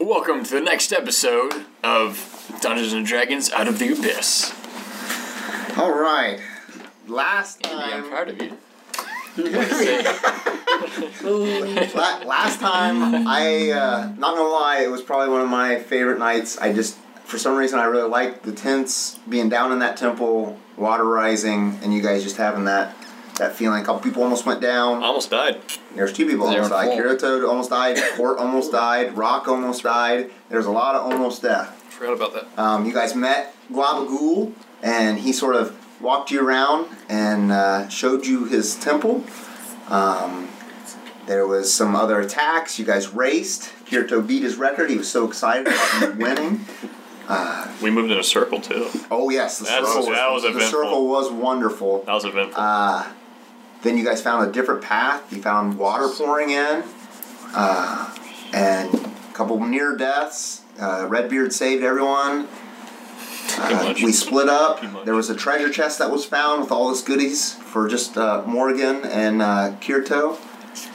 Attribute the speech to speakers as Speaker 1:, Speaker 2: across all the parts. Speaker 1: Welcome to the next episode of Dungeons and Dragons Out of the Abyss.
Speaker 2: All right. Last
Speaker 1: Andy, I'm
Speaker 2: time,
Speaker 1: proud of you.
Speaker 2: la- last time, I uh, not gonna lie, it was probably one of my favorite nights. I just, for some reason, I really liked the tents being down in that temple, water rising, and you guys just having that that feeling. A couple people almost went down.
Speaker 3: Almost died.
Speaker 2: There's two people
Speaker 1: They
Speaker 2: almost
Speaker 1: were
Speaker 2: died.
Speaker 1: full.
Speaker 2: Kirito almost died. Court almost died. Rock almost died. There's a lot of almost death.
Speaker 3: Forgot about that.
Speaker 2: Um, you guys met Glabagool, and he sort of walked you around and uh, showed you his temple. Um, there was some other attacks. You guys raced. Kirito beat his record. He was so excited about you winning.
Speaker 3: We moved in a circle too.
Speaker 2: Oh yes, the
Speaker 3: That's-
Speaker 2: circle
Speaker 3: that was
Speaker 2: the
Speaker 3: eventful.
Speaker 2: circle was wonderful.
Speaker 3: That was eventful.
Speaker 2: Uh, then you guys found a different path. You found water pouring in, uh, and a couple near deaths. Uh, Redbeard saved everyone.
Speaker 3: Too
Speaker 2: Uh,
Speaker 3: much.
Speaker 2: we split up.
Speaker 3: Too much.
Speaker 2: There was a treasure chest that was found with all this goodies for just uh, Morgan and uh, Kirito.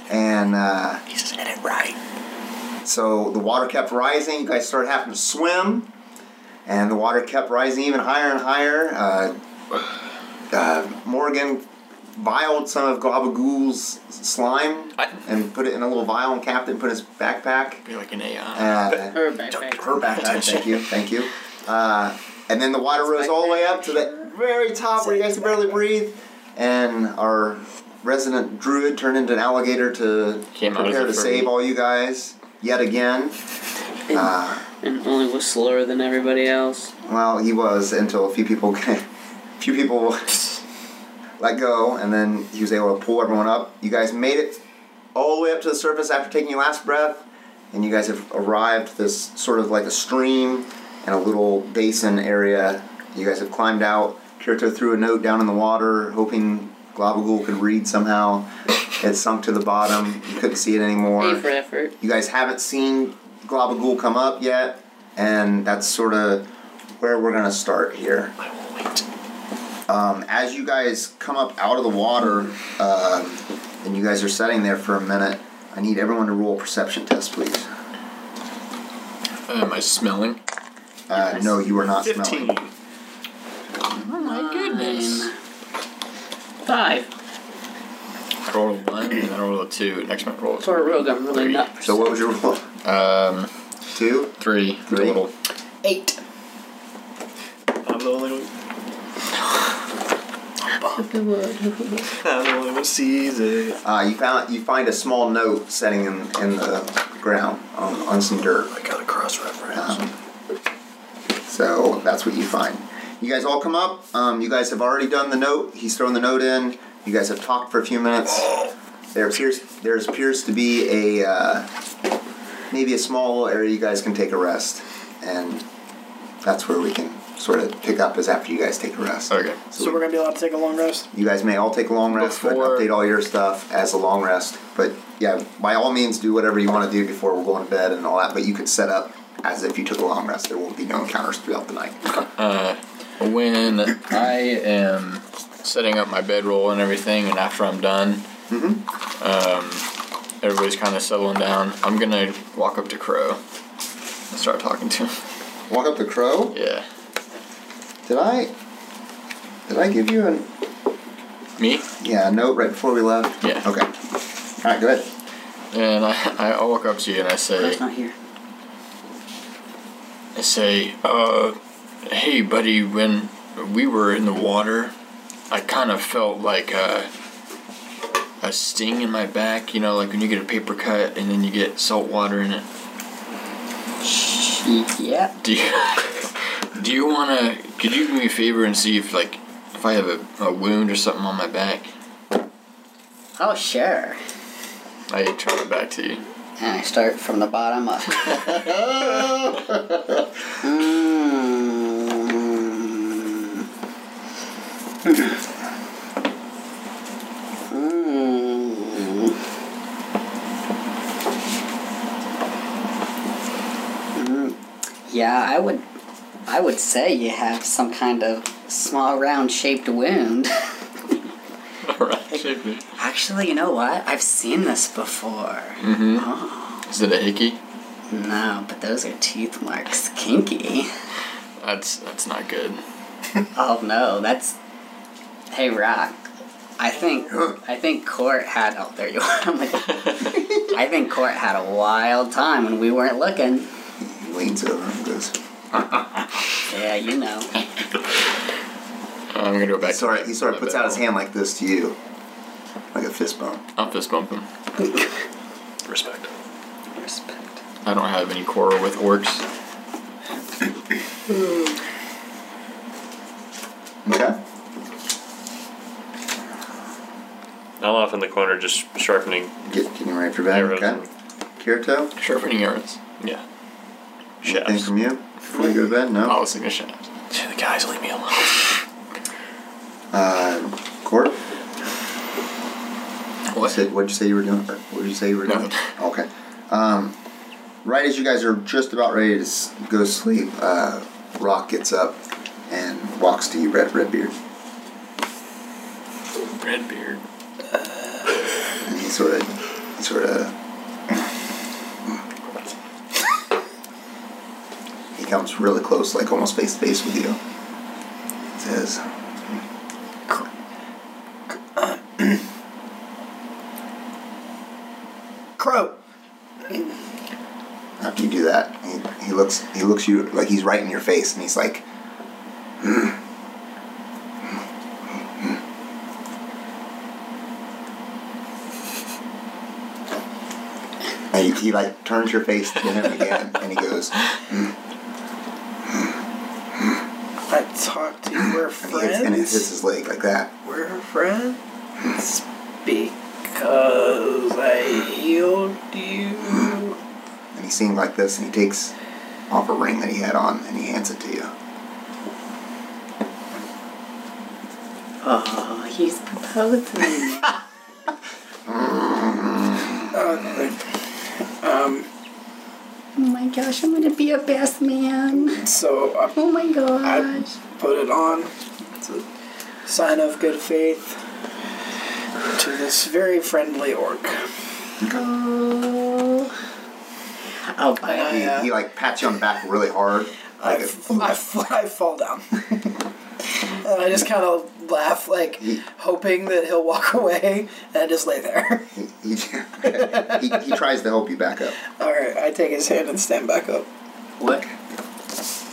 Speaker 2: And uh,
Speaker 1: He said it right.
Speaker 2: so the water kept rising. You guys started having to swim. And the water kept rising even higher and higher. Uh, uh, Morgan vialed some of Gabagool's slime
Speaker 1: I-
Speaker 2: and put it in a little vial and capped it and put it in his backpack.
Speaker 1: Be like an AI.
Speaker 2: Uh,
Speaker 4: Her backpack.
Speaker 2: her backpack. Thank you, thank you. Uh, and then the water rose all the way up to the very top where you guys could barely breathe, and our resident druid turned into an alligator to
Speaker 1: Came out
Speaker 2: prepare
Speaker 1: as a
Speaker 2: to
Speaker 1: furry.
Speaker 2: save all you guys yet again. Uh,
Speaker 4: And only was slower than everybody else.
Speaker 2: well, he was until a few people, a few people let go, and then he was able to pull everyone up. You guys made it all the way up to the surface after taking your last breath, and you guys have arrived to this sort of like a stream and a little basin area. You guys have climbed out. Kirito threw a note down in the water, hoping Globagool could read somehow. It sunk to the bottom. You couldn't see it anymore
Speaker 4: A for effort.
Speaker 2: you guys haven't seen Globagool come up yet, and that's sort of where we're gonna start here.
Speaker 1: I will wait.
Speaker 2: Um, as you guys come up out of the water, um, and you guys are sitting there for a minute, I need everyone to roll a perception test, please.
Speaker 1: Am I smelling?
Speaker 2: Uh, no, you are not
Speaker 3: Fifteen.
Speaker 2: smelling.
Speaker 1: Oh my
Speaker 4: goodness. Five.
Speaker 1: I rolled a one and I rolled a two. Next one I rolled a
Speaker 4: For a rogue, I'm really not.
Speaker 2: So what was your roll?
Speaker 1: Um,
Speaker 2: Two.
Speaker 1: three,
Speaker 2: Three?
Speaker 1: total.
Speaker 4: Eight.
Speaker 3: I'm the only one. I'm the only one who sees it.
Speaker 2: Uh, you found you find a small note sitting in, in the ground on, on some dirt.
Speaker 1: I got a cross reference.
Speaker 2: Um, so that's what you find. You guys all come up. Um, you guys have already done the note. He's thrown the note in. You guys have talked for a few minutes. There appears there appears to be a uh, maybe a small little area you guys can take a rest, and that's where we can sort of pick up is after you guys take a rest.
Speaker 1: Okay.
Speaker 5: So we're gonna be allowed to take a long rest.
Speaker 2: You guys may all take a long rest,
Speaker 1: Before-
Speaker 2: but update all your stuff as a long rest. But yeah, by all means, do whatever you want to do before we're going to bed and all that. But you could set up as if you took a long rest. There won't be no encounters throughout the night.
Speaker 1: Uh, when I am setting up my bedroll and everything, and after I'm done, Mm-hmm. um, everybody's kind of settling down. I'm gonna walk up to Crow and start talking to him.
Speaker 2: Walk up the crow.
Speaker 1: Yeah.
Speaker 2: Did I? Did I give you an
Speaker 1: Me?
Speaker 2: yeah a note right before we left?
Speaker 1: Yeah.
Speaker 2: Okay. All right. Go ahead.
Speaker 1: And I, I walk up to you and I say,
Speaker 4: Oh, That's not here.
Speaker 1: I say, uh, hey, buddy, when we were in the water, I kind of felt like a, a sting in my back, you know, like when you get a paper cut and then you get salt water in it.
Speaker 4: Yeah.
Speaker 1: Do you, do you want to, could you do me a favor and see if, like, if I have a, a wound or something on my back?
Speaker 6: Oh, sure.
Speaker 1: I turn it back to you.
Speaker 6: And I start from the bottom up. Mm. Mm. Mm. Yeah, I would I would say you have some kind of small round shaped wound.
Speaker 1: Alright, shape it.
Speaker 6: Actually, you know what? I've seen this before.
Speaker 1: Mm-hmm.
Speaker 2: Uh-huh.
Speaker 6: Oh.
Speaker 1: Is it a hickey?
Speaker 7: No, but those are teeth marks. Kinky.
Speaker 1: That's that's not good.
Speaker 7: Oh no, that's. Hey, Rock. I think I think Court had. Oh, there you are. I'm like, I think Court had a wild time when we weren't looking.
Speaker 2: He leans over and goes,
Speaker 7: Yeah, you know.
Speaker 1: Uh, I'm gonna go back.
Speaker 2: he sort of,
Speaker 1: to
Speaker 2: he sort
Speaker 1: my
Speaker 2: of puts
Speaker 1: bed.
Speaker 2: out his hand like this to you, like a fist bump.
Speaker 1: I'll fist bump him.
Speaker 8: Respect.
Speaker 7: Respect.
Speaker 1: I don't have any quarrel with orcs.
Speaker 2: Okay.
Speaker 9: I'm off in the corner just sharpening
Speaker 2: Get, getting ready for bed.
Speaker 9: Arrows
Speaker 2: Okay. Kirito,
Speaker 1: Sharpening arrows.
Speaker 9: Yeah.
Speaker 2: anything
Speaker 9: Shafts.
Speaker 2: from you before you go to bed? No.
Speaker 1: I was thinking shafts.
Speaker 8: The guys, leave me alone.
Speaker 2: Uh, court.
Speaker 1: What?
Speaker 2: Said, what'd you say you were doing? Or What did you say you were doing?
Speaker 1: Nothing.
Speaker 2: Okay. Um, right as you guys are just about ready to s- go to sleep, uh, Rock gets up and walks to you, Red Redbeard,
Speaker 1: Redbeard.
Speaker 2: and he sort of, he sort of. He comes really close, like almost face to face with you. Says,
Speaker 5: Crow.
Speaker 2: after you do that, he, he looks he looks you like he's right in your face, and he's like, "Mm, and he, he like turns your face to him again, and he goes, "Mm,
Speaker 5: I talked to you. We're
Speaker 2: and he hits, and it hits
Speaker 5: friends.
Speaker 2: his leg like that.
Speaker 5: We're friends because I healed you.
Speaker 2: And he's seeing like this, and he takes off a ring that he had on, and he hands it to you.
Speaker 7: Oh, he's proposing.
Speaker 5: Okay. Um.
Speaker 7: oh my gosh, I'm gonna be a best man.
Speaker 5: So I
Speaker 7: Oh my gosh.
Speaker 5: put it on. It's a sign of good faith to this very friendly orc.
Speaker 7: Oh. Oh, bye.
Speaker 5: I, uh,
Speaker 2: He, he like pats you on the back really hard.
Speaker 5: I,
Speaker 2: Like
Speaker 5: f- I, f- I fall down. and I just kind of laugh, like hoping that he'll walk away, and I just lay there.
Speaker 2: he, he, he tries to help you back up.
Speaker 5: All right, I take his hand and stand back up.
Speaker 7: What?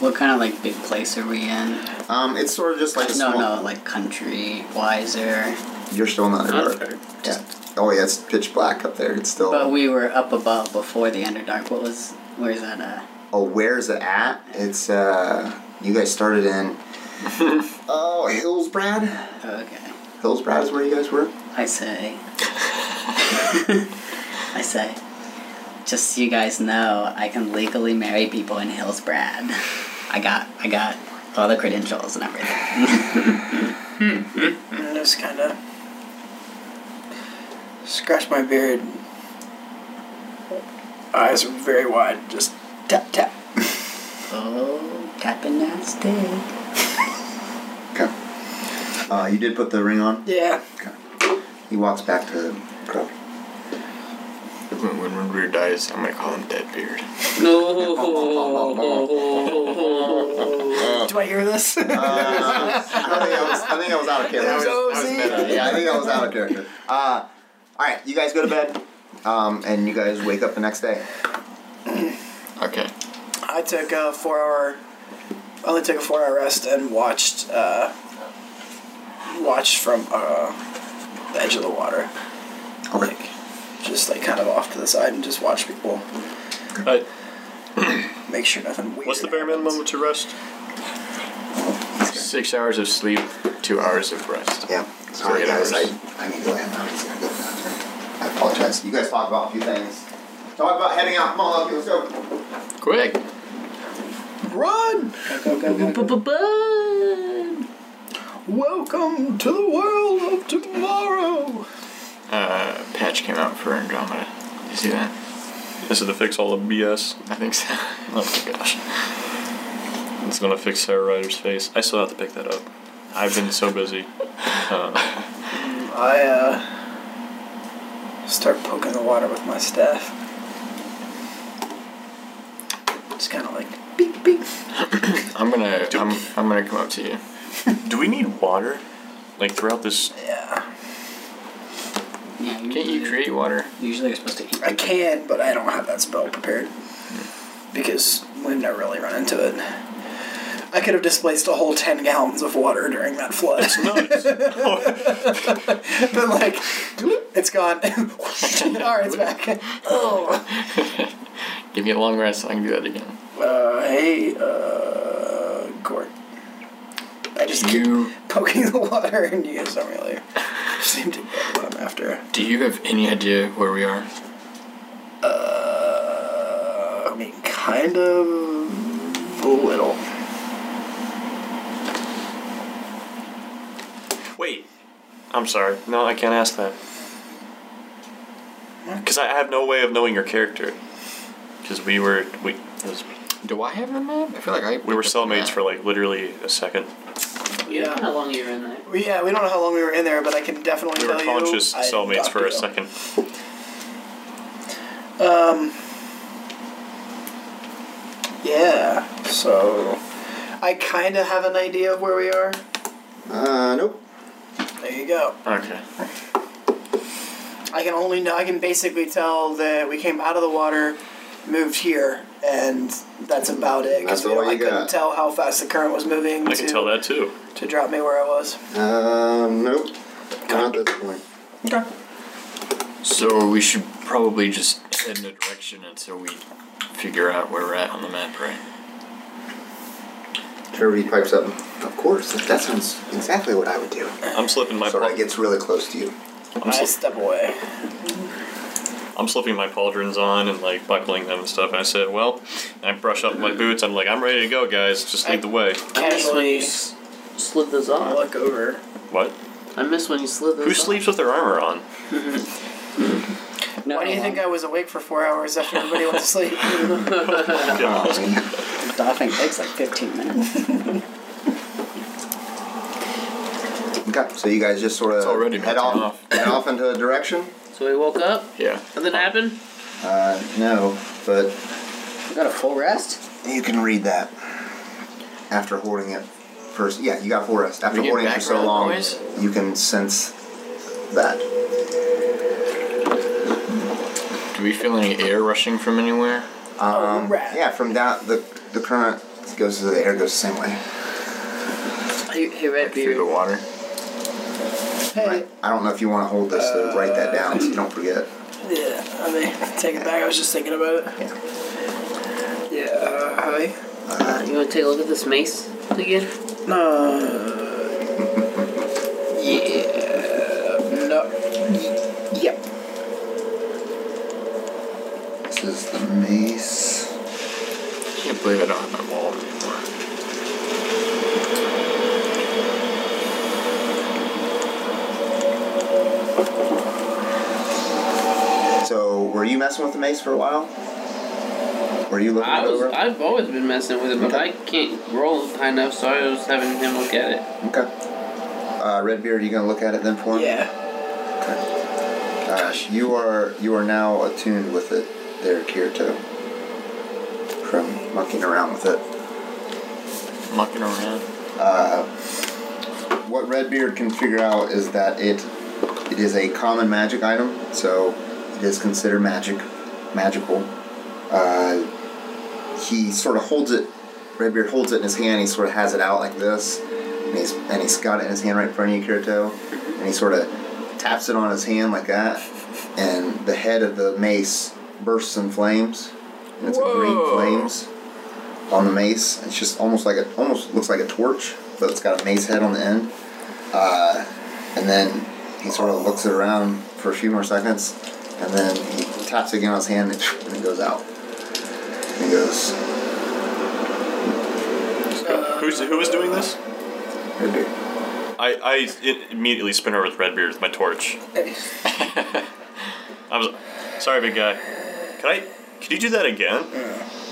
Speaker 7: What kind of like big place are we in?
Speaker 2: Um, it's sort of just like a
Speaker 7: No,
Speaker 2: small.
Speaker 7: no, like country wiser.
Speaker 2: You're still in the underdark.
Speaker 4: Underdark.
Speaker 2: Yeah. Oh yeah, it's pitch black up there. It's still.
Speaker 7: But we were up above before the Underdark. What was? Where's that? Uh,
Speaker 2: oh, where's it at? It's uh, you guys started in. oh, Hillsbrad.
Speaker 7: oh, okay.
Speaker 2: Hillsbrad is where you guys were.
Speaker 7: I say. I say. Just so you guys know, I can legally marry people in Hills, Brad. I got, I got all the credentials and everything.
Speaker 5: And I just kind of scratch my beard. Eyes are very wide. Just tap, tap.
Speaker 7: Oh, tapping that stick.
Speaker 2: Okay. Uh, you did put the ring on.
Speaker 5: Yeah.
Speaker 2: He walks back to Crow.
Speaker 1: When, when Redbeard dies, I'm gonna call him Deadbeard.
Speaker 4: No.
Speaker 5: Do I hear this?
Speaker 2: Uh, I, think I, was, I think I was out of character. yeah, I think I was out of character. Uh, all right, you guys go to bed, um, and you guys wake up the next day.
Speaker 1: Okay.
Speaker 5: I took a four hour, only took a four hour rest and watched, uh, watched from uh, the edge of the water,
Speaker 2: Okay.
Speaker 5: just like kind of off to the side and just watch people.
Speaker 9: Uh,
Speaker 5: Make sure nothing weird.
Speaker 9: what's the bare minimum to rest?
Speaker 1: Six hours of sleep, two hours of rest.
Speaker 2: Yeah. Sorry,
Speaker 1: Three
Speaker 2: guys. I,
Speaker 1: hours.
Speaker 2: I need to land now. I'm just gonna go to the bathroom. I apologize. You guys talk about a few things. Talk about heading out. Come on, Lucky, let's go.
Speaker 1: Quick!
Speaker 5: Run! Go, go, go, go. Welcome to the world of tomorrow.
Speaker 1: Uh, patch came out for Andromeda. Did you see that?
Speaker 9: This is to fix all the BS.
Speaker 1: I think so. Oh my gosh.
Speaker 9: It's gonna fix Sarah Ryder's face. I still have to pick that up. I've been so busy. Uh,
Speaker 5: I uh, start poking the water with my staff. Just kind of like beep beep.
Speaker 1: I'm gonna I'm, I'm gonna come up to you.
Speaker 9: Do we need water? Like throughout this,
Speaker 5: Yeah,
Speaker 6: Yeah,
Speaker 1: Can't you
Speaker 6: usually-
Speaker 1: create water?
Speaker 6: Usually you're supposed to eat.
Speaker 5: I can, but I don't have that spell prepared because we've never really run into it. I could have displaced a whole ten gallons of water during that flood, but like, it's gone. All right, it's back. Oh.
Speaker 1: Give me a long rest. I can do that again.
Speaker 5: Uh, hey, uh, Gort. I just keep
Speaker 1: You
Speaker 5: poking the water and you guys don't really seem to get what I'm after.
Speaker 1: do you have any idea where we are?
Speaker 5: Uh, I mean, kind of a little.
Speaker 9: wait. I'm sorry. No, I can't ask that. Because I have no way of knowing your character. Because we were we it was,
Speaker 1: Do I have a map? I feel like I
Speaker 9: we were cellmates for like literally a second.
Speaker 4: We don't know how long you were in there.
Speaker 5: We- Yeah, we don't know how long we were in there, but I can definitely
Speaker 9: We were
Speaker 5: tell you.
Speaker 9: conscious
Speaker 5: I
Speaker 9: cellmates
Speaker 5: knocked
Speaker 9: for a
Speaker 5: it out.
Speaker 9: second.
Speaker 5: Um. Yeah. So, I kind of have an idea of where we are.
Speaker 2: Uh, nope.
Speaker 5: There you go.
Speaker 1: Okay.
Speaker 5: I can only know. I can basically tell that we came out of the water, moved here, and that's about it. 'cause
Speaker 2: That's
Speaker 5: we
Speaker 2: all
Speaker 5: don't- I
Speaker 2: you
Speaker 5: couldn't
Speaker 2: got.
Speaker 5: tell how fast the current was moving.
Speaker 9: I
Speaker 5: to,
Speaker 9: can tell that too.
Speaker 5: to drop me where I was.
Speaker 2: Um, nope. Not at this point.
Speaker 5: Okay.
Speaker 1: So we should probably just head in a direction until we figure out where we're at on the map, right?
Speaker 2: Everybody pipes up. Of course. That sounds exactly what I would do.
Speaker 9: I'm slipping my
Speaker 2: So
Speaker 9: pal-
Speaker 2: that gets really close to you.
Speaker 9: I'm,
Speaker 5: I
Speaker 9: sli-
Speaker 5: step away.
Speaker 9: I'm slipping my pauldrons on and like buckling them and stuff. And I said, well, and I brush up my boots. I'm like, I'm ready to go, guys. Just lead the way.
Speaker 4: I miss when you
Speaker 5: Casually
Speaker 4: s- slid those off.
Speaker 5: look over.
Speaker 9: What?
Speaker 4: I miss when you slid those
Speaker 9: Who
Speaker 4: off.
Speaker 9: sleeps with their armor on?
Speaker 6: No,
Speaker 5: Why do you think I was awake for four hours after everybody went to sleep?
Speaker 2: Um,
Speaker 1: Oh,
Speaker 6: Doffing takes like 15 minutes.
Speaker 2: Okay. So you guys just sort of
Speaker 1: It's already
Speaker 2: head
Speaker 1: melting
Speaker 2: off,
Speaker 1: off.
Speaker 2: head off into a direction.
Speaker 4: So we woke up,
Speaker 1: Yeah.
Speaker 4: nothing happened.
Speaker 2: Uh, no, but
Speaker 6: We got a full rest?
Speaker 2: you can read that after holding it first. Yeah, you got full rest after
Speaker 1: We get
Speaker 2: holding it for so
Speaker 1: background
Speaker 2: long.
Speaker 1: noise?
Speaker 2: You can sense that.
Speaker 1: Do we feel any air rushing from anywhere?
Speaker 2: Um,
Speaker 5: rad.
Speaker 2: yeah, from down the the current goes to the air goes the same way.
Speaker 4: Hey, hey
Speaker 1: Through the
Speaker 4: Redbeard,
Speaker 1: water?
Speaker 5: hey.
Speaker 2: I don't know if you want to hold this. though. Write that down so you don't forget.
Speaker 5: Yeah, I mean, take it back. I was just thinking about it. Yeah. uh, hi.
Speaker 4: uh, you want to take a look at this mace again?
Speaker 5: No. yeah. No. Yep.
Speaker 2: This is the mace.
Speaker 1: I can't believe I don't have my wallet anymore.
Speaker 2: So were you messing with the mace for a while? Were you looking
Speaker 4: I
Speaker 2: it
Speaker 4: was,
Speaker 2: over?
Speaker 4: I've always been messing with it, but I can't roll high enough, so I was having him look at it.
Speaker 2: Okay. Uh, Redbeard, you gonna look at it then for him?
Speaker 5: Yeah.
Speaker 2: Uh, you are you are now attuned with it, there, Kirito. From mucking around with it.
Speaker 1: Mucking around.
Speaker 2: Uh, what Redbeard can figure out is that it it is a common magic item, so it is considered magic, magical. Uh, he sort of holds it. Redbeard holds it in his hand. He sort of has it out like this, and he's and he's got it in his hand right in front of you, Kirito, and he sort of taps it on his hand like that, and the head of the mace bursts in flames, and it's a green
Speaker 1: Whoa.
Speaker 2: flames on the mace. It's just almost like a almost looks like a torch, but it's got a mace head on the end. Uh, and then he sort of looks it around for a few more seconds, and then he taps again on his hand, and it, and it goes out. He goes,
Speaker 9: Who's, who was doing this?
Speaker 2: "Redbeard."
Speaker 9: I, I i- immediately spin over with Redbeard with my torch. I was sorry, big guy. Could I? Could you do that again?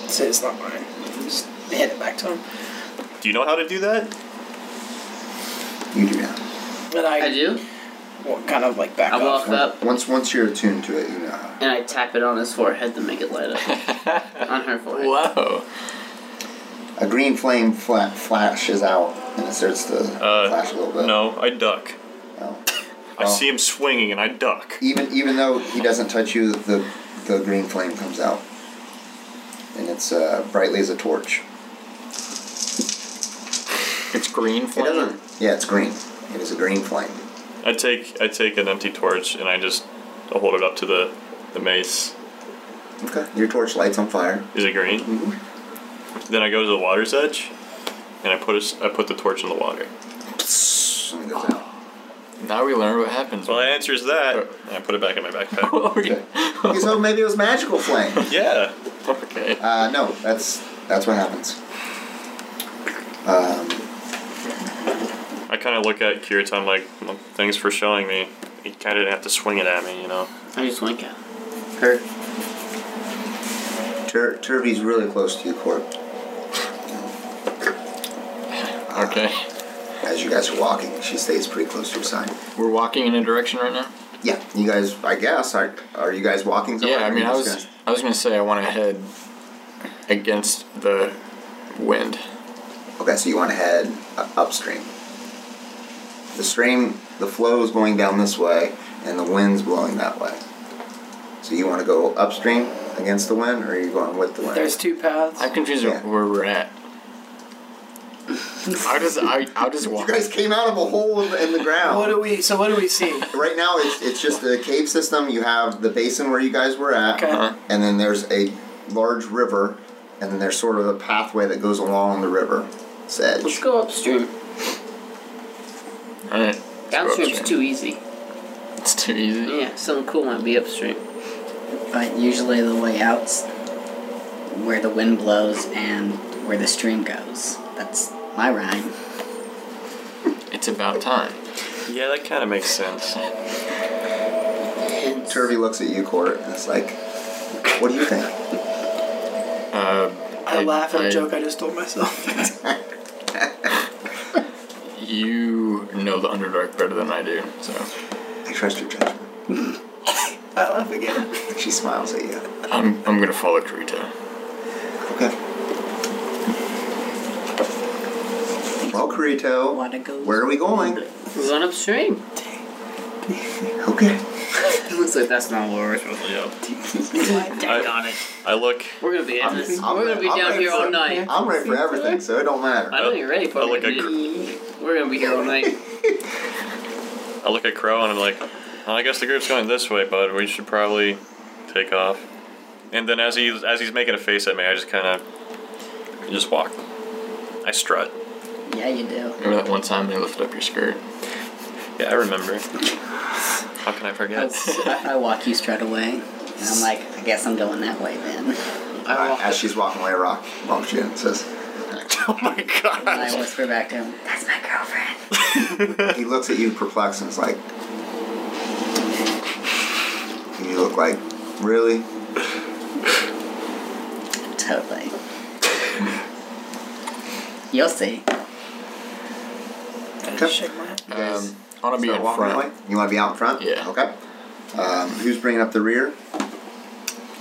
Speaker 5: So it's not mine. Just hand it back to him.
Speaker 9: Do you know how to do that?
Speaker 2: You do now.
Speaker 5: And I,
Speaker 4: I do?
Speaker 5: well, kind of like back
Speaker 4: I walk
Speaker 5: off.
Speaker 4: up
Speaker 2: Once once you're attuned to it, you know. how.
Speaker 4: and I tap it on his forehead to make it light up. on her forehead.
Speaker 1: Whoa.
Speaker 2: A green flame fla- flashes out and it starts to
Speaker 9: Uh,
Speaker 2: flash a little bit.
Speaker 9: No, I duck.
Speaker 2: Oh.
Speaker 9: I
Speaker 2: Oh.
Speaker 9: see him swinging and I duck.
Speaker 2: Even even though he doesn't touch you, the the green flame comes out, and it's uh, brightly as a torch.
Speaker 1: It's green
Speaker 2: It
Speaker 1: flame.
Speaker 2: doesn't. Yeah, it's green. It is a green flame.
Speaker 9: I take I take an empty torch and I just I hold it up to the the mace.
Speaker 2: Okay. Your torch lights on fire.
Speaker 9: Is it green? Then I go to the water's edge, and I put a s I put the torch in the water.
Speaker 2: And it goes out.
Speaker 1: Now we learn what happens.
Speaker 9: Well, that answers that. And I put it back in my backpack.
Speaker 1: What were you-
Speaker 2: Okay, so maybe it was magical flame.
Speaker 9: yeah.
Speaker 1: okay.
Speaker 2: Uh, no, that's that's what happens. Um,
Speaker 9: I kind of look at Kirita. I'm like, well, thanks for showing me. He kind of didn't have to swing it at me, you know.
Speaker 4: I just wink at her.
Speaker 2: Tur- Turby's really close to you, Corp.
Speaker 1: Okay.
Speaker 2: As you guys are walking, she stays pretty close to your side.
Speaker 1: We're walking in a direction right now.
Speaker 2: Yeah, you guys. I guess are are you guys walking? somewhere?
Speaker 1: Yeah, I mean, I
Speaker 2: Or you
Speaker 1: was
Speaker 2: just
Speaker 1: I was gonna say I want to head against the wind.
Speaker 2: gonna- okay, so you want to head u- upstream. The stream, the flow is going down this way, and the wind's blowing that way. So you want to go upstream against the wind, or are you going with the wind?
Speaker 5: There's two paths.
Speaker 1: I'm confused
Speaker 2: Yeah.
Speaker 1: where we're at. How does I? How does
Speaker 2: you
Speaker 1: walk?
Speaker 2: guys came out of a hole in the, in the ground.
Speaker 5: what do we? So what do we see?
Speaker 2: right now it's, it's just a cave system you have the basin where you guys were at
Speaker 5: Okay.
Speaker 1: Uh-huh.
Speaker 2: and then there's a large river and then there's sort of a pathway that goes along the river
Speaker 4: Let's
Speaker 2: edge
Speaker 4: go upstream.
Speaker 1: All right.
Speaker 4: Downstream's too easy.
Speaker 1: It's too easy.
Speaker 4: Yeah, something cool might be upstream.
Speaker 6: But usually the way out's where the wind blows and where the stream goes. That's my rhyme.
Speaker 1: It's about time.
Speaker 9: Yeah, that kind of makes sense.
Speaker 4: Hence,
Speaker 2: turvey looks at you court and it's like what do you think
Speaker 1: Uh,
Speaker 5: I, laugh at a joke I just told myself.
Speaker 1: You know the Underdark better than I do, so
Speaker 2: i trust your judgment
Speaker 5: I laugh again.
Speaker 2: she smiles at you
Speaker 1: I'm I'm gonna follow Krita.
Speaker 2: okay well
Speaker 6: Wanna
Speaker 2: Kurito,
Speaker 6: go?
Speaker 2: where are we going
Speaker 4: We're going upstream.
Speaker 2: okay
Speaker 4: It looks like that's not where we're supposed to go.
Speaker 9: I, I look.
Speaker 4: We're gonna be at this.
Speaker 2: I'm
Speaker 4: We're gonna be
Speaker 2: ready- I'm
Speaker 4: down
Speaker 2: ready
Speaker 4: here all
Speaker 2: for-
Speaker 4: night.
Speaker 2: i'm ready for everything so it don't matter
Speaker 4: I know you're ready for
Speaker 9: I
Speaker 4: it. Mm,
Speaker 9: look at
Speaker 4: We're gonna be here all night.
Speaker 9: I look at Crow and I'm like, well, I guess the group's going this way, bud. We should probably take off. And then as he as he's making a face at me, I just kind of just walk. I strut.
Speaker 6: Yeah, you do.
Speaker 1: Remember that one time they lifted up your skirt?
Speaker 9: Yeah, I remember. How can I forget?
Speaker 6: I, I walk you straight away. And I'm like, I guess I'm going that way then. And
Speaker 4: I
Speaker 2: Uh,
Speaker 4: walk.
Speaker 2: as she's walking away, Rock bumps you and says,
Speaker 1: Oh my god!
Speaker 6: I whisper back to him, That's my girlfriend.
Speaker 2: he looks at you perplexed and is like, and you look like, really?
Speaker 6: Totally. You'll see.
Speaker 5: I
Speaker 2: Okay.
Speaker 5: shake my head.
Speaker 1: Um, I want to be
Speaker 2: Start
Speaker 1: in
Speaker 2: walking
Speaker 1: front.
Speaker 2: away? You want to be out in front?
Speaker 1: Yeah.
Speaker 2: Okay. Um, who's bringing up the rear?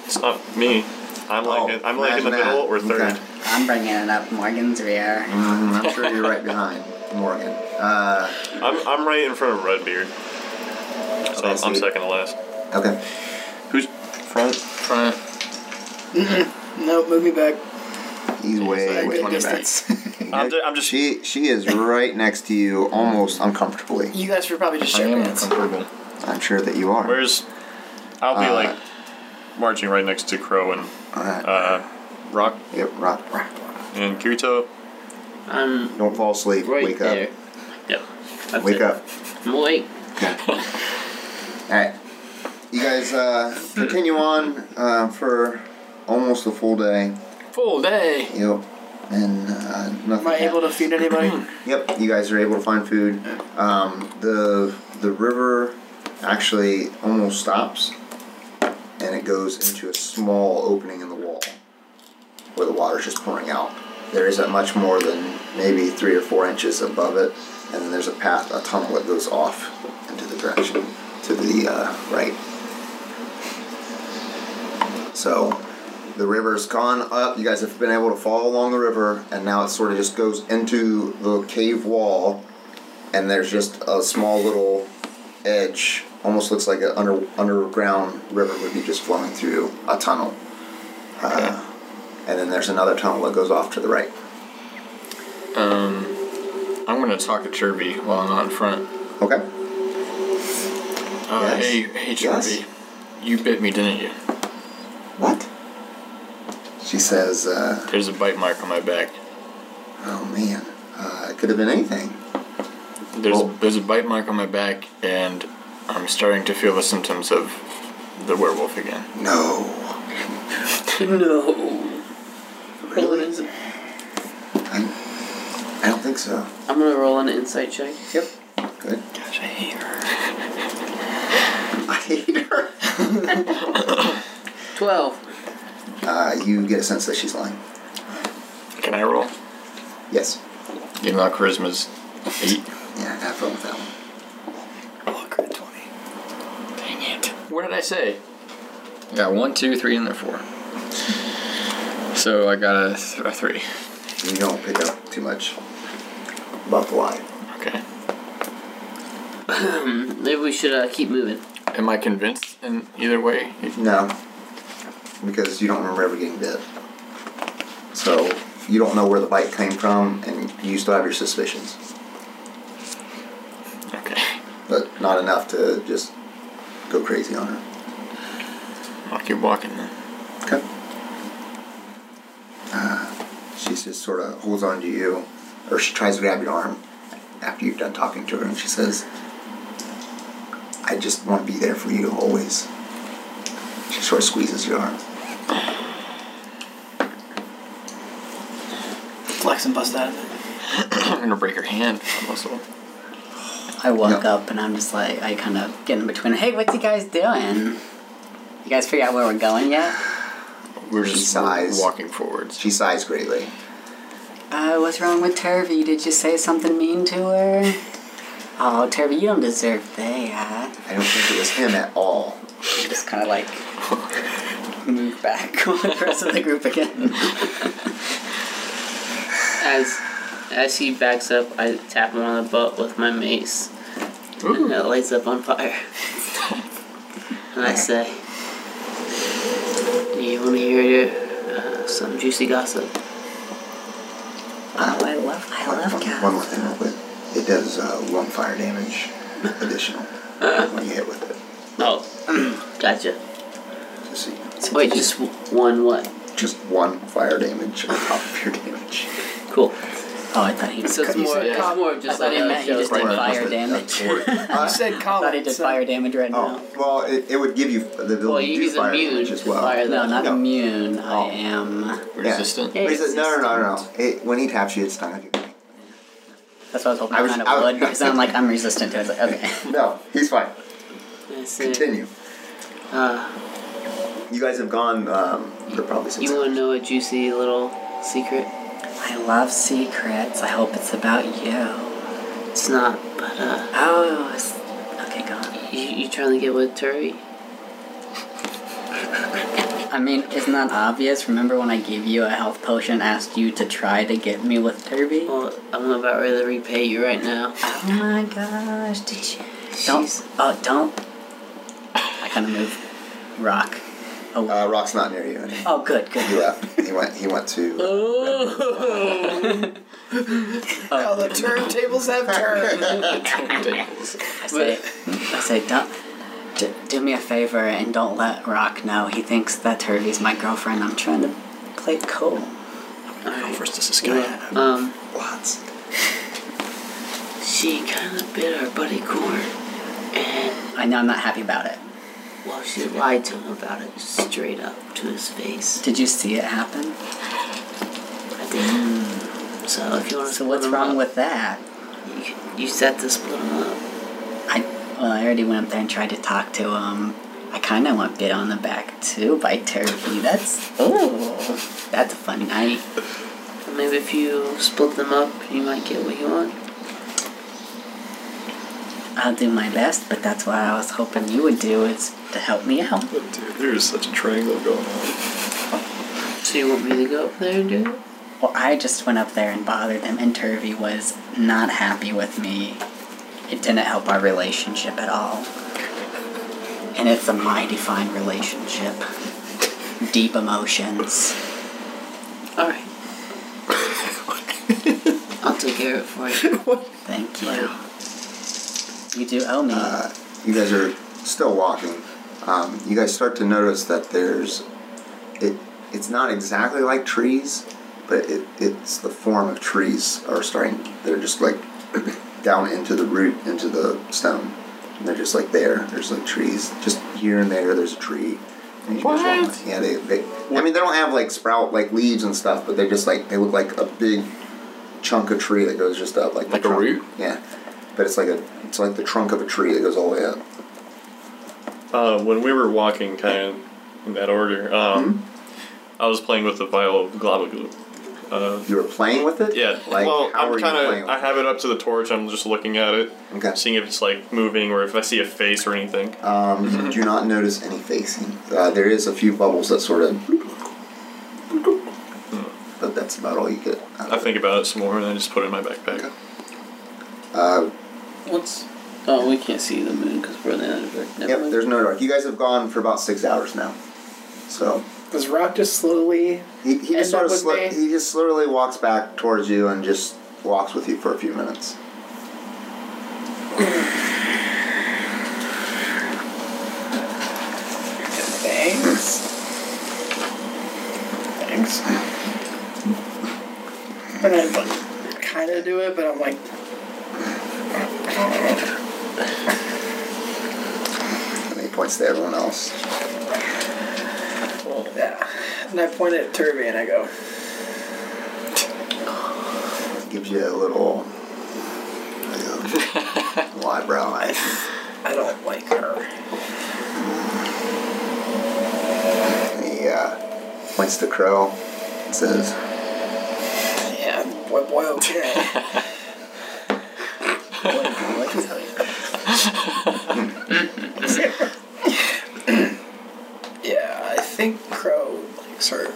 Speaker 9: It's not me. I'm like
Speaker 2: Oh,
Speaker 9: in- I'm like in the
Speaker 2: imagine that.
Speaker 9: middle or third.
Speaker 2: Okay.
Speaker 6: I'm bringing it up Morgan's rear.
Speaker 2: Mm, I'm sure you're right behind Morgan. Uh,
Speaker 9: I'm, I'm right in front of Redbeard. So
Speaker 2: Okay,
Speaker 9: I'm, I'm
Speaker 2: so-
Speaker 9: second to last.
Speaker 2: okay.
Speaker 9: Who's front?
Speaker 1: Front.
Speaker 5: No, move me back.
Speaker 2: He's way,
Speaker 5: like
Speaker 2: way
Speaker 5: 20
Speaker 2: back.
Speaker 9: I'm, ju- I'm just.
Speaker 2: She she is right next to you, almost uncomfortably.
Speaker 5: You guys should probably just
Speaker 1: I
Speaker 5: share
Speaker 1: am
Speaker 5: pants.
Speaker 1: uncomfortable.
Speaker 2: I'm sure that you are.
Speaker 9: Where's? I'll be
Speaker 2: Uh,
Speaker 9: like marching right next to Crow and
Speaker 2: All right.
Speaker 9: uh, Rock
Speaker 2: yep. Rock.
Speaker 9: and Kirito.
Speaker 4: I'm
Speaker 2: Don't fall asleep.
Speaker 4: right
Speaker 2: Wake
Speaker 4: there.
Speaker 2: up.
Speaker 4: Yep. That's
Speaker 2: Wake
Speaker 4: it.
Speaker 2: up.
Speaker 4: I'm awake.
Speaker 2: Alright. You guys uh, continue on uh, for almost a full day.
Speaker 1: Full day.
Speaker 2: Yep. And uh, nothing.
Speaker 5: Am I able to feed anybody?
Speaker 2: Yep. You guys are able to find food. Um, the the river actually almost stops, and it goes into a small opening in the wall where the water's just pouring out. There isn't much more than maybe three or four inches above it, and then there's a path, a tunnel that goes off into the direction, to the uh, right. So the river's gone up. You guys have been able to follow along the river, and now it sort of just goes into the cave wall, and there's just a small little edge. Almost looks like an under, underground river would be just flowing through a tunnel. Uh, and then there's another tunnel that goes off to the right.
Speaker 1: Um, I'm gonna talk to Turvey while I'm out in front.
Speaker 2: Okay.
Speaker 1: Uh,
Speaker 2: Yes.
Speaker 1: Hey, hey,
Speaker 2: Yes.
Speaker 1: Turvey, you bit me, didn't you?
Speaker 2: What? She says, uh,
Speaker 1: There's a bite mark on my back.
Speaker 2: oh man, uh, it could have been anything.
Speaker 1: There's
Speaker 2: Oh.
Speaker 1: there's a bite mark on my back, and I'm starting to feel the symptoms of the werewolf again.
Speaker 2: No.
Speaker 4: No. Roll an ins-
Speaker 2: I, I don't think so.
Speaker 4: I'm gonna roll an insight check.
Speaker 2: Yep. Good.
Speaker 5: Gosh, I hate her.
Speaker 2: I hate her.
Speaker 4: Twelve.
Speaker 2: Uh, you get a sense that she's lying.
Speaker 1: Can I roll?
Speaker 2: Yes.
Speaker 1: Even though charisma's eight.
Speaker 2: Yeah, have fun with that one.
Speaker 5: Oh, crit 20.
Speaker 1: Dang it. What did I say? I got one, two, three, and then four. So I got a, th- a three.
Speaker 2: You don't pick up too much about the lie.
Speaker 1: Okay.
Speaker 4: Maybe we should uh, keep moving.
Speaker 1: Am I convinced in either way?
Speaker 2: No. Because you don't remember ever getting bit. So you don't know where the bite came from, and you still have your suspicions.
Speaker 1: Okay.
Speaker 2: but not enough to just go crazy on her.
Speaker 1: I'll keep walking then.
Speaker 2: Okay. Uh, she's just sort of holds on to you, or she tries to grab your arm after you've done talking to her, and she says, "I just want to be there for you always." She sort of squeezes your arm.
Speaker 5: Flex and bust out of it.
Speaker 1: I'm gonna break her hand muscle.
Speaker 7: I walk
Speaker 2: Yeah.
Speaker 7: up and I'm just like, I kind of get in between. Hey, what's you guys doing? You guys figure out where we're going yet?
Speaker 1: We're
Speaker 2: She
Speaker 1: just
Speaker 2: sighs.
Speaker 1: walking forwards.
Speaker 2: She sighs greatly.
Speaker 7: Uh, what's wrong with Turvy? Did you say something mean to her? Oh, Turvy, you don't deserve that.
Speaker 2: I don't think it was him at all.
Speaker 7: I just kind of like move back with the rest of the group again.
Speaker 4: As as he backs up, I tap him on the butt with my mace, and it lights up on fire. and I say, "Do you want to hear uh, some juicy gossip?"
Speaker 7: Oh, I love, I love
Speaker 2: one,
Speaker 7: cats.
Speaker 2: one more thing real quick. It does uh, one fire damage additional when you hit with it.
Speaker 4: Oh, gotcha.
Speaker 2: Just so you know.
Speaker 4: Wait, just one what?
Speaker 2: just one fire damage on top of your damage.
Speaker 4: Cool.
Speaker 7: Oh, I thought he was.
Speaker 4: So it's
Speaker 7: you
Speaker 4: more,
Speaker 7: said-
Speaker 4: it's
Speaker 1: yeah.
Speaker 4: more of just
Speaker 7: I
Speaker 4: like
Speaker 7: thought he meant
Speaker 4: a
Speaker 7: he
Speaker 4: show.
Speaker 7: just did
Speaker 2: Right,
Speaker 7: fire
Speaker 2: that's it, that's
Speaker 7: damage.
Speaker 2: it.
Speaker 7: I
Speaker 5: You said column.
Speaker 7: thought he did
Speaker 5: so-
Speaker 7: fire damage right
Speaker 2: Oh,
Speaker 7: now.
Speaker 2: well, it, it would give you the ability
Speaker 4: Well,
Speaker 2: to
Speaker 4: you-
Speaker 2: do
Speaker 4: he's
Speaker 2: fire
Speaker 4: immune
Speaker 2: damage as
Speaker 4: to
Speaker 2: well.
Speaker 4: fire
Speaker 7: No, not
Speaker 2: No.
Speaker 7: immune. I
Speaker 2: Oh.
Speaker 7: am.
Speaker 1: Resistant.
Speaker 2: But he says, no, no, no, no. It, when he taps you, it's not going to do anything.
Speaker 7: That's what I was hoping
Speaker 2: I was-
Speaker 7: kind
Speaker 2: I
Speaker 7: of
Speaker 2: was-
Speaker 7: would because I'm like I'm resistant to it. It's like okay.
Speaker 2: No, he's fine.
Speaker 4: I say,
Speaker 2: Continue.
Speaker 4: Uh,
Speaker 2: You guys have gone um, for probably six
Speaker 4: you want to
Speaker 2: hours.
Speaker 4: know a juicy little secret?
Speaker 7: I love secrets. I hope it's about you.
Speaker 4: It's not, but uh,
Speaker 7: Oh, it's- okay, go on.
Speaker 4: you, you trying to get with Turvey?
Speaker 7: I mean, isn't that obvious? Remember when I gave you a health potion, asked you to try to get me with Derby? Oh
Speaker 4: Well, I'm about ready to repay you right now.
Speaker 7: my gosh, did you? Don't. Oh, don't. I kind of move. Rock. Oh,
Speaker 2: Uh, Rock's not near you anymore.
Speaker 7: oh, good,
Speaker 2: He
Speaker 7: good.
Speaker 2: left. He went. He went to.
Speaker 4: Oh,
Speaker 5: How the turntables have turned.
Speaker 7: I say, I say, don't. D- do me a favor and don't let Rock know. He thinks that Turvey's my girlfriend. I'm trying to play it cool.
Speaker 5: How first does this guy
Speaker 4: well, um,
Speaker 2: Lots.
Speaker 4: she kind of bit our buddy Corn, and
Speaker 7: I know I'm not happy about it.
Speaker 4: well, she lied to him about it straight up to his face.
Speaker 7: Did you see it happen?
Speaker 4: I did. So if you want to,
Speaker 7: So what's wrong with that?
Speaker 4: You, can- you set to split him up.
Speaker 7: I well, I already went up there and tried to talk to him. I kind of want bit on the back too by Turvey. That's ooh, that's a fun night.
Speaker 4: Maybe if you split them up, you might get what you want.
Speaker 6: I'll do my best, but that's what I was hoping you would do is to help me out.
Speaker 3: But dude, there is such a triangle going on.
Speaker 4: So you want me to go up there and do it?
Speaker 6: Well, I just went up there and bothered them, and Turvey was not happy with me. It didn't help our relationship at all. And it's a mighty fine relationship. Deep emotions.
Speaker 4: All right. I'll take care of it for you.
Speaker 6: Thank you. You do owe me.
Speaker 2: you guys are still walking. Um, you guys start to notice that there's it. It's not exactly like trees, but it, it's the form of trees are starting. They're just like down into the root, into the stone. And they're just like there. There's like trees, just here and there. There's a tree. And you just walk-
Speaker 4: What?
Speaker 2: yeah, they, they. I mean, they don't have like sprout like leaves and stuff, but they're just like they look like a big chunk of tree that goes just up, like the
Speaker 1: Like a
Speaker 2: trunk.
Speaker 1: root?
Speaker 2: Yeah, but it's like a it's like the trunk of a tree that goes all the way up.
Speaker 9: Uh, when we were walking, kind of in that order, um,
Speaker 2: Mm-hmm.
Speaker 9: I was playing with the vial of globagloop. Uh,
Speaker 2: You were playing with it?
Speaker 9: yeah.
Speaker 2: Like,
Speaker 9: well,
Speaker 2: how
Speaker 9: I'm
Speaker 2: were you
Speaker 9: kind
Speaker 2: playing with
Speaker 9: of. I have it up to the torch. I'm just looking at it,
Speaker 2: it? Okay.
Speaker 9: seeing if it's like moving or if I see a face or anything.
Speaker 2: Um, do not notice any facing. Uh, there is a few bubbles that sort of. But that's about all you get. Uh, out of
Speaker 9: I
Speaker 2: it.
Speaker 9: think about it some more and I just put it in my backpack.
Speaker 2: Okay. Uh,
Speaker 4: What's? Oh, we can't see the moon because we're in the other. Never
Speaker 2: yep,
Speaker 4: mind.
Speaker 2: there's no dark. You guys have gone for about six hours now. So.
Speaker 5: Does Rock just slowly?
Speaker 2: He, he
Speaker 4: And
Speaker 2: just sort of
Speaker 4: that was
Speaker 2: sli-
Speaker 4: me.
Speaker 2: he just slowly walks back towards you and just walks with you for a few minutes.
Speaker 5: Thanks. Thanks. And I like, kind of do it, but I'm like, "Oh,
Speaker 2: And he points to everyone else.
Speaker 5: yeah. And I point at Turvey and I go,
Speaker 2: Gives you a little. Like a little eyebrow.
Speaker 5: I don't like her.
Speaker 2: And he uh, points to Crow and says,
Speaker 5: Yeah, boy, boy, okay. yeah, I think Crow likes her.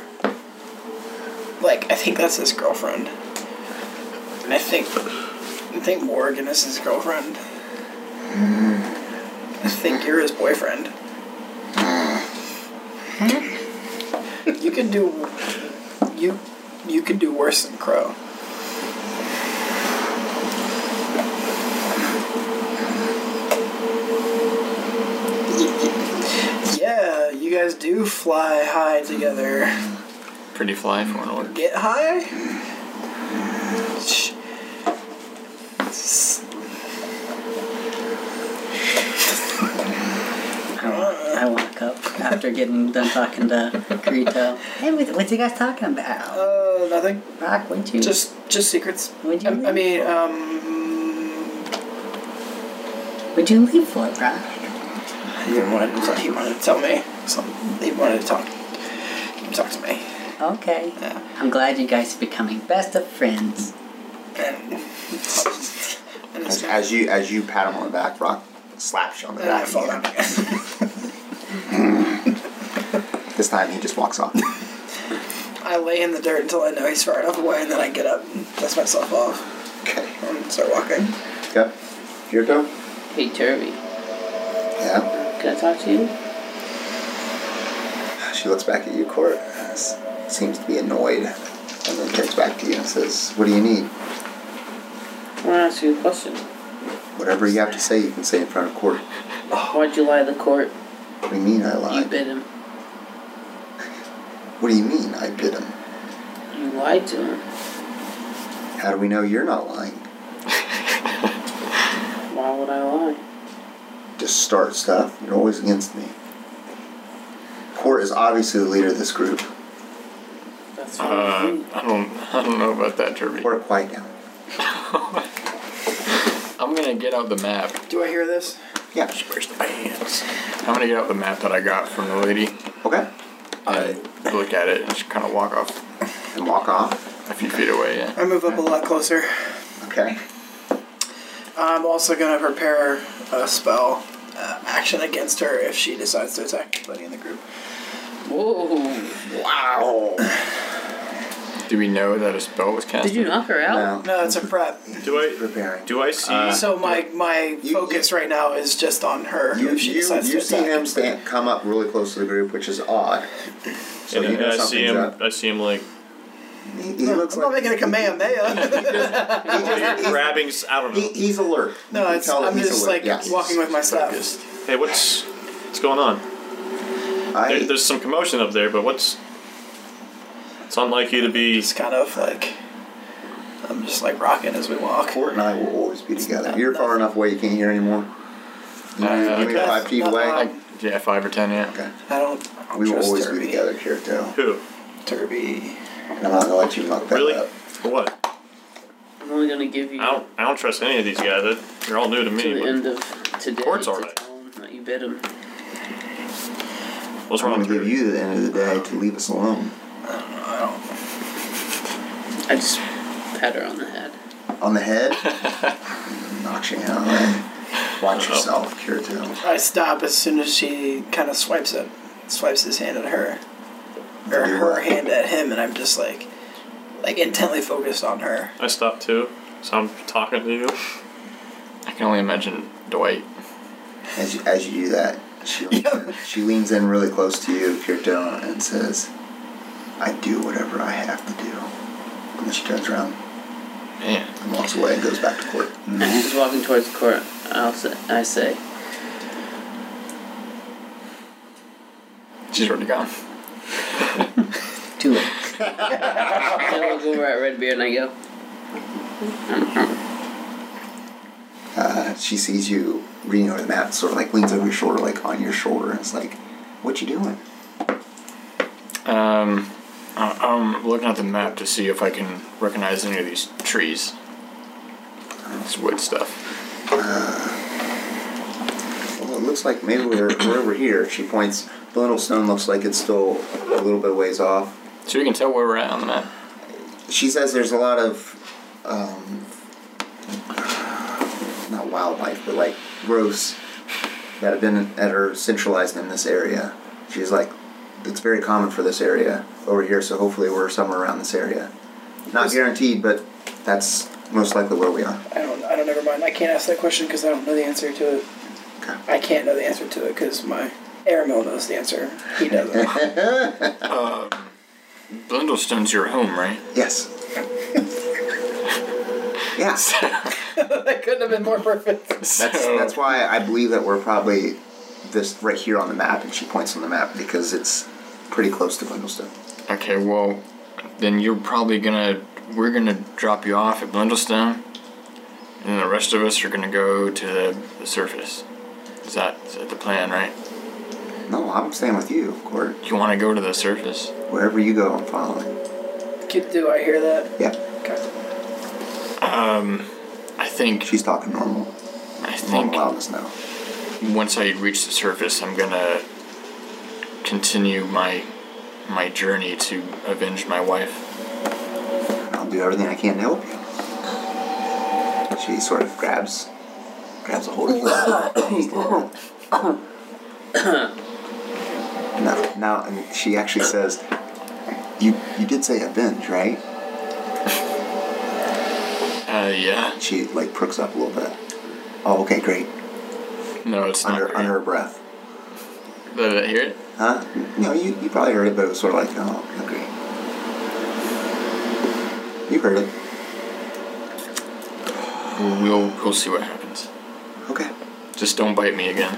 Speaker 5: Like, I think that's his girlfriend. And I think, I think Morgan is his girlfriend. I think you're his boyfriend. you could do, you, you could do worse than Crow. Yeah, you guys do fly high together.
Speaker 1: Pretty fly for an orc.
Speaker 5: Get high? Sh- s-
Speaker 6: I walk up after getting done talking to Krito. Hey, what, what you guys talking about?
Speaker 5: Uh, nothing.
Speaker 6: Rock, what you
Speaker 5: Just, just secrets.
Speaker 6: What'd you
Speaker 5: I, I
Speaker 6: leave
Speaker 5: mean,
Speaker 6: for?
Speaker 5: um,
Speaker 6: would you leave for, Rock?
Speaker 5: he didn't want to. He wanted to tell me. Something. He wanted to talk. Talk to me.
Speaker 6: Okay.
Speaker 5: Yeah.
Speaker 6: I'm glad you guys are becoming best of friends.
Speaker 5: And, and,
Speaker 2: as, as you as you pat him on the back, Rock slaps you on the
Speaker 5: and I
Speaker 2: back.
Speaker 5: fall
Speaker 2: again.
Speaker 5: down again.
Speaker 2: This time he just walks off.
Speaker 5: I lay in the dirt until I know he's far enough away, and then I get up and dust myself off
Speaker 2: okay.
Speaker 5: and start walking.
Speaker 2: Okay. Your turn.
Speaker 4: Hey, Turvey,
Speaker 2: Yeah.
Speaker 4: can I talk to you?
Speaker 2: She looks back at you, Court. s- Seems to be annoyed, and then turns back to you and says, "What do you need?
Speaker 4: I want to ask you a question.
Speaker 2: Whatever you have to say, you can say in front of Court." Oh.
Speaker 4: Why'd you lie to the court?
Speaker 2: What do you mean I
Speaker 4: You
Speaker 2: lied?
Speaker 4: bit him.
Speaker 2: What do you mean I bit him?
Speaker 4: You lied to him.
Speaker 2: How do we know you're not lying?
Speaker 4: Why would I lie?
Speaker 2: Just start stuff. You're always against me. Court is obviously the leader of this group.
Speaker 4: That's what I
Speaker 1: Uh,
Speaker 4: think.
Speaker 1: I don't, I don't know about that, Derby.
Speaker 2: Court, quiet down.
Speaker 1: I'm gonna get out the map.
Speaker 5: Do I hear this?
Speaker 2: Yeah.
Speaker 1: Where's the pants? I'm gonna get out the map that I got from the lady
Speaker 2: Okay.
Speaker 1: and look at it and just kind of walk off
Speaker 2: And walk off.
Speaker 1: a few feet away. Yeah.
Speaker 5: I move up a lot closer.
Speaker 2: Okay.
Speaker 5: I'm also gonna prepare a spell uh, action against her if she decides to attack anybody in the group.
Speaker 4: Whoa!
Speaker 2: Wow.
Speaker 1: Do we know that a spell was cast?
Speaker 4: Did you knock her out?
Speaker 2: No.
Speaker 5: No, it's a prep.
Speaker 9: Do I
Speaker 2: Preparing.
Speaker 9: do I see?
Speaker 5: so my my
Speaker 2: Uh, You-
Speaker 5: focus right now is just on her.
Speaker 2: You,
Speaker 5: if she
Speaker 2: you,
Speaker 5: decides
Speaker 2: you
Speaker 5: to
Speaker 2: see
Speaker 5: attack.
Speaker 2: him stand, come up really close to the group, which is odd. So
Speaker 9: and
Speaker 2: you know
Speaker 9: I see
Speaker 2: something's
Speaker 9: him.
Speaker 2: up.
Speaker 9: I see him like
Speaker 2: He, he looks
Speaker 5: I'm not
Speaker 2: like
Speaker 5: making a Kamehameha.
Speaker 9: grabbing. s- I don't
Speaker 2: he,
Speaker 9: know.
Speaker 2: he's alert. You
Speaker 5: no,
Speaker 2: can
Speaker 5: it's,
Speaker 2: tell that
Speaker 5: I'm
Speaker 2: he's
Speaker 5: just
Speaker 2: alert,
Speaker 5: like
Speaker 2: yes.
Speaker 5: walking with my staff.
Speaker 9: Hey, what's what's going on?
Speaker 2: I,
Speaker 9: There, there's some commotion up there, but what's? It's unlikely to be.
Speaker 5: It's kind of like I'm just like rocking as we walk.
Speaker 2: Court and I will always be together. You're far enough away you can't hear anymore. You
Speaker 1: Uh,
Speaker 2: you mean
Speaker 1: okay.
Speaker 2: five feet away?
Speaker 5: Uh-uh.
Speaker 1: I, yeah, five or ten, yeah.
Speaker 2: okay.
Speaker 5: I don't. I don't
Speaker 2: We will
Speaker 5: trust
Speaker 2: always
Speaker 5: Derby.
Speaker 2: be together, Kirito.
Speaker 9: Who?
Speaker 5: Derby.
Speaker 2: And I'm not gonna let you muck that
Speaker 9: Really?
Speaker 2: up.
Speaker 9: For what?
Speaker 4: I'm only gonna give you
Speaker 9: I don't. I don't trust any of these guys. They're- They're all new to
Speaker 4: to
Speaker 9: me.
Speaker 4: the
Speaker 9: but-
Speaker 4: end of today.
Speaker 9: Court's
Speaker 4: to
Speaker 9: alright.
Speaker 4: tell 'em that You bit him.
Speaker 9: What's
Speaker 2: I'm
Speaker 9: wrong
Speaker 2: gonna
Speaker 9: with
Speaker 2: give
Speaker 9: you?
Speaker 2: you the end of the day to leave us alone.
Speaker 4: I just pat her on the head.
Speaker 2: On the head, knocks you out. Watch
Speaker 9: Uh-oh.
Speaker 2: yourself, Kirito.
Speaker 5: I stop as soon as she kind of swipes it, swipes his hand at her, or
Speaker 2: Do
Speaker 5: her
Speaker 2: what?
Speaker 5: hand at him, and I'm just like, like intently focused on her.
Speaker 9: I stopped too, so I'm talking to you.
Speaker 1: I can only imagine Dwight.
Speaker 2: As you, as you do that, she leans in, she leans in really close to you, Kirito, and says, "I do whatever I have to do." And then she turns around
Speaker 1: Man.
Speaker 2: and walks away and goes back to court.
Speaker 4: As she's walking towards the court, I'll say, I say,
Speaker 1: She's already gone.
Speaker 6: Do it.
Speaker 4: I look over at Redbeard and I go,
Speaker 2: Uh, she sees you reading over the map, sort of like leans over your shoulder, like on your shoulder, and it's like, "What you doing?"
Speaker 1: Um, I- I'm looking at the map to see if I can recognize any of these trees. It's wood stuff.
Speaker 2: Well, it looks like maybe we're, we're over here. She points. The little stone looks like it's still a little bit ways off.
Speaker 1: So you can tell where we're at on the map.
Speaker 2: She says there's a lot of, um, not wildlife, but like gross that have been at her centralized in this area. She's like, it's very common for this area over here, so hopefully we're somewhere around this area. Not guaranteed, but that's most likely where we are.
Speaker 5: I don't. I don't. Never mind. I can't ask that question because I don't know the answer to it.
Speaker 2: Okay.
Speaker 5: I can't know the answer to it because my airmill knows the answer. He doesn't.
Speaker 1: Blindlestone's your home, right?
Speaker 2: Yes. yes.
Speaker 5: that couldn't have been more perfect.
Speaker 2: That's
Speaker 1: So-
Speaker 2: that's why I believe that we're probably this right here on the map, and she points on the map because it's pretty close to Blindlestone.
Speaker 1: Okay, well, then you're probably gonna. We're gonna drop you off at Blindlestone, and then the rest of us are gonna go to the, the surface. Is that, is that the plan, right?
Speaker 2: No, I'm staying with you, Court.
Speaker 1: You wanna go to the surface?
Speaker 2: Wherever you go, I'm following.
Speaker 5: Kid, do I hear that?
Speaker 2: Yeah,
Speaker 5: Okay.
Speaker 1: I think.
Speaker 2: she's talking normal.
Speaker 1: I
Speaker 2: Normal
Speaker 1: think
Speaker 2: loudness now.
Speaker 1: once I reach the surface, I'm gonna continue my my journey to avenge my wife.
Speaker 2: I'll do everything I can to help you. She sort of grabs, grabs a hold of you. now, now, and she actually says, "You, you did say avenge, right?"
Speaker 1: Uh, yeah.
Speaker 2: She like pricks up a little bit. Oh, okay, great.
Speaker 1: No, it's not.
Speaker 2: Under
Speaker 1: great.
Speaker 2: under her breath.
Speaker 1: Did I hear it?
Speaker 2: Huh? No, you, you probably heard it, but it was sort of like, oh, okay. You heard it.
Speaker 1: We'll we'll see what happens.
Speaker 2: Okay.
Speaker 1: Just don't bite me again.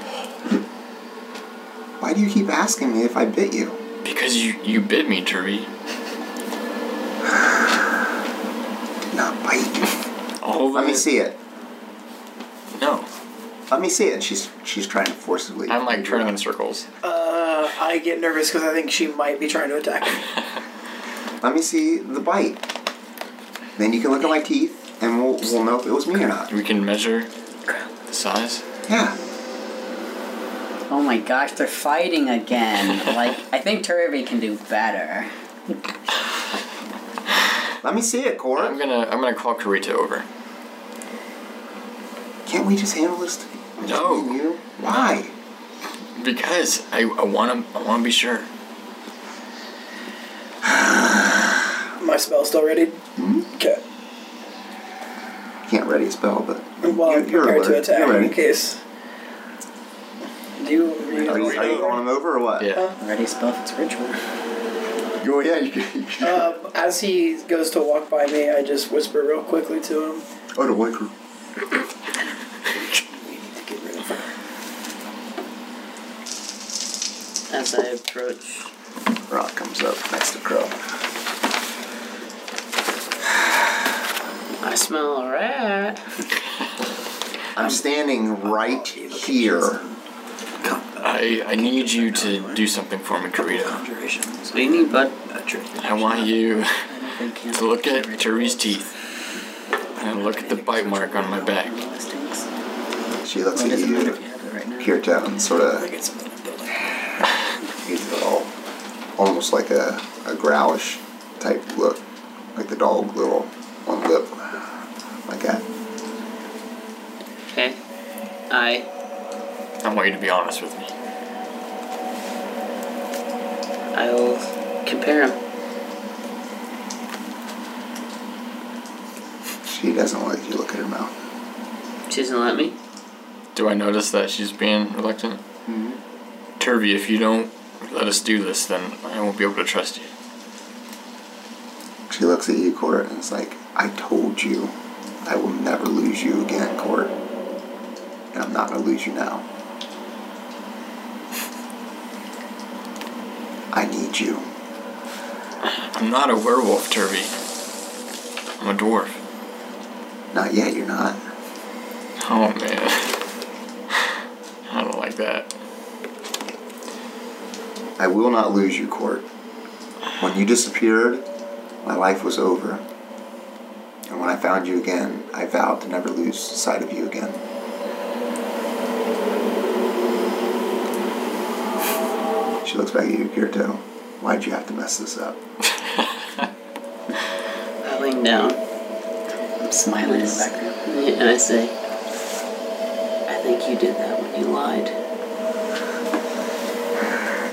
Speaker 2: Why do you keep asking me if I bit you?
Speaker 1: Because you you bit me, Turvy.
Speaker 2: Did not bite you.
Speaker 1: All of
Speaker 2: Let me
Speaker 1: it-
Speaker 2: see it.
Speaker 1: No,
Speaker 2: Let me see it. And she's she's trying to forcibly.
Speaker 1: I'm like turning in circles.
Speaker 5: Uh, I get nervous because I think she might be trying to attack me.
Speaker 2: Let me see the bite. Then you can look at my teeth, and we'll we'll know if it was me or not.
Speaker 1: We can measure the size.
Speaker 2: Yeah.
Speaker 6: Oh my gosh, they're fighting again. like, I think Turvey can do better.
Speaker 2: Let me see it, Cora.
Speaker 1: I'm gonna I'm gonna call Karita over.
Speaker 2: Can't we just handle this?
Speaker 1: No.
Speaker 2: Me and You? Why?
Speaker 1: Because I, I want to I want to be sure.
Speaker 5: My spell still ready?
Speaker 2: Hmm?
Speaker 5: Okay.
Speaker 2: Can't ready a spell, but
Speaker 5: Well, I'm
Speaker 2: You're- you're
Speaker 5: prepared to
Speaker 2: alert.
Speaker 5: attack
Speaker 2: You're ready.
Speaker 5: in case. Do you?
Speaker 2: are you, are you going him over or what?
Speaker 1: Yeah.
Speaker 6: Already spell if it's ritual.
Speaker 2: You- yeah. You, can- you, can-
Speaker 5: Um, as he goes to walk by me, I just whisper real quickly to him.
Speaker 2: oh, the white crew.
Speaker 5: We need to get rid of her.
Speaker 4: As I approach,
Speaker 2: Rock comes up next to Crow.
Speaker 4: I smell a rat.
Speaker 2: I'm standing right here.
Speaker 1: I I need you to do something for me, Karita.
Speaker 4: What do you need, bud?
Speaker 1: I want you
Speaker 6: They can't
Speaker 1: to look at
Speaker 6: do rituals.
Speaker 1: Tari's teeth and look at the bite mark on my back.
Speaker 6: Listings.
Speaker 2: She looks
Speaker 6: It
Speaker 2: at
Speaker 6: doesn't matter
Speaker 2: you,
Speaker 6: if you have it right now.
Speaker 2: peer down, and sort of
Speaker 5: Get something to build.
Speaker 2: gives it all, almost like a, a growlish type look, like the dog little one lip, like that.
Speaker 4: Okay. I
Speaker 1: I want you to be honest with me.
Speaker 4: I will compare them.
Speaker 2: She doesn't like you look at her mouth.
Speaker 4: She doesn't let me.
Speaker 1: Do I notice that she's being reluctant?
Speaker 2: Mm-hmm.
Speaker 1: Turvy, if you don't let us do this, then I won't be able to trust you.
Speaker 2: She looks at you, Court, and it's like, I told you, I will never lose you again, Court, and I'm not gonna lose you now. I need you.
Speaker 1: I'm not a werewolf, Turvy. I'm a dwarf.
Speaker 2: Not yet. You're not.
Speaker 1: Oh man. I don't like that.
Speaker 2: I will not lose you, Court. When you disappeared, my life was over. And when I found you again, I vowed to never lose sight of you again. She looks back at you, Kirito. Why'd you have to mess this up?
Speaker 4: I lean down
Speaker 6: I'm smiling in the background.
Speaker 4: and I say, I think you did that when you lied.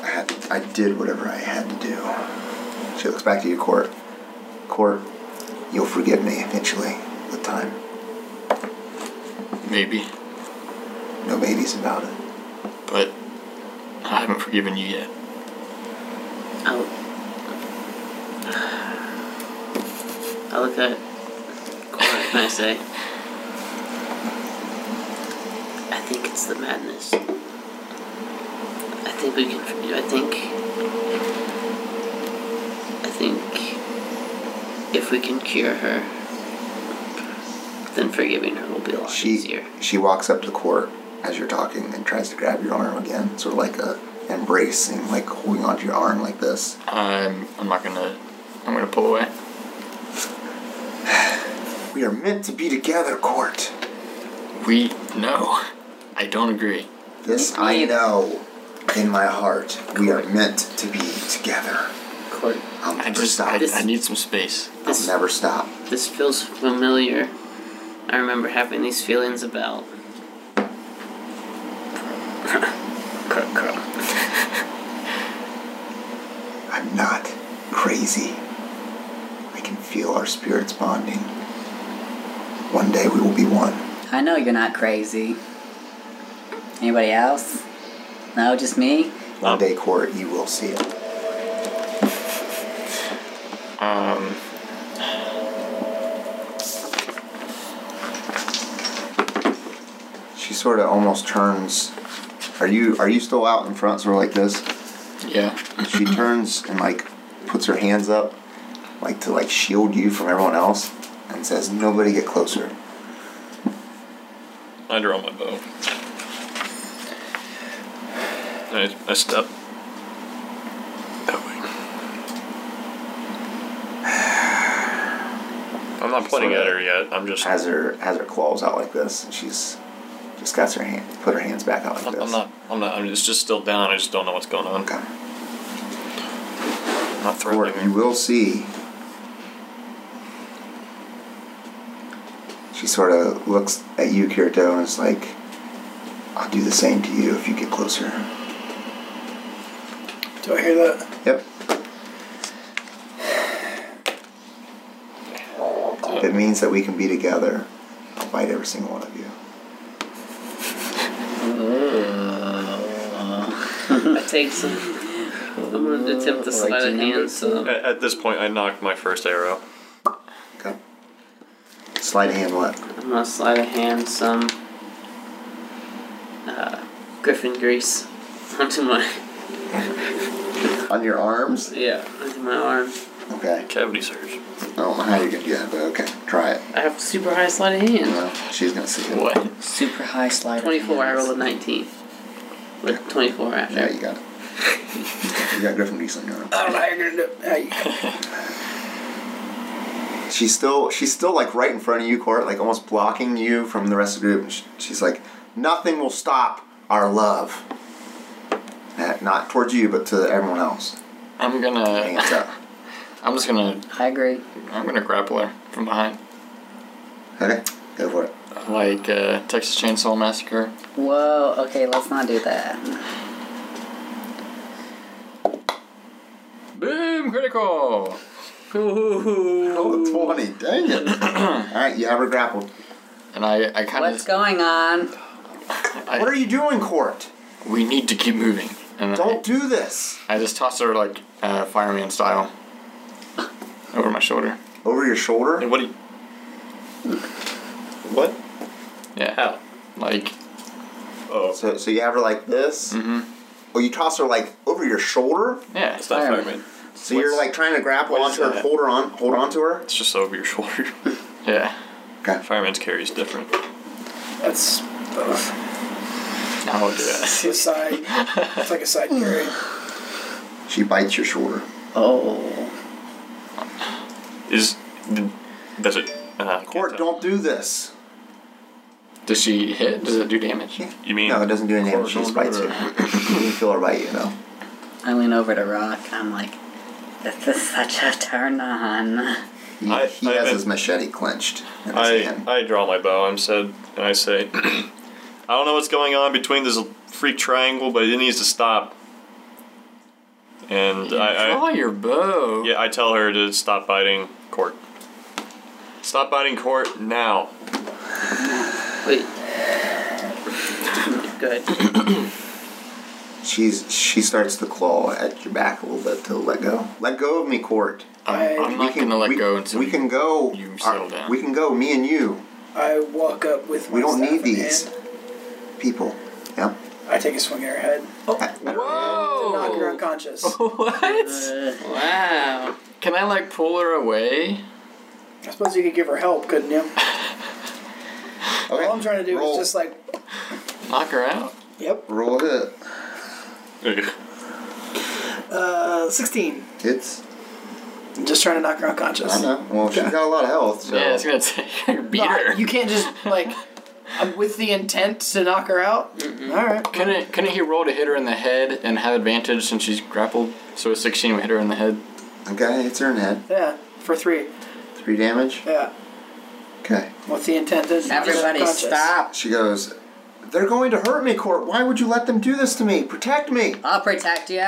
Speaker 2: I had to, I did whatever I had to do. She looks back at you, Court. Court, you'll forgive me eventually, with time.
Speaker 1: Maybe.
Speaker 2: No babies about it.
Speaker 1: But I haven't forgiven you yet.
Speaker 4: I'll, I look at Cora and I say, I think it's the madness. I think we can. I think. I think if we can cure her, then forgiving her will be a lot
Speaker 2: She
Speaker 4: easier.
Speaker 2: she walks up to court as you're talking and tries to grab your arm again, sort of like a embracing, like holding onto your arm like this.
Speaker 1: I'm I'm not gonna I'm gonna pull away.
Speaker 2: We are meant to be together, Court.
Speaker 1: We no. I don't agree. Mm-hmm.
Speaker 2: This I know in my heart. We are meant to be together.
Speaker 4: Court,
Speaker 2: I'll
Speaker 1: I
Speaker 2: never
Speaker 1: just I,
Speaker 2: stop.
Speaker 1: I need some space.
Speaker 2: I'll never stop.
Speaker 4: this feels familiar. I remember having these feelings about
Speaker 2: I'm not crazy. I can feel our spirits bonding. One day we will be one.
Speaker 6: I know you're not crazy. Anybody else? No, just me?
Speaker 2: One day, Court, you will see it.
Speaker 1: Um
Speaker 2: She sort of almost turns. Are you are you still out in front, sort of like this?
Speaker 1: yeah.
Speaker 2: she turns and like puts her hands up like to like shield you from everyone else and says nobody get closer
Speaker 9: I draw my bow. I, I step. That way. I'm not pointing at her yet. I'm just.
Speaker 2: has her has her claws out like this and she's just got her hand put her hands back out like
Speaker 9: I'm,
Speaker 2: this
Speaker 9: I'm not. I'm not. I'm, it's just still down. I just don't know what's going on.
Speaker 2: okay
Speaker 9: I'm not
Speaker 2: Or
Speaker 9: threatening
Speaker 2: you
Speaker 9: her.
Speaker 2: will see She sort of looks at you, Kirito, and is like, I'll do the same to you if you get closer.
Speaker 5: Do I hear that?
Speaker 2: Yep. If it means that we can be together, I'll bite every single one of you.
Speaker 4: I take some. I'm gonna attempt the sleight of hand. So
Speaker 9: At, at this point, I knocked my first arrow.
Speaker 2: Okay. Slide of hand what?
Speaker 4: I'm gonna sleight of hand some. Uh, Griffin grease onto my
Speaker 2: On your arms?
Speaker 4: yeah onto my arm.
Speaker 2: Okay.
Speaker 9: Cavity surge.
Speaker 2: I don't know how you're gonna do that, but okay. Try it.
Speaker 4: I have super high sleight of hand.
Speaker 2: Well, she's gonna see it.
Speaker 1: What?
Speaker 6: Super high slide.
Speaker 4: 24, I rolled a 19. With 24 after.
Speaker 2: Yeah, you got it. you got Griffin Geese on your arm.
Speaker 5: I don't know how you're gonna do it. How you-
Speaker 2: She's still she's still like right in front of you, Court, like almost blocking you from the rest of the group. And sh she's like, nothing will stop our love. Uh, not towards you, but to everyone else.
Speaker 1: I'm
Speaker 2: Hands
Speaker 1: gonna.
Speaker 2: up.
Speaker 1: I'm just gonna.
Speaker 6: I agree.
Speaker 1: I'm gonna grapple her from behind,
Speaker 2: Okay, go for it.
Speaker 1: like uh, Texas Chainsaw Massacre.
Speaker 6: Whoa. Okay, let's not do that.
Speaker 1: Boom! Critical.
Speaker 2: Roll a twenty. Dang it! All right, you have her grappled.
Speaker 1: And I, I kind
Speaker 6: What's
Speaker 1: of.
Speaker 6: going on?
Speaker 1: I-
Speaker 2: What are you doing, Court?
Speaker 1: We need to keep moving. And
Speaker 2: Don't do this.
Speaker 1: I, I just toss her like uh, fireman style over my shoulder.
Speaker 2: Over your
Speaker 9: And
Speaker 2: shoulder.
Speaker 9: what do you. What?
Speaker 1: Yeah.
Speaker 9: How?
Speaker 1: Like.
Speaker 9: Oh,
Speaker 2: So, so you have her like this.
Speaker 1: Mm-hmm.
Speaker 2: Or you toss her like over your shoulder.
Speaker 1: Yeah.
Speaker 9: it's not
Speaker 6: Fireman.
Speaker 9: fireman.
Speaker 2: So you're like trying to grapple
Speaker 9: what is
Speaker 2: onto her,
Speaker 9: that?
Speaker 2: hold her on, hold on to her.
Speaker 9: It's just over your shoulder.
Speaker 1: Yeah.
Speaker 9: Fireman's carry is different.
Speaker 5: That's both.
Speaker 1: I won't do that.
Speaker 5: It's a side. It's like a side carry.
Speaker 2: She bites your shoulder.
Speaker 6: Oh.
Speaker 9: Is. Does it. Uh, I can't
Speaker 2: Court,
Speaker 9: tell.
Speaker 2: don't do this.
Speaker 1: Does she hit? Does it do damage?
Speaker 9: You mean.
Speaker 2: No, it doesn't do any damage. She
Speaker 1: Court,
Speaker 2: just bites you.
Speaker 1: don't
Speaker 2: you can feel her bite you though.
Speaker 6: I lean over to Rock. I'm like, this is such a turn on.
Speaker 2: He,
Speaker 9: I-
Speaker 2: he
Speaker 9: I
Speaker 2: has
Speaker 9: have-
Speaker 2: his machete clenched in his
Speaker 9: I,
Speaker 2: hand.
Speaker 9: I draw my bow. I'm said, and I say, I don't know what's going on between this freak triangle, but it needs to stop. And I,
Speaker 1: Draw
Speaker 9: I,
Speaker 1: your bow.
Speaker 9: yeah, I tell her to stop biting court. Stop biting court now.
Speaker 4: Wait. Good.
Speaker 2: She's she starts to claw at your back a little bit to let go. Let go of me, Court.
Speaker 1: I'm, I'm
Speaker 2: We
Speaker 1: not
Speaker 2: can
Speaker 1: gonna let
Speaker 2: we,
Speaker 1: go until
Speaker 2: we can go.
Speaker 1: you settle
Speaker 2: uh,
Speaker 1: down.
Speaker 2: We can go. Me and you.
Speaker 5: I walk up with. My
Speaker 2: We don't
Speaker 5: staff
Speaker 2: need
Speaker 5: in
Speaker 2: these
Speaker 5: hand.
Speaker 2: people. Yeah.
Speaker 5: I take a swing at her head.
Speaker 1: Oh. Whoa!
Speaker 5: Knock her unconscious.
Speaker 1: Oh. What?
Speaker 4: Wow.
Speaker 1: Can I like pull her away?
Speaker 5: I suppose you could give her help, couldn't you?
Speaker 2: Okay.
Speaker 5: All I'm trying to do
Speaker 2: Roll.
Speaker 5: is just like.
Speaker 1: Knock her out?
Speaker 5: Yep.
Speaker 2: roll it.
Speaker 5: Uh, 16.
Speaker 2: It's
Speaker 5: I'm just trying to knock her unconscious.
Speaker 2: I know. Well, she's got a lot of health. So
Speaker 1: Yeah, it's gonna take her, beat
Speaker 5: No,
Speaker 1: her.
Speaker 5: You can't just like. I'm with the intent to knock her out. All right.
Speaker 1: couldn't couldn't he roll to hit her in the head and have advantage since she's grappled? So a sixteen would hit her in the head.
Speaker 2: okay, hits her in the head.
Speaker 5: Yeah. For three.
Speaker 2: Three damage.
Speaker 5: Yeah.
Speaker 2: Okay.
Speaker 5: With the intent is
Speaker 6: Everybody
Speaker 5: unconscious.
Speaker 6: stop.
Speaker 2: She goes. They're going to hurt me, Court. Why would you let them do this to me? Protect me.
Speaker 6: I'll protect you.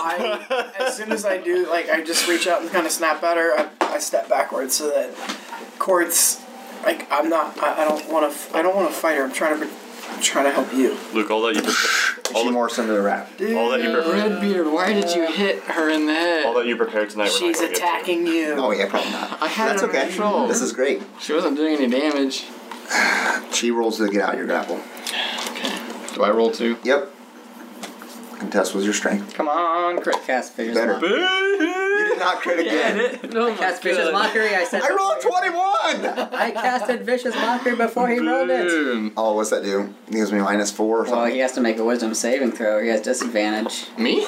Speaker 5: I, as soon as I do, like, I just reach out and kind of snap at her. I, I step backwards so that Court's like, I'm not. I, I don't want to. I don't want to fight her. I'm trying to. pre- I'm trying to help you.
Speaker 9: Luke, all that you pre- all,
Speaker 2: She
Speaker 9: the,
Speaker 2: morphs into the rat.
Speaker 9: all that you prepared,
Speaker 1: Redbeard, why did you hit her in the head?
Speaker 9: all that you prepared tonight. we're not
Speaker 5: Uh, She's
Speaker 9: gonna get to.
Speaker 5: attacking
Speaker 2: Oh
Speaker 5: you.
Speaker 2: yeah, probably not.
Speaker 1: I had
Speaker 2: That's
Speaker 1: her under
Speaker 2: okay.
Speaker 1: control.
Speaker 2: This is great.
Speaker 1: she wasn't doing any damage.
Speaker 2: She rolls to get out your grapple.
Speaker 1: Do I roll two?
Speaker 2: Yep. Contest was your strength.
Speaker 1: Come on, crit.
Speaker 6: Cast Fish's
Speaker 2: Better.
Speaker 6: Mockery.
Speaker 2: You did not crit again.
Speaker 4: No,
Speaker 6: Cast Fish's Mockery. I said.
Speaker 2: I rolled a 21!
Speaker 6: I casted Vicious Mockery before he rolled it.
Speaker 1: Boom.
Speaker 2: Oh, what's that do? It gives me minus four or
Speaker 6: Well,
Speaker 2: something.
Speaker 6: he has to make a wisdom saving throw or he has disadvantage.
Speaker 1: Me?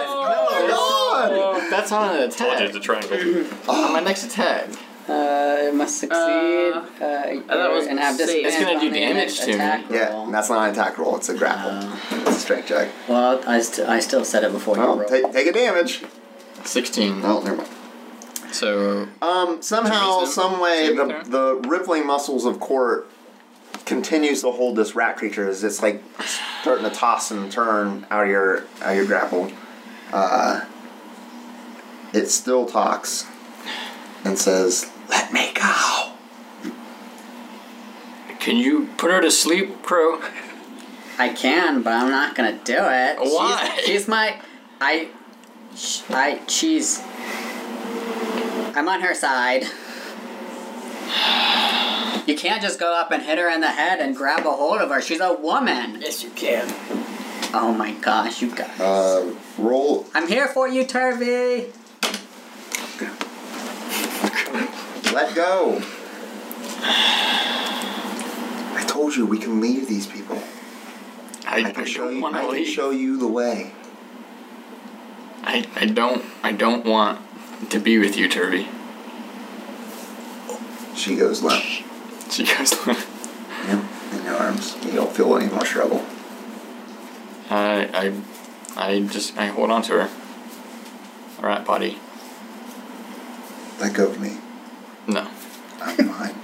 Speaker 2: Oh my god! Ah.
Speaker 1: That's not an
Speaker 9: Told you it's
Speaker 1: attack.
Speaker 9: a triangle.
Speaker 1: On my next attack.
Speaker 6: Uh, it must succeed uh,
Speaker 4: that was
Speaker 6: and have
Speaker 4: save.
Speaker 6: disadvantage
Speaker 1: It's gonna
Speaker 6: on
Speaker 1: do
Speaker 6: the
Speaker 1: damage to me.
Speaker 6: attack
Speaker 2: Yeah,
Speaker 6: roll.
Speaker 2: and that's not an attack roll, it's a grapple.
Speaker 1: Uh.
Speaker 2: it's a strength check.
Speaker 6: Well, I, st- I still said it before you
Speaker 2: Oh,
Speaker 6: rolled.
Speaker 2: take, take a damage.
Speaker 1: Sixteen.
Speaker 2: No, never mind.
Speaker 1: So
Speaker 2: Um, somehow,
Speaker 1: Saving throw?
Speaker 2: some way,
Speaker 1: Saving
Speaker 2: the, the rippling muscles of Court continues to hold this rat creature as it's like starting to toss and turn out of your out of your grapple. Uh, it still talks and says, "Let me go."
Speaker 1: can you put her to sleep, Crow?
Speaker 7: I can, but I'm not gonna do it. She's-
Speaker 1: Why?
Speaker 7: She's, my, I, sh- I, she's. I'm on her side. You can't just go up and hit her in the head and grab a hold of her. She's a woman.
Speaker 5: Yes, you can.
Speaker 7: Oh my gosh, you guys.
Speaker 2: Uh, roll.
Speaker 7: I'm here for you, Turvey.
Speaker 2: Let go. I told you we can leave these people.
Speaker 1: I,
Speaker 2: I
Speaker 1: I
Speaker 2: can show
Speaker 1: don't
Speaker 2: you.
Speaker 1: want
Speaker 2: I
Speaker 1: to
Speaker 2: can
Speaker 1: leave.
Speaker 2: show you the way.
Speaker 1: I, I don't I don't want to be with you, Turvey.
Speaker 2: She goes limp.
Speaker 1: So you guys.
Speaker 2: Yep, in your arms. You don't feel any more struggle.
Speaker 1: I I I just I hold on to her. All right, buddy.
Speaker 2: Let go of me.
Speaker 1: No.
Speaker 2: I'm mine.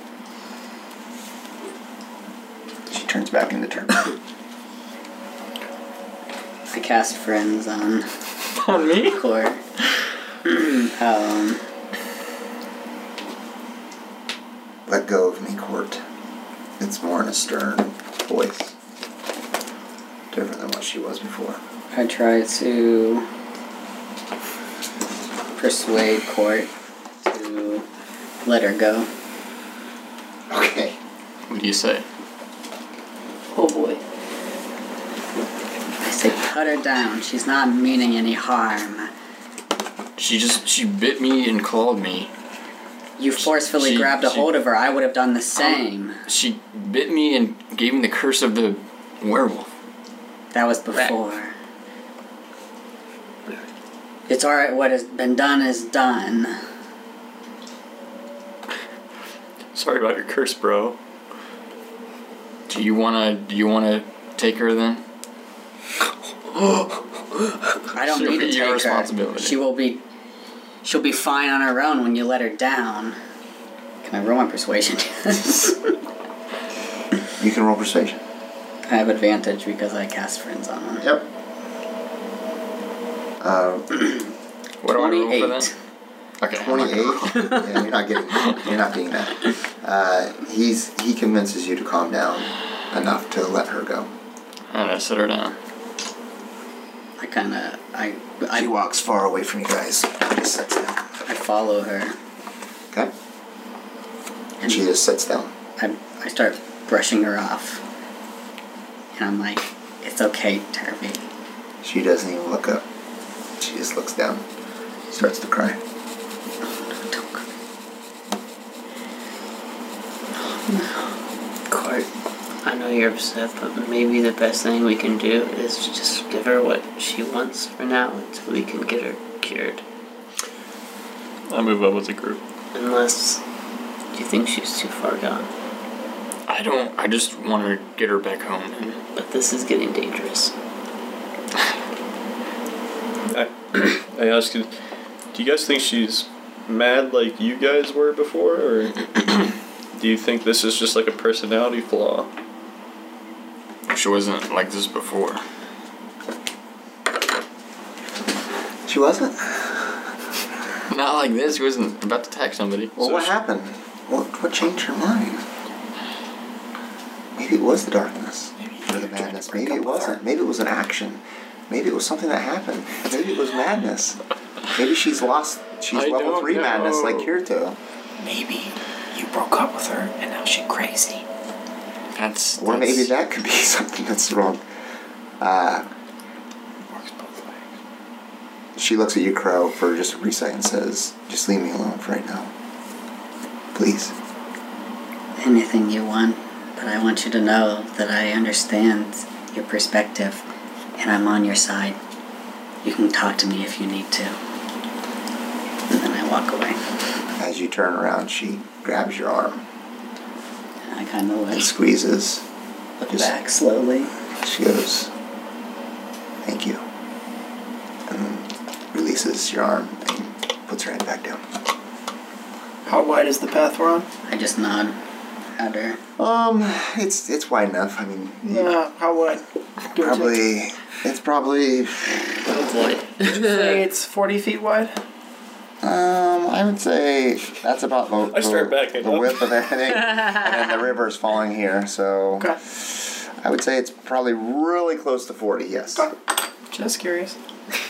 Speaker 2: She turns back into turn.
Speaker 7: I cast friends on
Speaker 1: On me?
Speaker 7: core. um,
Speaker 2: Let go of me, Court. It's more in a stern voice. Different than what she was before.
Speaker 7: I try to persuade Court to let her go.
Speaker 2: Okay.
Speaker 1: What do you say?
Speaker 4: Oh boy.
Speaker 7: I say, put her down. She's not meaning any harm.
Speaker 1: She just she bit me and clawed me.
Speaker 7: You forcefully
Speaker 1: she-
Speaker 7: grabbed a
Speaker 1: she- Oh.
Speaker 7: hold of her. I would have done the same.
Speaker 1: She bit me and gave me the curse of the werewolf.
Speaker 7: that was before. It's alright, what has been done is done.
Speaker 9: Sorry about your curse, bro.
Speaker 1: Do you wanna do you wanna take her then?
Speaker 7: I don't
Speaker 1: She'll
Speaker 7: need to
Speaker 1: be
Speaker 7: take
Speaker 1: your
Speaker 7: her.
Speaker 1: responsibility.
Speaker 7: She will be. She'll be fine on her own when you let her down. Can I roll my persuasion? I
Speaker 2: You can roll persuasion.
Speaker 7: have advantage because I cast friends on her.
Speaker 2: Yep. Uh,
Speaker 1: What do I roll for
Speaker 7: 28.
Speaker 1: that? Okay. I'm not
Speaker 2: 28.
Speaker 1: gonna roll.
Speaker 2: yeah, you're not getting you're not getting that. Uh, he's he convinces you to calm down enough to let her go.
Speaker 1: Alright, I set her down.
Speaker 7: I kind of. I,
Speaker 2: She
Speaker 7: I,
Speaker 2: walks far away from you guys. Just sits down.
Speaker 7: I follow her.
Speaker 2: Okay. And she just sits down.
Speaker 7: I, I start brushing her off. And I'm like, it's okay, Turvey.
Speaker 2: She doesn't even look up. She just looks down. Starts to cry.
Speaker 7: Don't cry. Court.
Speaker 4: I know you're upset, but maybe the best thing we can do is just give her what she wants for now until we can get her cured.
Speaker 9: I move up with the group.
Speaker 4: Unless you think she's too far gone.
Speaker 1: I don't I just wanna get her back home.
Speaker 4: But this is getting dangerous.
Speaker 9: I, I asked you, do you guys think she's mad like you guys were before, or do you think this is just like a personality flaw?
Speaker 1: She wasn't like this before.
Speaker 2: She wasn't.
Speaker 1: Not like this, she wasn't about to attack somebody.
Speaker 2: Well,
Speaker 9: So
Speaker 2: what
Speaker 9: she-
Speaker 2: happened? What what changed her mind? Maybe it was the darkness or the madness. Maybe it wasn't. Maybe it was an action. Maybe it was something that happened. Maybe it was madness. Maybe she's lost. She's
Speaker 1: I
Speaker 2: level
Speaker 1: don't
Speaker 2: three madness like
Speaker 1: know.
Speaker 2: Kirito.
Speaker 5: Maybe you broke up with her and now she's crazy.
Speaker 1: That's
Speaker 2: Or
Speaker 1: that's-
Speaker 2: maybe that could be something that's wrong. Uh,
Speaker 5: Works both ways.
Speaker 2: She looks at you, Crow, for just a brief second and says, Just leave me alone for right now. Please.
Speaker 7: Anything you want, but I want you to know that I understand your perspective and I'm on your side. You can talk to me if you need to. And then I walk away.
Speaker 2: As you turn around, she grabs your arm
Speaker 7: I kind of
Speaker 2: and
Speaker 7: like
Speaker 2: squeezes.
Speaker 7: look
Speaker 2: just-
Speaker 7: back slowly.
Speaker 2: She goes, Thank you. And then releases your arm and puts her hand back down.
Speaker 5: How wide is the path we're on?
Speaker 6: I just nod at her.
Speaker 2: Um, it's it's wide enough. I mean,
Speaker 5: Yeah, Uh, how wide? Give or take.
Speaker 2: probably it's probably
Speaker 4: Oh boy.
Speaker 5: Say it's 40 feet wide.
Speaker 2: um I would say that's about the,
Speaker 9: I start
Speaker 2: the-
Speaker 9: backing
Speaker 2: the
Speaker 9: up.
Speaker 2: width of anything, and then the river's falling here. So
Speaker 5: Okay.
Speaker 2: I would say it's probably really close to forty. Yes.
Speaker 5: Just curious.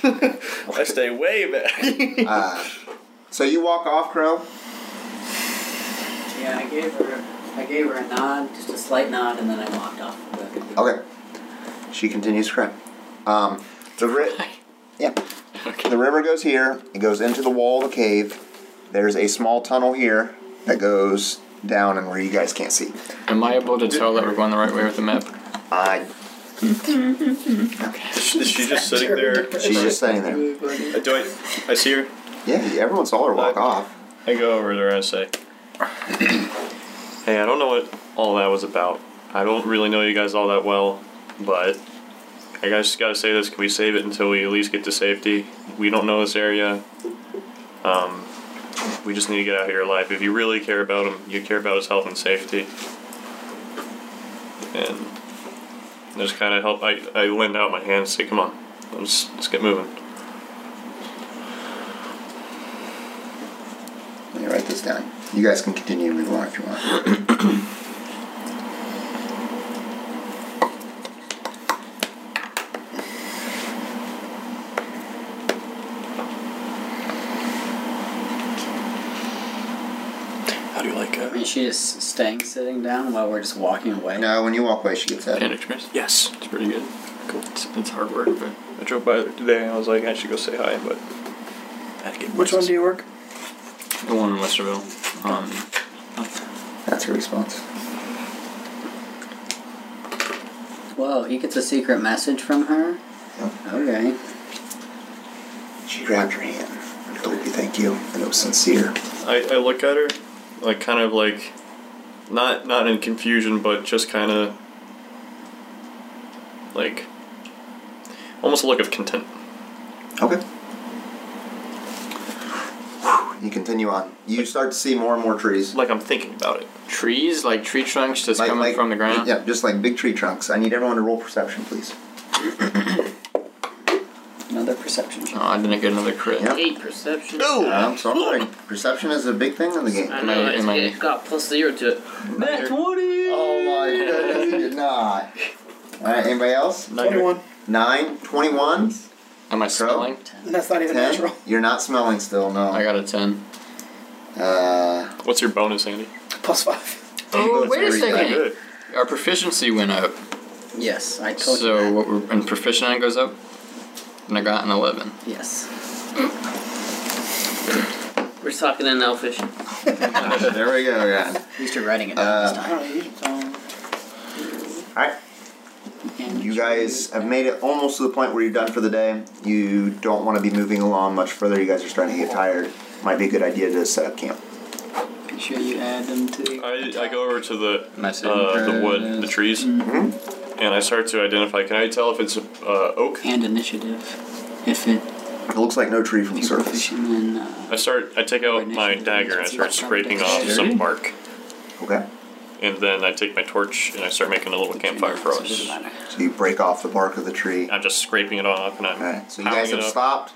Speaker 9: I stay way back.
Speaker 2: Uh, so you walk off, Crow.
Speaker 6: Yeah, I gave her I gave her a nod, just a slight nod, and then I walked off.
Speaker 2: Okay. She continues crying. Um, the ri- yeah.
Speaker 1: Okay.
Speaker 2: The river goes here. It goes into the wall of the cave. There's a small tunnel here that goes down and where you guys can't see.
Speaker 1: Am I able to tell that we're going the right way with the map?
Speaker 2: I.
Speaker 9: Is she just sitting there?
Speaker 2: She's just sitting there.
Speaker 9: Uh, Do I, I see her.
Speaker 2: Yeah, everyone saw her walk
Speaker 9: Uh,
Speaker 2: off.
Speaker 9: I go over to her and I say, "Hey, I don't know what all that was about. I don't really know you guys all that well, but I guys just gotta say this: can we save it until we at least get to safety? We don't know this area. Um, we just need to get out of here alive. If you really care about him, you care about his health and safety. And just kind of help. I I lend out my hand and say, "Come on, let's let's get moving."
Speaker 2: Let me write this down. You guys can continue to move along if you want.
Speaker 3: How do you like
Speaker 6: I
Speaker 3: it?
Speaker 6: mean, she just staying sitting down while we're just walking away.
Speaker 2: No, uh, when you walk away, she gets up.
Speaker 1: Panic Express?
Speaker 3: Yes.
Speaker 1: It's pretty good.
Speaker 3: Cool.
Speaker 1: It's, it's hard work, but
Speaker 9: I drove by today and I was like, I should go say hi, but
Speaker 3: Gotta get
Speaker 5: Which one do you work?
Speaker 1: the one in Westerville. Um,
Speaker 2: That's her response.
Speaker 6: Whoa, he gets a secret message from her.
Speaker 2: Yep.
Speaker 6: Okay.
Speaker 2: She grabbed her hand and told you thank you, and it was sincere.
Speaker 9: I, I look at her, like kind of like, not not in confusion, but just kind of like almost a look of content.
Speaker 2: Okay. You continue on. You start to see more and more trees.
Speaker 9: Like I'm thinking about it.
Speaker 1: trees, like tree trunks just coming from the ground.
Speaker 2: Yeah, just like big tree trunks. I need everyone to roll perception, please.
Speaker 6: Another perception check.
Speaker 1: Oh, I didn't get another crit.
Speaker 2: Yeah.
Speaker 4: Eight perception.
Speaker 2: Uh, I'm sorry. Perception is a big thing in the game.
Speaker 4: I
Speaker 1: Am
Speaker 4: know,
Speaker 1: I-
Speaker 4: it's
Speaker 1: am I-
Speaker 4: it got plus zero to it.
Speaker 6: Nat 20!
Speaker 2: Oh my goodness, you did not. Alright, anybody else?
Speaker 5: 21.
Speaker 2: 9, 21,
Speaker 1: Am I smelling?
Speaker 5: And that's not even
Speaker 2: 10.
Speaker 5: natural.
Speaker 2: You're not smelling still,
Speaker 1: I
Speaker 2: no.
Speaker 1: got a 10.
Speaker 2: Uh,
Speaker 9: What's your bonus, Andy?
Speaker 5: Plus five.
Speaker 1: Oh,
Speaker 2: That's
Speaker 1: wait a
Speaker 2: very
Speaker 1: second.
Speaker 9: Good.
Speaker 1: Our proficiency went up.
Speaker 6: Yes, I told
Speaker 1: So,
Speaker 6: you.
Speaker 1: what we're, and proficient goes up. And I got an 11.
Speaker 6: That. Yes.
Speaker 4: We're talking in elfish.
Speaker 2: there we go, yeah.
Speaker 6: At least you're writing it down
Speaker 2: Uh,
Speaker 6: this
Speaker 5: I
Speaker 6: time.
Speaker 5: don't know, you just don't-
Speaker 2: Alright,
Speaker 6: And
Speaker 2: you guys have made it almost to the point where you're done for the day. You don't want to be moving along much further. You guys are starting to get tired. Might be a good idea to set up camp.
Speaker 6: Make sure you add them to.
Speaker 9: I, I go over to the
Speaker 1: And I say,
Speaker 9: uh, the wood, the trees,
Speaker 2: Mhm.
Speaker 5: Mm-hmm.
Speaker 9: and I start to identify. Can I tell if it's uh, oak?
Speaker 6: And initiative. If it
Speaker 2: It looks like no tree from the
Speaker 6: if you're
Speaker 2: surface.
Speaker 6: proficient in. Uh,
Speaker 9: I start. I take out my dagger and I start scraping off some bark,
Speaker 2: Okay,
Speaker 9: and then I take my torch and I start making a little campfire for
Speaker 6: it doesn't
Speaker 9: us.
Speaker 6: matter.
Speaker 2: so you break off the bark of the tree.
Speaker 9: I'm just scraping it off, and I'm
Speaker 2: Alright, so you
Speaker 9: piling
Speaker 2: guys have
Speaker 9: it up.
Speaker 2: stopped,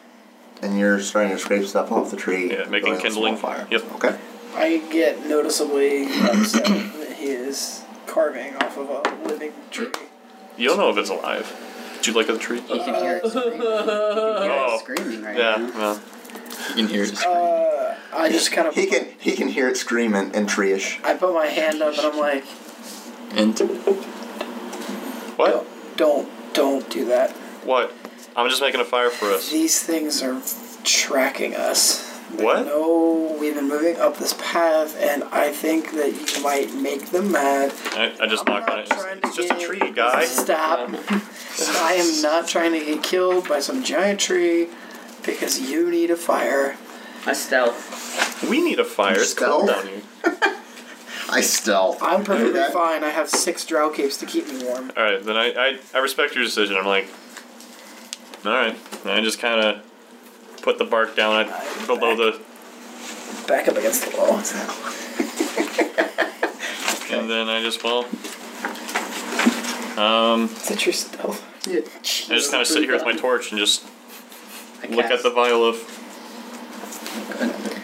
Speaker 2: and you're starting to scrape stuff off the tree.
Speaker 9: Yeah, making
Speaker 2: going on a small
Speaker 9: kindling.
Speaker 2: fire.
Speaker 9: Yep.
Speaker 2: Okay.
Speaker 5: I get noticeably upset that he is carving off of a living tree.
Speaker 9: You'll know if it's alive. Do you look at the tree?
Speaker 6: You can hear it screaming. You can hear
Speaker 9: Oh.
Speaker 6: it screaming right
Speaker 9: Yeah.
Speaker 6: now. Oh.
Speaker 9: Well,
Speaker 1: You can hear it.
Speaker 5: Uh, I just kind of.
Speaker 2: He can he can hear it screaming and tree-ish.
Speaker 5: I put my hand up and I'm like,
Speaker 1: And
Speaker 9: what?
Speaker 5: don't, don't do that.
Speaker 9: What? I'm just making a fire for us.
Speaker 5: These things are tracking us. They
Speaker 9: What?
Speaker 5: know we've been moving up this path, and I think that you might make them mad.
Speaker 9: I, I just
Speaker 5: I'm
Speaker 9: knock on
Speaker 5: not
Speaker 9: it. It's,
Speaker 5: trying
Speaker 9: it's
Speaker 5: to
Speaker 9: just a
Speaker 5: get-
Speaker 9: tree, guy.
Speaker 5: Stop. I am not trying to get killed by some giant tree because you need a fire.
Speaker 4: I stealth.
Speaker 9: We need a fire. It's cold
Speaker 2: Stealth?
Speaker 9: down here.
Speaker 2: I stealth.
Speaker 5: I'm perfectly
Speaker 2: Okay.
Speaker 5: fine. I have six drow capes to keep me warm.
Speaker 9: All right, then I, I, I respect your decision. I'm like, all right. And I just kind of put the bark down at, below the
Speaker 5: back up against the wall.
Speaker 9: And then I just well. Um,
Speaker 5: Is that your stealth?
Speaker 9: I just kind of sit here with my torch and just
Speaker 6: I
Speaker 9: look at
Speaker 6: cast-
Speaker 9: the vial of.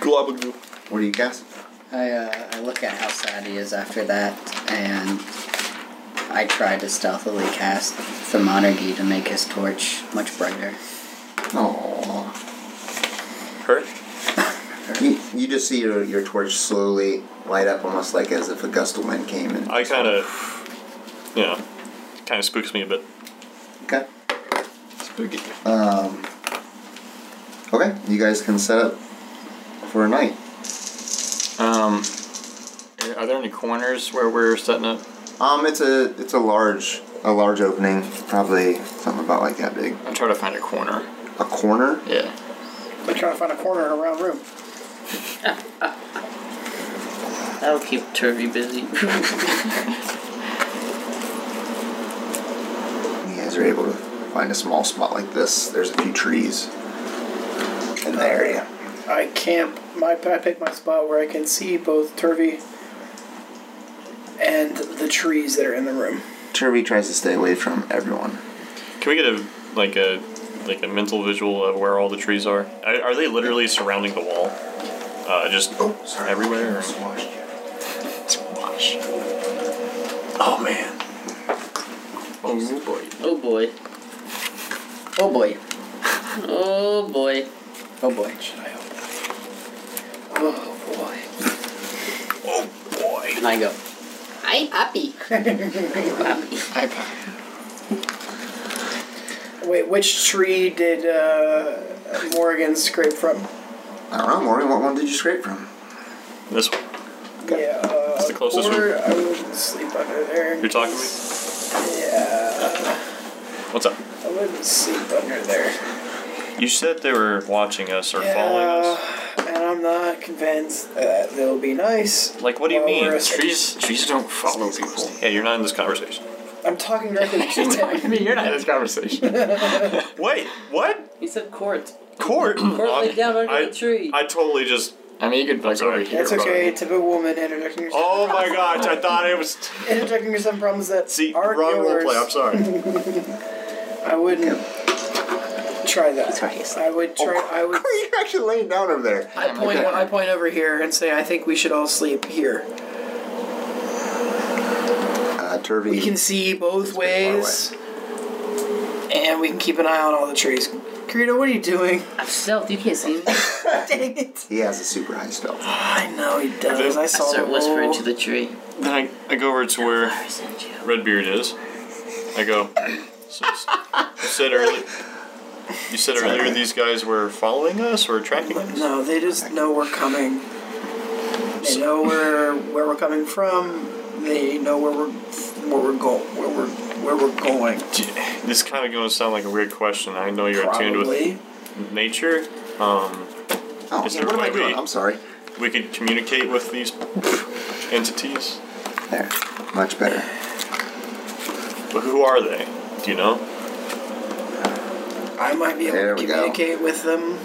Speaker 3: Globagoo.
Speaker 2: What do you guess?
Speaker 6: I, uh, I look at how sad he is after that, and I try to stealthily cast the monarchy to make his torch much brighter.
Speaker 2: Aww.
Speaker 9: Her?
Speaker 2: You, you just see your, your torch slowly light up almost like as if a gust of wind came in.
Speaker 9: I kind of, you know, kind of spooks me a bit.
Speaker 2: Okay.
Speaker 1: Spooky.
Speaker 2: Um, okay, you guys can set up for a night.
Speaker 1: Um, eh, are there any corners where we're setting up?
Speaker 2: Um, it's a it's a large a large opening, probably something about like that big.
Speaker 1: I'm trying to find a corner.
Speaker 2: A corner.
Speaker 1: Yeah.
Speaker 5: Like trying to find a corner in a round room.
Speaker 4: That'll keep Turvy busy.
Speaker 2: You guys are able to find a small spot like this. There's a few trees in the area.
Speaker 5: I camp. My I pick my spot where I can see both Turvy and the trees that are in the room.
Speaker 2: Turvy tries to stay away from everyone.
Speaker 9: Can we get a like a like a mental visual of where all the trees are? Are, are they literally surrounding the wall? Uh, just
Speaker 2: Oh,
Speaker 9: everywhere. or-
Speaker 1: Squash.
Speaker 3: Oh man.
Speaker 1: Oh boy.
Speaker 4: oh boy.
Speaker 6: Oh boy.
Speaker 4: Oh boy.
Speaker 6: Oh boy.
Speaker 5: Oh boy!
Speaker 6: And I go,
Speaker 4: Hi, Poppy.
Speaker 1: I pa-
Speaker 5: Wait, which tree did uh, Morgan scrape from?
Speaker 2: I don't know, Morgan. What one did you scrape from?
Speaker 9: This one.
Speaker 5: Yeah, uh,
Speaker 9: It's the closest
Speaker 5: or I would sleep under there.
Speaker 9: You're talking to me.
Speaker 5: Yeah,
Speaker 9: What's up?
Speaker 5: I wouldn't sleep under there.
Speaker 9: You said they were watching us or following us.
Speaker 5: Yeah, and I'm not convinced that they'll be nice.
Speaker 9: Like, what do you
Speaker 5: while
Speaker 9: mean?
Speaker 5: we're asleep.
Speaker 1: trees. Trees don't follow people.
Speaker 9: Hey, you're not in this conversation.
Speaker 5: I'm talking directly to
Speaker 1: I
Speaker 5: you.
Speaker 1: mean, you're not in this conversation.
Speaker 9: Wait, what?
Speaker 4: He said court.
Speaker 9: Court?
Speaker 4: Court laid down under
Speaker 9: I,
Speaker 4: the tree.
Speaker 9: I totally just.
Speaker 1: I mean, you could like
Speaker 9: Sorry.
Speaker 1: over here.
Speaker 5: That's
Speaker 1: but-
Speaker 5: okay. Typical woman interjecting yourself.
Speaker 9: Oh my gosh, I thought it was.
Speaker 5: Interjecting yourself in problems that
Speaker 9: Oh. See,
Speaker 5: aren't
Speaker 9: wrong
Speaker 5: yours.
Speaker 9: roleplay, I'm sorry.
Speaker 5: I wouldn't try that.
Speaker 6: That's what he said.
Speaker 5: I would try.
Speaker 2: "Oh,
Speaker 5: I would.
Speaker 2: You're actually laying down over there.
Speaker 5: I point. I point over here and say, I think we should all sleep here.
Speaker 2: Uh, Turvey.
Speaker 5: We can see both
Speaker 2: pretty far
Speaker 5: ways, and we can keep an eye on all the trees. Karina, what are you doing?
Speaker 4: I'm stealth. You can't see me. I
Speaker 5: Dang it!
Speaker 2: He has a super high stealth.
Speaker 5: I know he does. I saw
Speaker 4: start
Speaker 5: the
Speaker 4: whispering
Speaker 5: roll.
Speaker 4: to the tree.
Speaker 9: Then I, I go over to where
Speaker 4: I sent you.
Speaker 9: Redbeard is. I go. "So- You said earlier. You said earlier these guys were following us or tracking us.
Speaker 5: No, they just know we're coming. They know where where we're coming from. They know where we're where we're going where we're where we're going.
Speaker 9: This kind of going to sound like a weird question. I know you're in tuned
Speaker 5: Probably.
Speaker 9: with nature. Um,
Speaker 2: Oh,
Speaker 9: Is
Speaker 2: yeah,
Speaker 9: there
Speaker 2: what am
Speaker 9: a
Speaker 2: I
Speaker 9: way
Speaker 2: doing?
Speaker 9: we-
Speaker 2: I'm sorry.
Speaker 9: we could communicate with these entities.
Speaker 2: There. Much better.
Speaker 9: But who are they? Do you know?
Speaker 5: I might be able
Speaker 2: There
Speaker 5: to
Speaker 2: we go.
Speaker 5: communicate with them.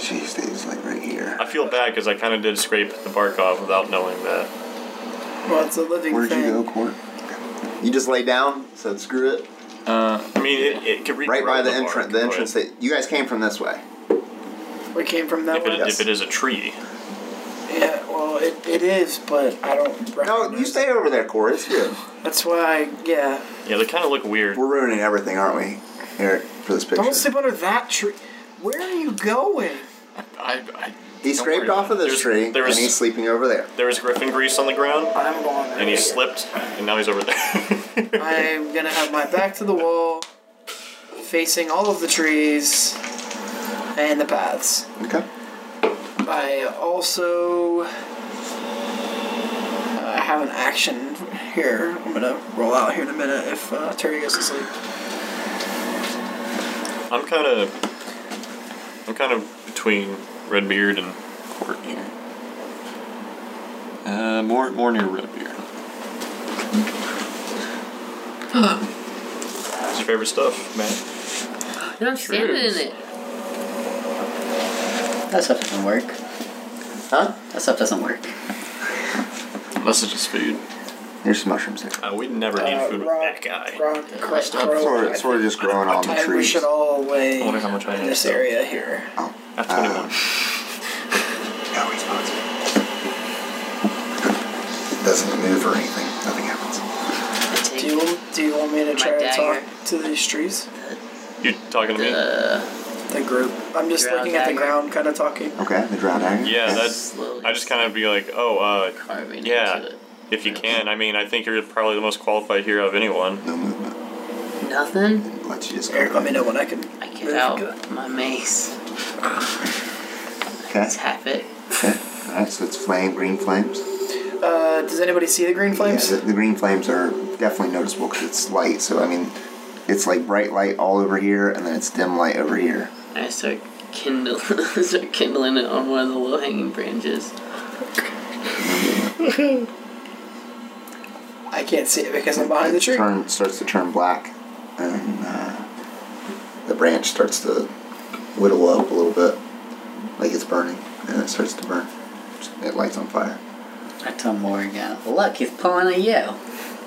Speaker 2: She stays like right here.
Speaker 9: I feel bad because I kind of did scrape the bark off without knowing that.
Speaker 5: Well, it's a living
Speaker 2: Where did
Speaker 5: thing.
Speaker 2: you go, Court? You just lay down, said screw it.
Speaker 1: Uh,
Speaker 9: I mean, it, it could regrow
Speaker 2: Right by the
Speaker 9: bark,
Speaker 2: entrance. The
Speaker 9: but
Speaker 2: entrance that you guys came from this way.
Speaker 5: We came from that
Speaker 9: If
Speaker 5: one.
Speaker 9: it, if it is a tree,
Speaker 5: Yeah. Well, it, it is, but I don't.
Speaker 2: No,
Speaker 5: recognize
Speaker 2: you stay over there, Court. It's good.
Speaker 5: it. That's why. I, yeah.
Speaker 9: yeah, they kind of look weird.
Speaker 2: We're ruining everything, aren't we, Eric? For this picture.
Speaker 5: Don't sleep under that tree. Where are you going?
Speaker 1: I, I,
Speaker 2: He
Speaker 1: Don't
Speaker 2: scraped
Speaker 1: worry
Speaker 2: off of this
Speaker 9: There's-
Speaker 2: tree,
Speaker 9: there was-
Speaker 2: and he's sleeping over there.
Speaker 9: There was griffin grease on the ground,
Speaker 5: I'm going.
Speaker 9: and he slipped, and now he's over there.
Speaker 5: I'm gonna have my back to the wall, facing all of the trees and the paths.
Speaker 2: Okay.
Speaker 5: I also I have an action here. I'm gonna roll out here in a minute if uh, Terry goes to sleep.
Speaker 9: I'm kind of, I'm kind of between Redbeard and Court. Uh, more more near Redbeard. What's your favorite stuff, Matt?
Speaker 4: No, I'm standing in it.
Speaker 6: that stuff doesn't work.
Speaker 2: Huh?
Speaker 6: That stuff doesn't work.
Speaker 9: Unless it's just food.
Speaker 2: There's some mushrooms there.
Speaker 9: Uh, we never need
Speaker 5: Uh,
Speaker 9: food with
Speaker 5: Rob-
Speaker 9: that guy.
Speaker 5: Rob- Cro-
Speaker 1: stuff.
Speaker 5: Crow,
Speaker 2: Sort
Speaker 5: I
Speaker 2: of, sort of Uh, just growing on the
Speaker 5: think we
Speaker 2: trees.
Speaker 5: should all
Speaker 9: I
Speaker 5: lay
Speaker 9: wonder how much I
Speaker 5: in
Speaker 9: need.
Speaker 5: this
Speaker 9: so-
Speaker 5: area here.
Speaker 9: That's 21.
Speaker 2: Uh, No response.
Speaker 10: Doesn't move or anything. Nothing happens.
Speaker 4: I take
Speaker 5: Do you, do you want me to
Speaker 4: My
Speaker 5: try to
Speaker 4: dagger.
Speaker 5: talk to these trees?
Speaker 9: you talking to me?
Speaker 5: The group. I'm just
Speaker 4: Ground
Speaker 5: looking at the
Speaker 4: dagger.
Speaker 5: ground, kind of talking.
Speaker 2: Okay, the drow dagger.
Speaker 9: yeah, that's.
Speaker 4: slowly
Speaker 9: I just kind of be like, oh, uh,
Speaker 4: carving
Speaker 9: yeah,
Speaker 4: into
Speaker 9: if you can. I mean, I think you're probably the most qualified here of anyone.
Speaker 2: No movement.
Speaker 4: it. Nothing.
Speaker 2: Let you just
Speaker 5: Eric, let me know when I can.
Speaker 4: I get
Speaker 5: move.
Speaker 4: out my mace.
Speaker 2: Okay.
Speaker 4: Tap it.
Speaker 2: okay. All right. So it's flame, green flames.
Speaker 5: Uh, does anybody see the green flames?
Speaker 2: Yeah, the, the green flames are definitely noticeable because it's light. So I mean, it's like bright light all over here, and then it's dim light over here.
Speaker 4: I start kindle, start kindling it on one of the low hanging branches.
Speaker 5: I can't see it because I'm behind the tree.
Speaker 2: Turn starts to turn black, and uh, the branch starts to whittle up a little bit, like it's burning, and it starts to burn. It lights on fire.
Speaker 6: I tell Morgan, look, he's pulling a you.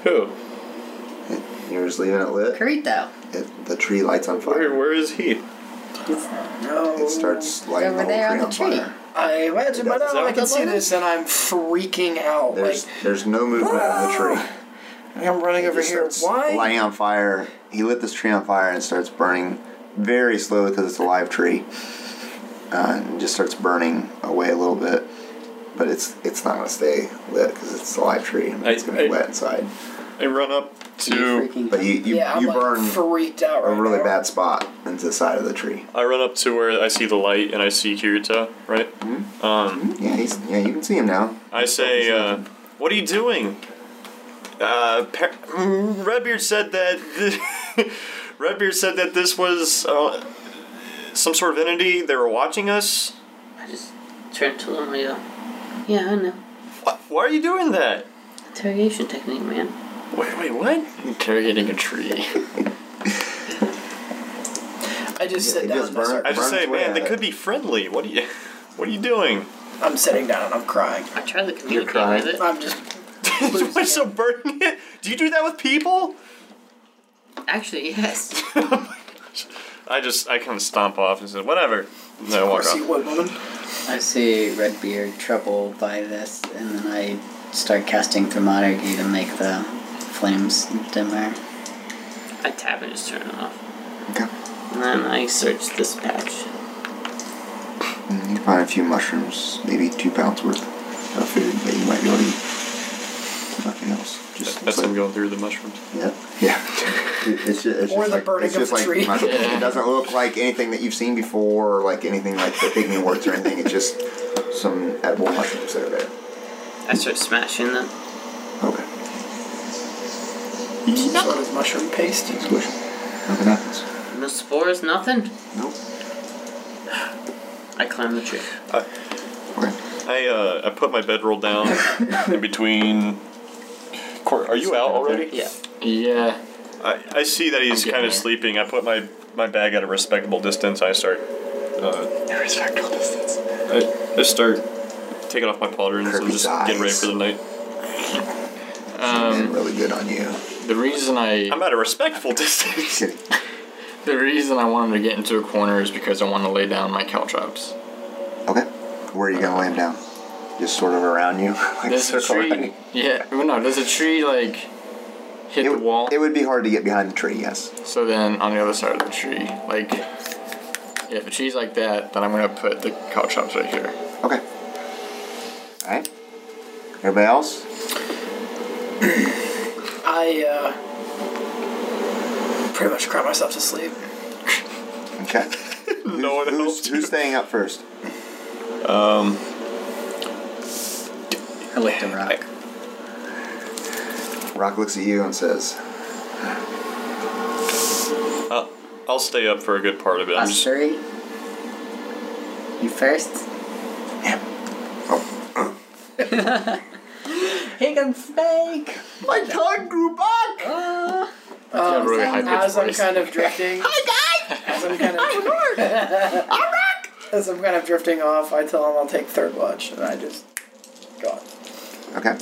Speaker 9: Who?
Speaker 2: It, you're just leaving it lit.
Speaker 6: Carito.
Speaker 2: It, the tree lights on
Speaker 9: Where,
Speaker 2: fire.
Speaker 9: where is he?
Speaker 5: No.
Speaker 2: It starts lighting
Speaker 6: over
Speaker 2: the whole
Speaker 6: there
Speaker 2: tree
Speaker 6: on the
Speaker 2: on
Speaker 6: tree.
Speaker 2: fire.
Speaker 5: Um, I imagine by
Speaker 2: Is that
Speaker 5: now I
Speaker 9: what
Speaker 5: can
Speaker 9: that
Speaker 5: see
Speaker 9: light is?
Speaker 5: this, and I'm freaking out.
Speaker 2: There's
Speaker 5: like
Speaker 2: there's no movement on the tree.
Speaker 5: like, I'm running over
Speaker 2: He
Speaker 5: here.
Speaker 2: starts
Speaker 5: Why?
Speaker 2: Lighting on fire. He lit this tree on fire and starts burning very slowly because it's a live tree. Uh, and just starts burning away a little bit, but it's it's not gonna stay lit because it's a live tree. I mean,
Speaker 9: I-
Speaker 2: it's gonna be
Speaker 9: I-
Speaker 2: wet inside.
Speaker 9: I run up
Speaker 6: You
Speaker 9: to.
Speaker 6: freaking
Speaker 2: But you you,
Speaker 5: yeah, I'm
Speaker 2: you
Speaker 5: like
Speaker 2: burn
Speaker 5: freaked out.
Speaker 2: a
Speaker 5: Right
Speaker 2: really
Speaker 5: now.
Speaker 2: bad spot into the side of the tree.
Speaker 9: I run up to where I see the light and I see Kirito, right? Um,
Speaker 2: Yeah, he's yeah. You can see him now.
Speaker 9: I say, uh, what are you doing? Uh, par- mm, Redbeard said that. th- Redbeard said that this was uh, some sort of entity. They were watching us.
Speaker 4: I just turn to him and I go, Yeah, I know.
Speaker 9: Why, why are you doing that?
Speaker 4: Interrogation technique, man.
Speaker 9: Wait, wait, what?
Speaker 1: Interrogating a tree.
Speaker 5: I just
Speaker 2: Yeah,
Speaker 5: sit
Speaker 2: it
Speaker 5: down.
Speaker 2: just
Speaker 5: and I start-
Speaker 9: I just
Speaker 2: Burns
Speaker 9: say,
Speaker 2: way
Speaker 9: man,
Speaker 2: out
Speaker 9: they
Speaker 2: of
Speaker 9: could be friendly. What are you? What are you doing?
Speaker 5: I'm sitting down and I'm crying.
Speaker 4: I try to communicate
Speaker 2: crying.
Speaker 4: with it.
Speaker 5: I'm just
Speaker 9: Why so burning it? Do you do that with people?
Speaker 4: Actually, yes.
Speaker 9: I just, I kind of stomp off and say, whatever. And then I walk
Speaker 5: see
Speaker 9: off.
Speaker 5: what woman.
Speaker 6: I see Redbeard troubled by this, and then I start casting Thermodergy to make the flames dimmer.
Speaker 4: I tap and just turn it off.
Speaker 2: Okay.
Speaker 4: And then I search this patch.
Speaker 2: Mm, You can find a few mushrooms, maybe two pounds worth of food that you might be able to eat. Nothing else. Just
Speaker 9: That's
Speaker 2: like-
Speaker 9: him going through the mushrooms.
Speaker 2: Yeah. Yeah. It's just, it's
Speaker 5: Or
Speaker 2: just
Speaker 5: the
Speaker 2: like,
Speaker 5: burning
Speaker 2: it's
Speaker 5: of
Speaker 2: just
Speaker 5: the
Speaker 2: like
Speaker 5: tree.
Speaker 2: mushroom. It doesn't look like anything that you've seen before, or like anything like the pygmy warts or anything. It's just some edible mushrooms that are there.
Speaker 4: I start smashing them.
Speaker 2: Okay.
Speaker 5: Sort of mushroom paste.
Speaker 2: Squish. Nothing happens.
Speaker 4: No spores, nothing.
Speaker 2: Nope.
Speaker 4: I climb the tree.
Speaker 2: Okay.
Speaker 9: I uh, I put my bedroll down in between. Court, are you out already?
Speaker 4: Yeah.
Speaker 1: yeah.
Speaker 9: I, I see that he's
Speaker 1: getting
Speaker 9: kind of
Speaker 1: there.
Speaker 9: sleeping. I put my, my bag at a respectable distance. I start. Uh,
Speaker 2: Respectful distance.
Speaker 9: I, I start taking off my pauldrons and
Speaker 2: Kirby's
Speaker 9: just getting ready
Speaker 2: eyes.
Speaker 9: for the night.
Speaker 2: Been
Speaker 1: Um,
Speaker 2: really good on you.
Speaker 1: the reason I
Speaker 9: I'm at a respectful distance.
Speaker 2: Kidding.
Speaker 1: the reason I wanted to get into a corner is because I want to lay down my caltrops.
Speaker 2: Okay. Where are you gonna lay him down? Just sort of around you. like
Speaker 1: Does a
Speaker 2: circle around
Speaker 1: tree?
Speaker 2: you?
Speaker 1: Yeah. Well, no. Does a tree like hit
Speaker 2: It,
Speaker 1: the
Speaker 2: would-
Speaker 1: wall?
Speaker 2: it would be hard to get behind the tree. Yes.
Speaker 1: So then on the other side of the tree, like yeah, if the tree's like that, then I'm gonna put the caltrops right here.
Speaker 2: Okay. All right. Everybody else?
Speaker 5: I uh, pretty much cry myself to sleep.
Speaker 2: Okay.
Speaker 9: no one
Speaker 2: Who's,
Speaker 9: else.
Speaker 2: who's staying up first?
Speaker 6: I licked a rock.
Speaker 2: Rock looks at you and says,
Speaker 9: Uh, I'll stay up for a good part of it. I'm
Speaker 6: Us
Speaker 9: just,
Speaker 6: three. You first? he can speak!
Speaker 2: "My tongue grew back."
Speaker 6: Oh,
Speaker 1: I have a really high pitched
Speaker 5: As I'm
Speaker 1: voice.
Speaker 5: kind of drifting,
Speaker 6: guys!
Speaker 5: as I'm kind of
Speaker 6: I'm Rock!
Speaker 5: As I'm kind of drifting off, I tell him I'll take third watch, and I just go.
Speaker 2: Okay.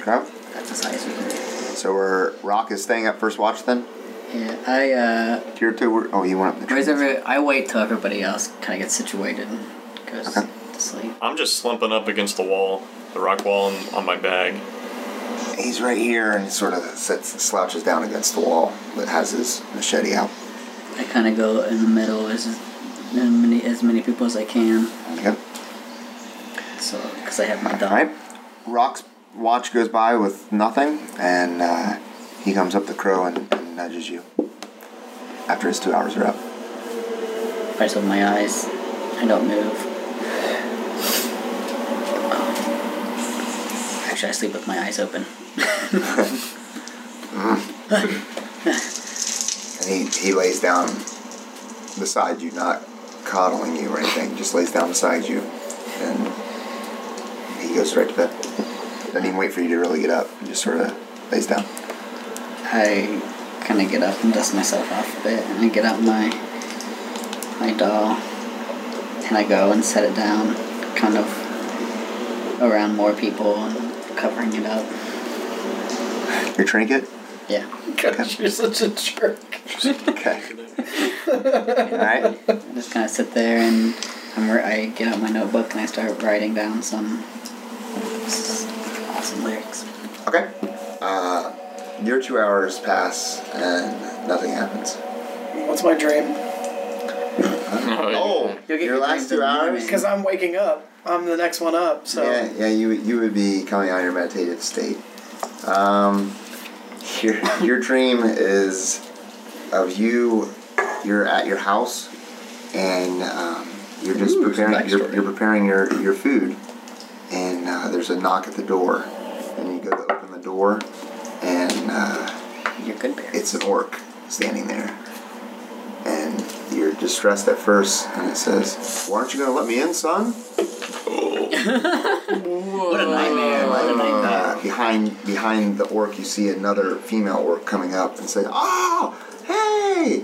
Speaker 2: Crab?
Speaker 7: That's as high as we can get.
Speaker 2: So we're Rock is staying up first watch then?
Speaker 7: Yeah, I uh,
Speaker 2: Tier two we're, oh you went up the
Speaker 7: where's
Speaker 2: tree.
Speaker 7: every, I wait till everybody else kind of gets situated and goes
Speaker 2: Okay.
Speaker 7: to sleep.
Speaker 9: I'm just slumping up against the wall, the rock wall, and on my bag.
Speaker 2: He's right here and he sort of sits, slouches down against the wall but has his machete out.
Speaker 7: I kind of go in the middle as as many as many people as I can.
Speaker 2: Okay.
Speaker 7: So because I have my dog.
Speaker 2: Alright. Rock's watch goes by with nothing and uh, he comes up the crow and, and nudges you. After his two hours are up.
Speaker 7: I just open my eyes. I don't move. Um, Actually, I sleep with my eyes open.
Speaker 2: And he, he lays down beside you, not coddling you or anything, just lays down beside you. And he goes right to bed. Doesn't even wait for you to really get up. He just sort of lays down.
Speaker 7: I kind of get up and dust myself off a bit, and I get out my my doll, and I go and set it down, kind of around more people and covering it up.
Speaker 2: Your trinket?
Speaker 7: Yeah.
Speaker 5: Gosh, you're such a jerk.
Speaker 2: Okay. Alright.
Speaker 7: I just kind of sit there and I'm ri- I get out my notebook and I start writing down some s- awesome lyrics.
Speaker 2: Okay. Uh, your two hours pass and nothing happens.
Speaker 5: What's my dream?
Speaker 2: Oh,
Speaker 7: You'll get
Speaker 2: your
Speaker 7: your
Speaker 2: last
Speaker 7: dreams
Speaker 2: two
Speaker 7: in the
Speaker 2: hours?
Speaker 7: morning.
Speaker 5: Because I'm waking up. I'm the next one up. So
Speaker 2: Yeah, yeah, you you would be coming out of your meditative state. Um, your your dream is of you. You're at your house, and um, you're just
Speaker 1: Ooh, some
Speaker 2: preparing. You're,
Speaker 1: backstory.
Speaker 2: you're preparing your your food, and uh, there's a knock at the door, and you go to open the door, and uh,
Speaker 7: You're good, Bear.
Speaker 2: it's an orc standing there, and you're distressed at first, and it says, "Why aren't you gonna let me in, son?"
Speaker 7: What a nightmare! What a nightmare!
Speaker 2: Uh, behind behind the orc, you see another female orc coming up and say, "Oh, hey!"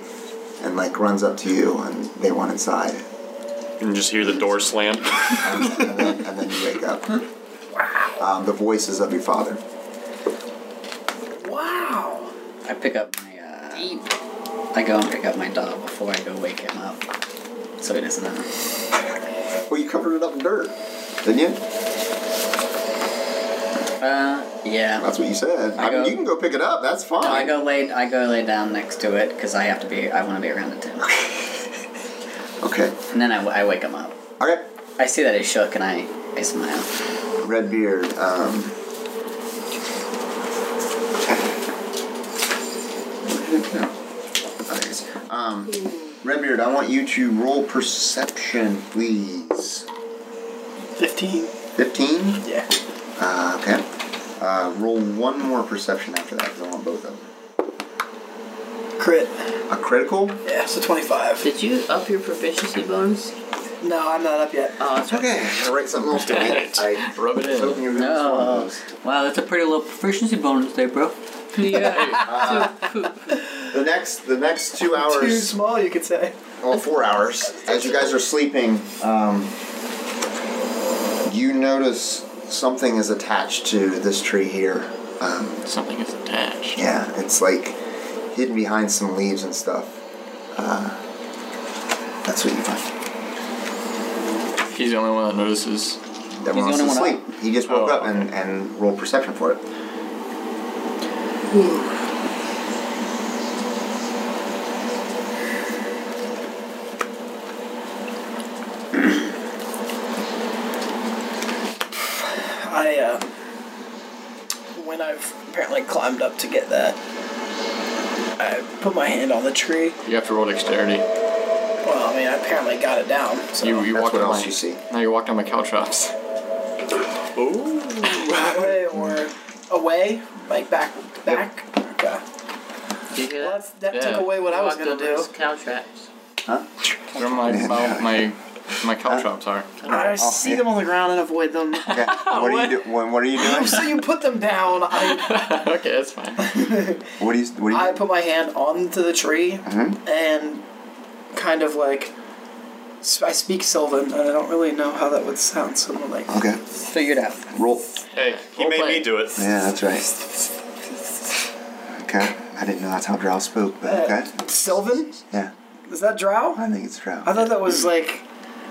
Speaker 2: and like runs up to you, and they want inside,
Speaker 9: And just hear the door slam.
Speaker 2: and, and then, and then you wake up. Um, the voices of your father.
Speaker 5: wow.
Speaker 7: I pick up my. Uh, I go and pick up my doll before I go wake him up, so he doesn't know.
Speaker 2: Well, you covered it up in dirt, didn't you?
Speaker 7: Uh, yeah.
Speaker 2: That's what you said. I,
Speaker 7: I
Speaker 2: mean,
Speaker 7: go-
Speaker 2: you can go pick it up. That's fine.
Speaker 7: I go lay. I go lay down next to it because I have to be. I want to be around it too.
Speaker 2: Okay.
Speaker 7: And then I, I wake him up.
Speaker 2: Okay.
Speaker 7: I see that he's shook and I, I smile.
Speaker 2: Redbeard. Um, um, Redbeard, I want you to roll perception, please.
Speaker 5: Fifteen.
Speaker 2: 15?
Speaker 5: Yeah.
Speaker 2: Uh, okay. Uh, roll one more perception after that, because I want both of them.
Speaker 5: Crit.
Speaker 2: A critical?
Speaker 5: Yeah. So twenty-five.
Speaker 4: Did you up your proficiency bonus?
Speaker 5: No, I'm not up yet.
Speaker 4: Oh, that's right.
Speaker 2: Okay, I gotta write something else down. I
Speaker 1: Rub it
Speaker 2: was
Speaker 1: in.
Speaker 2: hoping you were gonna miss one of those.
Speaker 7: Wow, that's a pretty low proficiency bonus there, bro.
Speaker 2: The next, the next two
Speaker 5: Too
Speaker 2: hours
Speaker 5: small, you could say.
Speaker 2: well, four hours. As you guys are sleeping, um, you notice something is attached to this tree here. Um,
Speaker 1: Something is attached.
Speaker 2: yeah, it's like hidden behind some leaves and stuff. Uh, that's what you find.
Speaker 1: He's the only one that notices.
Speaker 2: Everyone
Speaker 7: He's
Speaker 2: else
Speaker 7: the
Speaker 2: is
Speaker 7: only
Speaker 2: asleep.
Speaker 7: one
Speaker 2: He just woke
Speaker 1: Oh,
Speaker 2: up and, and rolled perception for it.
Speaker 5: I uh, when I've apparently climbed up to get that, I put my hand on the tree.
Speaker 1: You have to roll dexterity.
Speaker 5: Well, I mean, I apparently got it down. So
Speaker 1: You, you
Speaker 2: That's
Speaker 1: walked
Speaker 2: what
Speaker 1: on
Speaker 2: else
Speaker 1: my,
Speaker 2: you see.
Speaker 1: Now you walked on my caltrops.
Speaker 5: away or away, like back, back. Okay.
Speaker 4: Did you hear
Speaker 5: Well,
Speaker 4: that?
Speaker 5: that's, that took
Speaker 1: Yeah.
Speaker 5: away what I was
Speaker 4: Walked
Speaker 5: gonna
Speaker 4: over
Speaker 5: do.
Speaker 4: those Cow traps.
Speaker 1: Where my my my, my caltrops are.
Speaker 5: I see them on the ground and avoid them.
Speaker 2: Okay. what, are you do- what, what are you doing?
Speaker 5: Oh, so you put them down. I,
Speaker 1: okay, that's fine.
Speaker 2: What do you? What do you?
Speaker 5: I put my hand onto the tree and kind of like s- I speak Sylvan, and I don't really know how that would sound. So I'm like,
Speaker 2: Okay.
Speaker 6: Figure it out.
Speaker 2: Roll.
Speaker 1: Hey,
Speaker 9: He made me do it.
Speaker 2: Yeah, that's right. Okay. I didn't know that's how Drow spoke, but
Speaker 7: Uh,
Speaker 2: okay.
Speaker 5: Uh, Sylvan?
Speaker 2: Yeah.
Speaker 5: Is that Drow?
Speaker 2: I think it's Drow.
Speaker 5: I thought that was like,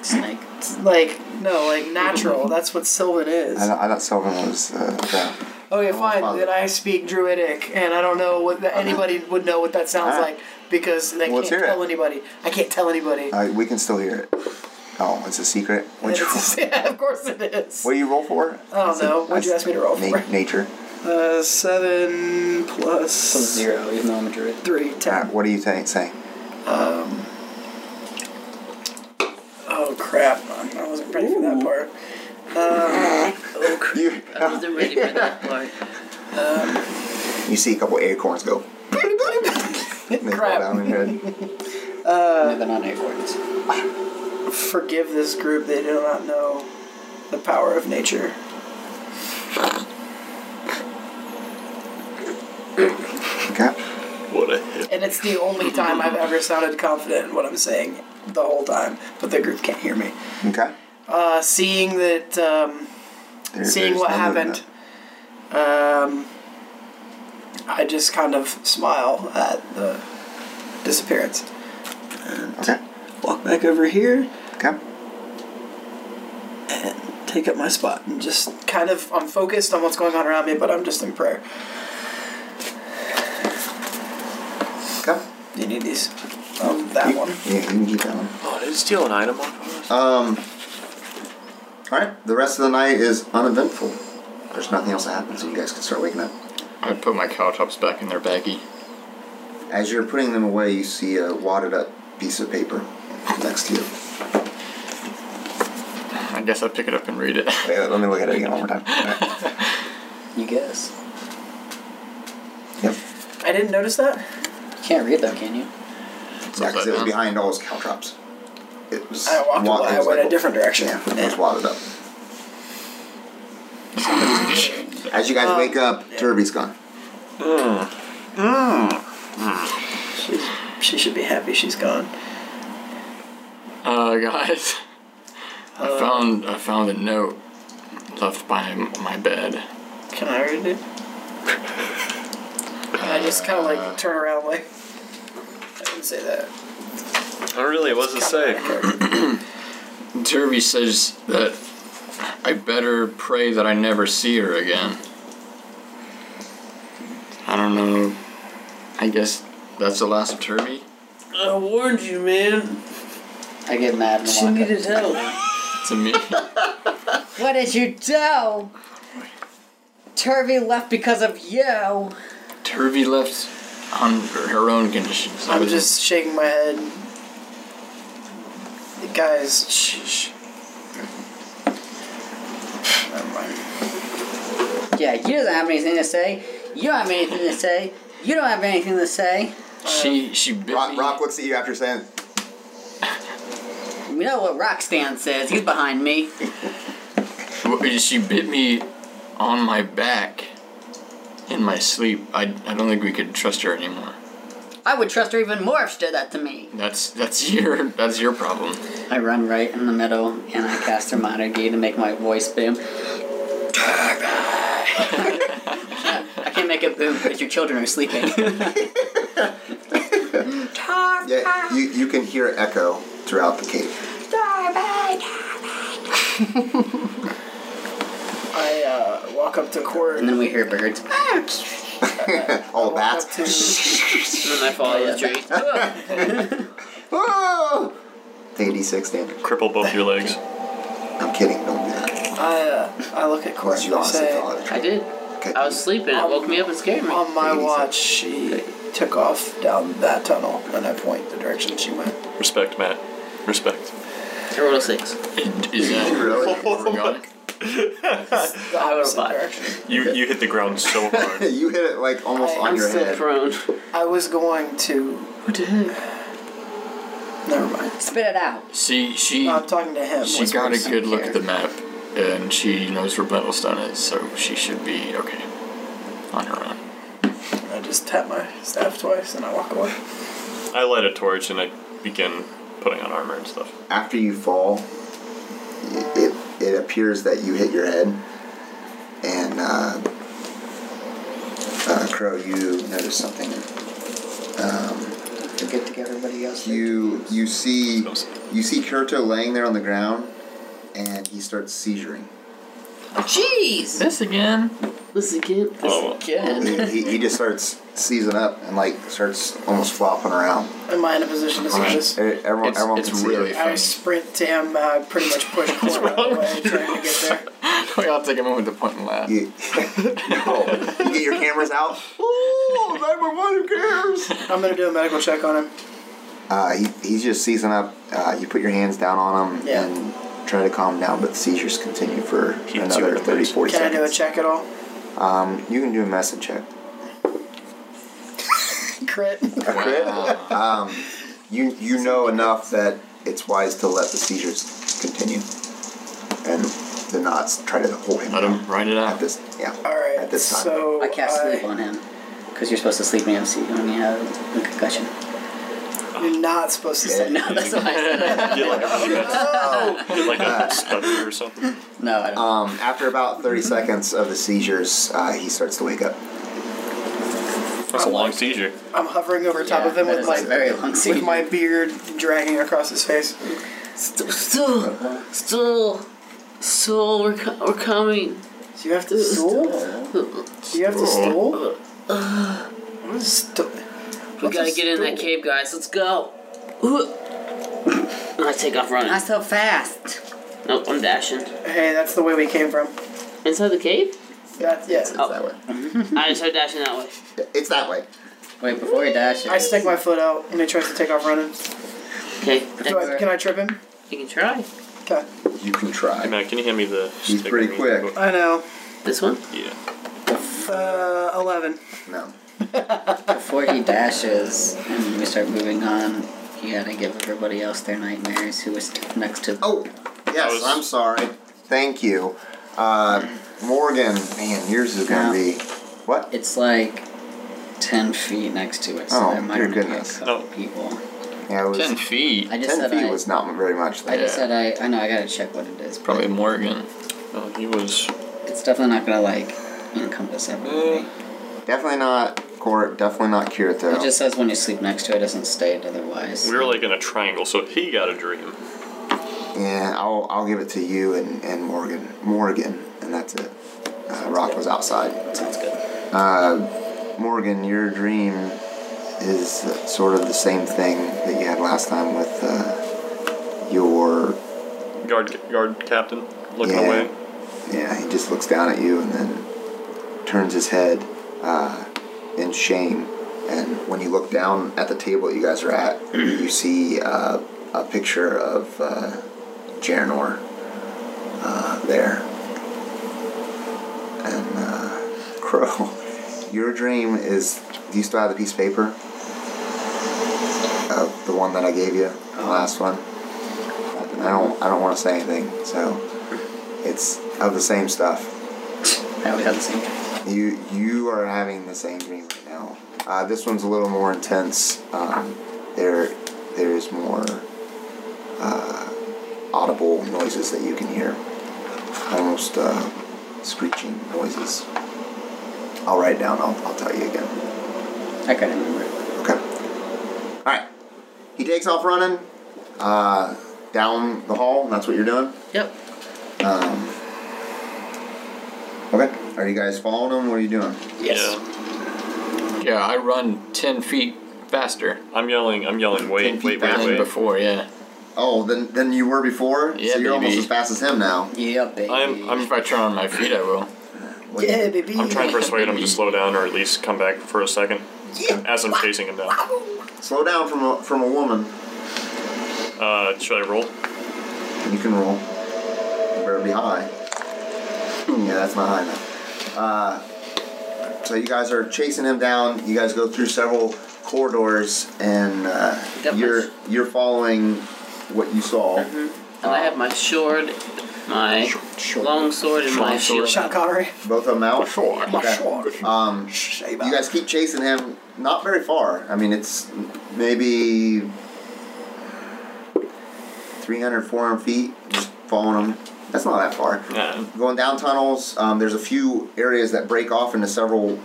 Speaker 6: Snake.
Speaker 5: like no, like natural. That's what Sylvan is.
Speaker 2: I thought, I thought Sylvan was uh, Drow.
Speaker 5: Okay,
Speaker 2: follow.
Speaker 5: fine. Then I speak Druidic, and I don't know what that, anybody would know what that sounds
Speaker 2: Alright.
Speaker 5: like because
Speaker 2: Ah.
Speaker 5: I
Speaker 2: Let's
Speaker 5: can't
Speaker 2: hear it.
Speaker 5: tell anybody. I can't tell anybody.
Speaker 2: Uh, we can still hear it. Oh, it's a secret. Which roll?
Speaker 5: yeah, of course it is.
Speaker 2: What do you roll for?
Speaker 5: I don't know. Oh, What'd you ask me to roll
Speaker 2: Na-
Speaker 5: for?
Speaker 2: nature.
Speaker 5: Uh, seven plus
Speaker 6: Plus zero, even though I'm a druid.
Speaker 5: three,
Speaker 2: All
Speaker 5: ten.
Speaker 2: right, Uh, what do you think? Say.
Speaker 5: Oh crap! I wasn't ready for that part.
Speaker 4: Oh, crap.
Speaker 2: You,
Speaker 4: I wasn't ready for that part.
Speaker 2: you see a couple acorns go. and they fall
Speaker 5: Crap.
Speaker 2: down in your head.
Speaker 7: Uh,
Speaker 6: no, they're not acorns.
Speaker 5: Forgive this group. They do not know the power of nature.
Speaker 2: Okay.
Speaker 9: What a hit.
Speaker 5: And it's the only time I've ever sounded confident in what I'm saying the whole time, but the group can't hear me.
Speaker 2: Okay.
Speaker 5: Uh, seeing that. Um,
Speaker 2: There-
Speaker 5: seeing
Speaker 2: there's
Speaker 5: what
Speaker 2: no movement.
Speaker 5: happened, um, I just kind of smile at the disappearance.
Speaker 2: Okay.
Speaker 5: Walk back over here,
Speaker 2: Okay.
Speaker 5: take up my spot, and just kind of I'm focused on what's going on around me, but I'm just in prayer.
Speaker 2: Okay.
Speaker 5: You need these. Um, that one.
Speaker 2: Yeah, you can keep that one.
Speaker 9: Oh, did it steal an item off of us?
Speaker 2: Um. All right. The rest of the night is uneventful. There's nothing else that happens, so you guys can start waking up.
Speaker 1: I put my cow tops back in their baggie.
Speaker 2: As you're putting them away, you see a wadded up piece of paper next to you.
Speaker 1: I guess I pick it up and read it.
Speaker 2: Wait, let me look at it again one more time.
Speaker 6: You guess.
Speaker 2: Yep.
Speaker 5: I didn't notice that.
Speaker 6: You can't read though, can you?
Speaker 2: Yeah, because it was behind all those caltrops. It was.
Speaker 5: I walked
Speaker 2: wa-
Speaker 5: away.
Speaker 2: it
Speaker 5: I
Speaker 2: was
Speaker 5: went
Speaker 2: like-
Speaker 5: a different direction.
Speaker 2: Yeah, it was wadded up. As you guys
Speaker 5: Um,
Speaker 2: wake up, Derby's gone.
Speaker 5: She's, she should be happy she's gone.
Speaker 1: Uh, guys, I found I found a note left by m- my bed.
Speaker 5: Can I read it? And I just kind of like turn around, like I didn't say that.
Speaker 9: Oh, really? What's it say?
Speaker 1: Derby says that I better pray that I never see her again. I don't know. I guess that's the last of Turvy.
Speaker 4: I warned you, man.
Speaker 6: I get mad and
Speaker 4: She
Speaker 6: walk
Speaker 4: needed
Speaker 6: up.
Speaker 4: help.
Speaker 1: To me,
Speaker 7: What did you do? Turvy left because of you.
Speaker 1: Turvy left on her own conditions. I
Speaker 5: I'm
Speaker 1: was-
Speaker 5: just shaking my head. Guys, shh. shh. Never mind.
Speaker 7: Yeah, you doesn't have anything to say. You don't have anything to say. You don't have anything to say.
Speaker 1: she she bit
Speaker 2: Rock,
Speaker 1: me.
Speaker 2: Rock looks at you after saying,
Speaker 7: We know what Rockstan says. He's behind me.
Speaker 1: Well, She bit me on my back in my sleep. I, I don't think we could trust her anymore.
Speaker 7: I would trust her even more if she did that to me.
Speaker 1: That's that's your that's your problem.
Speaker 6: I run right in the middle and I cast Armada Gate to make my voice boom.
Speaker 7: I can't make it boom because your children are sleeping.
Speaker 2: yeah, you, you can hear echo throughout the cave.
Speaker 5: I uh, walk up to court.
Speaker 6: And then we hear birds.
Speaker 2: All the
Speaker 5: walk up
Speaker 2: bats.
Speaker 5: to-
Speaker 4: And then I follow the tree.
Speaker 2: Whoa! Take a d6, Dan.
Speaker 9: Cripple both your legs.
Speaker 2: I'm kidding, don't do that.
Speaker 5: I, uh, I look at court
Speaker 2: Unless you
Speaker 5: and I
Speaker 2: honestly
Speaker 5: say,
Speaker 2: thought it.
Speaker 4: I did.
Speaker 2: Okay.
Speaker 4: I was sleeping. It woke me up and scared me.
Speaker 5: on my watch, she took off down that tunnel, and I point the direction she went.
Speaker 9: Respect, Matt. Respect.
Speaker 4: I rolled a six.
Speaker 1: Is that
Speaker 7: Oh,
Speaker 9: Really?
Speaker 5: The
Speaker 4: I was
Speaker 5: opposite
Speaker 4: alive.
Speaker 5: direction.
Speaker 9: you you hit the ground so hard.
Speaker 2: you hit it like almost
Speaker 5: I-
Speaker 2: on
Speaker 5: I'm
Speaker 2: your
Speaker 4: Still
Speaker 2: head.
Speaker 4: prone.
Speaker 5: I was going to.
Speaker 4: What the heck?
Speaker 5: Never mind.
Speaker 7: Spit it out.
Speaker 1: she she
Speaker 5: No, Oh I'm talking to him.
Speaker 1: she
Speaker 5: whispers.
Speaker 1: got a good look at the map and she knows where Battlestone is, so she should be okay on her own.
Speaker 5: I just tap my staff twice, and I walk away.
Speaker 9: I light a torch and I begin putting on armor and stuff.
Speaker 2: After you fall, it, it appears that you hit your head, and uh, uh, Crow, you notice something. Um,
Speaker 7: To get to everybody else.
Speaker 2: you you see you see Kurto laying there on the ground, and he starts seizuring.
Speaker 4: Jeez!
Speaker 1: This again.
Speaker 4: This again. This
Speaker 9: Oh, well.
Speaker 4: again.
Speaker 2: He, he, he just starts seizing up and like starts almost flopping around.
Speaker 5: Am I in a position to see this?
Speaker 2: E- Everyone,
Speaker 1: It's-
Speaker 2: everyone
Speaker 1: it's
Speaker 2: can see
Speaker 1: really-
Speaker 2: it.
Speaker 5: I sprint to him, uh, pretty much push Cora
Speaker 1: wrong with
Speaker 5: away,
Speaker 1: you?
Speaker 5: trying to get there.
Speaker 1: we all take a moment to point and laugh.
Speaker 2: You, no, you get your cameras out. Ooh, everyone who cares.
Speaker 5: I'm gonna do a medical check on him.
Speaker 2: Uh, he, he's just seizing up. Uh, you put your hands down on him
Speaker 5: Yeah.
Speaker 2: and try to calm him down, but the seizures continue for
Speaker 9: Keep
Speaker 2: another
Speaker 9: doing
Speaker 2: 30,
Speaker 9: this.
Speaker 2: 40
Speaker 5: Can I do a
Speaker 2: seconds.
Speaker 5: check at all?
Speaker 2: Um, you can do a medicine check.
Speaker 5: Crit.
Speaker 2: A crit? Um, you you know enough that it's wise to let the seizures continue, and the knots try to hold him.
Speaker 1: Let him write it
Speaker 2: at
Speaker 1: out.
Speaker 2: this. Yeah.
Speaker 5: All right.
Speaker 2: At this time.
Speaker 5: So uh,
Speaker 7: I cast sleep on him. Because you're supposed to sleep when you have, se- when you have a concussion.
Speaker 5: You're not supposed to say.
Speaker 7: No, that's why I said that.
Speaker 9: Get like a,
Speaker 5: No.
Speaker 9: get like a stutter or something.
Speaker 7: No, I don't.
Speaker 2: Um, after about 30 seconds of the seizures, uh, he starts to wake up.
Speaker 9: That's a long seizure.
Speaker 5: I'm hovering over top
Speaker 7: Yeah,
Speaker 5: of him
Speaker 7: that
Speaker 5: with
Speaker 7: is
Speaker 5: my
Speaker 7: a very long
Speaker 5: with
Speaker 7: seizure.
Speaker 5: my beard dragging across his face.
Speaker 4: Still, still, still, we're, co- we're coming.
Speaker 5: Do you have to stool? Do you have to stool? What is sto-
Speaker 4: We gotta get in that cave, guys. Let's go. Ooh. I take off
Speaker 7: Not
Speaker 4: running.
Speaker 7: so fast.
Speaker 4: Nope, I'm dashing.
Speaker 5: Hey, that's the way we came from.
Speaker 4: Inside the cave?
Speaker 5: That yeah.
Speaker 4: Oh.
Speaker 2: That way.
Speaker 4: I just start dashing that way.
Speaker 2: It's that way.
Speaker 7: Wait, before he dashes.
Speaker 5: I stick my foot out and he tries to take off running.
Speaker 4: Okay,
Speaker 5: Do
Speaker 4: that's-
Speaker 5: I, can I trip him?
Speaker 4: you can try.
Speaker 5: Okay.
Speaker 2: You can
Speaker 9: Hey
Speaker 2: try.
Speaker 9: man, can you hand me the?
Speaker 2: He's
Speaker 9: stick
Speaker 2: pretty
Speaker 9: I need?
Speaker 2: quick.
Speaker 5: I know.
Speaker 4: This one?
Speaker 9: Yeah.
Speaker 5: Uh, eleven.
Speaker 2: No.
Speaker 7: Before he dashes and we start moving on, you gotta give everybody else their nightmares who was next to
Speaker 2: Oh, yes,
Speaker 9: I was-
Speaker 2: I'm sorry. Thank you. Uh, Morgan, man, yours is going
Speaker 7: No.
Speaker 2: to be. What?
Speaker 7: It's like 10 feet next to it, so
Speaker 2: Oh,
Speaker 7: there might
Speaker 2: dear
Speaker 7: only be a
Speaker 2: goodness.
Speaker 7: couple
Speaker 9: No.
Speaker 7: people.
Speaker 2: Yeah, it was.
Speaker 1: Ten feet.
Speaker 7: I just
Speaker 2: 10
Speaker 7: said
Speaker 2: feet
Speaker 7: I.
Speaker 2: was not very much.
Speaker 7: I just
Speaker 1: Yeah.
Speaker 7: said I. I know I gotta check what it is. but
Speaker 1: Probably Morgan.
Speaker 9: Oh, he was.
Speaker 7: It's definitely not gonna like encompass everybody.
Speaker 2: Mm. Definitely not Court, definitely not Kirito.
Speaker 7: It just says when you sleep next to it, it doesn't state otherwise.
Speaker 9: We were like in a triangle, so he got a dream.
Speaker 2: Yeah, I'll, I'll give it to you and, and Morgan. Morgan, and that's it. Uh, Rock was outside.
Speaker 7: Sounds good.
Speaker 2: Uh, Morgan, your dream is sort of the same thing that you had last time with uh, your.
Speaker 9: Guard, guard captain, looking
Speaker 2: Yeah.
Speaker 9: away.
Speaker 2: Yeah, he just looks down at you and then turns his head uh, in shame. And when you look down at the table you guys are at, you see uh, a picture of uh, Jaranor uh, there. And uh, Crow, your dream is. Do you still have the piece of paper? Uh, the one that I gave you, the
Speaker 9: Uh-huh.
Speaker 2: last one. I don't. I don't want to say anything. So it's of the same stuff.
Speaker 7: I always have the same. dream.
Speaker 2: You you are having the same dream right now. Uh, this one's a little more intense. Um, there there's more uh, audible noises that you can hear, almost uh, screeching noises. I'll write it down. I'll, I'll tell you again.
Speaker 7: I gotta remember. it.
Speaker 2: Okay. All right. He takes off running uh, down the hall. and That's what you're doing.
Speaker 4: Yep.
Speaker 2: Um, okay. Are you guys following him? What are you doing?
Speaker 9: Yes.
Speaker 1: Yeah, I run ten feet faster
Speaker 9: I'm yelling. I'm yelling.
Speaker 2: Ten
Speaker 9: Wait,
Speaker 2: feet
Speaker 9: wait,
Speaker 2: back.
Speaker 9: wait,
Speaker 1: than
Speaker 9: wait.
Speaker 1: before. Yeah.
Speaker 2: Oh, then then you were before.
Speaker 1: Yeah,
Speaker 2: so you're almost
Speaker 1: baby.
Speaker 2: as fast as him now.
Speaker 7: Yeah, baby.
Speaker 9: I'm. I'm.
Speaker 1: Um, If I turn on my feet, I will.
Speaker 2: What do you-
Speaker 5: Yeah, baby.
Speaker 9: I'm trying to persuade him to slow down or at least come back for a second. As I'm chasing him down.
Speaker 2: Slow down from a, from a woman.
Speaker 9: Uh, should I roll?
Speaker 2: You can roll. You better be high. Yeah, that's not high enough. Uh, so you guys are chasing him down. You guys go through several corridors, and uh,
Speaker 4: Got my-
Speaker 2: you're you're following what you saw.
Speaker 4: And I have my sword, my long sword, and my shield.
Speaker 5: Sean Connery.
Speaker 2: Both of them out. Okay. Um,
Speaker 5: Shave
Speaker 2: you guys keep chasing him, not very far. I mean, it's maybe 300, 400 feet, just following them. That's not that far.
Speaker 9: Yeah.
Speaker 2: Going down tunnels, um, there's a few areas that break off into several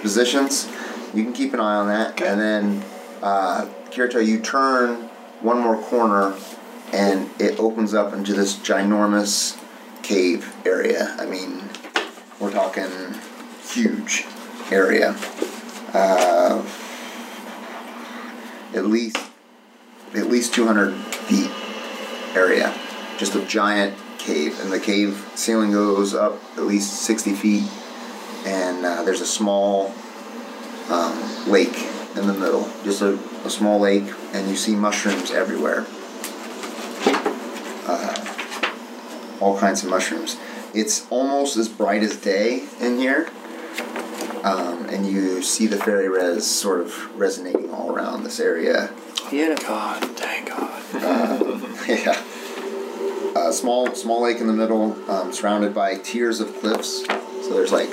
Speaker 2: positions. You can keep an eye on that. And then, uh, Kirito, you turn one more corner and it opens up into this ginormous cave area. I mean, we're talking huge area. Uh, at least at least 200 feet area. Just a giant cave, and the cave ceiling goes up at least 60 feet, and uh, there's a small um, lake in the middle. Just a, a small lake, and you see mushrooms everywhere. Uh, all kinds of mushrooms. It's almost as bright as day in here. Um, and you see the fairy res sort of resonating all around this area.
Speaker 3: Beautiful. God, thank God.
Speaker 2: yeah. Uh, small, small lake in the middle, um, surrounded by tiers of cliffs. So there's like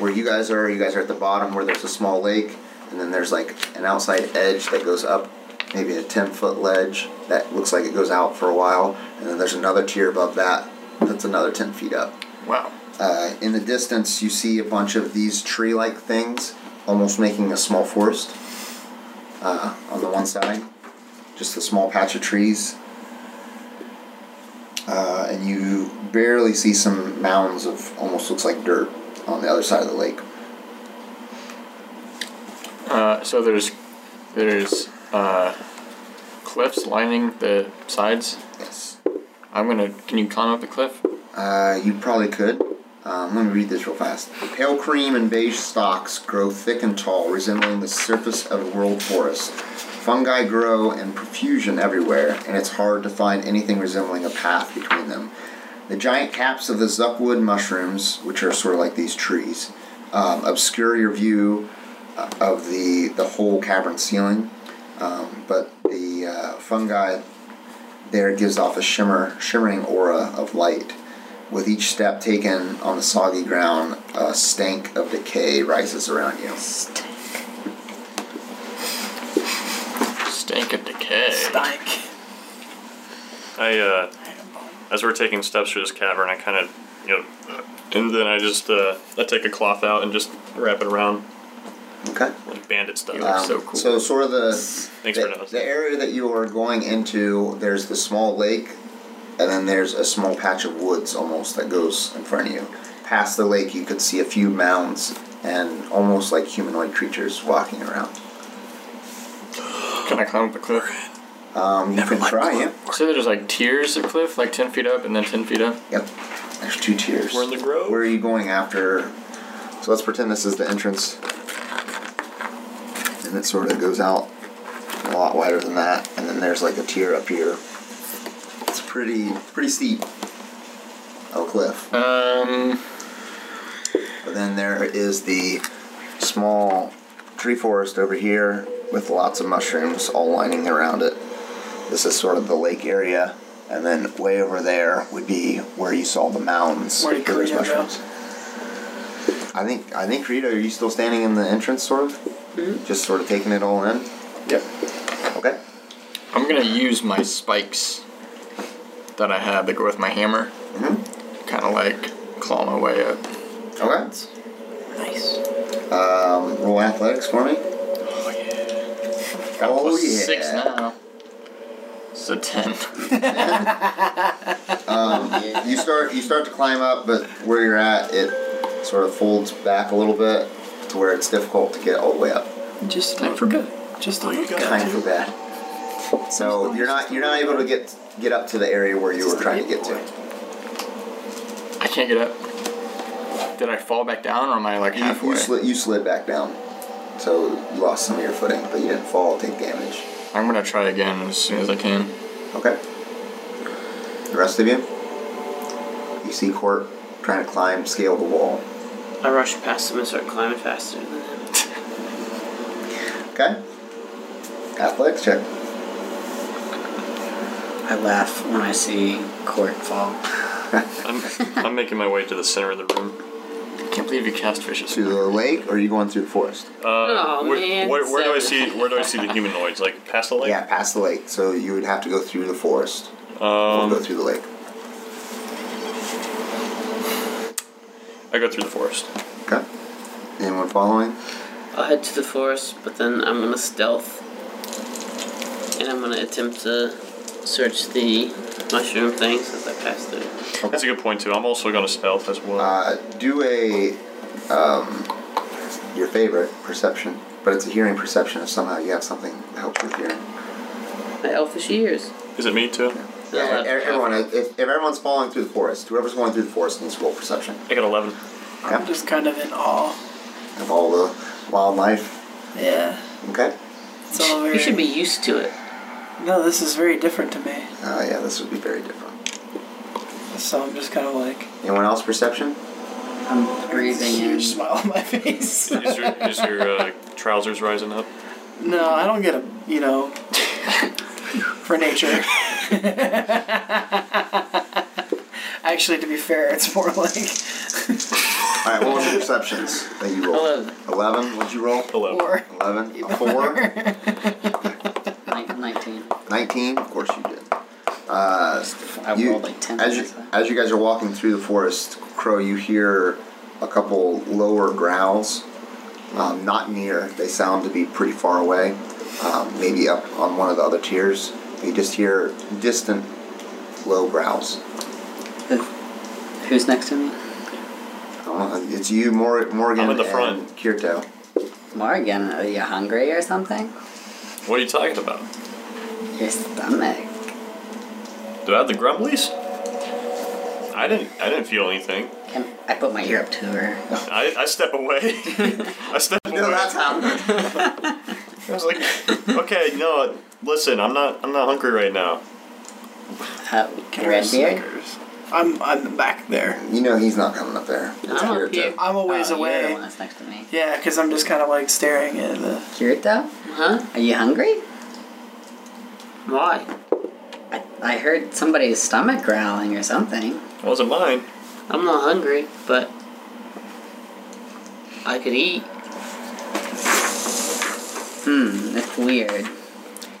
Speaker 2: where you guys are. You guys are at the bottom where there's a small lake, and then there's like an outside edge that goes up, maybe a ten foot ledge that looks like it goes out for a while, and then there's another tier above that that's another ten feet up.
Speaker 1: Wow.
Speaker 2: Uh, in the distance, you see a bunch of these tree like things, almost making a small forest uh, on the one side. Just a small patch of trees. Uh, and you barely see some mounds of almost looks like dirt on the other side of the lake.
Speaker 1: Uh, so there's there's uh, cliffs lining the sides.
Speaker 2: Yes.
Speaker 1: I'm gonna. Can you climb up the cliff?
Speaker 2: Uh, you probably could. Um, let me read this real fast. Pale cream and beige stalks grow thick and tall, resembling the surface of a world forest. Fungi grow in profusion everywhere, and it's hard to find anything resembling a path between them. The giant caps of the zuckwood mushrooms, which are sort of like these trees, um, obscure your view uh, of the, the whole cavern ceiling, um, but the uh, fungi there gives off a shimmer, shimmering aura of light. With each step taken on the soggy ground, a stank of decay rises around you.
Speaker 1: Stank of decay.
Speaker 5: Stank.
Speaker 9: I, uh, as we're taking steps through this cavern, I kind of, you know, uh, and then I just, uh, I take a cloth out and just wrap it around,
Speaker 2: Okay.
Speaker 9: like bandit stuff.
Speaker 2: Um, So sort of the
Speaker 9: Thanks for
Speaker 2: the,
Speaker 9: noticing.
Speaker 2: the area that you are going into. There's the small lake, and then there's a small patch of woods almost that goes in front of you. Past the lake, you could see a few mounds and almost like humanoid creatures walking around.
Speaker 1: Can I climb up the cliff?
Speaker 2: Um, you can try it.
Speaker 1: So there's like tiers of cliff, like ten feet up and then ten feet up.
Speaker 2: Yep. There's two tiers.
Speaker 9: We're in the grove.
Speaker 2: Where are you going after? So let's pretend this is the entrance. And it sort of goes out a lot wider than that. And then there's like a tier up here. It's pretty pretty steep. Oh cliff.
Speaker 1: Um.
Speaker 2: But then there is the small tree forest over here with lots of mushrooms all lining around it. This is sort of the lake area. And then way over there would be where you saw the mounds
Speaker 5: Where
Speaker 2: where
Speaker 5: did
Speaker 2: there's
Speaker 5: Karina go?
Speaker 2: mushrooms. I think I think Rita, are you still standing in the entrance sort of? Just sort of taking it all in?
Speaker 5: Mm-hmm. Yep.
Speaker 2: Okay.
Speaker 1: I'm gonna use my spikes that I have that go with my hammer.
Speaker 9: Mm-hmm.
Speaker 1: Kind of like claw my way up.
Speaker 2: Okay.
Speaker 5: Nice.
Speaker 2: Um, roll athletics for me.
Speaker 1: Oh yeah. Got a
Speaker 2: Oh
Speaker 1: plus
Speaker 2: yeah.
Speaker 1: six now. So ten.
Speaker 2: Um, you start you start to climb up, but where you're at, it sort of folds back a little bit to where it's difficult to get all the way up.
Speaker 5: Just
Speaker 1: I
Speaker 5: look-
Speaker 1: forgot.
Speaker 5: Just look good.
Speaker 2: Kind of bad. So you're not you're not able to get get up to the area where you were trying to get to.
Speaker 1: I can't get up. Did I fall back down or am I like
Speaker 2: You,
Speaker 1: halfway?
Speaker 2: you slid you slid back down, so you lost some of your footing, but you didn't fall take damage.
Speaker 1: I'm gonna try again as soon as I can.
Speaker 2: Okay. The rest of you, you see Court trying to climb scale the wall.
Speaker 4: I rush past him and start climbing faster than him.
Speaker 2: Okay. Athletics check.
Speaker 7: I laugh when I see Court fall.
Speaker 9: I'm, I'm making my way to the center of the room.
Speaker 1: Can't believe you cast vicious.
Speaker 2: To the lake, or are you going through the forest?
Speaker 9: Uh,
Speaker 4: Aw,
Speaker 9: where,
Speaker 4: man,
Speaker 9: where, where do I
Speaker 4: seven.
Speaker 9: see where do I see the humanoids? Like past the lake?
Speaker 2: Yeah, past the lake. So you would have to go through the forest. we'll
Speaker 9: Um,
Speaker 2: go through the lake.
Speaker 9: I go through the forest.
Speaker 2: Okay. Anyone following?
Speaker 4: I'll head to the forest, but then I'm gonna stealth. And I'm gonna attempt to search the mushroom thing since I passed through.
Speaker 9: That's a good point too. I'm also gonna stealth as well.
Speaker 2: Uh, do a um, your favorite perception, but it's a hearing perception. If somehow you have something to help with hearing.
Speaker 4: My elfish ears.
Speaker 9: Is it me too?
Speaker 2: Yeah,
Speaker 4: Yeah.
Speaker 2: e- everyone. If, if everyone's falling through the forest, whoever's falling through the forest needs to roll perception
Speaker 9: I got eleven.
Speaker 5: I'm just kind of in awe.
Speaker 2: of all the wildlife.
Speaker 5: Yeah.
Speaker 2: Okay.
Speaker 5: It's all very.
Speaker 4: You should be used to it.
Speaker 5: No, this is very different to me.
Speaker 2: Uh, yeah, this would be very different.
Speaker 5: So I'm just kind of like.
Speaker 2: Anyone else perception?
Speaker 7: I'm breathing in.
Speaker 5: Huge smile on my face.
Speaker 9: Is your, is your uh, trousers rising up?
Speaker 5: no, I don't get a. You know. for nature. Actually, to be fair, it's more like
Speaker 2: All right. What was your perceptions that you rolled?
Speaker 4: Eleven.
Speaker 2: Eleven. What'd you roll?
Speaker 9: Hello.
Speaker 5: war.
Speaker 2: Eleven. A four.
Speaker 7: Nin- 19.
Speaker 2: Nineteen. Of course you did. Uh,
Speaker 7: I
Speaker 2: You-
Speaker 7: rolled like 10.
Speaker 2: As you, as you guys are walking through the forest, Crow, you hear a couple lower growls. Um, not near. They sound to be pretty far away. Um, maybe up on one of the other tiers. You just hear distant low growls.
Speaker 7: Who's next to me?
Speaker 2: I don't know, Uh, It's you, Mor- Morgan,
Speaker 9: I'm in the
Speaker 2: and
Speaker 9: front.
Speaker 2: Kirto.
Speaker 7: Morgan, are you hungry or something?
Speaker 9: What are you talking about?
Speaker 7: Your stomach.
Speaker 9: Do I have the grumblies? I didn't. I didn't feel anything.
Speaker 7: Can I put my ear up to her.
Speaker 9: I, I step away. I step away.
Speaker 2: No, that's happening.
Speaker 9: I was like, okay, no, listen, I'm not. I'm not hungry right now.
Speaker 7: Uh, Redbeard?
Speaker 5: I'm I'm back there.
Speaker 2: You know he's not coming up there. It's
Speaker 4: I'm up
Speaker 2: Kirito.
Speaker 4: here.
Speaker 5: I'm a ways
Speaker 7: oh, You're the
Speaker 5: away.
Speaker 7: one that's next to me.
Speaker 5: Yeah, because I'm just kind of like staring at the.
Speaker 7: Kirito?
Speaker 4: Huh?
Speaker 7: Are you hungry?
Speaker 4: Why?
Speaker 7: I, I heard somebody's stomach growling or something.
Speaker 9: It wasn't mine.
Speaker 4: I'm not hungry, but I could eat.
Speaker 7: Hmm, that's weird.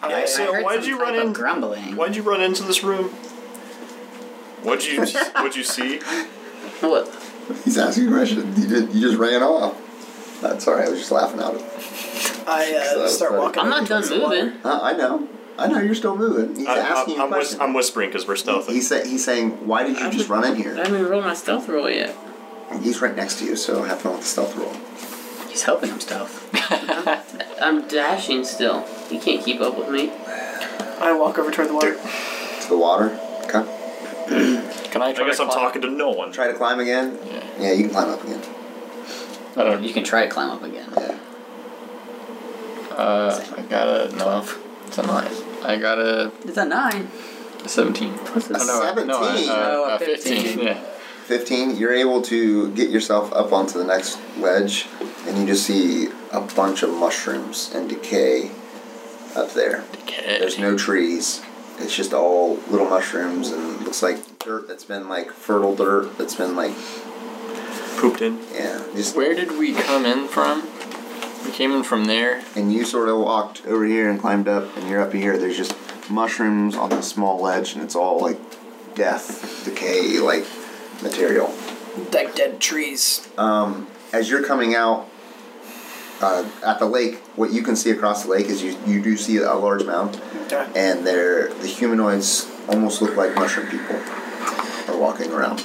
Speaker 5: I-
Speaker 7: I
Speaker 9: so
Speaker 7: heard
Speaker 9: why'd
Speaker 7: some
Speaker 9: you
Speaker 7: type
Speaker 9: run
Speaker 7: of
Speaker 9: in?
Speaker 7: grumbling?
Speaker 9: Why'd you run into this room? What'd you What'd you see?
Speaker 4: What?
Speaker 2: He's asking a question. You, did, you just ran off. That's all right. I was just laughing at him.
Speaker 5: I uh,
Speaker 2: was
Speaker 5: start
Speaker 2: funny.
Speaker 5: walking.
Speaker 4: I'm not done moving.
Speaker 2: Uh, I know. I know you're still moving. He's asking you a
Speaker 9: am
Speaker 2: question.
Speaker 9: I'm whispering because we're stealthy.
Speaker 2: He's, say, he's saying, why did you just run in
Speaker 4: I
Speaker 2: here?
Speaker 4: haven't even rolled my stealth roll yet.
Speaker 2: He's right next to you, so have fun with the stealth roll.
Speaker 7: He's helping himself.
Speaker 4: I'm dashing still. You can't keep up with me.
Speaker 5: I walk over toward the water.
Speaker 2: To the water. Okay.
Speaker 1: Can I
Speaker 9: I
Speaker 1: try
Speaker 9: guess
Speaker 1: to
Speaker 9: I'm
Speaker 1: climb?
Speaker 9: talking to no one.
Speaker 2: Try to climb again.
Speaker 1: Yeah.
Speaker 2: Yeah, you can climb up again.
Speaker 1: I don't.
Speaker 7: You can try to climb up again.
Speaker 2: Yeah.
Speaker 1: Uh, I got a no. It's a nine. I got a
Speaker 7: It's a nine.
Speaker 1: seventeen.
Speaker 7: What's
Speaker 1: I
Speaker 7: this?
Speaker 1: know, I- No,
Speaker 2: Seventeen?
Speaker 1: uh,
Speaker 7: Oh,
Speaker 1: uh,
Speaker 7: a 15.
Speaker 1: fifteen. Yeah.
Speaker 2: 15, you're able to get yourself up onto the next ledge, and you just see a bunch of mushrooms and decay up there.
Speaker 1: Okay.
Speaker 2: There's no trees. It's just all little mushrooms and looks like dirt that's been like fertile dirt that's been like
Speaker 9: Pooped in.
Speaker 2: yeah just
Speaker 1: Where did we come in from? We came in from there.
Speaker 2: and you sort of walked over here and climbed up, and you're up here. There's just mushrooms on this small ledge, and it's all like death, decay, like material.
Speaker 5: Like dead trees.
Speaker 2: Um, as you're coming out uh, at the lake, what you can see across the lake is you you do see a large mound,
Speaker 5: Okay.
Speaker 2: and they're the humanoids almost look like mushroom people are walking around.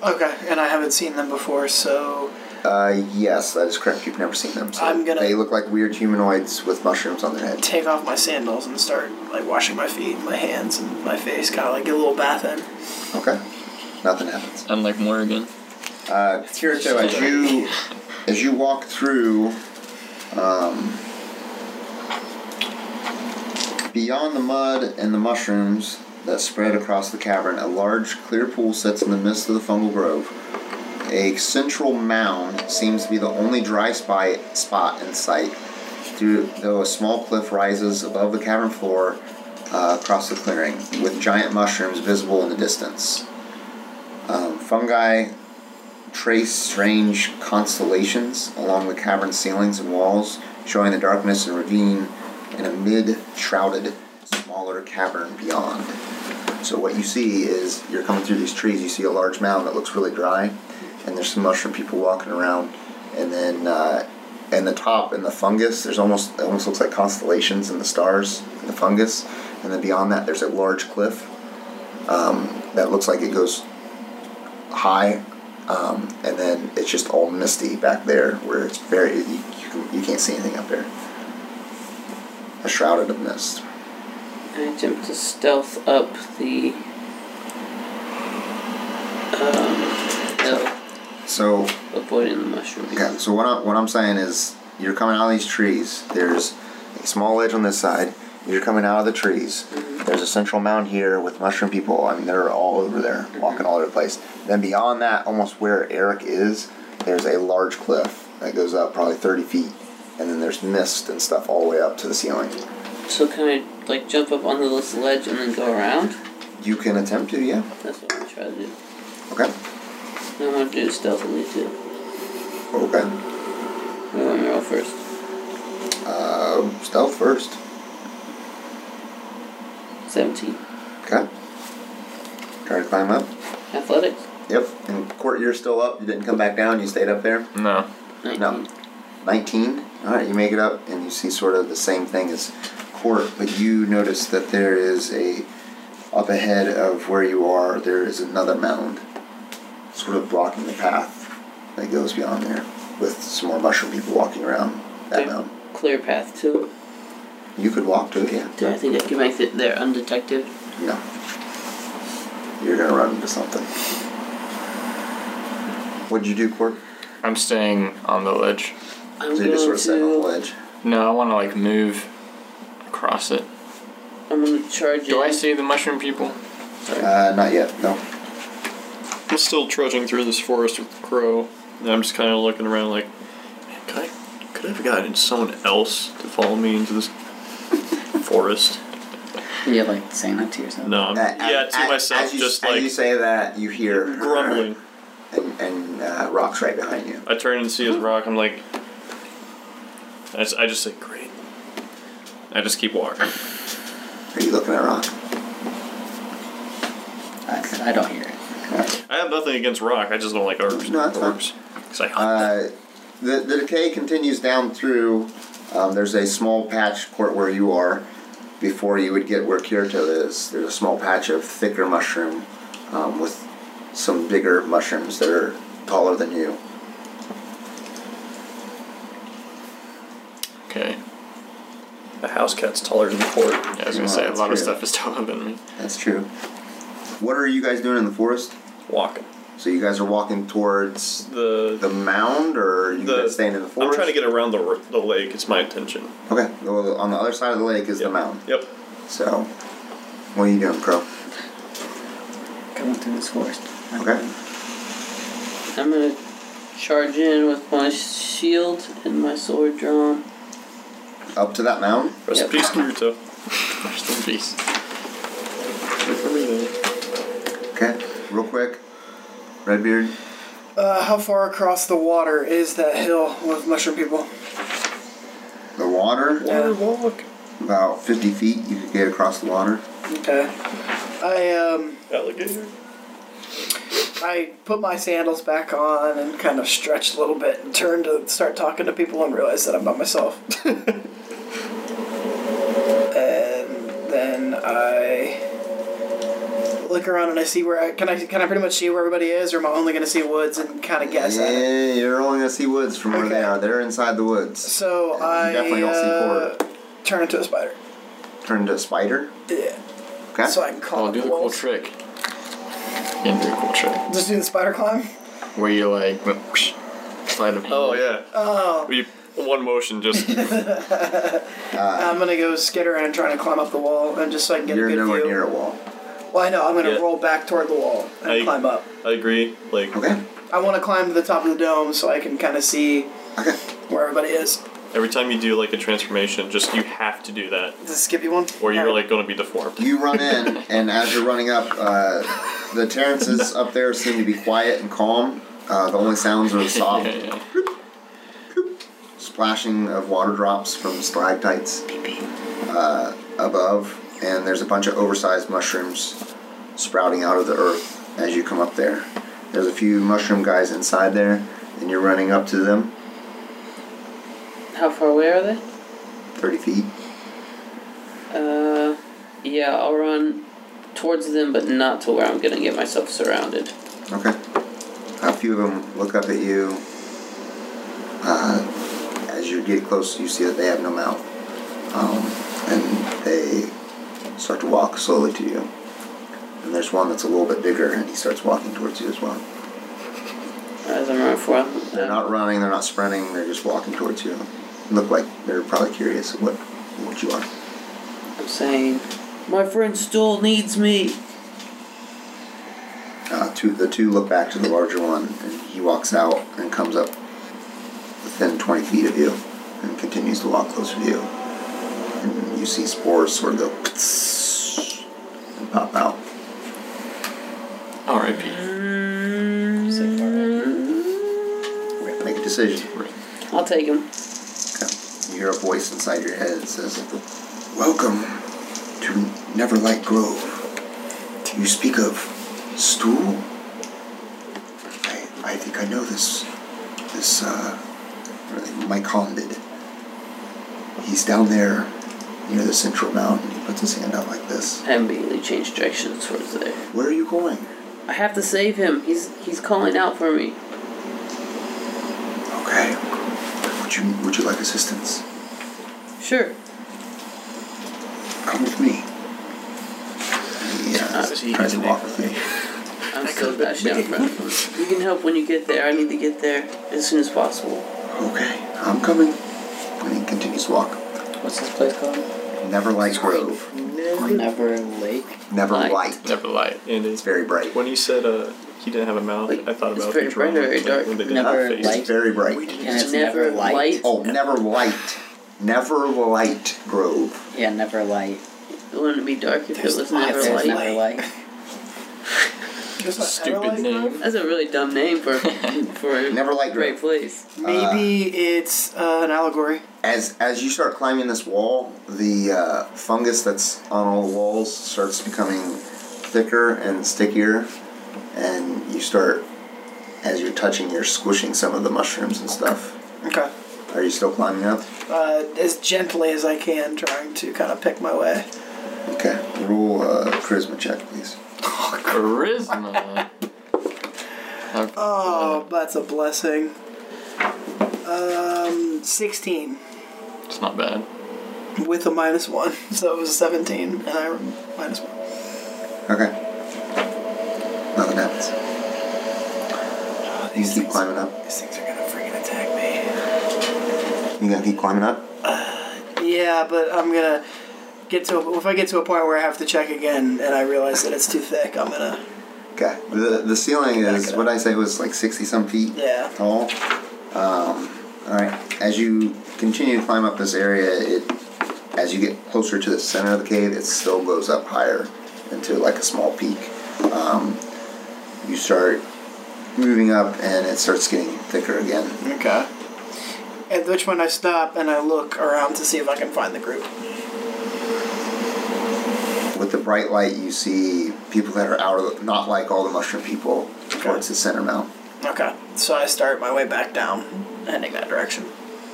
Speaker 5: Okay, and I haven't seen them before, so
Speaker 2: Uh, yes, that is correct. You've never seen them. So
Speaker 5: I'm gonna-
Speaker 2: They look like weird humanoids with mushrooms on their head.
Speaker 5: take off my sandals and start like washing my feet, my hands, and my face. Kind of like get a little bath in.
Speaker 2: Okay, nothing happens.
Speaker 1: Unlike Morgan.
Speaker 2: Uh, Kirito, as you as you walk through, um, beyond the mud and the mushrooms that spread across the cavern, a large clear pool sits in the midst of the fungal grove. A central mound seems to be the only dry spy, spot in sight, through, though a small cliff rises above the cavern floor uh, across the clearing, with giant mushrooms visible in the distance. Um, fungi trace strange constellations along the cavern ceilings and walls, showing the darkness and ravine in a mid shrouded smaller cavern beyond. So what you see is you're coming through these trees. You see a large mound that looks really dry, and there's some mushroom people walking around, and then uh, and the top and the fungus. There's almost it almost looks like constellations and the stars and the fungus, and then beyond that there's a large cliff um, that looks like it goes high, um, and then it's just all misty back there where it's very you, you, can- you can't see anything up there. A shrouded in mist.
Speaker 4: I attempt to stealth up the um, hill,
Speaker 2: So
Speaker 4: avoiding the mushroom.
Speaker 2: Yeah. So what I'm what I'm saying is, you're coming out of these trees. There's a small ledge on this side. You're coming out of the trees. There's a central mound here with mushroom people. I mean, they're all over there, walking all over the place. Then beyond that, almost where Eric is, there's a large cliff that goes up probably 30 feet, and then there's mist and stuff all the way up to the ceiling.
Speaker 4: So can I like jump up onto this ledge and then go around?
Speaker 2: You can attempt to, yeah.
Speaker 4: That's what I'm gonna try to do.
Speaker 2: Okay.
Speaker 4: I want to do it stealthily too.
Speaker 2: Okay.
Speaker 4: We want to roll first.
Speaker 2: Uh, stealth first.
Speaker 4: Seventeen.
Speaker 2: Okay. Try to climb up.
Speaker 4: Athletics.
Speaker 2: Yep. And Court, you're still up. You didn't come back down. You stayed up there.
Speaker 1: No.
Speaker 4: 19.
Speaker 2: No. 19. All right, you make it up, and you see sort of the same thing as court, but you notice that there is a up ahead of where you are. There is another mound, sort of blocking the path that goes beyond there, with some more mushroom people walking around that
Speaker 4: Okay.
Speaker 2: mound.
Speaker 4: Clear path too.
Speaker 2: You could walk to it, yeah.
Speaker 4: Do I think I can make it there undetected?
Speaker 2: No. You're gonna run into something. What'd you do, Court?
Speaker 1: I'm staying on the ledge.
Speaker 4: I'm
Speaker 2: So you
Speaker 4: going
Speaker 2: just sort of sat on the
Speaker 4: to.
Speaker 2: ledge.
Speaker 1: No, I want to like move across it.
Speaker 4: I'm gonna charge
Speaker 1: Do I
Speaker 4: in.
Speaker 1: see the mushroom people?
Speaker 2: Uh, not yet.
Speaker 9: Um,
Speaker 2: No.
Speaker 9: I'm still trudging through this forest with Crow, and I'm just kind of looking around like, man, could I, could I have gotten someone else to follow me into this forest?
Speaker 7: You're like saying that to yourself.
Speaker 9: No, I'm,
Speaker 2: Uh,
Speaker 9: yeah,
Speaker 2: as-
Speaker 9: to
Speaker 2: as-
Speaker 9: myself,
Speaker 2: as you,
Speaker 9: just
Speaker 2: as
Speaker 9: like
Speaker 2: you say that, you hear
Speaker 9: grumbling.
Speaker 2: and, and uh, rocks right behind you.
Speaker 9: I turn and see
Speaker 2: Mm-hmm.
Speaker 9: his rock. I'm like, I just, I just say, great. I just keep walking.
Speaker 2: Are you looking at rock?
Speaker 7: I, I don't hear it.
Speaker 9: I have nothing against rock. I just don't like orbs.
Speaker 2: No, that's fine.
Speaker 9: orbs. 'Cause I hunt.
Speaker 2: Uh, the, the decay continues down through. Um, there's a small patch court where you are. Before you would get where Kirito is, there's a small patch of thicker mushroom um, with some bigger mushrooms that are taller than you.
Speaker 1: Okay.
Speaker 9: the house cat's taller than the court.
Speaker 1: Yeah, I was gonna
Speaker 2: No,
Speaker 1: say a
Speaker 2: that's
Speaker 1: lot of
Speaker 2: true.
Speaker 1: stuff is taller than me.
Speaker 2: That's true. What are you guys doing in the forest?
Speaker 9: Walking.
Speaker 2: So you guys are walking towards
Speaker 9: The,
Speaker 2: the mound, or are you
Speaker 9: The-
Speaker 2: guys staying in the
Speaker 9: I'm
Speaker 2: forest?
Speaker 9: trying to get around the, r- the lake. It's my intention.
Speaker 2: Okay, well, on the other side of the lake is
Speaker 9: Yep.
Speaker 2: the mound.
Speaker 9: Yep.
Speaker 2: So, what are you doing, Crow?
Speaker 7: Going through this forest.
Speaker 2: Okay.
Speaker 4: I'm gonna charge in with my shield and my sword drawn.
Speaker 2: Up to that mound?
Speaker 9: Rest in
Speaker 4: Yep.
Speaker 9: peace, Naruto.
Speaker 1: Rest in peace.
Speaker 2: Okay, real quick. Redbeard,
Speaker 5: Uh, how far across the water is that hill with mushroom people?
Speaker 2: the water,
Speaker 5: Yeah.
Speaker 9: walk.
Speaker 2: about 50 feet, you could get across the water.
Speaker 5: Okay. I um
Speaker 9: Alligator.
Speaker 5: I put my sandals back on and kind of stretched a little bit and turned to start talking to people and realized that I'm by myself. and then I look around and I see where I can I can I pretty much see where everybody is, or am I only going to see woods and kind of guess at it?
Speaker 2: Yeah, you're only gonna see woods from where they
Speaker 5: Okay.
Speaker 2: are. They're inside the woods.
Speaker 5: So
Speaker 2: You
Speaker 5: I
Speaker 2: definitely don't see
Speaker 5: uh, turn into a spider.
Speaker 2: Turn into a spider.
Speaker 5: Yeah.
Speaker 2: Okay.
Speaker 5: So I can climb
Speaker 1: Oh,
Speaker 5: up
Speaker 1: do
Speaker 5: the
Speaker 1: the cool
Speaker 5: walls.
Speaker 1: trick. And do the cool trick.
Speaker 5: Just do the spider climb.
Speaker 1: Where you like went, whoosh, slide of hand.
Speaker 9: Oh yeah. Oh. We one motion just.
Speaker 5: I'm gonna go skittering and trying to climb up the wall, and just so I can get
Speaker 2: you're
Speaker 5: a good
Speaker 2: nowhere
Speaker 5: view.
Speaker 2: near a wall.
Speaker 5: Well, I know. I'm gonna
Speaker 9: Yeah.
Speaker 5: roll back toward the wall and
Speaker 9: I-
Speaker 5: climb up.
Speaker 9: I agree. Like
Speaker 2: Okay.
Speaker 5: I want to climb to the top of the dome so I can kind of see
Speaker 2: Okay.
Speaker 5: where everybody is.
Speaker 9: every time you do like a transformation, just you have to do that,
Speaker 5: Is this a skippy one?
Speaker 9: or you're
Speaker 5: Alright.
Speaker 9: like going to be deformed.
Speaker 2: You run in, and as you're running up, uh, the Terrences up there seem to be quiet and calm. Uh, the only sounds are the soft
Speaker 1: Yeah, yeah.
Speaker 2: splashing of water drops from stalactites uh, above, and there's a bunch of oversized mushrooms sprouting out of the earth as you come up there. There's a few mushroom guys inside there, and you're running up to them,
Speaker 4: How far away are they?
Speaker 2: 30 feet.
Speaker 4: Uh, yeah, I'll run towards them, but not to where I'm gonna get myself surrounded.
Speaker 2: Okay. A few of them look up at you. Uh, as you get close, you see that they have no mouth. Um, and they start to walk slowly to you. And there's one that's a little bit bigger, and he starts walking towards you as well.
Speaker 4: As I'm running for them.
Speaker 2: They're not running, they're not sprinting, they're just walking towards you. Look like they're probably curious what, what you are.
Speaker 4: I'm saying, my friend still needs me.
Speaker 2: Uh, two, the two look back to the larger one, and he walks out and comes up within 20 feet of you and continues to walk closer to you. And you see spores sort of go and pop out.
Speaker 1: R.I.P.
Speaker 2: Make a decision.
Speaker 4: Mm. I'll take him.
Speaker 2: You hear a voice inside your head that says, Welcome to Neverlight Grove. You speak of stool? I, I think I know this. This, uh, Mike Honded. He's down there near the central mountain. He puts his hand out like this.
Speaker 4: I immediately change directions towards there.
Speaker 2: Where are you going?
Speaker 4: I have to save him. He's he's calling out for me.
Speaker 2: Okay. Would you, would you like assistance?
Speaker 4: Sure.
Speaker 2: Come with me. Yeah, he uh, tries to walk with me.
Speaker 4: I'm still dashing out in front of him. You can help when you get there. I need to get there as soon as possible.
Speaker 2: Okay, I'm coming. And he continues to walk.
Speaker 7: What's this place called?
Speaker 2: Never light grove.
Speaker 7: Never Lake.
Speaker 2: Never
Speaker 4: Light.
Speaker 2: light.
Speaker 1: Never light.
Speaker 3: And
Speaker 2: It's very bright.
Speaker 3: When you said uh, he didn't have a mouth, I thought
Speaker 4: It's
Speaker 3: about
Speaker 4: very
Speaker 3: the
Speaker 4: bright,
Speaker 3: drawing.
Speaker 4: very
Speaker 3: like,
Speaker 4: dark.
Speaker 3: When they didn't have
Speaker 7: Never
Speaker 3: a face.
Speaker 2: It's
Speaker 7: Light.
Speaker 2: very bright.
Speaker 7: And it's never light.
Speaker 2: Oh, never light. Never light grove.
Speaker 7: Yeah, Never Light.
Speaker 4: Wouldn't it be dark if it was
Speaker 7: Never
Speaker 4: never
Speaker 7: Light.
Speaker 4: light?
Speaker 7: Never Light.
Speaker 5: Just like
Speaker 1: Stupid
Speaker 5: Everlight
Speaker 1: name.
Speaker 4: That's a really dumb name for for a
Speaker 2: Never light
Speaker 4: great
Speaker 2: grove.
Speaker 4: place.
Speaker 9: Uh,
Speaker 5: Maybe it's uh, an allegory.
Speaker 2: As as you start climbing this wall, the uh, fungus that's on all the walls starts becoming thicker and stickier, and you start as you're touching, you're squishing some of the mushrooms and stuff.
Speaker 5: Okay.
Speaker 2: Are you still climbing up?
Speaker 5: Uh, as gently as I can, trying to kind of pick my way.
Speaker 2: Okay. Roll a charisma check, please.
Speaker 1: Charisma. How-
Speaker 5: Oh, that's a blessing. Um, 16
Speaker 1: It's not bad.
Speaker 5: with a minus one, so it was 17, and I minus one.
Speaker 2: Okay. Nothing happens. You keep climbing up.
Speaker 5: These things are gonna freaking attack
Speaker 2: You gonna keep climbing up?
Speaker 5: me. Yeah, but I'm gonna get to a, if I get to a point where I have to check again, and I realize that it's too thick, I'm gonna
Speaker 2: Okay. The the ceiling
Speaker 5: Back
Speaker 2: is
Speaker 5: it
Speaker 2: what
Speaker 5: up.
Speaker 2: I say was like sixty some feet
Speaker 5: yeah.
Speaker 2: tall. Um, all right. As you continue to climb up this area, it as you get closer to the center of the cave, it still goes up higher into like a small peak. Um, you start moving up, and it starts getting thicker again.
Speaker 5: Okay. At which point I stop and I look around to see if I can find the group.
Speaker 2: With the bright light, you see people that are out of not like all the mushroom people towards the center mount.
Speaker 5: Okay, so I start my way back down, heading that direction.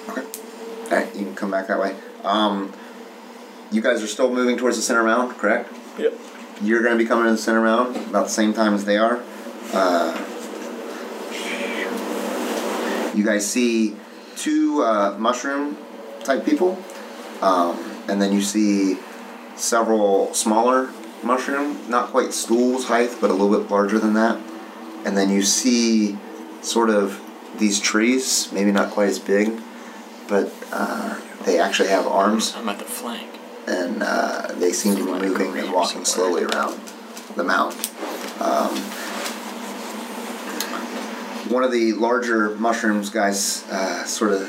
Speaker 2: All right, Eh, you can come back that way. Um, you guys are still moving towards the center mound, correct?
Speaker 3: Yep.
Speaker 2: You're going to be coming to the center mound about the same time as they are. Uh, you guys see two uh, mushroom type people, um, and then you see several smaller mushroom, not quite stools height, but a little bit larger than that. And then you see sort of these trees, maybe not quite as big, but uh, they actually have arms
Speaker 1: I'm at the flank.
Speaker 2: and uh, they seem to be moving and walking slowly around the mound. Um, one of the larger mushrooms guys uh, sort of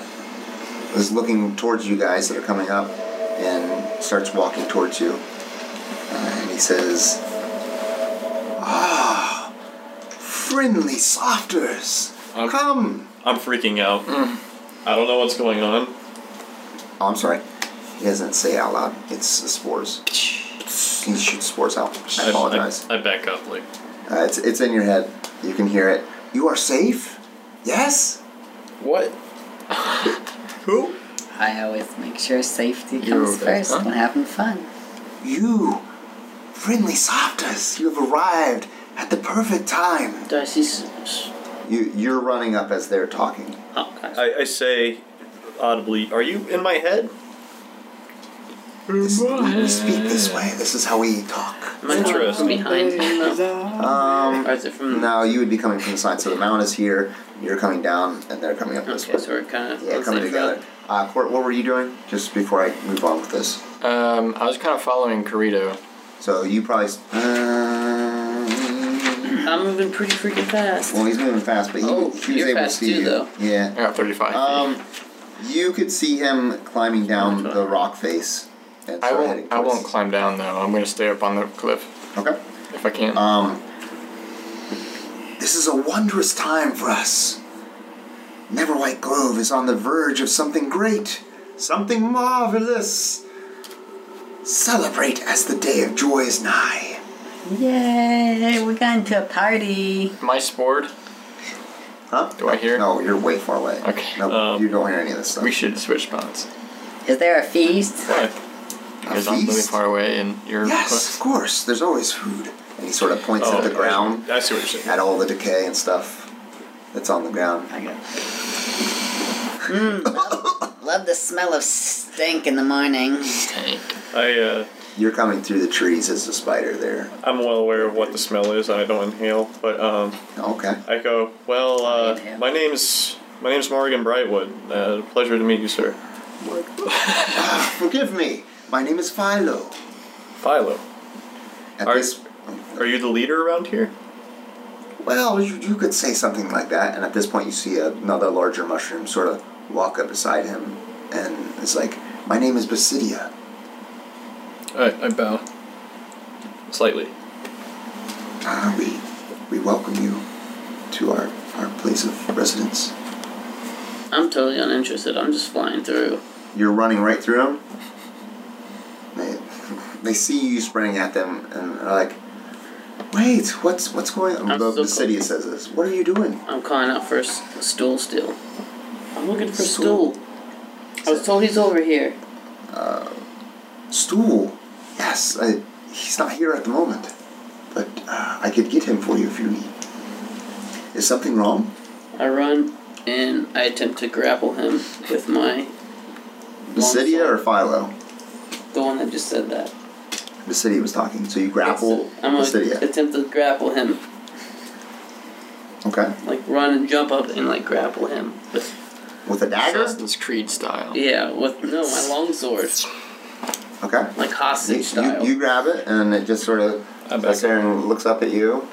Speaker 2: is looking towards you guys that are coming up and starts walking towards you. Uh, and he says, Ah, friendly softers,
Speaker 9: Um,
Speaker 2: come.
Speaker 9: I'm freaking out.
Speaker 2: Mm.
Speaker 9: I don't know what's going on.
Speaker 2: Oh, I'm sorry. He doesn't say it out loud. It's the spores. you shoot sports out. I apologize.
Speaker 9: I, I back up, like,
Speaker 2: Uh, it's it's in your head. You can hear it. You are safe. Yes.
Speaker 5: What?
Speaker 2: Who?
Speaker 7: I always make sure safety
Speaker 1: You're
Speaker 7: comes
Speaker 1: okay,
Speaker 7: first
Speaker 1: huh?
Speaker 7: when having fun.
Speaker 2: You, friendly Softus. You have arrived at the perfect time.
Speaker 4: Do I see? s- s-
Speaker 2: You you're running up as they're talking.
Speaker 4: Oh, gosh.
Speaker 9: I, I say audibly, Are you in my head?
Speaker 2: This, we, we speak this way. This is how we talk.
Speaker 4: Am I not
Speaker 9: Interesting.
Speaker 4: behind him though?
Speaker 2: Um.
Speaker 4: Or is it from?
Speaker 2: No, you would be coming from the side. So the mountain is here. You're coming down, and they're coming up this
Speaker 4: Okay,
Speaker 2: way.
Speaker 4: so we're kind of
Speaker 2: Yeah, coming together. Uh, Court, what were you doing? Just before I move on with this.
Speaker 1: Um, I was kind of following Corito.
Speaker 2: So you probably. s- Uh,
Speaker 4: I'm moving pretty freaking fast.
Speaker 2: well, he's moving fast, but he, he
Speaker 4: Oh,
Speaker 2: was
Speaker 4: you're
Speaker 2: able
Speaker 4: fast
Speaker 2: to see
Speaker 4: too,
Speaker 2: you.
Speaker 4: though.
Speaker 2: Yeah.
Speaker 1: I got 35.
Speaker 2: Um, you could see him climbing down
Speaker 4: Which one?
Speaker 2: the rock face. And
Speaker 1: I
Speaker 2: start heading
Speaker 1: won't. I
Speaker 2: towards-
Speaker 1: won't climb down though. I'm gonna stay up on the cliff
Speaker 2: Okay.
Speaker 1: if I can.
Speaker 2: Um, this is a wondrous time for us. Neverwhite Grove is on the verge of something great, something marvelous. Celebrate as the day of joy is nigh.
Speaker 7: Yay! We got into a party.
Speaker 1: My sport.
Speaker 2: Huh?
Speaker 1: Do I hear?
Speaker 2: No, you're way far away.
Speaker 1: Okay.
Speaker 2: No,
Speaker 9: Um,
Speaker 2: you don't hear any of this stuff.
Speaker 1: We should switch spots.
Speaker 7: Is there a feast?
Speaker 1: Why? Because I'm really
Speaker 2: feast?
Speaker 1: far away and you're
Speaker 2: Yes,
Speaker 1: close.
Speaker 2: of course. There's always food. And he sort of points
Speaker 9: Oh,
Speaker 2: at the ground,
Speaker 9: I see what you're saying.
Speaker 2: at all the decay and stuff that's on the ground.
Speaker 7: I got. Mmm. love the smell of stink in the morning.
Speaker 9: I, uh,
Speaker 2: You're coming through the trees as a spider there.
Speaker 9: I'm well aware of what the smell is, and I don't inhale, but, um,
Speaker 2: Okay.
Speaker 9: I go, well, uh,
Speaker 7: Inhale.
Speaker 9: my name's my name's Morgan Brightwood. Uh, pleasure to meet you, sir.
Speaker 2: Forgive me. My name is Philo.
Speaker 9: Philo,
Speaker 2: At
Speaker 9: Are-
Speaker 2: this,
Speaker 9: are you the leader around here?
Speaker 2: well, you, you could say something like that, and at this point, you see another larger mushroom sort of walk up beside him, and it's like, "My name is Basidia."
Speaker 9: I, I bow. Slightly.
Speaker 2: Uh, we we welcome you to our our place of residence.
Speaker 4: uh, I'm totally uninterested. I'm just flying through.
Speaker 2: You're running right through them. They they see you spraying at them, and are like, "Wait, what's what's going on?"
Speaker 4: I'm
Speaker 2: The
Speaker 4: so
Speaker 2: Basidia says this. What are you doing?
Speaker 4: I'm calling out for a s- a stool still. I'm looking for a
Speaker 2: Stool.
Speaker 4: stool. I was told he's over here.
Speaker 2: Stool. Yes, I, he's not here at the moment, but uh, I could get him for you if you need. Is something wrong?
Speaker 4: I run and I attempt to grapple him with my
Speaker 2: Basidia or Philo?
Speaker 4: the one that just said that.
Speaker 2: Basidia was talking. So you grapple
Speaker 4: I'm gonna
Speaker 2: Basidia.
Speaker 4: attempt to grapple him,
Speaker 2: Okay.
Speaker 4: like run and jump up and like grapple him. With,
Speaker 2: With a dagger?
Speaker 1: Assassin's Creed style.
Speaker 4: yeah, with no my long sword,
Speaker 2: Okay.
Speaker 4: like
Speaker 2: You,
Speaker 4: hostage
Speaker 2: you,
Speaker 4: style.
Speaker 2: you grab it, and it just sort of
Speaker 9: I'm
Speaker 2: sits
Speaker 9: back.
Speaker 2: there and looks up at you,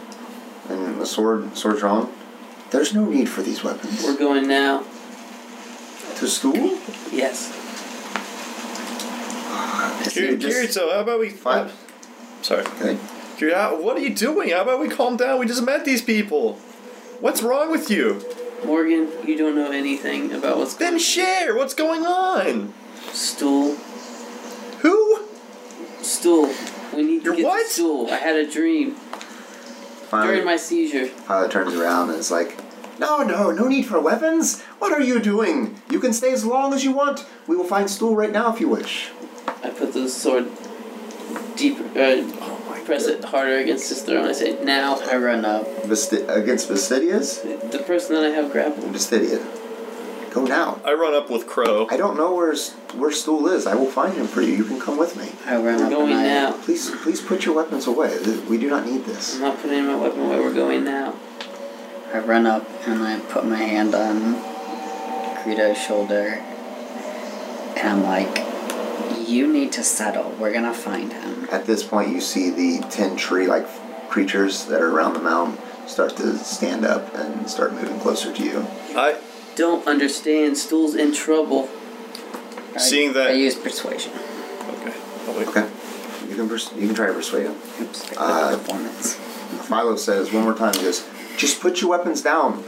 Speaker 2: and the sword, sword drawn. There's no need for these weapons.
Speaker 4: We're going now.
Speaker 2: to school?
Speaker 4: Yes.
Speaker 2: You just-
Speaker 9: how about we?
Speaker 2: Fine.
Speaker 9: Sorry,
Speaker 2: Okay.
Speaker 9: Kirito, what are you doing? How about we calm down? We just met these people. What's wrong with you?
Speaker 4: Morgan, you don't know anything about what's
Speaker 9: Then share. What's going on?
Speaker 4: stool.
Speaker 9: Who?
Speaker 4: Stool. We need to
Speaker 9: Your
Speaker 4: get
Speaker 9: what?
Speaker 4: the stool. I had a dream
Speaker 2: Finally,
Speaker 4: during my seizure.
Speaker 2: Pilot turns around and is like, No, no, no need for weapons. What are you doing? You can stay as long as you want. We will find stool right now if you wish.
Speaker 4: I put the sword deeper. Uh, press it harder against his throat. And I say, now.
Speaker 7: I run up.
Speaker 2: Vesti- against Vestidius?
Speaker 4: The person that I have grappled.
Speaker 2: Vestidia. Go now.
Speaker 9: I run up with Crow.
Speaker 2: I don't know where, s- where stool is. I will find him for you. You can come with me.
Speaker 7: I run
Speaker 4: We're
Speaker 7: up.
Speaker 4: going
Speaker 7: and I,
Speaker 4: now.
Speaker 2: Please, please put your weapons away. Th- We do not need
Speaker 4: I'm
Speaker 2: this.
Speaker 4: not putting my weapon away. We're going now.
Speaker 7: I run up and I put my hand on Credo's shoulder and I'm like, you need to settle. We're gonna find him.
Speaker 2: At this point, you see the ten tree-like creatures that are around the mound start to stand up and start moving closer to you.
Speaker 9: I
Speaker 4: Don't understand. Stool's in trouble.
Speaker 7: I-
Speaker 9: Seeing that-
Speaker 7: I use persuasion.
Speaker 9: okay. I'll wait.
Speaker 2: Okay, you can pers- you can try to persuade him.
Speaker 7: Oops, I put
Speaker 2: Uh,
Speaker 7: performance.
Speaker 2: Philo says one more time, he goes, just put your weapons down.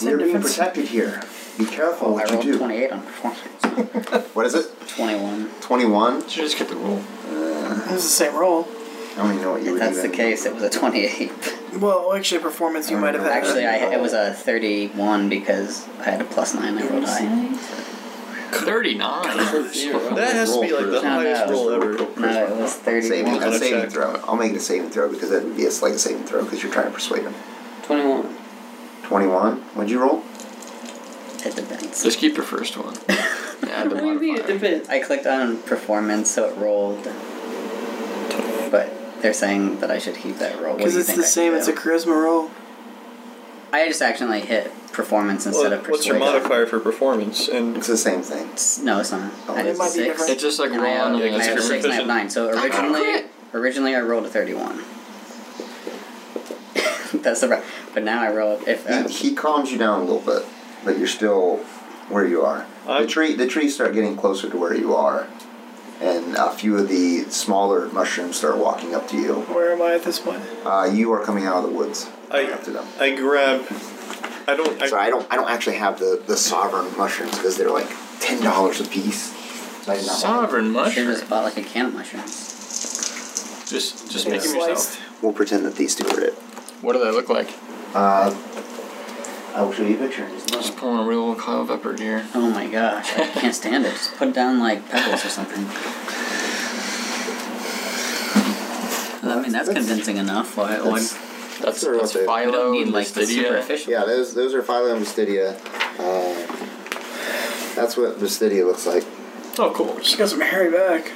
Speaker 2: You're being
Speaker 7: difference.
Speaker 2: protected here. Be careful
Speaker 7: I
Speaker 2: what oh, you
Speaker 7: rolled
Speaker 2: do.
Speaker 7: 28 on performance.
Speaker 2: What is it?
Speaker 7: 21.
Speaker 2: 21?
Speaker 1: Should just get the rule.
Speaker 5: It was the same roll.
Speaker 2: don't even know what you
Speaker 7: If
Speaker 2: were
Speaker 7: that's the
Speaker 2: even-
Speaker 7: case, it was a 28.
Speaker 5: Well, actually, performance you might have had.
Speaker 7: Actually, I, it was a 31 because I had a plus 9. I rolled high.
Speaker 1: Thirty-nine.
Speaker 3: That has to be like the
Speaker 7: No,
Speaker 3: highest
Speaker 7: no.
Speaker 3: roll ever.
Speaker 7: No, it was
Speaker 2: Saving,
Speaker 7: 31.
Speaker 2: a
Speaker 3: Let's
Speaker 2: saving
Speaker 3: check.
Speaker 2: throw. I'll make it a saving throw because that would be a slight saving throw because you're trying to persuade him.
Speaker 7: 21.
Speaker 2: 21. What'd you roll?
Speaker 7: It depends.
Speaker 1: Just keep your first one. Add the
Speaker 4: What do you mean it
Speaker 1: modifier.
Speaker 4: depends?
Speaker 7: I clicked on performance, so it rolled. But they're saying that I should keep that roll. What
Speaker 5: Because
Speaker 7: do you
Speaker 5: it's
Speaker 7: think
Speaker 5: the
Speaker 7: I should
Speaker 5: same. It's
Speaker 7: do?
Speaker 5: a charisma roll.
Speaker 7: I just accidentally hit performance instead
Speaker 3: Well,
Speaker 7: of persuasion.
Speaker 3: what's your modifier for performance? And
Speaker 2: It's the same thing.
Speaker 7: It's- No, it's not.
Speaker 2: Oh,
Speaker 7: I
Speaker 2: it
Speaker 7: did
Speaker 5: might be
Speaker 7: six.
Speaker 5: different.
Speaker 1: It's just like
Speaker 7: and I have-
Speaker 1: rolling
Speaker 7: I have
Speaker 9: it's
Speaker 1: a.
Speaker 7: six and I have nine. So originally, originally I rolled a thirty-one. That's the right. But now I roll. If uh,
Speaker 2: He, he calms you down a little bit, but you're still where you are.
Speaker 3: I'm-
Speaker 2: the tree, the trees start getting closer to where you are, and a few of the smaller mushrooms start walking up to you.
Speaker 5: Where am I at this point?
Speaker 2: Uh, you are coming out of the woods.
Speaker 3: I-
Speaker 2: up to them.
Speaker 3: I grab. I don't. I,
Speaker 2: So I don't, I don't actually have the, the sovereign mushrooms because they're like ten dollars a piece. So I did not buy them.
Speaker 1: Sovereign
Speaker 7: I should have
Speaker 1: mushroom.
Speaker 7: just bought like a can of mushrooms.
Speaker 1: Just, just make 'em
Speaker 5: Sliced.
Speaker 1: yourself.
Speaker 2: We'll pretend that these two are it.
Speaker 1: What do they look like?
Speaker 2: Uh, I will show you a picture. in just a
Speaker 1: Just
Speaker 2: moment.
Speaker 1: pulling a real old clove up her deer.
Speaker 7: Oh my gosh, I can't stand it. Just put it down like pebbles or something. I mean that's convincing enough. Why? why
Speaker 2: That's-
Speaker 1: That's
Speaker 2: They're
Speaker 1: that's
Speaker 2: up there.
Speaker 1: Philo
Speaker 7: you don't need
Speaker 1: and
Speaker 7: like the super
Speaker 1: Lustidia.
Speaker 7: official.
Speaker 2: Yeah, those those are phylum Mystidia. Uh, that's what Mystidia looks like.
Speaker 1: Oh, cool.
Speaker 5: She got some hairy back.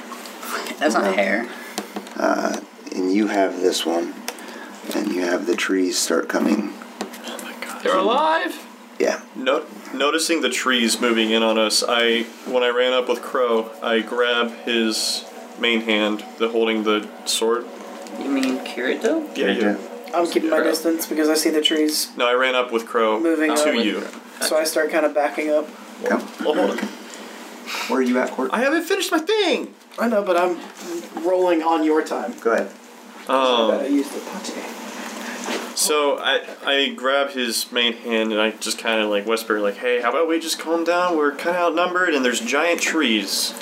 Speaker 7: That's not hair.
Speaker 2: And you have this one, and you have the trees start coming.
Speaker 9: Mm-hmm.
Speaker 1: They're alive.
Speaker 2: Yeah,
Speaker 9: No, noticing the trees moving in on us, I when I ran up with Crow, I grab his main hand, the holding the sword.
Speaker 4: You mean Kirito?
Speaker 9: Yeah, you.
Speaker 5: I'm keeping my
Speaker 9: Yeah.
Speaker 5: distance because I see the trees
Speaker 9: No, I ran up with Crow
Speaker 5: Moving
Speaker 9: to
Speaker 5: up.
Speaker 9: you.
Speaker 5: So I start kind of backing up.
Speaker 2: Come.
Speaker 9: Well, hold on.
Speaker 2: Where are you at, Court?
Speaker 3: I haven't finished my thing.
Speaker 5: I know, but I'm rolling on your time.
Speaker 2: Go ahead.
Speaker 5: I
Speaker 9: Um,
Speaker 5: used the pate.
Speaker 9: so I I grab his main hand and I just kind of like whisper like, "Hey, how about we just calm down? We're kind of outnumbered and there's giant trees."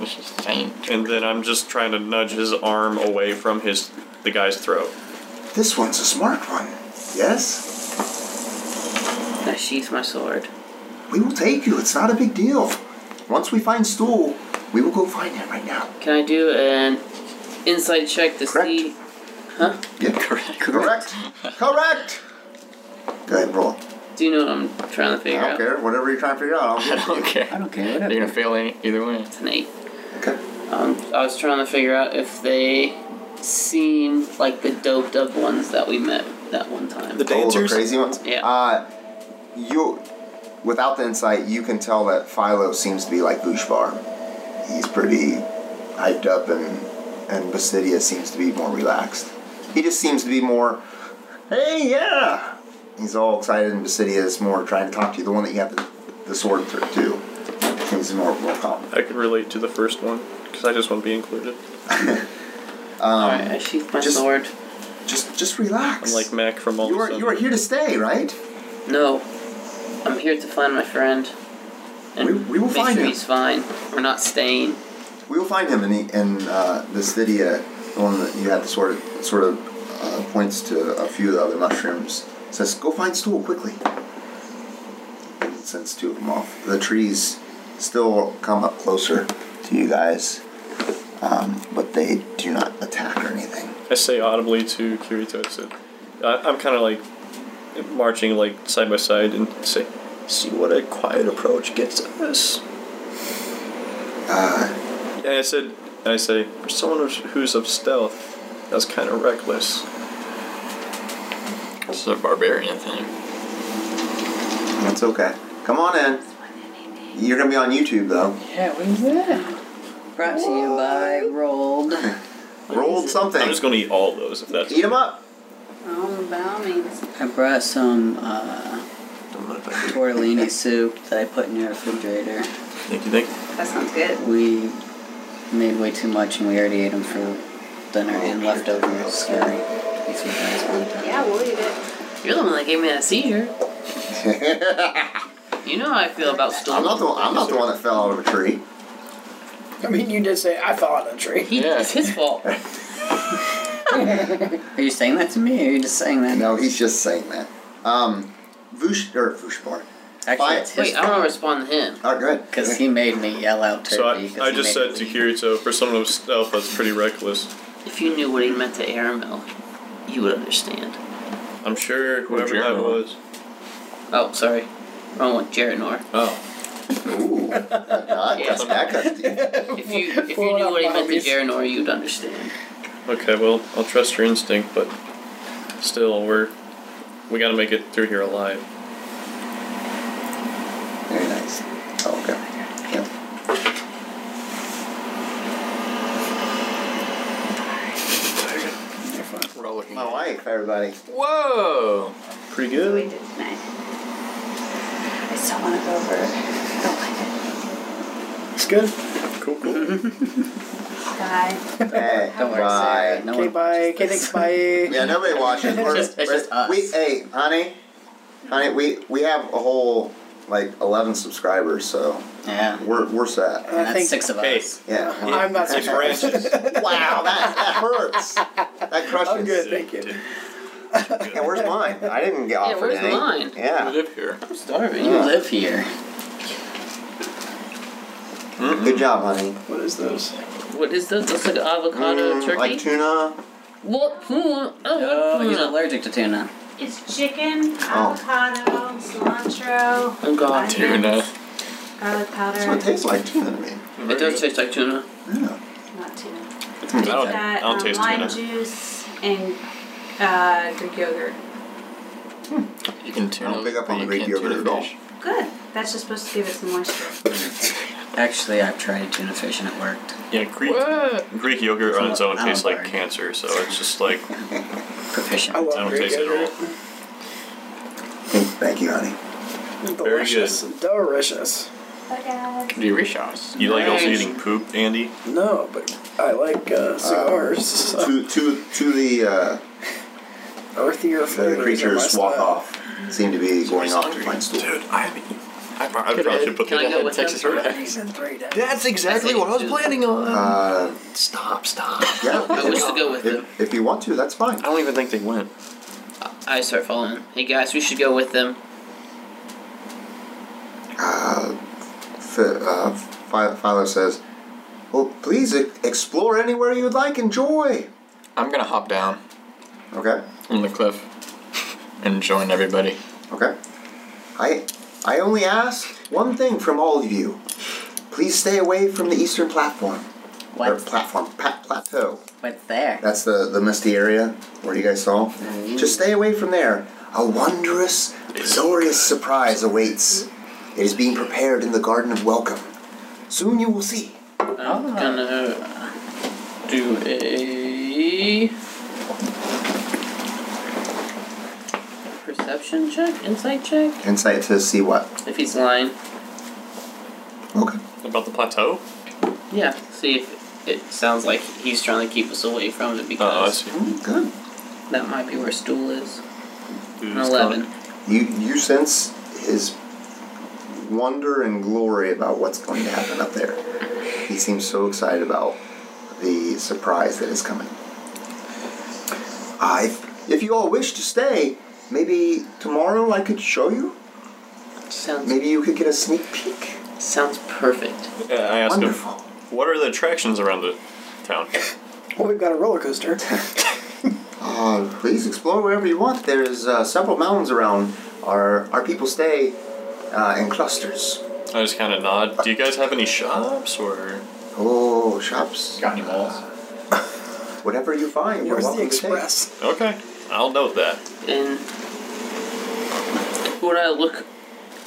Speaker 1: This is faint.
Speaker 9: And then I'm just trying to nudge his arm away from his the guy's throat.
Speaker 2: This one's a smart one. Yes,
Speaker 4: I sheath my sword.
Speaker 2: we will take you. It's not a big deal. Once we find Stool, we will go find him right now.
Speaker 4: Can I do an insight check to
Speaker 2: Correct.
Speaker 4: see?
Speaker 2: Yeah, correct. Correct. correct. Go ahead, roll.
Speaker 4: Do you know what I'm trying to
Speaker 2: I
Speaker 4: figure
Speaker 2: don't
Speaker 4: out?
Speaker 2: care. Whatever you're trying to figure out, I'll
Speaker 1: I don't
Speaker 6: I
Speaker 1: care.
Speaker 6: don't care.
Speaker 1: You're gonna fail any, either way.
Speaker 4: It's an eight.
Speaker 2: Okay.
Speaker 4: Um, I was trying to figure out if they seem like the doped up ones that we met that one time.
Speaker 7: Um,
Speaker 3: The
Speaker 2: Oh, the
Speaker 3: dancers.
Speaker 2: crazy ones.
Speaker 4: Yeah.
Speaker 2: Uh, you, without the insight, you can tell that Philo seems to be like Bushbar. He's pretty hyped up, and and Basidia seems to be more relaxed. He just seems to be more, hey, yeah. He's all excited, and Basidia is more trying to talk to you. The one that you have the, the sword through too. Seems more more calm.
Speaker 9: I could relate to the first one because I just want to be included.
Speaker 4: Alright, I sheath my
Speaker 2: just-
Speaker 4: sword.
Speaker 2: Just just relax.
Speaker 9: I'm like Mac from all.
Speaker 2: you are you are here to stay, right?
Speaker 4: No, I'm here to find my friend. And
Speaker 2: We- we will
Speaker 4: make
Speaker 2: find
Speaker 4: sure
Speaker 2: him.
Speaker 4: he's fine. We're not staying.
Speaker 2: We will find him, and, he, and uh, this Lydia, the one that you had the sort of, sort of uh, points to a few of the other mushrooms, says, Go find Stool quickly. And sends two of them off. The trees still come up closer to you guys, um, but they do not attack or anything.
Speaker 9: I say audibly to Kirito. I said, I, I'm kind of like marching like side by side and say, see what a quiet approach gets us.
Speaker 2: Uh,
Speaker 9: And I said, and I say, for someone who's, who's of stealth, that's kind of reckless.
Speaker 1: This is a barbarian thing.
Speaker 2: that's okay. Come on in. You're going to be on YouTube, though.
Speaker 7: Yeah, what is that? Brought to you by Rolled.
Speaker 2: Rolled something.
Speaker 9: I'm just gonna eat all those if that's.
Speaker 2: Eat them up.
Speaker 7: Oh, I brought some uh,
Speaker 3: Don't know if I do.
Speaker 7: tortellini soup that I put in your refrigerator.
Speaker 9: Thank you, thank you.
Speaker 7: That sounds good. We made way too much and we already ate them for dinner and leftovers. So if you guys want that.
Speaker 4: Yeah, we'll eat it. You're the one that gave me that seizure. You know how I feel about
Speaker 2: I'm
Speaker 4: stolen.
Speaker 2: not the, I'm not the one that fell out of a tree.
Speaker 5: I mean, you did say I fell out of a tree.
Speaker 4: He,
Speaker 1: Yeah.
Speaker 4: It's his fault.
Speaker 7: Are you saying that to me, or are you just saying that?
Speaker 2: No, he's just saying that. Um, Vush or Vushbar.
Speaker 7: Actually,
Speaker 2: Fine.
Speaker 7: it's his
Speaker 4: Wait, I want to respond to him.
Speaker 2: Oh, good.
Speaker 7: because he made me yell out
Speaker 9: So
Speaker 7: turkey.
Speaker 9: I,
Speaker 7: 'cause
Speaker 9: I
Speaker 7: he
Speaker 9: just said
Speaker 7: made
Speaker 9: to
Speaker 7: me-
Speaker 9: Kirito, for someone of stealth, that's pretty reckless.
Speaker 4: If you knew what he meant to Aramel, you would understand.
Speaker 9: I'm sure whoever that
Speaker 1: Jeremy.
Speaker 9: was.
Speaker 4: Oh, sorry. Wrong one, Jaranor.
Speaker 9: Oh.
Speaker 2: Ooh, that cuts, that cuts deep.
Speaker 4: If you if you knew what he meant to Jaranor, you'd understand.
Speaker 9: Okay, well, I'll trust your instinct, but still, we're. We gotta make it through here alive.
Speaker 2: Very nice. Oh, okay. Yeah.
Speaker 1: We're all looking.
Speaker 2: My wife, everybody.
Speaker 1: Whoa!
Speaker 9: Pretty good.
Speaker 6: I still want to go over. Oh,
Speaker 5: It's good.
Speaker 9: Cool, cool.
Speaker 6: bye.
Speaker 2: Hey,
Speaker 7: Don't worry, Sarah.
Speaker 2: bye.
Speaker 7: No
Speaker 5: Okay,
Speaker 7: one
Speaker 5: bye.
Speaker 7: watches
Speaker 5: Okay,
Speaker 7: this.
Speaker 5: thanks, bye.
Speaker 2: Yeah, nobody watches. We're,
Speaker 7: just- it's
Speaker 2: we're-
Speaker 7: just us.
Speaker 2: We, hey, honey, honey, we we have a whole like eleven subscribers, so
Speaker 7: Yeah, and
Speaker 2: we're we're set.
Speaker 5: I
Speaker 7: that's
Speaker 5: think-
Speaker 7: six of
Speaker 9: Hey.
Speaker 7: us.
Speaker 2: Yeah.
Speaker 5: I'm not
Speaker 9: It's
Speaker 5: surprised.
Speaker 9: branches.
Speaker 2: Wow, that, that hurts. That crushes.
Speaker 5: I'm good, thank you.
Speaker 2: Yeah, where's mine? I didn't get offered
Speaker 4: where's
Speaker 2: any.
Speaker 4: mine?
Speaker 1: We
Speaker 2: Yeah.
Speaker 1: live here.
Speaker 4: I'm starving.
Speaker 7: You live here.
Speaker 2: Good job, honey.
Speaker 5: What is those?
Speaker 4: What is this? Looks like avocado
Speaker 2: Mm,
Speaker 4: turkey.
Speaker 2: Like tuna.
Speaker 4: what? Hmm.
Speaker 7: Oh, he's
Speaker 4: Oh,
Speaker 7: allergic to tuna.
Speaker 11: It's chicken,
Speaker 9: Oh.
Speaker 11: avocado, cilantro,
Speaker 4: oh god.
Speaker 1: Tuna.
Speaker 11: garlic
Speaker 2: That's what it
Speaker 11: powder,
Speaker 2: tastes like tuna to me.
Speaker 4: It does taste like tuna.
Speaker 2: Yeah.
Speaker 11: not
Speaker 9: I
Speaker 11: tuna.
Speaker 9: don't, Oh, I
Speaker 11: That
Speaker 9: don't
Speaker 11: um,
Speaker 9: taste
Speaker 11: lime
Speaker 9: tuna.
Speaker 11: juice and uh, Greek yogurt.
Speaker 1: You can tuna.
Speaker 2: Don't pick up
Speaker 1: but
Speaker 2: on
Speaker 1: you
Speaker 2: Greek
Speaker 1: can't
Speaker 2: yogurt
Speaker 1: tuna
Speaker 2: at all.
Speaker 1: fish.
Speaker 11: Good. That's just supposed to give it some moisture.
Speaker 7: Actually, I've tried tuna fish and it worked.
Speaker 9: Yeah, Greek, Greek yogurt on its own
Speaker 7: Oh,
Speaker 9: tastes like
Speaker 7: sorry.
Speaker 9: cancer, so it's just like, I
Speaker 7: Proficient.
Speaker 5: I
Speaker 2: Oh.
Speaker 5: love
Speaker 9: don't
Speaker 5: Greek
Speaker 9: taste it at
Speaker 5: yogurt.
Speaker 9: all.
Speaker 2: Thank you, honey.
Speaker 9: Very good.
Speaker 5: Delicious. Delicious.
Speaker 11: Bye, guys.
Speaker 1: Delicious.
Speaker 9: You like also
Speaker 4: Nice.
Speaker 9: eating poop, Andy?
Speaker 5: No, but I like uh, cigars. so
Speaker 2: To to to the uh,
Speaker 5: earthier
Speaker 2: the
Speaker 5: flavors.
Speaker 2: creatures
Speaker 5: are my
Speaker 2: walk
Speaker 5: style.
Speaker 2: off. Seem to be going off to find stool.
Speaker 1: Dude, I haven't eaten. I
Speaker 9: I
Speaker 1: probably
Speaker 9: probably should put
Speaker 4: Can I
Speaker 9: that
Speaker 4: go with
Speaker 1: Texas
Speaker 4: him?
Speaker 1: Red.
Speaker 5: He's in three days.
Speaker 1: That's exactly what I was planning on.
Speaker 2: Uh,
Speaker 1: Stop, stop.
Speaker 2: yeah.
Speaker 4: I wish to go with him.
Speaker 2: If, if you want to, that's fine.
Speaker 1: I don't even think they went.
Speaker 4: I start following him. Hey guys, we should go with them.
Speaker 2: Uh, F- uh, Phi- Philo says, "Well, please e- explore anywhere you would like. Enjoy."
Speaker 1: I'm gonna hop down
Speaker 2: Okay.
Speaker 1: from the cliff and join everybody.
Speaker 2: Okay. I I only ask one thing from all of you. Please stay away from the eastern platform. Or
Speaker 7: What's,
Speaker 2: platform, pa- plateau.
Speaker 7: what's there?
Speaker 2: That's the, the misty area where you guys saw. Just stay away from there. A wondrous, glorious surprise awaits. It is being prepared in the Garden of Welcome. Soon you will see.
Speaker 4: I'm gonna do a perception check, insight check.
Speaker 2: Insight to see what?
Speaker 4: If he's lying,
Speaker 2: Okay.
Speaker 9: About the plateau?
Speaker 4: yeah. See if it sounds like he's trying to keep us away from it
Speaker 9: Oh, I
Speaker 4: because
Speaker 9: see.
Speaker 2: Mm, Good.
Speaker 4: that might be where Stool is. An
Speaker 9: Who's
Speaker 4: Eleven.
Speaker 2: You you sense his wonder and glory about what's going to happen up there. He seems so excited about the surprise that is coming. I, if you all wish to stay, maybe tomorrow I could show you.
Speaker 4: Sounds
Speaker 2: Maybe you could get a sneak peek.
Speaker 4: sounds perfect.
Speaker 9: coming? Uh, I asked him,
Speaker 2: Wonderful.
Speaker 9: what are the attractions around the town?
Speaker 5: Well, we've got a roller coaster.
Speaker 2: Uh, please explore wherever you want. There's uh, several mountains around. Our our people stay uh, in clusters.
Speaker 9: I just kind of nod. Do you guys have any shops or?
Speaker 2: Oh, shops.
Speaker 1: Got any malls?
Speaker 2: Whatever you find, you're
Speaker 5: Where's the
Speaker 2: welcome to take.
Speaker 5: express?
Speaker 9: Okay, I'll note that.
Speaker 4: And when I look,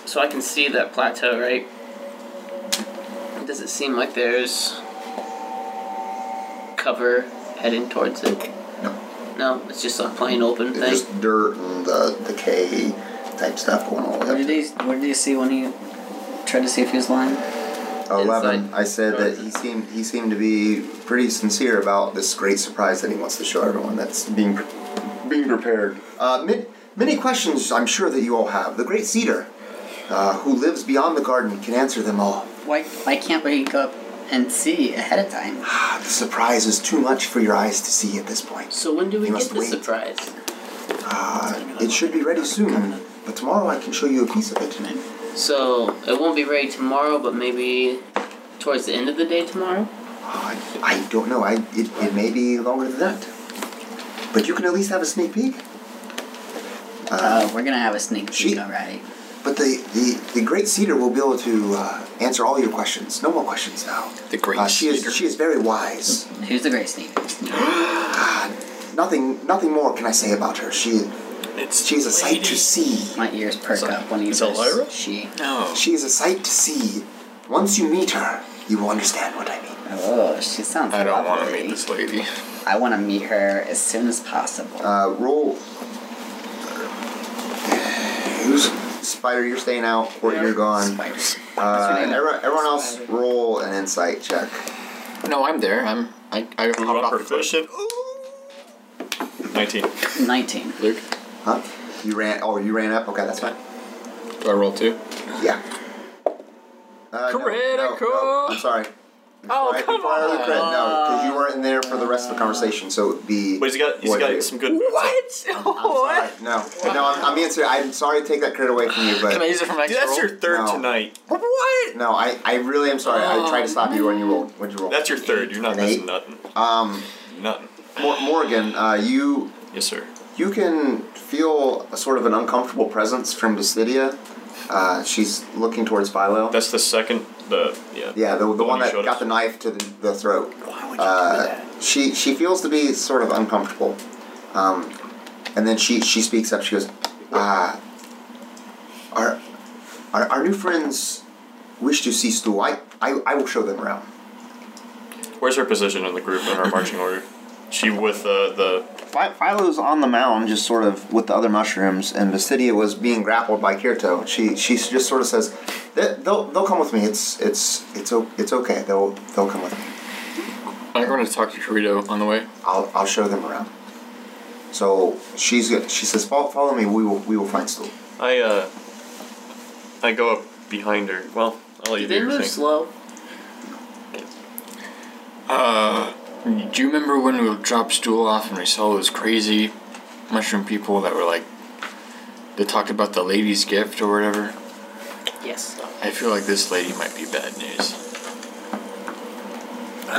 Speaker 4: so I can see that plateau, right? Does it seem like there's cover heading towards it?
Speaker 2: No.
Speaker 4: No, it's just a plain open
Speaker 2: It's
Speaker 4: thing.
Speaker 2: just dirt and the decay type stuff going all the
Speaker 7: What
Speaker 2: way
Speaker 7: did
Speaker 2: up.
Speaker 7: he? What did you see when he tried to see if he was lying?
Speaker 2: Eleven.
Speaker 4: Inside.
Speaker 2: I said that he seemed he seemed to be pretty sincere about this great surprise that he wants to show everyone. That's being being prepared. Uh, mi- many questions I'm sure that you all have. The great cedar, uh, who lives beyond the garden, can answer them all.
Speaker 7: Why? Why can't we go up and see ahead of time.
Speaker 2: Ah, the surprise is too much for your eyes to see at this point.
Speaker 4: So when do we
Speaker 2: You
Speaker 4: get
Speaker 2: must
Speaker 4: the
Speaker 2: wait.
Speaker 4: surprise?
Speaker 2: Uh, it should be ready soon, but tomorrow I can show you a piece of it.
Speaker 4: So it won't be ready tomorrow, but maybe towards the end of the day tomorrow.
Speaker 2: I, Oh, I don't know. I it, it may be longer than that, but you can at least have a sneak peek.
Speaker 7: Uh, we're gonna have a sneak peek,
Speaker 2: she-
Speaker 7: alright?
Speaker 2: But the, the, the Great Cedar will be able to uh, answer all your questions. No more questions now.
Speaker 1: The Great
Speaker 2: Uh, she
Speaker 1: Cedar.
Speaker 2: is she is very wise.
Speaker 7: Who's the great sneak?
Speaker 2: God, nothing nothing more can I say about her. She
Speaker 1: It's
Speaker 2: she is a sight to see.
Speaker 7: My ears perk up when he
Speaker 1: is that
Speaker 7: says
Speaker 1: Lyra?
Speaker 7: she.
Speaker 1: No.
Speaker 9: Oh,
Speaker 2: She is a sight to see. Once you meet her, you will understand what I mean.
Speaker 7: Oh, she sounds
Speaker 1: I don't want to
Speaker 7: lovely.
Speaker 1: meet this lady.
Speaker 7: I want to meet her as soon as possible.
Speaker 2: Uh, roll. Who's Spider? You're staying out. Or you're gone.
Speaker 7: Spiders.
Speaker 2: Uh,
Speaker 7: That's her name.
Speaker 2: everyone, everyone else, roll an insight check.
Speaker 1: No, I'm there. I'm. I. I hopped
Speaker 9: Roll
Speaker 1: off the
Speaker 9: proficient. 19.
Speaker 7: 19.
Speaker 1: cliff. Luke,
Speaker 2: Huh? You ran. Oh, you ran up. Okay, that's fine.
Speaker 1: do I roll too?
Speaker 2: Yeah. Uh, no, no,
Speaker 1: Critical.
Speaker 2: no, I'm sorry.
Speaker 1: Oh Uh.
Speaker 2: Right, before I look at- No, because you weren't there for the rest of the conversation, so it would be.
Speaker 9: But he's got, he's
Speaker 2: void of
Speaker 9: got
Speaker 2: you.
Speaker 9: some good moves.
Speaker 2: Sorry, No, no, I'm, I'm being serious. I'm sorry to take that credit away from you,
Speaker 1: Can I
Speaker 2: but
Speaker 1: use it for my
Speaker 9: Dude,
Speaker 1: next
Speaker 9: that's
Speaker 1: roll?
Speaker 9: your third
Speaker 2: No.
Speaker 9: tonight.
Speaker 2: no, I, I really am sorry. I tried to stop you when you rolled. When you rolled.
Speaker 9: That's your third. You're not
Speaker 2: An eight.
Speaker 9: missing nothing.
Speaker 2: um,
Speaker 9: Nothing.
Speaker 2: Mor- Morgan, uh, you
Speaker 9: Yes, sir.
Speaker 2: you can feel a sort of an uncomfortable presence from Basidia. Uh, she's looking towards Philo.
Speaker 9: That's the second. The yeah.
Speaker 2: yeah, the, the one
Speaker 9: you
Speaker 2: that
Speaker 9: showed
Speaker 2: got
Speaker 9: us.
Speaker 2: the knife to the, the throat.
Speaker 5: Why would you do
Speaker 2: Uh,
Speaker 5: that?
Speaker 2: she she feels to be sort of uncomfortable, um, and then she she speaks up. She goes, uh, our, our our new friends wish to see Stu. I, I I will show them around.
Speaker 9: Where's her position in the group in our marching order? She with uh, the
Speaker 2: Phi- Philo's on the mound, just sort of with the other mushrooms, and Basidia was being grappled by Kirto. She she just sort of says, "They- "They'll they'll come with me. It's it's it's o- it's okay. They'll they'll come with me.
Speaker 1: I'm going to talk to Dorito on the way.
Speaker 2: I'll I'll show them around." So she's she says, "Follow, follow me. We will we will find Stu."
Speaker 9: I uh. I go up behind her. Well, I'll let
Speaker 4: Do
Speaker 9: you
Speaker 4: they
Speaker 9: do your
Speaker 4: move
Speaker 9: thing.
Speaker 4: slow?
Speaker 1: Uh, do you remember when we dropped Stool off and we saw those crazy mushroom people that were like, they talked about the lady's gift or whatever?
Speaker 4: Yes.
Speaker 1: I feel like this lady might be bad news.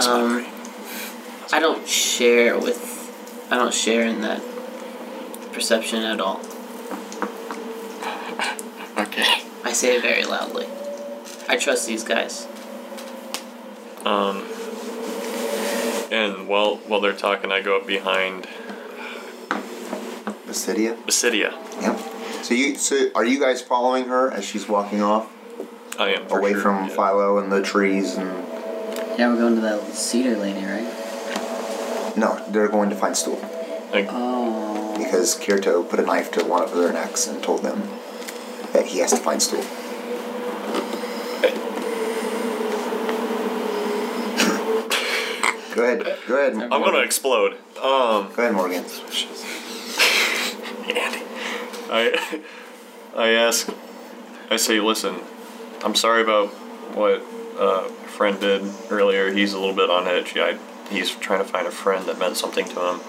Speaker 4: Um, I don't share with. I don't share in that perception at all.
Speaker 1: Okay.
Speaker 4: I say it very loudly. I trust these guys.
Speaker 9: Um. And while while they're talking, I go up behind
Speaker 2: Basidia.
Speaker 9: Basidia.
Speaker 2: Yep. So you so are you guys following her as she's walking off
Speaker 9: I am for
Speaker 2: away
Speaker 9: sure,
Speaker 2: from
Speaker 9: yeah.
Speaker 2: Philo and the trees and
Speaker 7: Yeah, we're going to that cedar lady, right?
Speaker 2: no, they're going to find Stool
Speaker 9: Like,
Speaker 7: Oh.
Speaker 2: because Kirto put a knife to one of their necks and told them that he has to find Stool. go ahead. Go ahead.
Speaker 9: I'm gonna explode.
Speaker 2: Go
Speaker 9: Um.
Speaker 2: ahead, Morgan.
Speaker 9: Andy. I I ask I say, listen, I'm sorry about what uh my friend did earlier. He's a little bit on edge. I, he's trying to find a friend that meant something to him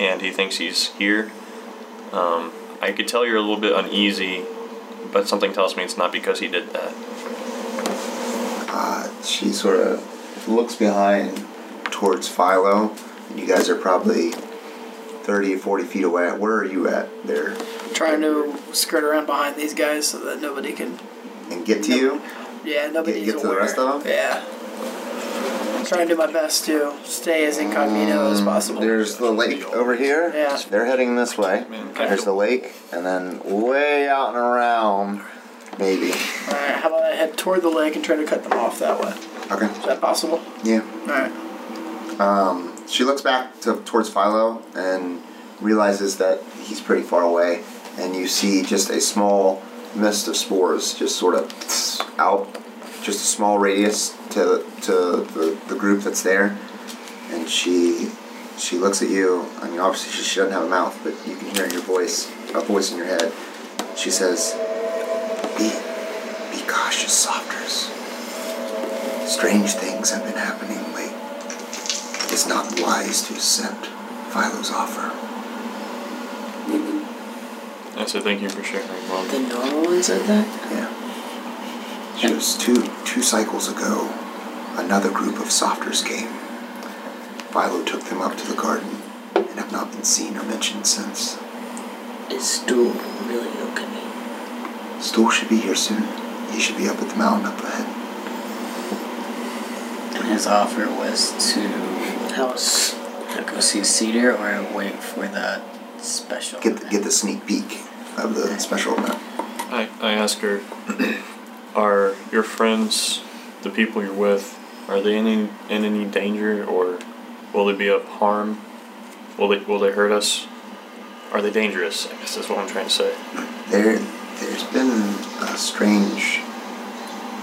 Speaker 9: and he thinks he's here. Um, I could tell you're a little bit uneasy, but something tells me it's not because he did that.
Speaker 2: Uh, she sort of looks behind towards Philo, and you guys are probably 30, 40 feet away. Where are you at there?
Speaker 5: Trying to skirt around behind these guys so that nobody can.
Speaker 2: And get to you?
Speaker 5: Yeah, nobody's
Speaker 2: get to the
Speaker 5: aware.
Speaker 2: rest of 'em?
Speaker 5: Yeah. I'm trying to do my best to stay as incognito as possible.
Speaker 2: Mm, There's the lake over here.
Speaker 5: Yeah.
Speaker 2: They're heading this way. There's the lake, and then way out and around, maybe.
Speaker 5: All right, how about I head toward the lake and try to cut them off that way?
Speaker 2: Okay.
Speaker 5: Is that possible?
Speaker 2: Yeah.
Speaker 5: All right.
Speaker 2: Um, she looks back to, towards Philo and realizes that he's pretty far away, and you see just a small mist of spores just sort of out, just a small radius to to the, the group that's there, and she she looks at you. I mean, obviously she, she doesn't have a mouth, but you can hear in your voice a voice in your head. She says, "Be be cautious, softers."
Speaker 10: Strange things have been happening lately. It's not wise to accept Philo's offer.
Speaker 9: I said Uh, thank you for sharing, Mom.
Speaker 4: The normal one said that?
Speaker 10: Yeah. Just two two cycles ago, another group of softers came. Philo took them up to the garden and have not been seen or mentioned since.
Speaker 4: Is Stool really okay?
Speaker 10: Stool should be here soon. He should be up at the mountain up ahead.
Speaker 7: And his offer was to
Speaker 4: How is
Speaker 7: go see Cedar or wait for the special.
Speaker 10: Get the, get the sneak peek of the special event.
Speaker 9: I, I ask her, are your friends, the people you're with, are they in any, in any danger or will they be of harm? Will they, will they hurt us? Are they dangerous? I guess that's what I'm trying to say.
Speaker 10: There, there's been a strange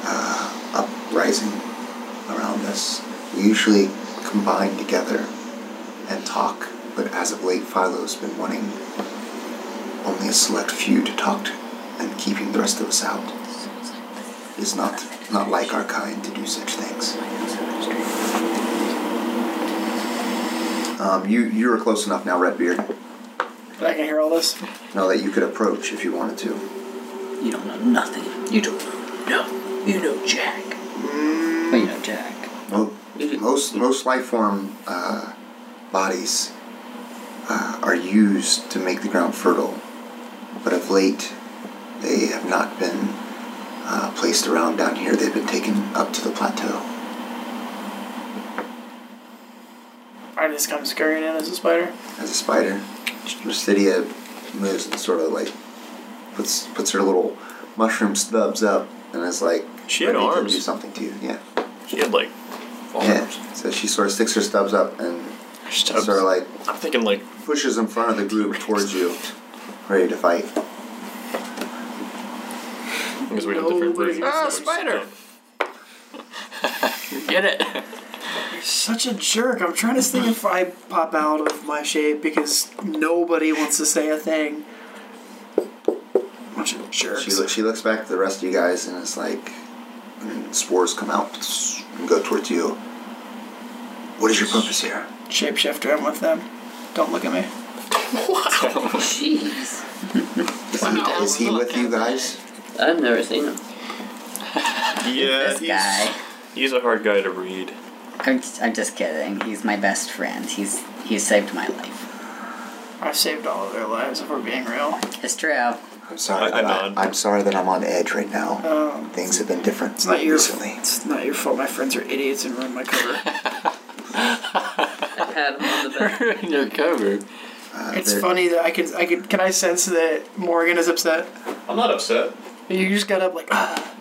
Speaker 10: uh, uprising around this. We usually combine together and talk, but as of late, Philo's been wanting only a select few to talk to and keeping the rest of us out. It's not not like our kind to do such things.
Speaker 2: Um, you you were close enough now, Redbeard.
Speaker 5: I can hear all this.
Speaker 2: Now that you could approach if you wanted to.
Speaker 6: You don't know nothing. You don't know. You know Jack. Well, you know Jack.
Speaker 10: Mo- Most most life form uh, bodies uh, are used to make the ground fertile, but of late they have not been uh, placed around down here. They've been taken up to the plateau.
Speaker 5: I just come scurrying in as a spider.
Speaker 10: As a spider,
Speaker 2: Residia moves and sort of like puts puts her little mushroom stubs up and is like
Speaker 9: She had
Speaker 2: ready to
Speaker 9: arms.
Speaker 2: do something to you. Yeah.
Speaker 9: She had like
Speaker 2: Yeah.
Speaker 9: arms.
Speaker 2: So she sort of sticks her stubs up and
Speaker 9: Stubs.
Speaker 2: sort of like
Speaker 9: I'm thinking like
Speaker 2: pushes in front of the group towards you, ready to fight.
Speaker 9: because we have different versions.
Speaker 1: Ah,
Speaker 9: so it's-
Speaker 1: spider! Get it?
Speaker 5: You're such a jerk. I'm trying to think if I pop out of my shape because nobody wants to say a thing. Bunch of jerks.
Speaker 2: She looks. She looks back to the rest of you guys and is like, and spores come out and go towards you.
Speaker 10: what is your purpose here?
Speaker 5: Shapeshifter, I'm with them. Don't look at me.
Speaker 4: Jeez.
Speaker 2: Is he, is he with you guys?
Speaker 4: I've never seen him.
Speaker 9: Yeah,
Speaker 7: This guy.
Speaker 9: he's, he's a hard guy to read.
Speaker 7: I'm, I'm just kidding. He's my best friend. He's he saved my life.
Speaker 5: I've saved all of their lives if we're being real.
Speaker 7: It's true.
Speaker 10: I'm sorry.
Speaker 9: I- I
Speaker 10: that
Speaker 9: nod.
Speaker 10: I'm sorry that I'm on edge right now.
Speaker 5: Um,
Speaker 10: Things have been different
Speaker 5: it's not your
Speaker 10: recently.
Speaker 5: It's not your fault. My friends are idiots and ruined my cover.
Speaker 4: I had him on the back.
Speaker 1: In your cover.
Speaker 10: Uh,
Speaker 5: it's
Speaker 10: there-
Speaker 5: funny that I can. I can. Can I sense that Morgan is upset?
Speaker 9: I'm not upset.
Speaker 5: You just got up like. "Ah."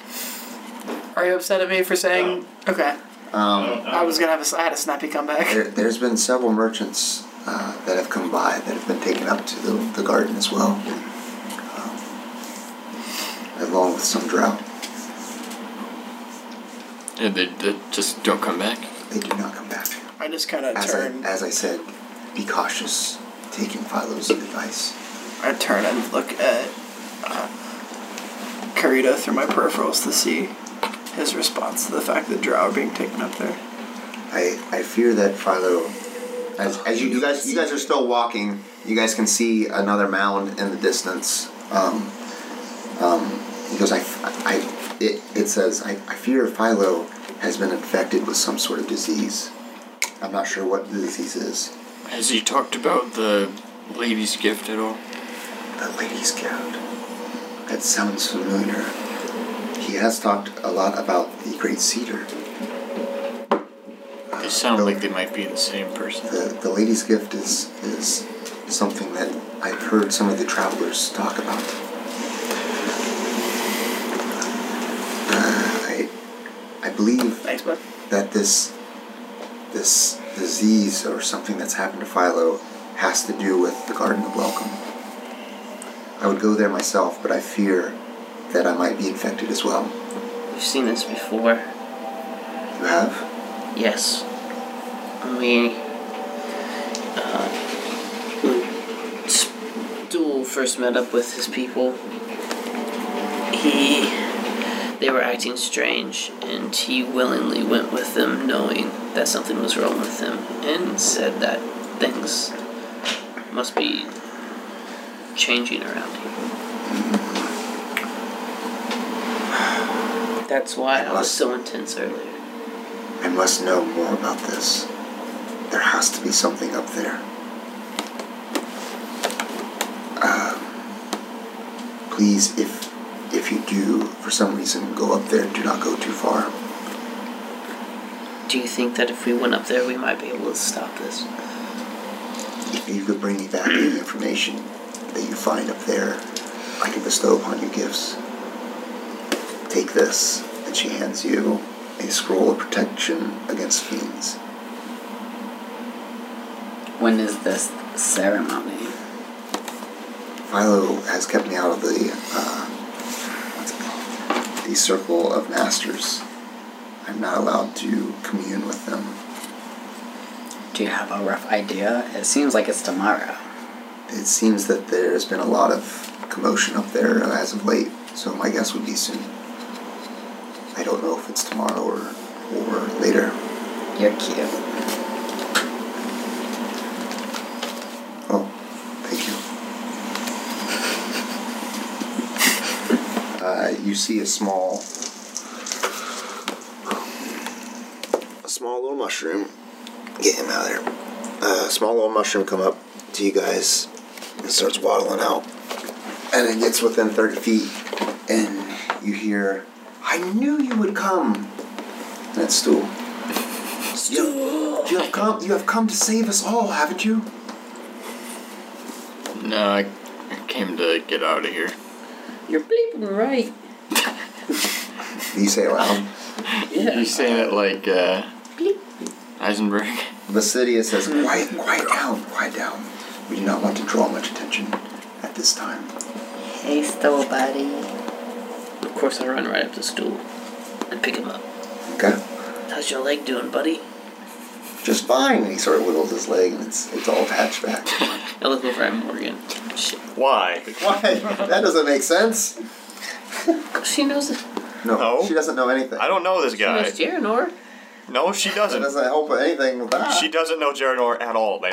Speaker 5: Are you upset at me for saying? Okay.
Speaker 2: Um,
Speaker 5: I was gonna have a. s- I had a snappy comeback.
Speaker 2: there, there's been several merchants uh, that have come by that have been taken up to the, the garden as well, um, along with some drought.
Speaker 1: And they, they just don't come back.
Speaker 10: They do not come back.
Speaker 5: I just kind of
Speaker 10: As I,
Speaker 5: turn.
Speaker 10: as I said, be cautious taking Philo's advice.
Speaker 5: I turn and look at uh, Carita through my peripherals to see his response to the fact that Drow are being taken up there.
Speaker 2: I, I fear that Philo, as, as you, you guys you guys are still walking, you guys can see another mound in the distance. Um, um, he goes, I, I it, it says I, I fear Philo has been infected with some sort of disease. I'm not sure what the disease is.
Speaker 1: Has he talked about the lady's gift at all?
Speaker 10: The lady's gown.
Speaker 2: That sounds familiar. He has talked a lot about the Great Cedar.
Speaker 1: They sound like they might be the same person.
Speaker 2: The, the lady's gift is is something that I've heard some of the travelers talk about. Uh, I I believe
Speaker 5: Thanks, bud.
Speaker 2: that this this disease or something that's happened to Philo has to do with the Garden of Welcome. I would go there myself, but I fear that I might be infected as well.
Speaker 4: We've seen this before.
Speaker 2: You have?
Speaker 4: Yes. We. Uh, when Stool first met up with his people, he that they were acting strange, and he willingly went with them, knowing that something was wrong with them, and said that things must be changing around here. That's why I was so intense earlier.
Speaker 2: I must know more about this. There has to be something up there. Um, please, if if you do, for some reason, go up there. Do not go too far.
Speaker 4: Do you think that if we went up there, we might be able to stop this?
Speaker 2: If you could bring me back any information that you find up there, I can bestow upon you gifts. Take this, and she hands you a scroll of protection against fiends.
Speaker 7: When is this ceremony?
Speaker 2: Philo has kept me out of the uh, what's it called? the circle of masters. I'm not allowed to commune with them.
Speaker 7: Do you have a rough idea? It seems like it's tomorrow.
Speaker 2: It seems that there's been a lot of commotion up there as of late, so my guess would be soon. I don't know if it's tomorrow or or later.
Speaker 7: You're cute.
Speaker 2: Oh, thank you. Uh, you see a small, a small little mushroom. Get him out of there. A small little mushroom come up to you guys and starts waddling out, and it gets within thirty feet, and you hear, "I knew you would come." That's stool. Stool. You have come. You have come to save us all, haven't you?
Speaker 1: No, I I came to get out of here.
Speaker 4: You're bleeping right.
Speaker 2: You say aloud.
Speaker 1: You say that like uh, Eisenberg.
Speaker 12: Vasidius says,
Speaker 2: Quiet, quiet down, quiet down. We do not want to draw much attention at this time.
Speaker 7: Hey, still buddy.
Speaker 4: Of course, I run right up to Stool and pick him up.
Speaker 2: Okay?
Speaker 4: How's your leg doing, buddy?
Speaker 2: Just fine. And he sort of wiggles his leg and it's, it's all patched back.
Speaker 4: I look over at Morgan. Shit.
Speaker 9: Why?
Speaker 12: "Why?
Speaker 2: that doesn't make sense.
Speaker 4: She knows, she
Speaker 12: No,
Speaker 9: No.
Speaker 12: she doesn't know anything.
Speaker 9: I don't know this guy.
Speaker 4: knows Jarenor.
Speaker 9: No, she
Speaker 12: That
Speaker 9: doesn't.
Speaker 12: doesn't help with anything with that.
Speaker 9: She doesn't know Jarenor at all. They,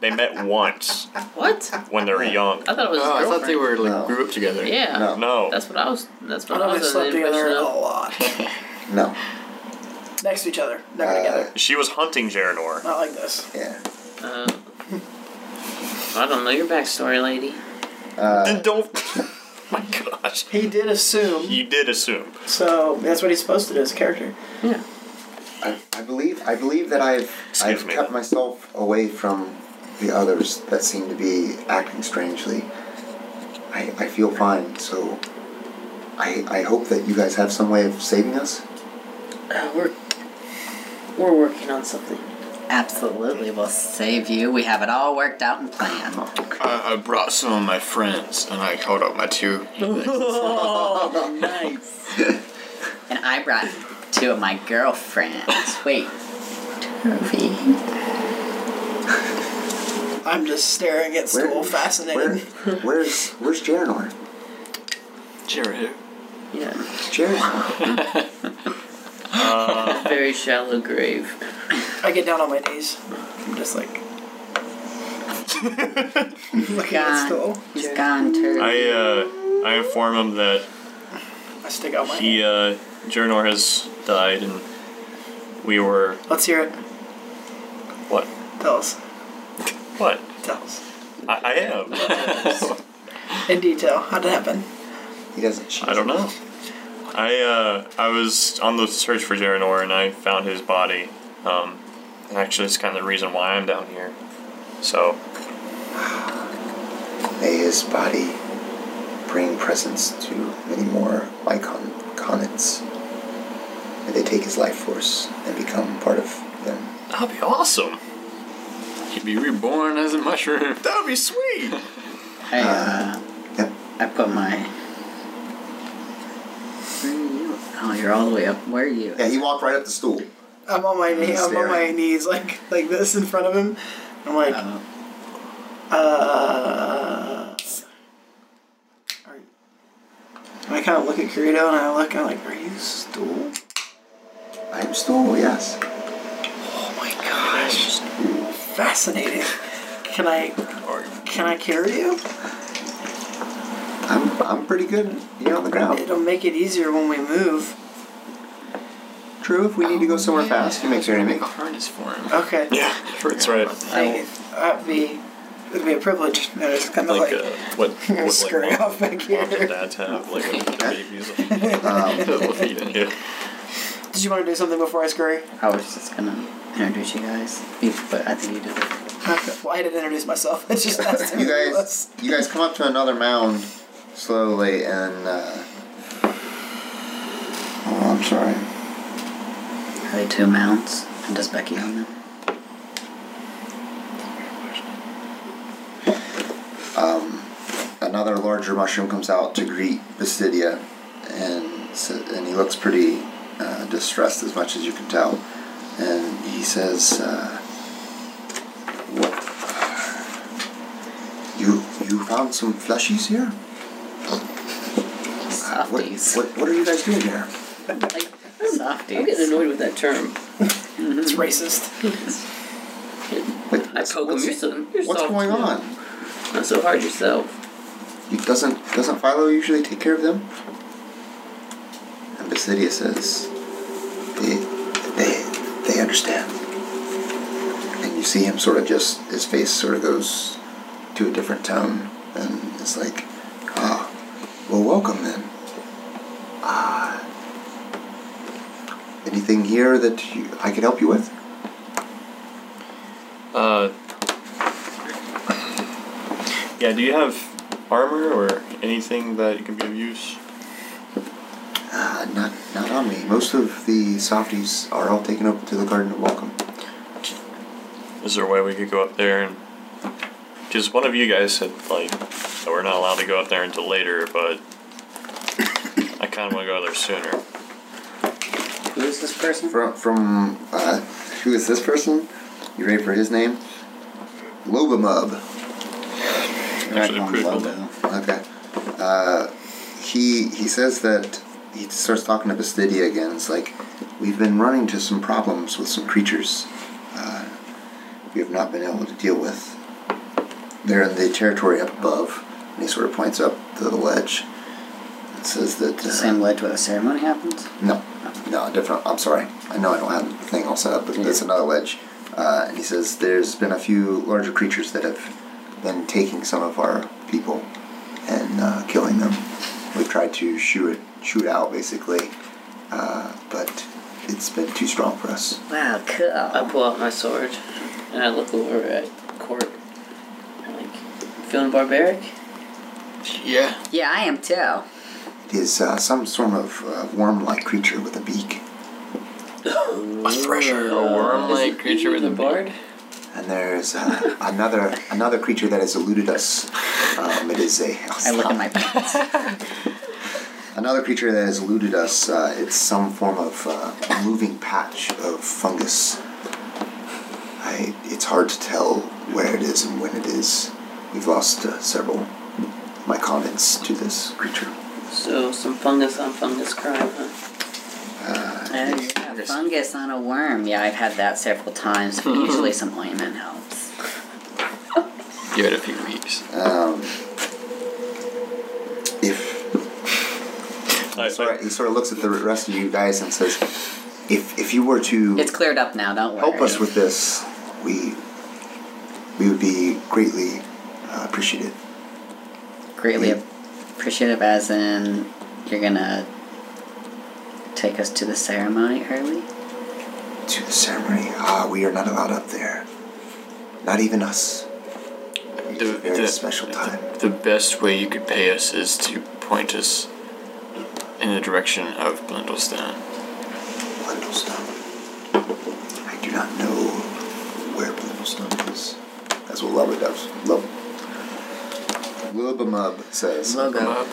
Speaker 9: they met once
Speaker 4: What?
Speaker 9: when they were young.
Speaker 4: I thought it was his
Speaker 1: Oh, I
Speaker 4: girlfriend.
Speaker 1: thought they were like
Speaker 12: No.
Speaker 1: grew up together.
Speaker 4: Yeah.
Speaker 12: No.
Speaker 9: No.
Speaker 4: That's what I was. That's
Speaker 5: I
Speaker 4: what I
Speaker 5: know they
Speaker 4: was. under
Speaker 5: slept
Speaker 4: the impression
Speaker 5: together a
Speaker 4: of.
Speaker 5: lot.
Speaker 12: no.
Speaker 5: Next to each other, never
Speaker 12: Uh,
Speaker 5: together.
Speaker 9: She was hunting Jarenor.
Speaker 5: Not like this.
Speaker 12: Yeah.
Speaker 4: Uh, I don't know your backstory, lady.
Speaker 2: Uh,
Speaker 9: Then don't. My gosh.
Speaker 5: He did assume,
Speaker 9: You did assume.
Speaker 5: so that's what he's supposed to do as a character.
Speaker 4: Yeah.
Speaker 12: I, I believe I believe that I've
Speaker 9: Excuse
Speaker 12: I've
Speaker 9: me.
Speaker 12: kept myself away from the others that seem to be acting strangely.
Speaker 2: I, I feel fine, so I, I hope that you guys have some way of saving us.
Speaker 4: Uh, we're we're working on something.
Speaker 7: Absolutely, we'll save you. We have it all worked out and planned.
Speaker 1: I, I brought some of my friends and I held up my two.
Speaker 4: Oh, nice.
Speaker 7: And I brought two of my girlfriends. Wait. Turvy.
Speaker 5: I'm just staring
Speaker 2: Where-
Speaker 5: at Stool,
Speaker 2: Where,
Speaker 5: fascinated.
Speaker 2: where's where's Jarenor?
Speaker 1: Jared.
Speaker 4: Yeah.
Speaker 2: Jarenor.
Speaker 4: A very shallow grave.
Speaker 5: I get down on my knees. I'm just like looking at
Speaker 7: Gone.
Speaker 5: Stool.
Speaker 7: He's gone, Turvy.
Speaker 9: I uh, I inform him that
Speaker 5: I stick out my.
Speaker 9: he uh, Jarenor has died, and we were
Speaker 5: Let's hear it.
Speaker 9: what?
Speaker 5: Tell us.
Speaker 9: What?
Speaker 5: Tell us.
Speaker 9: I, I am.
Speaker 5: In detail, how'd it happen?
Speaker 12: He doesn't. She
Speaker 9: I don't know. I uh, I was on the search for Jarenor and I found his body. Um, and actually, it's kind of the reason why I'm down here. So
Speaker 2: May his body bring presence to many more Lycon Connets. May they take his life force and become part of them.
Speaker 9: that'd be awesome.
Speaker 1: He'd be reborn as a mushroom.
Speaker 9: That'd be sweet.
Speaker 7: I, uh,
Speaker 2: Yep.
Speaker 7: I put my. Where are you? Oh, you're all the way up. Where are you?
Speaker 12: Yeah, he walked right up the stool.
Speaker 5: I'm on my knee. I'm on
Speaker 12: Staring.
Speaker 5: my knees, like like this in front of him. I'm like,
Speaker 7: Oh,
Speaker 5: uh, are- am I I kind of look at Greedo and I look and I'm like, are you stool?
Speaker 2: I'm still, yes.
Speaker 5: Oh my gosh, fascinating. Can I, or can I carry you?
Speaker 2: I'm, I'm pretty good. You're on the ground.
Speaker 5: It'll make it easier when we move.
Speaker 2: True, if we need to go somewhere fast, you make sure to make
Speaker 1: Make a harness for him.
Speaker 5: Okay.
Speaker 9: Yeah, that's right.
Speaker 5: I, that'd be, it'd be a privilege. And it's kind of
Speaker 9: Like,
Speaker 5: like,
Speaker 9: uh, what,
Speaker 5: I'm
Speaker 9: what
Speaker 5: scurry
Speaker 9: like,
Speaker 5: off back
Speaker 9: moms and
Speaker 5: here.
Speaker 9: dads have, like, when they're babies.
Speaker 2: Um,
Speaker 9: Yeah.
Speaker 5: Did you want to do something before I scurry?
Speaker 7: I was just gonna introduce you guys, but I think you did it.
Speaker 5: Okay. Well, I didn't introduce myself. It's just that's
Speaker 2: You guys, you guys come up to another mound slowly, and uh, oh, I'm sorry.
Speaker 7: Are they two mounts? And does Becky own them?
Speaker 2: Um, another larger mushroom comes out to greet Basidia, and s- and he looks pretty uh, distressed, as much as you can tell. And he says, uh, "What? You you found some fleshies here? Uh, what,
Speaker 7: Softies.
Speaker 2: what what are you guys doing here?"
Speaker 4: I'm getting
Speaker 7: Softies.
Speaker 4: annoyed with that term.
Speaker 5: It's racist.
Speaker 2: What,
Speaker 4: I poke him. You're so, you're
Speaker 2: what's
Speaker 4: soft,
Speaker 2: going
Speaker 4: you know.
Speaker 2: on?
Speaker 4: Not so hard yourself.
Speaker 2: You- doesn't doesn't Philo usually take care of them? And Basidia says, they, they, they understand. And you see him sort of just, his face sort of goes to a different tone. And it's like, ah, well, welcome then. Ah, anything here that you, I could help you with?
Speaker 9: Uh, yeah, do you have armor or anything that can be of use?
Speaker 2: Uh, not, not on me. Most of the softies are all taken up to the Garden of Welcome.
Speaker 9: Is there a way we could go up there and. Because one of you guys said, like, that we're not allowed to go up there until later, but. I kind of want to go there sooner.
Speaker 7: Who is this person?
Speaker 2: From from uh, who is this person? You ready for his name? Lobamub.
Speaker 9: Actually, pretty cool.
Speaker 2: Okay. Uh, he he says that he starts talking to Bastidia again. It's like we've been running into some problems with some creatures. Uh, we have not been able to deal with. They're in the territory up above, and he sort of points up to the ledge. and says that
Speaker 7: The
Speaker 2: uh,
Speaker 7: same ledge where the ceremony happens?
Speaker 2: no, no, different. I'm sorry. I know I don't have the thing all set up, but it's another ledge. Uh, and he says there's been a few larger creatures that have been taking some of our people and uh, killing them. We've tried to shoot it, shoot out basically, uh, but it's been too strong for us.
Speaker 7: Wow, cool.
Speaker 4: I
Speaker 2: Oh.
Speaker 4: pull out my sword and I look over at Court. I'm like, feeling barbaric?
Speaker 1: Yeah.
Speaker 7: yeah, I am too.
Speaker 2: It is uh, some sort of uh, worm-like creature with a beak,
Speaker 1: A thresher. A
Speaker 4: Is
Speaker 1: worm-like
Speaker 4: it
Speaker 1: creature with
Speaker 4: the
Speaker 1: a beak.
Speaker 4: bard?
Speaker 2: and there's uh, another another creature that has eluded us. Um, it is a.
Speaker 7: I look at my pants.
Speaker 2: Another creature that has eluded us, uh, it's some form of uh, moving patch of fungus. I, it's hard to tell where it is and when it is. We've lost uh, several of my comments to this creature.
Speaker 4: So, some fungus on fungus crime, huh?
Speaker 7: Oh, yeah, fungus on a worm. Yeah, I've had that several times.
Speaker 2: Mm-hmm.
Speaker 7: but Usually some ointment helps.
Speaker 1: Give it a few weeks.
Speaker 2: Um, if
Speaker 9: I,
Speaker 2: sort of-
Speaker 9: I,
Speaker 2: he sort of looks at the rest of you guys and says, "If if you were to
Speaker 7: It's cleared up now, don't worry.
Speaker 2: help us with this, we we would be greatly uh, appreciated."
Speaker 7: Greatly appreciative, as in you're gonna take us to the ceremony early?
Speaker 2: to the ceremony. Ah, we are not allowed up there. Not even us. It's a
Speaker 1: The-
Speaker 2: very
Speaker 1: the-
Speaker 2: special time.
Speaker 1: The best way you could pay us is to point us in the direction of Blindlestone.
Speaker 2: Blindlestone. I do not know where Blindlestone is. That's what Lubba does. Lub. Lubamub says.
Speaker 7: Logo.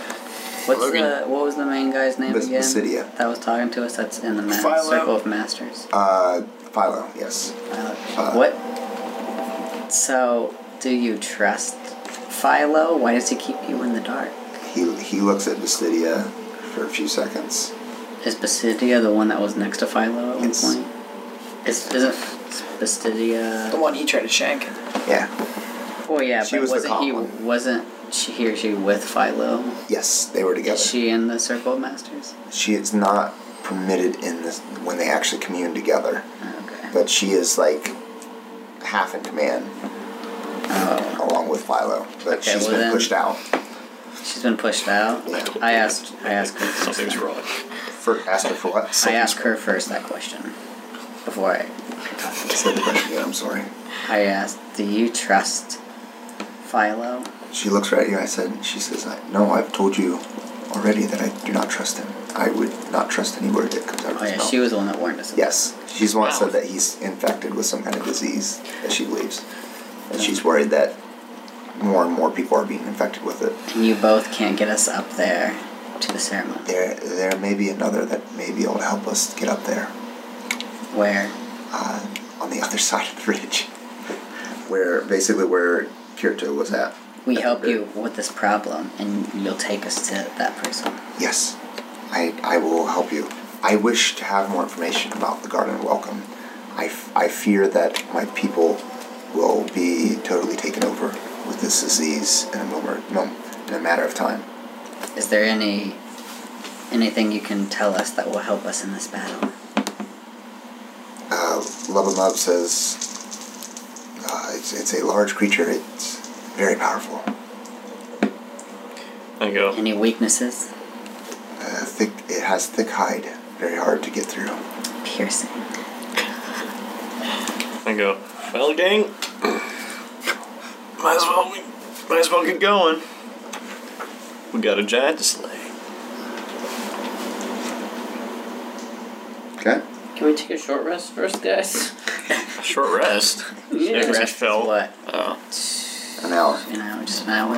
Speaker 7: What's the, what was the main guy's name
Speaker 2: Bas-
Speaker 7: again?
Speaker 2: Basidia.
Speaker 7: That was talking to us. That's in the ma-
Speaker 5: Philo.
Speaker 7: circle of masters.
Speaker 2: Uh, Philo, yes.
Speaker 7: Philo.
Speaker 2: Philo.
Speaker 7: What? So, do you trust Philo? Why does he keep you in the dark?
Speaker 2: He, he looks at Vestidia for a few seconds.
Speaker 7: Is Basidia the one that was next to Philo at
Speaker 2: Yes.
Speaker 7: one point? Is is it
Speaker 5: The
Speaker 7: Basidia?
Speaker 5: one he tried to shank.
Speaker 2: Yeah.
Speaker 7: Oh yeah,
Speaker 2: She
Speaker 7: but
Speaker 2: was the
Speaker 7: wasn't
Speaker 2: calm
Speaker 7: he
Speaker 2: one.
Speaker 7: wasn't she he or she with Philo?
Speaker 2: Yes, they were together.
Speaker 7: Is she in the Circle of Masters?
Speaker 2: she is not permitted in this when they actually commune together,
Speaker 7: Okay.
Speaker 2: but she is like half in command uh,
Speaker 7: Oh,
Speaker 2: along with Philo, but
Speaker 7: Okay,
Speaker 2: she's
Speaker 7: well
Speaker 2: been
Speaker 7: then-
Speaker 2: pushed out.
Speaker 7: she's been pushed out.
Speaker 2: Yeah.
Speaker 7: I asked I asked her first
Speaker 9: Something's
Speaker 7: that-
Speaker 9: wrong.
Speaker 2: For ask her for what?
Speaker 7: I asked her first that question before I
Speaker 2: Say the question again, I'm sorry.
Speaker 7: I asked, do you trust Philo?
Speaker 2: She looks right at you. I said, she says, I, no, I've told you already that I do not trust him. I would not trust any word that comes out of
Speaker 7: Oh
Speaker 2: his
Speaker 7: yeah,
Speaker 2: mouth.
Speaker 7: she was the one that warned us.
Speaker 2: Yes, she's the one that
Speaker 4: Wow.
Speaker 2: said that he's infected with some kind of disease that she believes, and she's worried that more and more people are being infected with it.
Speaker 7: And you both can't get us up there to the ceremony.
Speaker 2: There, there may be another that may be able to help us get up there
Speaker 7: Where?
Speaker 2: uh, on the other side of the ridge, where basically where Kirito was at.
Speaker 7: We help you with this problem, and you'll take us to that person.
Speaker 2: Yes, I, I will help you. I wish to have more information about the Garden of Welcome. I, f- I fear that my people will be totally taken over with this disease in a, moment, no, in a matter of time.
Speaker 7: Is there any anything you can tell us that will help us in this battle?
Speaker 2: Uh, Lubamub says uh, it's, it's a large creature, it's very powerful.
Speaker 9: There you go.
Speaker 7: Any weaknesses?
Speaker 2: Uh, thick, it has thick hide, very hard to get through.
Speaker 7: Piercing.
Speaker 9: There you go. Well, gang. Might as well. We, might as well get going. We got a giant to slay.
Speaker 2: Okay.
Speaker 4: Can we take a short rest first, guys?
Speaker 9: Short rest.
Speaker 4: Yeah.
Speaker 9: Because we
Speaker 7: Rest is
Speaker 9: fell.
Speaker 7: What?
Speaker 9: Oh.
Speaker 2: An hour.
Speaker 7: You know, just an hour.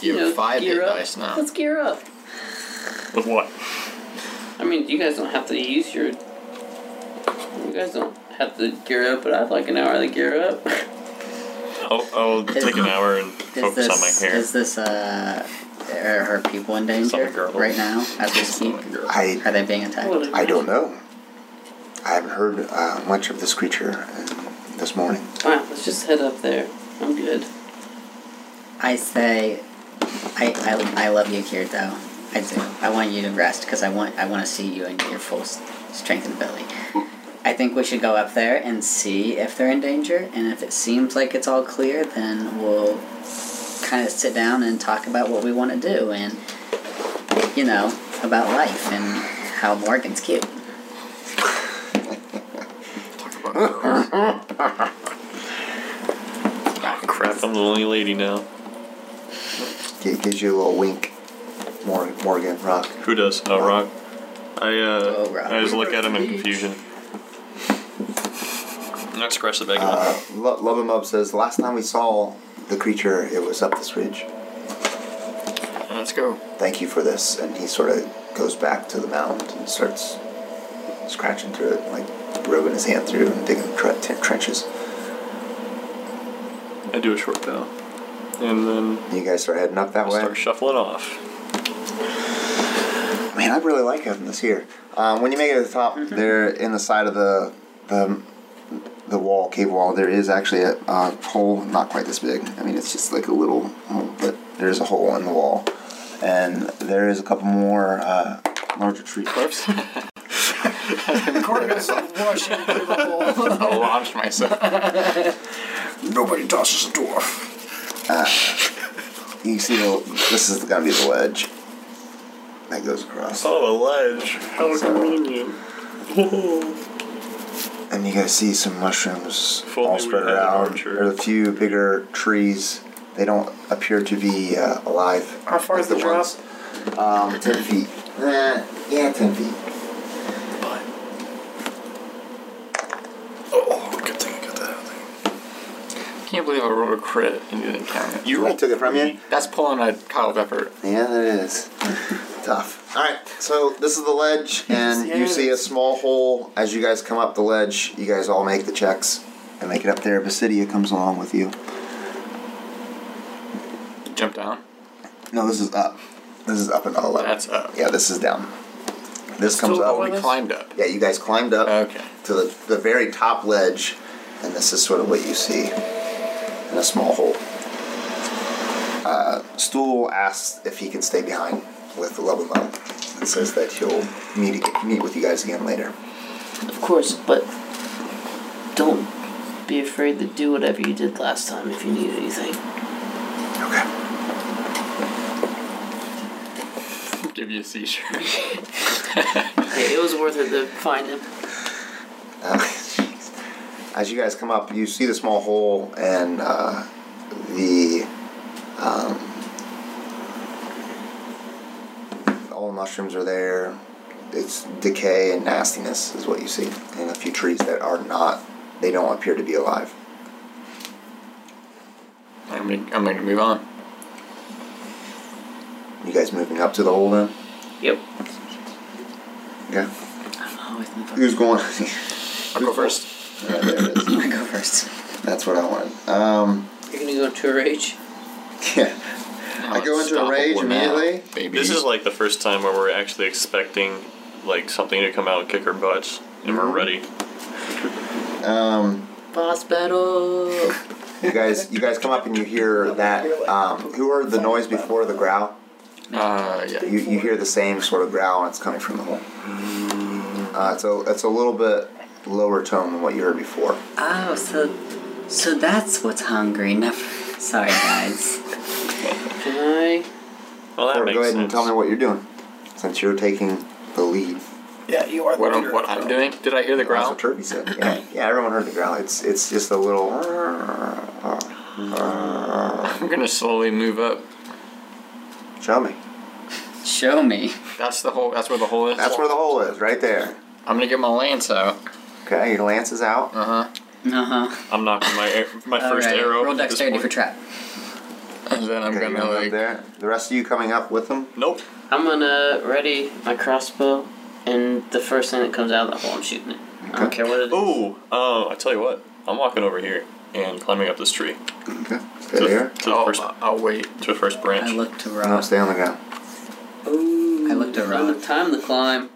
Speaker 1: You have five hit
Speaker 4: gear up.
Speaker 1: dice now.
Speaker 4: Let's gear up.
Speaker 9: With what?
Speaker 4: I mean, you guys don't have to use your. You guys don't have to gear up, but I'd like an hour to gear up.
Speaker 9: I'll, I'll take an hour and
Speaker 7: Is
Speaker 9: focus on
Speaker 7: this
Speaker 9: my hair.
Speaker 7: is this uh are her people in danger
Speaker 9: Something girdle.
Speaker 7: right now as we speak?
Speaker 2: I
Speaker 7: Are they being attacked?
Speaker 2: I don't know. I haven't heard uh, much of this creature um, this morning.
Speaker 4: Alright, let's just head up there. I'm good.
Speaker 7: I say, I, I, I love you, Kirito. I do. I want you to rest because I want I want to see you in your full s- strength and ability. I think we should go up there and see if they're in danger, and if it seems like it's all clear, then we'll kind of sit down and talk about what we want to do, and you know about life and how Morgan's cute.
Speaker 1: Talk about girls.
Speaker 9: Oh, crap, I'm the lonely lady now.
Speaker 2: It gives you a little wink, Mor- Morgan Rock.
Speaker 9: Who does? Oh, Rock. I, uh,
Speaker 7: Oh, Rock.
Speaker 9: I just look at him in confusion. Not scratch the back of my
Speaker 2: Uh, Lo- Love him up says last time we saw the creature, it was up this ridge.
Speaker 1: Let's go.
Speaker 2: Thank you for this, and he sort of goes back to the mound and starts scratching through it, like rubbing his hand through and digging tre- t- trenches.
Speaker 9: I do a short bow. And then
Speaker 2: And you guys start heading up that
Speaker 9: I
Speaker 2: way.
Speaker 9: start shuffling off.
Speaker 2: Man, I really like having this here. Um, when you make it to the top, there in the side of the the the wall, cave wall, there is actually a, a hole, not quite this big. I mean, it's just like a little, hole, but there is a hole in the wall, and there is a couple more uh, larger tree cliffs.
Speaker 5: Corey goes rushing through the hole.
Speaker 1: I launched myself.
Speaker 2: Nobody tosses a dwarf. Uh, you see, the, this is gonna be the ledge that goes across.
Speaker 9: Oh, a ledge. How convenient.
Speaker 2: And you guys see some mushrooms
Speaker 9: If only
Speaker 2: all
Speaker 9: we
Speaker 2: spread
Speaker 9: had an
Speaker 2: around.
Speaker 9: armchair.
Speaker 2: There's a few bigger trees. They don't appear to be uh, alive.
Speaker 5: How far
Speaker 2: like
Speaker 5: is the drop?
Speaker 2: ones. Um, ten feet. Uh, yeah, ten feet.
Speaker 9: Oh, good thing I got that out there.
Speaker 1: Can't believe I rolled a crit and you didn't count it.
Speaker 2: You I took it from you.
Speaker 1: That's pulling a Kyle effort.
Speaker 2: Yeah, that is tough. All right, so this is the ledge, and
Speaker 5: Yes,
Speaker 2: you
Speaker 5: yes.
Speaker 2: see a small hole as you guys come up the ledge. You guys all make the checks and make it up there. Basidia comes along with you.
Speaker 1: Jump down.
Speaker 2: No, this is up. This is up and all level.
Speaker 1: That's up.
Speaker 2: Yeah, this is down. This comes
Speaker 1: Still-
Speaker 2: up.
Speaker 1: oh, we climbed up.
Speaker 2: Yeah, you guys climbed up
Speaker 1: Okay.
Speaker 2: to the, the very top ledge, and this is sort of what you see in a small hole. Uh, Stool asks if he can stay behind with the Love and Love and says that he'll meet, meet with you guys again later.
Speaker 4: Of course, but don't be afraid to do whatever you did last time if you need anything.
Speaker 2: Okay.
Speaker 1: Give you a seizure.
Speaker 4: Yeah, it was worth it to find him.
Speaker 2: As you guys come up, you see the small hole and uh, the um, all the mushrooms are there. It's decay and nastiness is what you see, and a few trees that are not. They don't appear to be alive.
Speaker 1: I'm gonna, I'm gonna move on.
Speaker 2: You guys moving up to the hole then?
Speaker 4: Yep.
Speaker 2: Okay.
Speaker 7: I'm always in the
Speaker 2: Who's going?
Speaker 1: I'll go first.
Speaker 2: Yeah, there it is.
Speaker 7: I go first.
Speaker 2: That's what I wanted. Um,
Speaker 4: You're gonna go into a rage.
Speaker 2: yeah. I go into a rage
Speaker 1: Unstoppable now,
Speaker 2: immediately.
Speaker 1: baby.
Speaker 9: This is like the first time where we're actually expecting like something to come out and kick our butts,
Speaker 2: Mm-hmm.
Speaker 9: and we're ready.
Speaker 2: Um,
Speaker 4: Boss battle.
Speaker 2: You guys, you guys come up and you hear that. Um, who heard the noise before the growl?
Speaker 1: uh, yeah.
Speaker 2: You, you hear the same sort of growl, and it's coming from the hole. Uh, it's a it's a little bit lower tone than what you heard before.
Speaker 7: Oh, so so that's what's hungry. Never. Sorry, guys.
Speaker 4: Can I?
Speaker 9: Well, that
Speaker 2: Or
Speaker 9: makes
Speaker 2: go ahead
Speaker 9: sense.
Speaker 2: and tell me what you're doing, since you're taking the lead.
Speaker 5: Yeah, you are. the
Speaker 1: What I'm,
Speaker 5: leader.
Speaker 1: what I'm doing? Did I hear the
Speaker 2: That's
Speaker 1: growl?
Speaker 2: what Turkey said. Yeah, yeah, everyone heard the growl. It's it's just a little. uh,
Speaker 1: I'm gonna slowly move up.
Speaker 2: Show me.
Speaker 7: Show me.
Speaker 1: That's the hole. That's where the hole is.
Speaker 2: That's where the hole is, right there.
Speaker 1: I'm gonna get my lance out.
Speaker 2: Okay, your lance is out.
Speaker 1: Uh huh.
Speaker 7: Uh huh.
Speaker 9: I'm knocking my air, my first arrow.
Speaker 7: Roll
Speaker 9: at this
Speaker 7: dexterity
Speaker 9: point.
Speaker 7: for trap.
Speaker 1: And then I'm
Speaker 2: Okay, you're
Speaker 1: gonna
Speaker 2: going up
Speaker 1: like.
Speaker 2: there. The rest of you coming up with them.
Speaker 9: Nope.
Speaker 4: I'm gonna ready my crossbow, and the first thing that comes out of that hole, I'm shooting it. I don't care what it is.
Speaker 9: Ooh. Uh, I tell you what. I'm walking over here and climbing up this tree
Speaker 2: Okay. Stay
Speaker 9: to,
Speaker 2: there.
Speaker 9: the, to, the
Speaker 1: Oh,
Speaker 9: first,
Speaker 1: I'll- I'll wait.
Speaker 9: to the first
Speaker 7: I
Speaker 9: branch.
Speaker 7: look to
Speaker 2: No,
Speaker 7: Rob.
Speaker 2: stay on the ground.
Speaker 4: Ooh.
Speaker 7: I looked around.
Speaker 4: Ooh, Time to climb.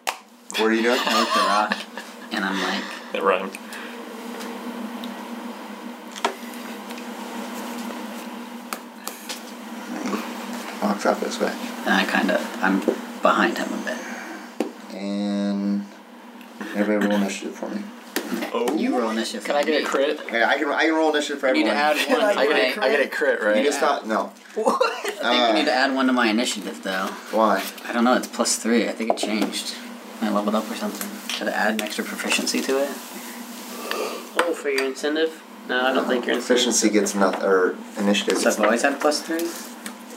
Speaker 2: What are you doing?
Speaker 7: I look to Rock, and I'm like,
Speaker 9: That rhymed.
Speaker 2: Walks up this way.
Speaker 7: and I kind of, I'm behind him a bit.
Speaker 2: And everybody roll initiative for me.
Speaker 9: Oh.
Speaker 7: You roll initiative.
Speaker 1: Can I get a crit?
Speaker 2: Yeah, I can I can roll initiative for
Speaker 7: I need
Speaker 2: everyone.
Speaker 7: to add one.
Speaker 5: I
Speaker 1: I
Speaker 5: get a
Speaker 1: get a, I get a crit, right?
Speaker 2: you just thought no. Uh,
Speaker 7: I think I need to add one to my initiative though.
Speaker 2: Why?
Speaker 7: I don't know. It's plus three. I think it changed. I leveled up or something. Should I add an extra proficiency to it?
Speaker 4: Oh, for your incentive? No, I don't think your incentive.
Speaker 2: Proficiency gets nothing, or initiative.
Speaker 7: So
Speaker 2: Gets
Speaker 7: I've always had plus three.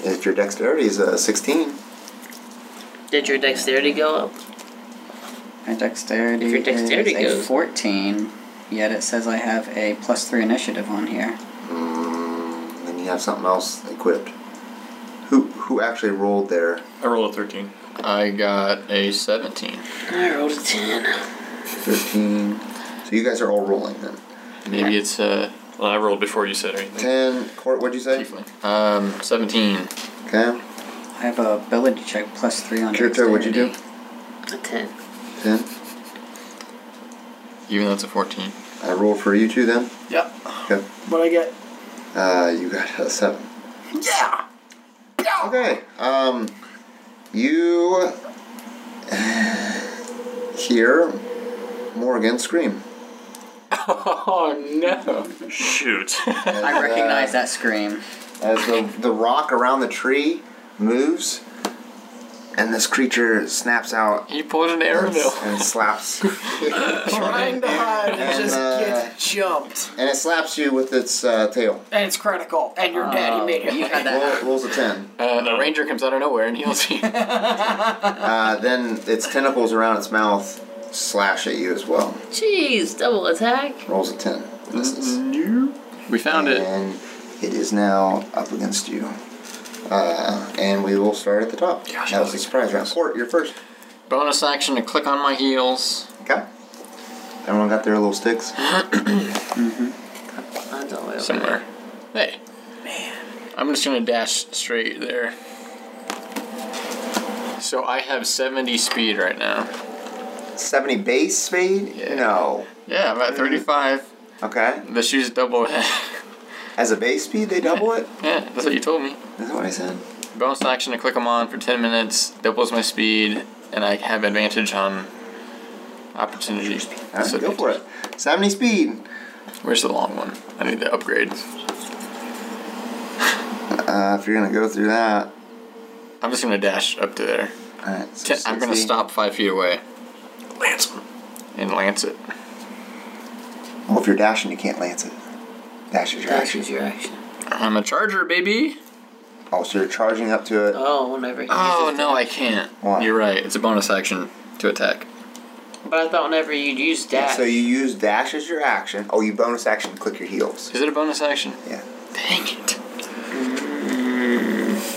Speaker 2: If your dexterity is a sixteen,
Speaker 4: Did your dexterity go up?
Speaker 7: My dexterity,
Speaker 4: If your dexterity
Speaker 7: is a
Speaker 4: goes-
Speaker 7: fourteen. Yet it says I have a plus three initiative on here.
Speaker 2: mm, then you have something else equipped. Who who actually rolled there?
Speaker 9: I rolled a 13.
Speaker 1: I got a 17.
Speaker 4: I rolled a ten.
Speaker 2: Thirteen. So you guys are all rolling then.
Speaker 1: Maybe it's a
Speaker 9: Well, I rolled before you said anything.
Speaker 2: Ten. Court. What'd you say?
Speaker 1: tiefling. Um, 17.
Speaker 2: Okay.
Speaker 7: I have a ability check plus three on
Speaker 2: Kirito,
Speaker 7: dexterity.
Speaker 2: what'd you do?
Speaker 4: A ten.
Speaker 2: Ten.
Speaker 1: Even though it's a 14.
Speaker 2: I rolled for you two then.
Speaker 5: Yep.
Speaker 2: Okay.
Speaker 5: What I get?
Speaker 2: Uh, you got a seven.
Speaker 5: Yeah.
Speaker 2: Okay. Um, you hear Morgan scream.
Speaker 1: Oh no!
Speaker 9: Shoot.
Speaker 2: As,
Speaker 7: I recognize
Speaker 2: uh,
Speaker 7: that scream.
Speaker 2: As the, the rock around the tree moves, and this creature snaps out
Speaker 1: He pulled an
Speaker 2: and,
Speaker 1: Airville.
Speaker 2: and slaps.
Speaker 5: Trying to hide and,
Speaker 2: And,
Speaker 5: just
Speaker 2: uh,
Speaker 5: get jumped.
Speaker 2: and it slaps you with its uh, tail.
Speaker 5: And it's critical. And your daddy made it.
Speaker 7: You had that.
Speaker 2: Roll, rolls a 10.
Speaker 1: Uh,
Speaker 9: No.
Speaker 1: A ranger comes out of nowhere and heals you.
Speaker 2: Uh, then its tentacles around its mouth slash at you as well.
Speaker 4: Jeez, double attack.
Speaker 2: Rolls a 10. This is.
Speaker 1: Mm-hmm. we found it.
Speaker 2: And it is now up against you. Uh, and we will start at the top.
Speaker 1: Gosh,
Speaker 2: that
Speaker 1: I
Speaker 2: was a
Speaker 1: was
Speaker 2: surprise round. Court, you're first.
Speaker 1: Bonus action to click on my heels.
Speaker 2: Okay. Everyone got their little sticks?
Speaker 4: Mine's all the way over
Speaker 1: Somewhere. Hey. Man. I'm just gonna dash straight there. So I have 70 speed right now.
Speaker 2: 70 base speed?
Speaker 1: Yeah.
Speaker 2: No.
Speaker 1: Yeah, I'm at 35.
Speaker 2: Okay.
Speaker 1: The shoes double it.
Speaker 2: As a base speed, they double it?
Speaker 1: yeah, that's what you told me.
Speaker 2: Is that what I said?
Speaker 1: Bonus action to click them on for 10 minutes, doubles my speed, and I have advantage on opportunities.
Speaker 2: All right, go for it. 70 speed.
Speaker 1: Where's the long one? I need to upgrade.
Speaker 2: Uh, if you're going to go through that.
Speaker 1: I'm just gonna dash up to there.
Speaker 2: All right. so
Speaker 1: Ten, I'm gonna
Speaker 2: 60.
Speaker 1: stop five feet away. Lance him. And lance it.
Speaker 2: Well, if you're dashing, you can't lance it. Dash is your
Speaker 4: Dash
Speaker 2: action.
Speaker 4: is your action.
Speaker 1: I'm a charger, baby.
Speaker 2: Oh, so you're charging up to it.
Speaker 4: Oh, whenever he
Speaker 1: Oh
Speaker 4: uses
Speaker 1: no,
Speaker 4: dash.
Speaker 1: I can't.
Speaker 2: Why?
Speaker 1: You're right. It's a bonus action to attack.
Speaker 4: But I thought whenever you'd use dash.
Speaker 2: So you use dash as your action. Oh, you bonus action to click your heels.
Speaker 1: Is it a bonus action?
Speaker 2: Yeah.
Speaker 1: Dang it.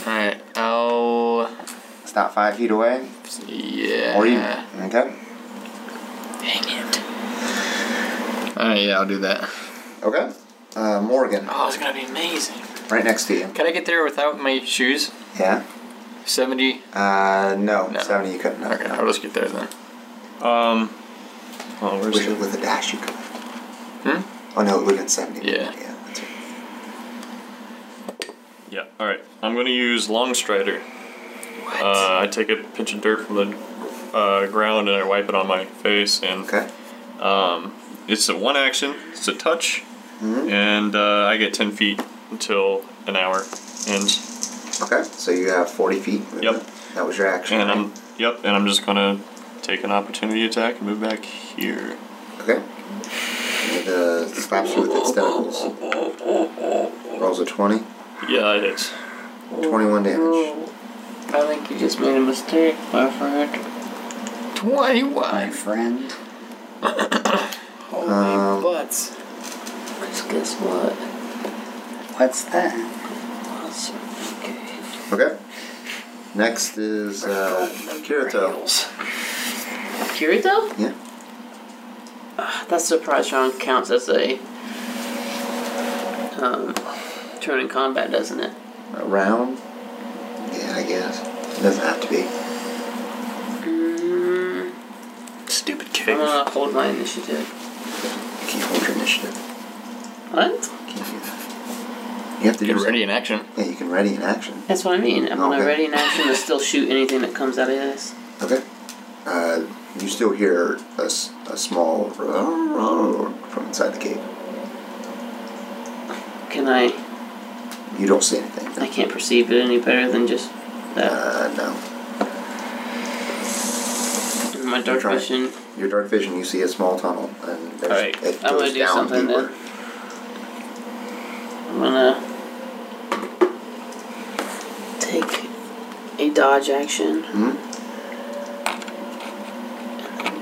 Speaker 1: All right. Oh.
Speaker 2: Stop five feet away.
Speaker 1: Yeah.
Speaker 2: Or you. Okay.
Speaker 1: Dang it. All right. Yeah, I'll do that.
Speaker 2: Okay. Uh, Morgan,
Speaker 1: Oh, it's gonna be amazing.
Speaker 2: right next to you.
Speaker 1: Can I get there without my shoes?
Speaker 2: Yeah.
Speaker 1: Seventy.
Speaker 2: Uh, no,
Speaker 1: No.
Speaker 2: 70 you couldn't. No.
Speaker 1: Okay, I'll just get there then.
Speaker 9: Um. Oh, where's
Speaker 2: With,
Speaker 9: the,
Speaker 2: with a dash you could. Oh no, it would have been 70.
Speaker 1: Hmm? Yeah.
Speaker 2: Yeah, that's right.
Speaker 9: yeah. All right. I'm gonna use long strider.
Speaker 1: What?
Speaker 9: Uh, I take a pinch of dirt from the uh, ground and I wipe it on my face, and
Speaker 2: Okay.
Speaker 9: um, it's a one action. It's a touch, and uh, I get ten feet until an hour ends.
Speaker 2: Okay, so you have 40 feet.
Speaker 9: Yep.
Speaker 2: That was your action.
Speaker 9: And I'm yep, and I'm just gonna take an opportunity attack and move back here.
Speaker 2: Okay. And it uh, slaps you with its tentacles. Rolls a 20.
Speaker 9: Yeah, it hits.
Speaker 2: 21 damage.
Speaker 4: I think you just made a mistake, my friend.
Speaker 1: Twenty-one.
Speaker 7: My friend.
Speaker 5: Holy
Speaker 2: Um,
Speaker 5: butts.
Speaker 4: Because guess what?
Speaker 7: What's that?
Speaker 4: Awesome. Okay.
Speaker 2: Okay. Next is uh, Kirito.
Speaker 4: Kirito?
Speaker 2: Yeah.
Speaker 4: Ah, that surprise round counts as a um, turn in combat, doesn't it?
Speaker 2: A round? Yeah, I guess. It doesn't have to be.
Speaker 4: Mm,
Speaker 1: Stupid
Speaker 4: I'm
Speaker 1: kid.
Speaker 4: gonna hold my initiative.
Speaker 2: You can't hold your initiative.
Speaker 4: What?
Speaker 2: You can't do that. You have to
Speaker 1: Get
Speaker 2: do
Speaker 1: ready in action.
Speaker 2: Yeah, you can ready in action.
Speaker 4: That's what I mean. I'm gonna
Speaker 2: Okay.
Speaker 4: ready in action to still shoot anything that comes out of this.
Speaker 2: Okay. Uh, you still hear a, s- a small from inside the cave.
Speaker 4: Can I?
Speaker 2: You don't see anything.
Speaker 4: I can't perceive it any better than just that.
Speaker 2: Uh, no.
Speaker 7: Uh,
Speaker 4: my dark
Speaker 2: try it.
Speaker 4: vision.
Speaker 2: Your dark vision, you see a small tunnel, and there's,
Speaker 4: Alright,
Speaker 2: it
Speaker 4: I'm
Speaker 2: goes
Speaker 4: gonna do
Speaker 2: down
Speaker 4: something
Speaker 2: deeper.
Speaker 4: then. I'm gonna take a dodge action.
Speaker 2: Hmm?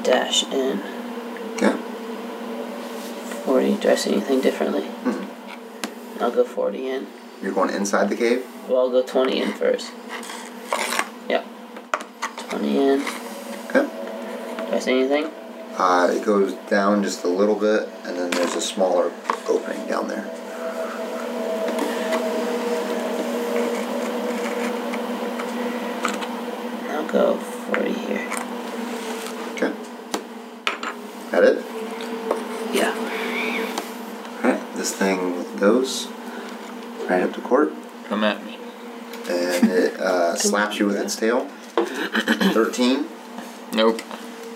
Speaker 4: dash in.
Speaker 2: Okay.
Speaker 4: 40. Do I see anything differently?
Speaker 2: Mhm.
Speaker 7: Mm-hmm.
Speaker 4: I'll go 40 in.
Speaker 2: You're going inside the cave.
Speaker 4: Well, I'll go 20 in first. Yep. 20 in.
Speaker 2: Okay.
Speaker 4: Do I see anything?
Speaker 2: Uh, it goes down just a little bit, and then there's a smaller opening down there.
Speaker 4: I'll go 40 here.
Speaker 2: Okay. That it?
Speaker 4: Yeah.
Speaker 2: Alright. This thing goes right up to court,
Speaker 1: Come at me.
Speaker 2: and it uh, slaps you with its tail. 13.
Speaker 1: Nope.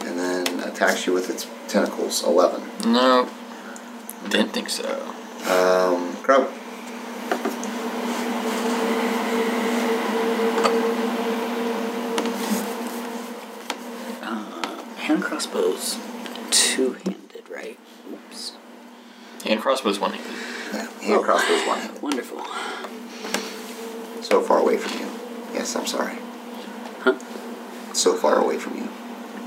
Speaker 2: and then attacks you with its tentacles. Eleven.
Speaker 1: Nope. Didn't think so.
Speaker 2: Um, Crow.
Speaker 7: Uh, hand crossbows. Two handed, right? Oops. Oh.
Speaker 1: And crossbows one.
Speaker 2: Yeah, hand crossbows one.
Speaker 7: Wonderful.
Speaker 2: So far away from you. Yes, I'm sorry.
Speaker 7: Huh?
Speaker 2: So far away from you.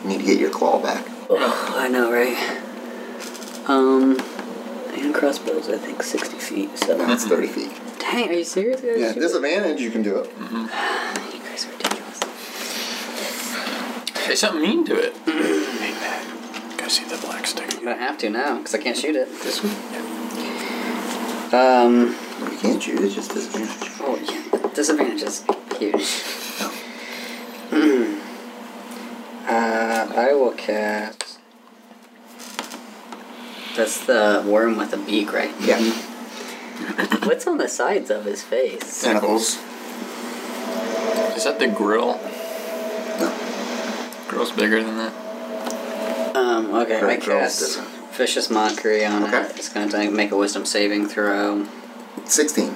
Speaker 2: You need to get your claw back.
Speaker 7: Oh, I know, right? Um, hand crossbows, I think 60 feet,
Speaker 2: No,
Speaker 7: so.
Speaker 2: it's thirty feet.
Speaker 7: Dang, are you serious? guys?
Speaker 2: Yeah,
Speaker 7: Shoot.
Speaker 2: disadvantage. You can do it.
Speaker 7: You guys are ridiculous.
Speaker 1: Say something mean to it.
Speaker 3: Go see the black stick.
Speaker 7: I'm gonna have to now, because I can't shoot it. This one? Um,
Speaker 2: You can't shoot. It's just disadvantage.
Speaker 7: oh, yeah. Disadvantage is huge.
Speaker 2: No.
Speaker 7: Mm. Uh, I will cast. That's the worm with a beak, right? Mm-hmm.
Speaker 2: Yeah.
Speaker 7: What's on the sides of his face?
Speaker 2: Tentacles.
Speaker 1: Is that the grill?
Speaker 2: No.
Speaker 1: Grill's bigger than that.
Speaker 7: Um, okay, I
Speaker 2: Very
Speaker 7: cast
Speaker 2: gross,
Speaker 7: Vicious Mockery on
Speaker 2: Okay.
Speaker 7: it. It's going to make a wisdom saving throw.
Speaker 2: 16.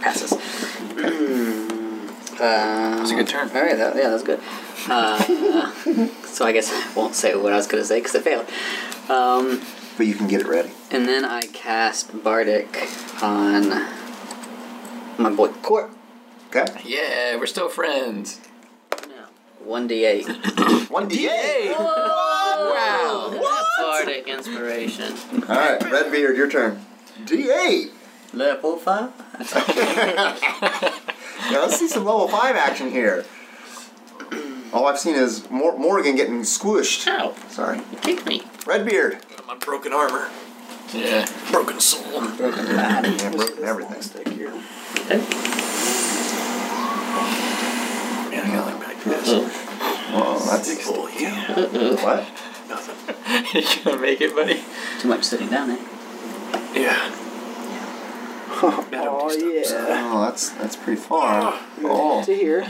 Speaker 7: Passes. Hmm.
Speaker 1: That's a good turn.
Speaker 7: All right, that, yeah, that's good. Uh, so I guess I won't say what I was going to say because it failed. Um,
Speaker 2: But you can get it ready.
Speaker 7: and then I cast Bardic on my boy Court.
Speaker 2: Okay?
Speaker 1: Yeah, we're still friends.
Speaker 7: One D eight.
Speaker 2: 1d8.
Speaker 7: Oh,
Speaker 4: Wow. Bardic inspiration.
Speaker 2: Alright, Redbeard, your turn. D8.
Speaker 7: Level five.
Speaker 2: Now let's see some level 5 action here. All I've seen is Mor- Morgan getting squished.
Speaker 4: Ow,
Speaker 2: Sorry.
Speaker 4: you kicked me.
Speaker 2: Redbeard.
Speaker 3: My broken armor,
Speaker 1: Yeah.
Speaker 3: broken soul.
Speaker 2: Yeah, broken everything.
Speaker 5: Oh,
Speaker 3: Yeah, I got like back this.
Speaker 2: Oh, that's.
Speaker 3: Oh, yeah.
Speaker 2: What?
Speaker 1: you gonna make it, buddy?
Speaker 7: Too much sitting down, eh?
Speaker 3: Yeah.
Speaker 5: Oh yeah.
Speaker 2: Oh, that's that's pretty far. Oh,
Speaker 5: To here.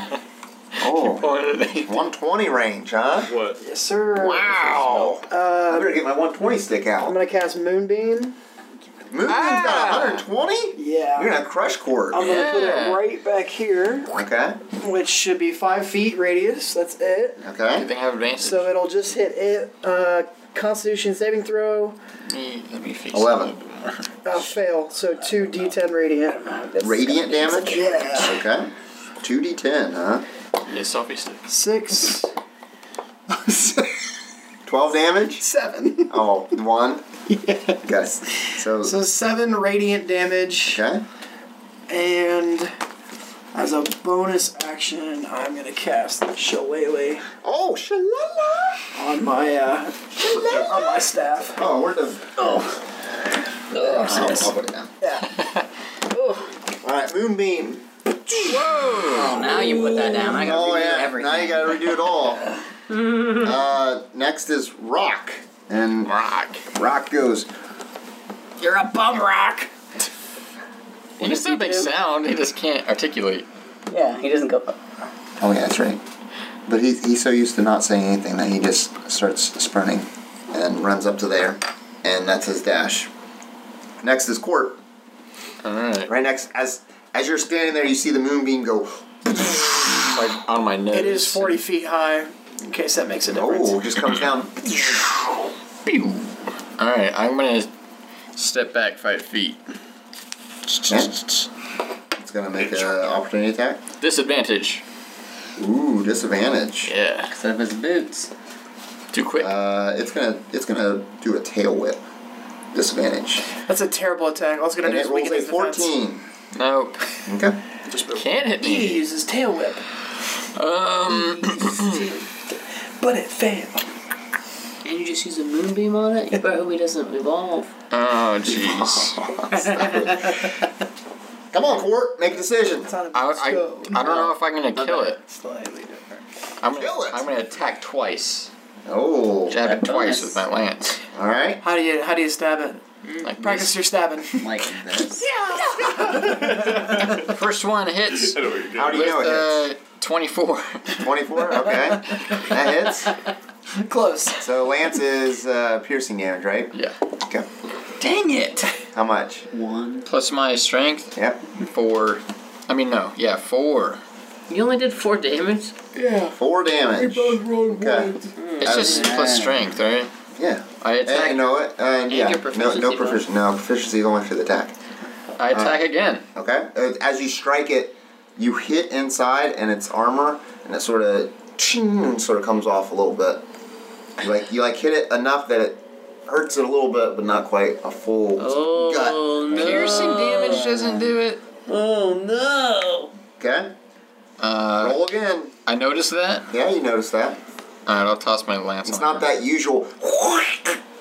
Speaker 2: oh.
Speaker 1: Pointed at me.
Speaker 2: 120 range, huh?
Speaker 9: What?
Speaker 5: Yes, sir.
Speaker 2: Wow. I
Speaker 5: Uh,
Speaker 2: better get my 120 stick
Speaker 5: I'm
Speaker 2: out.
Speaker 5: gonna cast Moonbeam.
Speaker 2: Moonbeam's got 120?
Speaker 5: Yeah.
Speaker 2: You're gonna crush cord.
Speaker 5: I'm gonna put it
Speaker 1: Yeah.
Speaker 5: right back here,
Speaker 2: Okay,
Speaker 5: which should be five feet radius. That's it.
Speaker 1: Good
Speaker 2: okay.
Speaker 1: thing I have advantage.
Speaker 5: So it'll just hit it. Uh, Constitution saving throw.
Speaker 1: me, let me face
Speaker 2: Eleven.
Speaker 5: Uh, fail. So two D10 radiant.
Speaker 2: Radiant damage?
Speaker 5: Yeah.
Speaker 2: Okay. 2d10, huh?
Speaker 1: Yeah, selfie sticks.
Speaker 5: Six.
Speaker 2: 12 damage?
Speaker 5: Seven.
Speaker 2: Oh, one? Okay. So,
Speaker 5: So seven radiant damage.
Speaker 2: okay.
Speaker 5: And as a bonus action, I'm gonna cast Shillelagh
Speaker 2: Oh, shalala!
Speaker 5: on my uh, on my staff.
Speaker 2: Oh, where the.
Speaker 5: Oh,
Speaker 2: Oh, I'll put it down.
Speaker 5: yeah.
Speaker 2: Alright, Moonbeam.
Speaker 7: Oh, now you put that down. I got
Speaker 2: Oh
Speaker 7: to redo
Speaker 2: yeah!
Speaker 7: everything.
Speaker 2: Now you gotta redo it all. uh, next is rock, and rock. Rock goes.
Speaker 7: You're a bum rock.
Speaker 1: He just a big sound. He just can't articulate.
Speaker 7: Yeah, he doesn't go.
Speaker 2: Oh yeah, that's right. But he, he's so used to not saying anything that he just starts sprinting, and runs up to there, and that's his dash. Next is court.
Speaker 1: All right.
Speaker 2: Right next, as as you're standing there, you see the moonbeam go.
Speaker 1: Like on my nose.
Speaker 5: It is 40 feet high, in case that makes a difference.
Speaker 2: Oh, just comes down.
Speaker 1: All right, I'm gonna step back five feet.
Speaker 2: It's gonna make an opportunity attack.
Speaker 1: Disadvantage.
Speaker 2: Ooh, disadvantage.
Speaker 1: Yeah.
Speaker 7: Except his boots.
Speaker 1: Too quick.
Speaker 2: Uh, it's gonna it's gonna do a tail whip. Disadvantage.
Speaker 5: That's a terrible attack. All it's gonna
Speaker 2: And
Speaker 5: do
Speaker 2: it
Speaker 5: is weaken
Speaker 2: rolls a
Speaker 5: his defense.
Speaker 2: 14.
Speaker 1: nope.
Speaker 2: Okay.
Speaker 1: Can't hit
Speaker 5: He
Speaker 1: me.
Speaker 5: uses tail whip,
Speaker 1: Um.
Speaker 5: but it failed.
Speaker 4: And you just use a moonbeam on it? You better hope he doesn't evolve.
Speaker 1: Oh jeez.
Speaker 2: Come on, Court. Make a decision.
Speaker 5: It's on a
Speaker 1: I, I, I
Speaker 5: stone.
Speaker 1: don't know if I'm gonna kill it.
Speaker 5: Slightly different.
Speaker 1: I'm gonna
Speaker 2: Kill it.
Speaker 1: I'm gonna attack twice.
Speaker 2: Oh.
Speaker 1: Jab it
Speaker 7: That
Speaker 1: twice
Speaker 7: bonus.
Speaker 1: with my lance.
Speaker 2: All right.
Speaker 5: How do you how do you stab it?
Speaker 1: Like this.
Speaker 5: Practice your stabbing.
Speaker 7: Like this.
Speaker 1: First one hits.
Speaker 2: How do you know it
Speaker 1: Uh, 24.
Speaker 2: hits? 24? Okay. that hits.
Speaker 5: Close.
Speaker 2: So Lance is uh, piercing damage, right?
Speaker 1: yeah.
Speaker 2: Okay.
Speaker 1: Dang it!
Speaker 2: How much?
Speaker 7: One.
Speaker 1: Plus my strength,
Speaker 2: Yep.
Speaker 1: four. I mean, no, yeah, four.
Speaker 4: You only did four damage?
Speaker 5: Yeah.
Speaker 2: Four damage. Okay. Uh,
Speaker 1: It's just plus strength, right?
Speaker 2: Yeah.
Speaker 1: I attack.
Speaker 2: And, no, uh, and yeah.
Speaker 4: your
Speaker 2: No,
Speaker 4: proficiency
Speaker 2: no
Speaker 4: bonus.
Speaker 2: proficiency. No, proficiency is only for the attack.
Speaker 1: I attack again.
Speaker 2: Okay. Uh, As you strike it, you hit inside and it's armor, and it sort of sort of comes off a little bit. You like you like hit it enough that it hurts it a little bit, but not quite a full
Speaker 4: Oh, no.
Speaker 1: Piercing damage doesn't do it.
Speaker 4: Oh, no.
Speaker 2: gut. Okay.
Speaker 1: Uh,
Speaker 2: Roll again.
Speaker 1: I noticed that.
Speaker 2: Yeah, you notice that.
Speaker 1: Alright, I'll toss my lance
Speaker 2: It's
Speaker 1: on
Speaker 2: not
Speaker 1: her.
Speaker 2: that usual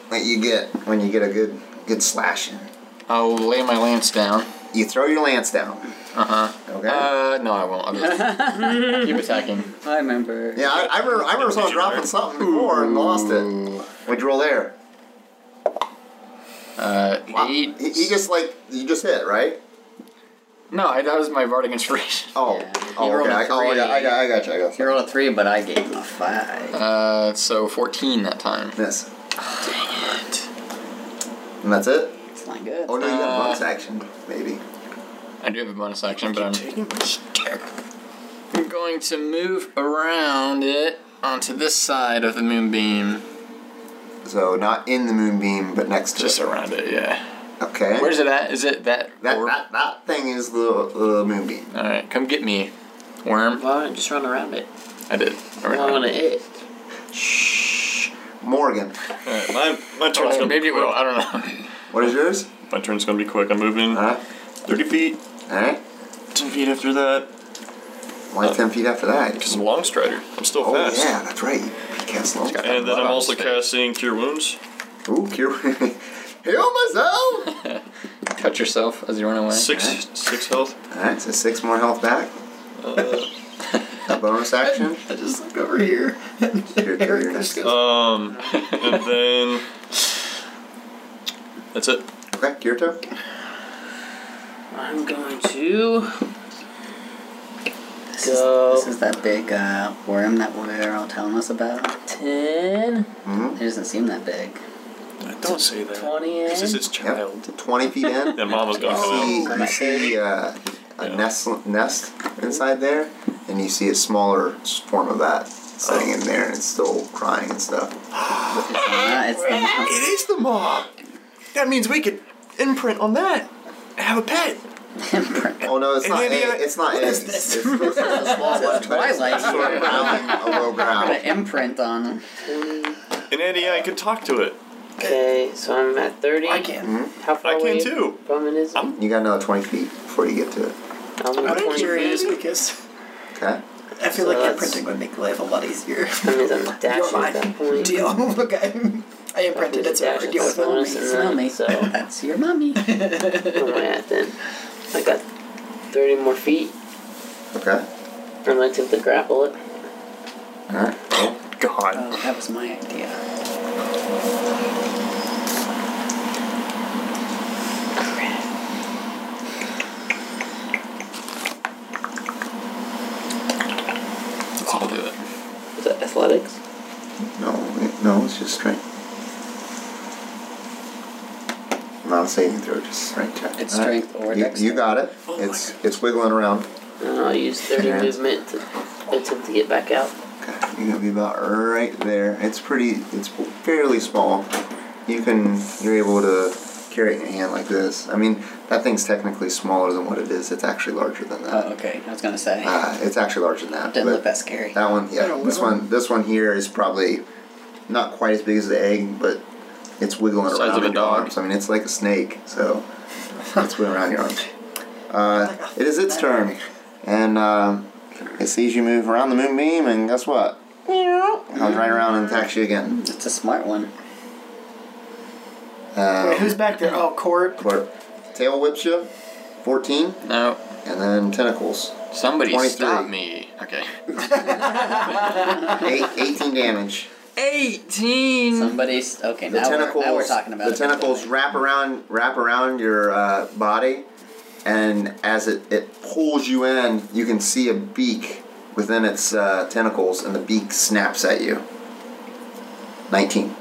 Speaker 2: that you get when you get a good good slash in.
Speaker 1: I'll lay my lance down.
Speaker 2: You throw your lance down.
Speaker 1: Uh huh.
Speaker 2: Okay.
Speaker 1: Uh, no, I won't. I'm just keep attacking.
Speaker 7: I remember.
Speaker 2: yeah, I, I remember, I remember someone dropping something before and lost it.
Speaker 1: Ooh.
Speaker 2: What'd you roll there?
Speaker 1: Uh,
Speaker 2: Wow.
Speaker 1: eight.
Speaker 2: He, he just like you just hit right.
Speaker 1: No, I, that was my bardic inspiration.
Speaker 2: Oh,
Speaker 7: Yeah. He
Speaker 2: oh,
Speaker 7: rolled
Speaker 2: okay.
Speaker 7: a
Speaker 2: I, oh, I got, I
Speaker 7: three.
Speaker 2: got, I got you. I got
Speaker 7: He
Speaker 2: you.
Speaker 7: rolled a three, but I gave him a five.
Speaker 1: Uh, so fourteen that time.
Speaker 2: Miss. And that's it.
Speaker 7: It's not good.
Speaker 2: Oh no, you got a
Speaker 1: Uh,
Speaker 2: bonus action, maybe.
Speaker 1: I do have a bonus action, but I'm I'm going to move around it onto this side of the moonbeam.
Speaker 2: So not in the moonbeam, but next to
Speaker 1: Just
Speaker 2: it.
Speaker 1: around it, yeah.
Speaker 2: Okay.
Speaker 1: Where's it at? Is it that?
Speaker 2: that,
Speaker 1: orb?
Speaker 2: that? That thing is the the moonbeam.
Speaker 1: All right, come get me, worm.
Speaker 4: Why don't you just run around it?
Speaker 1: I did. All
Speaker 4: I
Speaker 1: right.
Speaker 4: want to hit.
Speaker 2: Shh, Morgan.
Speaker 9: Alright, my, my
Speaker 1: All
Speaker 9: turn's
Speaker 1: right,
Speaker 9: gonna
Speaker 1: Maybe
Speaker 9: be
Speaker 1: it will.
Speaker 9: quick.
Speaker 1: I don't know.
Speaker 2: What is yours?
Speaker 9: My turn's gonna be quick. I'm moving
Speaker 2: All right.
Speaker 9: 30 feet,
Speaker 2: All right.
Speaker 9: 10 feet after that.
Speaker 2: Why ten feet after
Speaker 9: Because
Speaker 2: that?
Speaker 9: I'm long strider. I'm still
Speaker 2: Oh
Speaker 9: fast.
Speaker 2: yeah, that's right. You can't slow.
Speaker 9: And then
Speaker 1: blood
Speaker 9: I'm
Speaker 1: on
Speaker 9: also
Speaker 1: his face.
Speaker 9: casting Cure Wounds.
Speaker 2: Ooh, cure. Heal myself.
Speaker 1: Cut yourself as you run away.
Speaker 9: Six,
Speaker 2: Alright.
Speaker 9: six health.
Speaker 2: All right, so six more health back.
Speaker 9: Uh,
Speaker 2: A bonus action.
Speaker 5: I just look over here.
Speaker 2: Your turn, you're next.
Speaker 9: um, and then that's it.
Speaker 2: Okay, Kirito.
Speaker 4: I'm going to
Speaker 7: This is,
Speaker 4: go
Speaker 7: this is that big uh, worm that we were all telling us about.
Speaker 4: 10,
Speaker 2: Mm-hmm.
Speaker 7: It doesn't seem that big.
Speaker 3: Don't say that.
Speaker 4: 20 in.
Speaker 3: This is his
Speaker 2: Yep.
Speaker 3: child.
Speaker 2: Twenty feet in.
Speaker 9: Then mama's gonna come
Speaker 2: You
Speaker 9: out.
Speaker 2: see, you see uh, a nest, nest inside there, and you see a smaller form of that sitting in there, and it's still crying and stuff.
Speaker 7: Uh, it's the mom.
Speaker 3: It is the mob. That means we could imprint on that. Have a pet.
Speaker 2: Oh no, it's
Speaker 3: And
Speaker 2: not.
Speaker 3: then the
Speaker 2: egg.
Speaker 3: other-
Speaker 2: it's not. egg.
Speaker 3: is
Speaker 2: It's, it's, it's a small one, but it's
Speaker 7: Twilight.
Speaker 2: sort of rounding a low
Speaker 7: Put
Speaker 2: ground.
Speaker 7: an imprint on him.
Speaker 9: And Andy,
Speaker 1: E
Speaker 9: I could talk to it.
Speaker 4: Okay, so I'm at 30.
Speaker 5: I can.
Speaker 4: How far
Speaker 9: I can
Speaker 4: away
Speaker 9: too.
Speaker 4: from it is it?
Speaker 9: I'm-
Speaker 2: You got another twenty feet before you get to it.
Speaker 4: I'm at
Speaker 5: I'm
Speaker 4: 20
Speaker 5: curious
Speaker 4: feet.
Speaker 5: because
Speaker 2: Okay.
Speaker 5: I feel
Speaker 4: So
Speaker 5: like
Speaker 4: that's-
Speaker 5: imprinting would make life a lot easier.
Speaker 4: That means I'm
Speaker 5: You're
Speaker 4: dashing at that
Speaker 5: mine.
Speaker 4: point.
Speaker 5: Deal. Okay. I imprinted it, so I
Speaker 4: Dash
Speaker 5: deal
Speaker 4: is
Speaker 5: with
Speaker 4: a bonus
Speaker 5: it.
Speaker 4: and
Speaker 7: Smell
Speaker 4: then-
Speaker 7: me.
Speaker 4: So,
Speaker 7: That's your mummy.
Speaker 4: what am I at then? I got 30 more feet.
Speaker 2: Okay.
Speaker 4: I'm going to attempt to grapple it.
Speaker 2: All right.
Speaker 9: God.
Speaker 7: Oh, that was my idea.
Speaker 1: I'll do it.
Speaker 4: Is that athletics?
Speaker 2: No, wait, no, it's just strength. Not a saving throw, just strength check.
Speaker 7: It's
Speaker 2: All right.
Speaker 7: strength or
Speaker 2: You, you
Speaker 7: dexterity.
Speaker 2: got it.
Speaker 3: Oh my
Speaker 2: it's it's wiggling around.
Speaker 4: And I'll use 30
Speaker 2: Yeah.
Speaker 4: movement to attempt to get back out.
Speaker 2: Okay, you're gonna be about right there. It's pretty. It's fairly small. You can. You're able to carry it in your hand like this. I mean, that thing's technically smaller than what it is. It's actually larger than that.
Speaker 7: Oh, okay. I was gonna say.
Speaker 2: Uh, it's actually larger than that.
Speaker 7: Didn't
Speaker 2: but
Speaker 7: look that scary.
Speaker 2: That one,
Speaker 5: Yeah,
Speaker 2: yeah. This
Speaker 5: well.
Speaker 2: one, this one here is probably not quite as big as the egg, but it's wiggling
Speaker 1: Size
Speaker 2: around
Speaker 1: of a
Speaker 2: in your
Speaker 1: dog.
Speaker 2: arms. I mean, it's like a snake, so it's wiggling around your arms. Uh, it is its turn, and um, it sees you move around the moonbeam, and guess what? It comes right around and attacks you again.
Speaker 7: It's a smart one.
Speaker 5: Wait, who's
Speaker 2: Um,
Speaker 5: back there? Oh, Court.
Speaker 2: Corp. tail whips you, fourteen,
Speaker 1: No,
Speaker 2: and then tentacles.
Speaker 1: somebody
Speaker 2: 23.
Speaker 1: stop me. Okay.
Speaker 2: Eight, 18 damage.
Speaker 1: Eighteen.
Speaker 7: Somebody's okay.
Speaker 2: the
Speaker 7: now,
Speaker 2: tentacles.
Speaker 7: we're, now we're talking about
Speaker 2: the
Speaker 7: it.
Speaker 2: tentacles wrap around wrap around your uh, body, and as it, it pulls you in, you can see a beak within its uh, tentacles, and the beak snaps at you. Nineteen.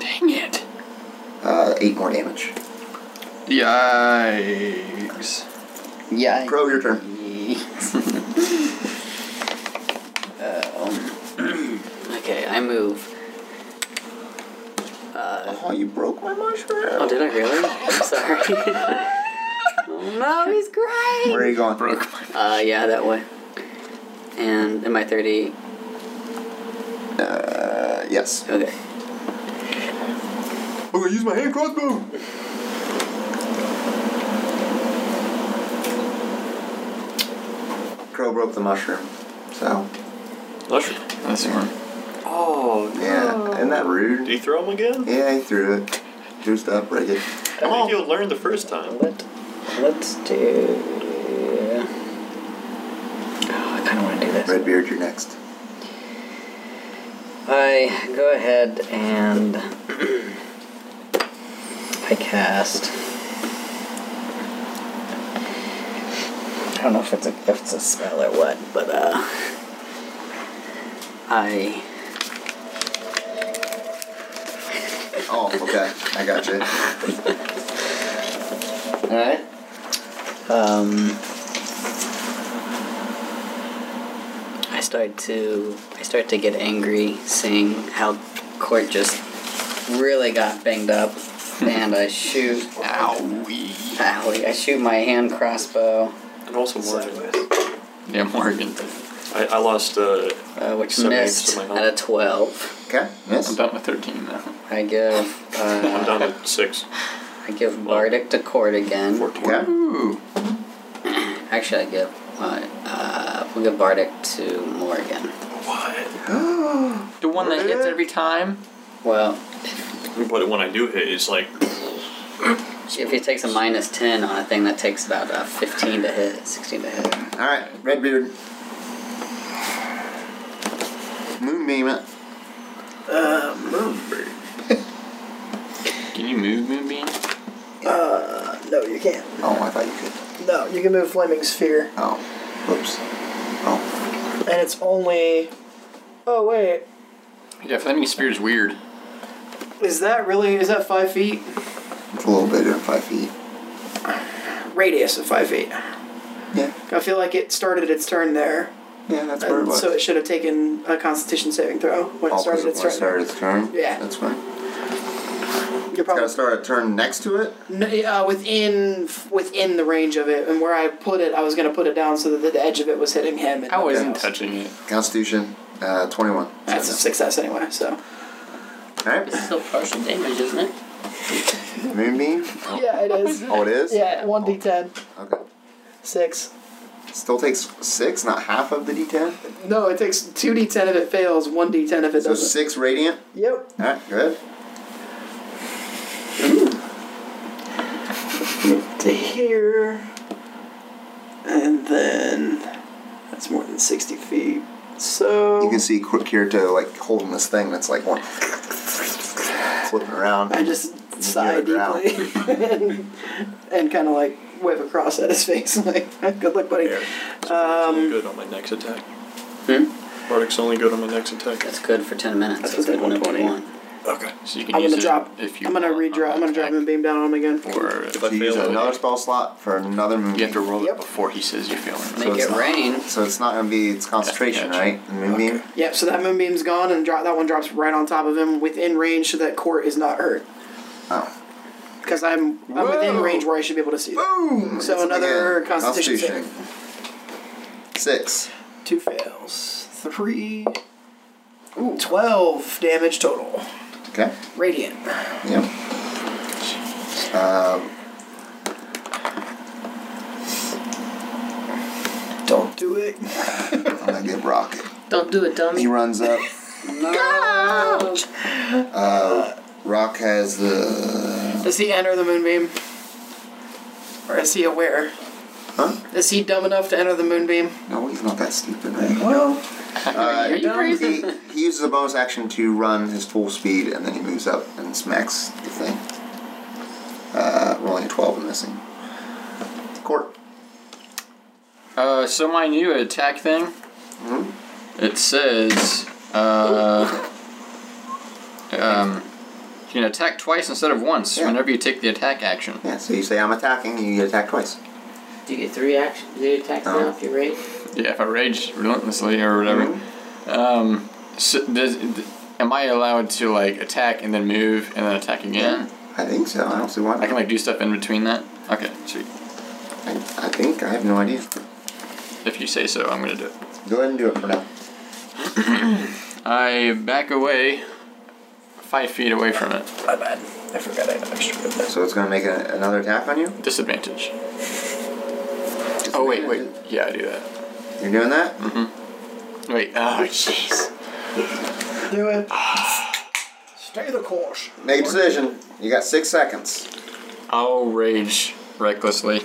Speaker 1: Dang it.
Speaker 2: Uh, eight more damage.
Speaker 1: Yikes.
Speaker 7: Yeah.
Speaker 2: Crow, your turn.
Speaker 7: okay, I move.
Speaker 2: Oh, you broke my
Speaker 4: Oh,
Speaker 2: mushroom.
Speaker 4: did I really? I'm sorry. oh, no, he's great!
Speaker 2: Where are you going?
Speaker 1: Broke my.
Speaker 7: Uh, yeah, that way. And am I thirty?
Speaker 2: Uh, yes.
Speaker 7: Okay.
Speaker 2: I'm gonna use my hand crossbow. Crow broke the mushroom, so.
Speaker 9: Mushroom.
Speaker 1: This one.
Speaker 9: Oh.
Speaker 2: Yeah, isn't that rude?
Speaker 9: Did he throw him again?
Speaker 2: Yeah, he threw it. Juiced up, rigged.
Speaker 9: I think he'll learn the first time.
Speaker 4: oh,
Speaker 7: Let Let's do.
Speaker 10: Redbeard, you're next.
Speaker 7: I go ahead and I cast. I don't know if it's a if it's a spell or what, but uh, I
Speaker 2: Oh, okay. I got you. All right.
Speaker 7: um. I start to I start to get angry seeing how Court just really got banged up, and I shoot
Speaker 1: Owie.
Speaker 7: Owie, I shoot my hand crossbow,
Speaker 9: And also Morgan.
Speaker 1: Yeah, Morgan.
Speaker 9: I, I lost uh,
Speaker 7: uh, which
Speaker 9: Seven eighths
Speaker 7: missed
Speaker 9: to my health.
Speaker 7: at a twelve.
Speaker 2: Okay.
Speaker 1: I'm
Speaker 2: Yes.
Speaker 1: down with 13 now.
Speaker 7: I give
Speaker 9: I'm
Speaker 7: uh,
Speaker 9: down to six.
Speaker 7: I give Bardic to Court again.
Speaker 9: Fourteen.
Speaker 2: Okay.
Speaker 1: Ooh.
Speaker 7: Actually, I give uh, uh, we'll give Bardic to Morgan.
Speaker 9: What?
Speaker 1: The one that hits every time?
Speaker 7: Well,
Speaker 9: But when I do hit, it's like
Speaker 7: if he takes a minus ten on a thing that takes about uh, fifteen to hit, sixteen to hit.
Speaker 2: All right. Redbeard. Moonbeam it.
Speaker 5: Uh, move.
Speaker 1: Can you move, Moonbeam?
Speaker 5: Uh, no, you can't.
Speaker 2: Oh, I thought you could.
Speaker 5: No, you can move Flaming Sphere,
Speaker 2: Oh. Whoops. Oh.
Speaker 5: and it's only. Oh wait,
Speaker 1: Yeah, Flaming Spear's weird.
Speaker 5: is that really? Is that five feet?
Speaker 2: It's a little bit of five feet.
Speaker 5: Radius of five feet.
Speaker 2: Yeah.
Speaker 5: I feel like it started its turn there,
Speaker 2: Yeah, that's where it
Speaker 5: and
Speaker 2: was.
Speaker 5: so it should have taken a Constitution saving throw when it
Speaker 2: Oh, 'cause
Speaker 5: started
Speaker 2: it
Speaker 5: its turn.
Speaker 2: started its turn.
Speaker 5: Yeah.
Speaker 2: That's fine.
Speaker 5: You're
Speaker 2: It's gotta
Speaker 5: probably
Speaker 2: start a turn next to it.
Speaker 5: N- uh, within within the range of it, and where I put it, I was gonna put it down so that the edge of it was hitting him. And
Speaker 1: I wasn't
Speaker 5: nothing else.
Speaker 1: touching it.
Speaker 2: Constitution, uh, twenty-one.
Speaker 5: That's a success anyway. So
Speaker 2: All right.
Speaker 4: It's still partial damage, isn't it?
Speaker 2: Moonbeam.
Speaker 5: yeah, it is.
Speaker 2: Oh, it is.
Speaker 5: Yeah, one d10,
Speaker 2: Okay.
Speaker 5: six.
Speaker 2: Still takes six, not half of the d10.
Speaker 5: No, it takes two d10 if it fails, one d10 if it
Speaker 2: So
Speaker 5: doesn't.
Speaker 2: six radiant.
Speaker 5: Yep.
Speaker 2: All right. Good.
Speaker 5: To here, and then that's more than sixty feet. So
Speaker 2: You can see Qu- Kirito like holding this thing that's like one, flipping around.
Speaker 5: I just sigh
Speaker 2: it around.
Speaker 5: deeply and, and kind of like wave across at his face, like good luck, buddy.
Speaker 9: There. It's only good on my next attack. Bardick's only good on my next attack.
Speaker 7: That's good for ten minutes.
Speaker 5: That's
Speaker 7: That's good
Speaker 5: within
Speaker 7: whenever you
Speaker 5: 120.
Speaker 7: want.
Speaker 9: Okay.
Speaker 1: So you can
Speaker 5: I'm
Speaker 1: use
Speaker 5: gonna
Speaker 1: it
Speaker 5: drop.
Speaker 1: if you
Speaker 5: I'm gonna
Speaker 1: want on
Speaker 5: redraw. I'm gonna drop
Speaker 1: attack,
Speaker 5: him beam down on him again.
Speaker 1: Or if
Speaker 9: If I
Speaker 2: So you use
Speaker 9: fail, it-
Speaker 2: another spell slot for another moonbeam.
Speaker 1: you have to roll
Speaker 5: Yep.
Speaker 1: it before he says you're failing.
Speaker 7: Make
Speaker 2: it's
Speaker 7: it
Speaker 2: not-
Speaker 7: rain.
Speaker 2: So it's not gonna be it's concentration,
Speaker 1: Gotcha.
Speaker 2: right? The moonbeam.
Speaker 5: Yep. So that moonbeam's gone, and drop that one drops right on top of him, within range, so that court is not hurt.
Speaker 2: Oh.
Speaker 5: Because I'm I'm within
Speaker 2: Whoa.
Speaker 5: range where I should be able to see. them.
Speaker 2: Boom.
Speaker 5: So
Speaker 2: It's
Speaker 5: another
Speaker 2: again.
Speaker 5: Constitution
Speaker 2: Six.
Speaker 5: Two fails. Three. Ooh, 12 damage total.
Speaker 2: Okay.
Speaker 5: Radiant.
Speaker 2: Yep. Um,
Speaker 5: Don't do it.
Speaker 2: I'm gonna get rocket.
Speaker 4: Don't do it, dummy.
Speaker 2: He runs up.
Speaker 5: No.
Speaker 2: Uh, Rock has the.
Speaker 5: Does he enter the moonbeam? Or is he aware?
Speaker 2: Huh?
Speaker 5: Is he dumb enough to enter the moonbeam?
Speaker 2: No, he's not that stupid. Right?
Speaker 5: Well,
Speaker 2: Uh,
Speaker 5: you
Speaker 2: he, he uses a bonus action to run his full speed, and then he moves up and smacks the thing. Uh, rolling a twelve and missing. Court.
Speaker 1: Uh, so my new attack thing, it says, uh, um, you can attack twice instead of once
Speaker 2: Yeah.
Speaker 1: whenever you take the attack action.
Speaker 2: Yeah. So you say I'm attacking, and you get attacked twice.
Speaker 4: Do you get three action? Do you attack
Speaker 2: No.
Speaker 4: now if you rage?
Speaker 1: Yeah, if I rage relentlessly or whatever. Um, so does, d- am I allowed to like attack and then move and then attack again?
Speaker 2: I think so. I don't see why.
Speaker 1: I can
Speaker 2: not.
Speaker 1: like do stuff in between that. Okay, sweet.
Speaker 2: I, I think I have no idea.
Speaker 1: If you say so, I'm gonna do it.
Speaker 2: Go ahead and do it for now.
Speaker 1: I back away, five feet away from it.
Speaker 5: my bad. I forgot I had an extra movement.
Speaker 2: So it's gonna make a, another attack on you.
Speaker 1: Disadvantage. Oh wait, wait. Mm-hmm. Yeah, I do that.
Speaker 2: You're doing that.
Speaker 1: Wait. Oh jeez.
Speaker 5: Do it. Stay the course.
Speaker 2: Make a decision. You got six seconds.
Speaker 1: I'll rage recklessly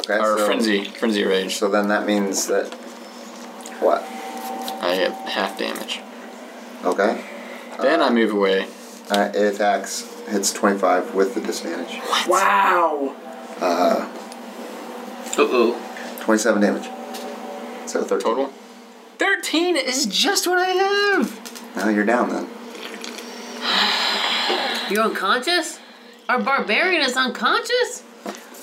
Speaker 2: Okay.
Speaker 1: or
Speaker 2: so,
Speaker 1: frenzy, frenzy rage.
Speaker 2: So then that means that what?
Speaker 1: I have half damage.
Speaker 2: Okay.
Speaker 1: Then I move away.
Speaker 2: Uh, it attacks, hits 25 with the disadvantage.
Speaker 5: Wow.
Speaker 4: Uh oh.
Speaker 2: 27 damage. So 13.
Speaker 1: Total? 13 is just what I have!
Speaker 2: Now you're down then.
Speaker 13: You're unconscious? Our barbarian is unconscious?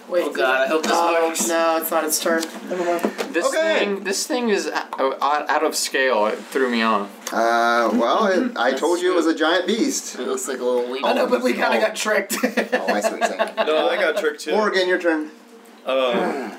Speaker 5: Wait.
Speaker 4: Oh god, I hope this
Speaker 5: Oh
Speaker 4: works.
Speaker 5: no, it's not its turn. Never mind.
Speaker 1: This
Speaker 2: Okay.
Speaker 1: thing this thing is out, out out of scale. It threw me off.
Speaker 2: Uh, well, it, I told you it was a giant beast.
Speaker 4: It looks like a little weenie.
Speaker 5: I know, but we kind of got tricked.
Speaker 2: Oh, I see what you're saying.
Speaker 9: No, I got tricked too.
Speaker 2: Morgan, your turn.
Speaker 9: Um,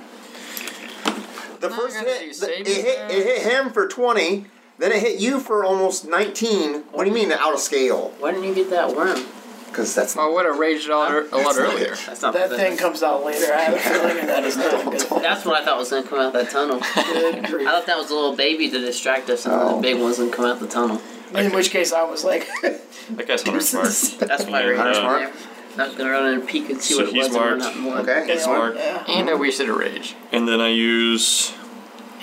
Speaker 2: The
Speaker 1: No,
Speaker 2: first
Speaker 1: I gotta do
Speaker 2: hit, the- it,
Speaker 1: saving
Speaker 2: hit, it hit him for 20, then it hit you for almost 19. What do you mean out of scale?
Speaker 4: Why didn't you get that worm?
Speaker 2: Because that's not.
Speaker 1: I would have raged out Oh, a lot earlier.
Speaker 4: That's not
Speaker 5: that
Speaker 4: the
Speaker 5: thing comes out later. I have a feeling that is not a good. thing.
Speaker 4: That's what I thought was gonna come out that tunnel.
Speaker 5: Good grief.
Speaker 4: I thought that was a little baby to distract us, and then
Speaker 2: Oh.
Speaker 4: the big one's gonna come out the tunnel.
Speaker 5: In which case, I was like,
Speaker 9: that guy's hunter smart.
Speaker 5: deuces.
Speaker 4: That's what I
Speaker 9: Yeah,
Speaker 4: read.
Speaker 9: that's
Speaker 2: smart.
Speaker 4: I was gonna run in and peek and see
Speaker 9: So
Speaker 4: what it
Speaker 9: he's
Speaker 4: was. and we're
Speaker 9: marked.
Speaker 4: not more.
Speaker 2: Okay.
Speaker 9: It's marked.
Speaker 5: Yeah.
Speaker 1: And I
Speaker 2: Mm-hmm.
Speaker 1: wasted a rage.
Speaker 9: And then I use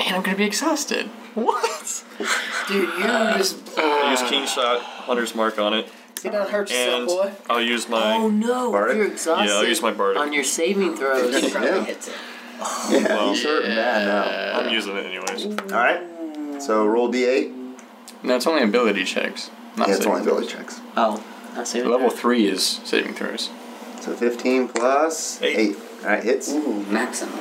Speaker 1: And I'm gonna be exhausted. What?
Speaker 5: Dude, you just
Speaker 9: I use King Shot, Hunter's Mark on it,
Speaker 5: you done hurt yourself,
Speaker 9: and
Speaker 5: boy.
Speaker 9: I'll use my
Speaker 4: Oh no!
Speaker 2: Bardic?
Speaker 4: You're exhausted.
Speaker 9: yeah, I'll use my bardic.
Speaker 4: on your saving throws.
Speaker 2: Yeah.
Speaker 6: Probably hits it.
Speaker 2: Yeah,
Speaker 9: Well,
Speaker 2: you sure? Yeah,
Speaker 9: I'm using it anyways.
Speaker 2: no. Alright. So roll d8.
Speaker 1: No, it's only ability checks. Not
Speaker 2: Yeah, it's
Speaker 1: saving
Speaker 2: only ability checks.
Speaker 4: Oh, not saving.
Speaker 1: throws. Level three is saving throws.
Speaker 2: So 15 plus
Speaker 9: Eight.
Speaker 2: 8. Alright, hits.
Speaker 6: Ooh, maximum.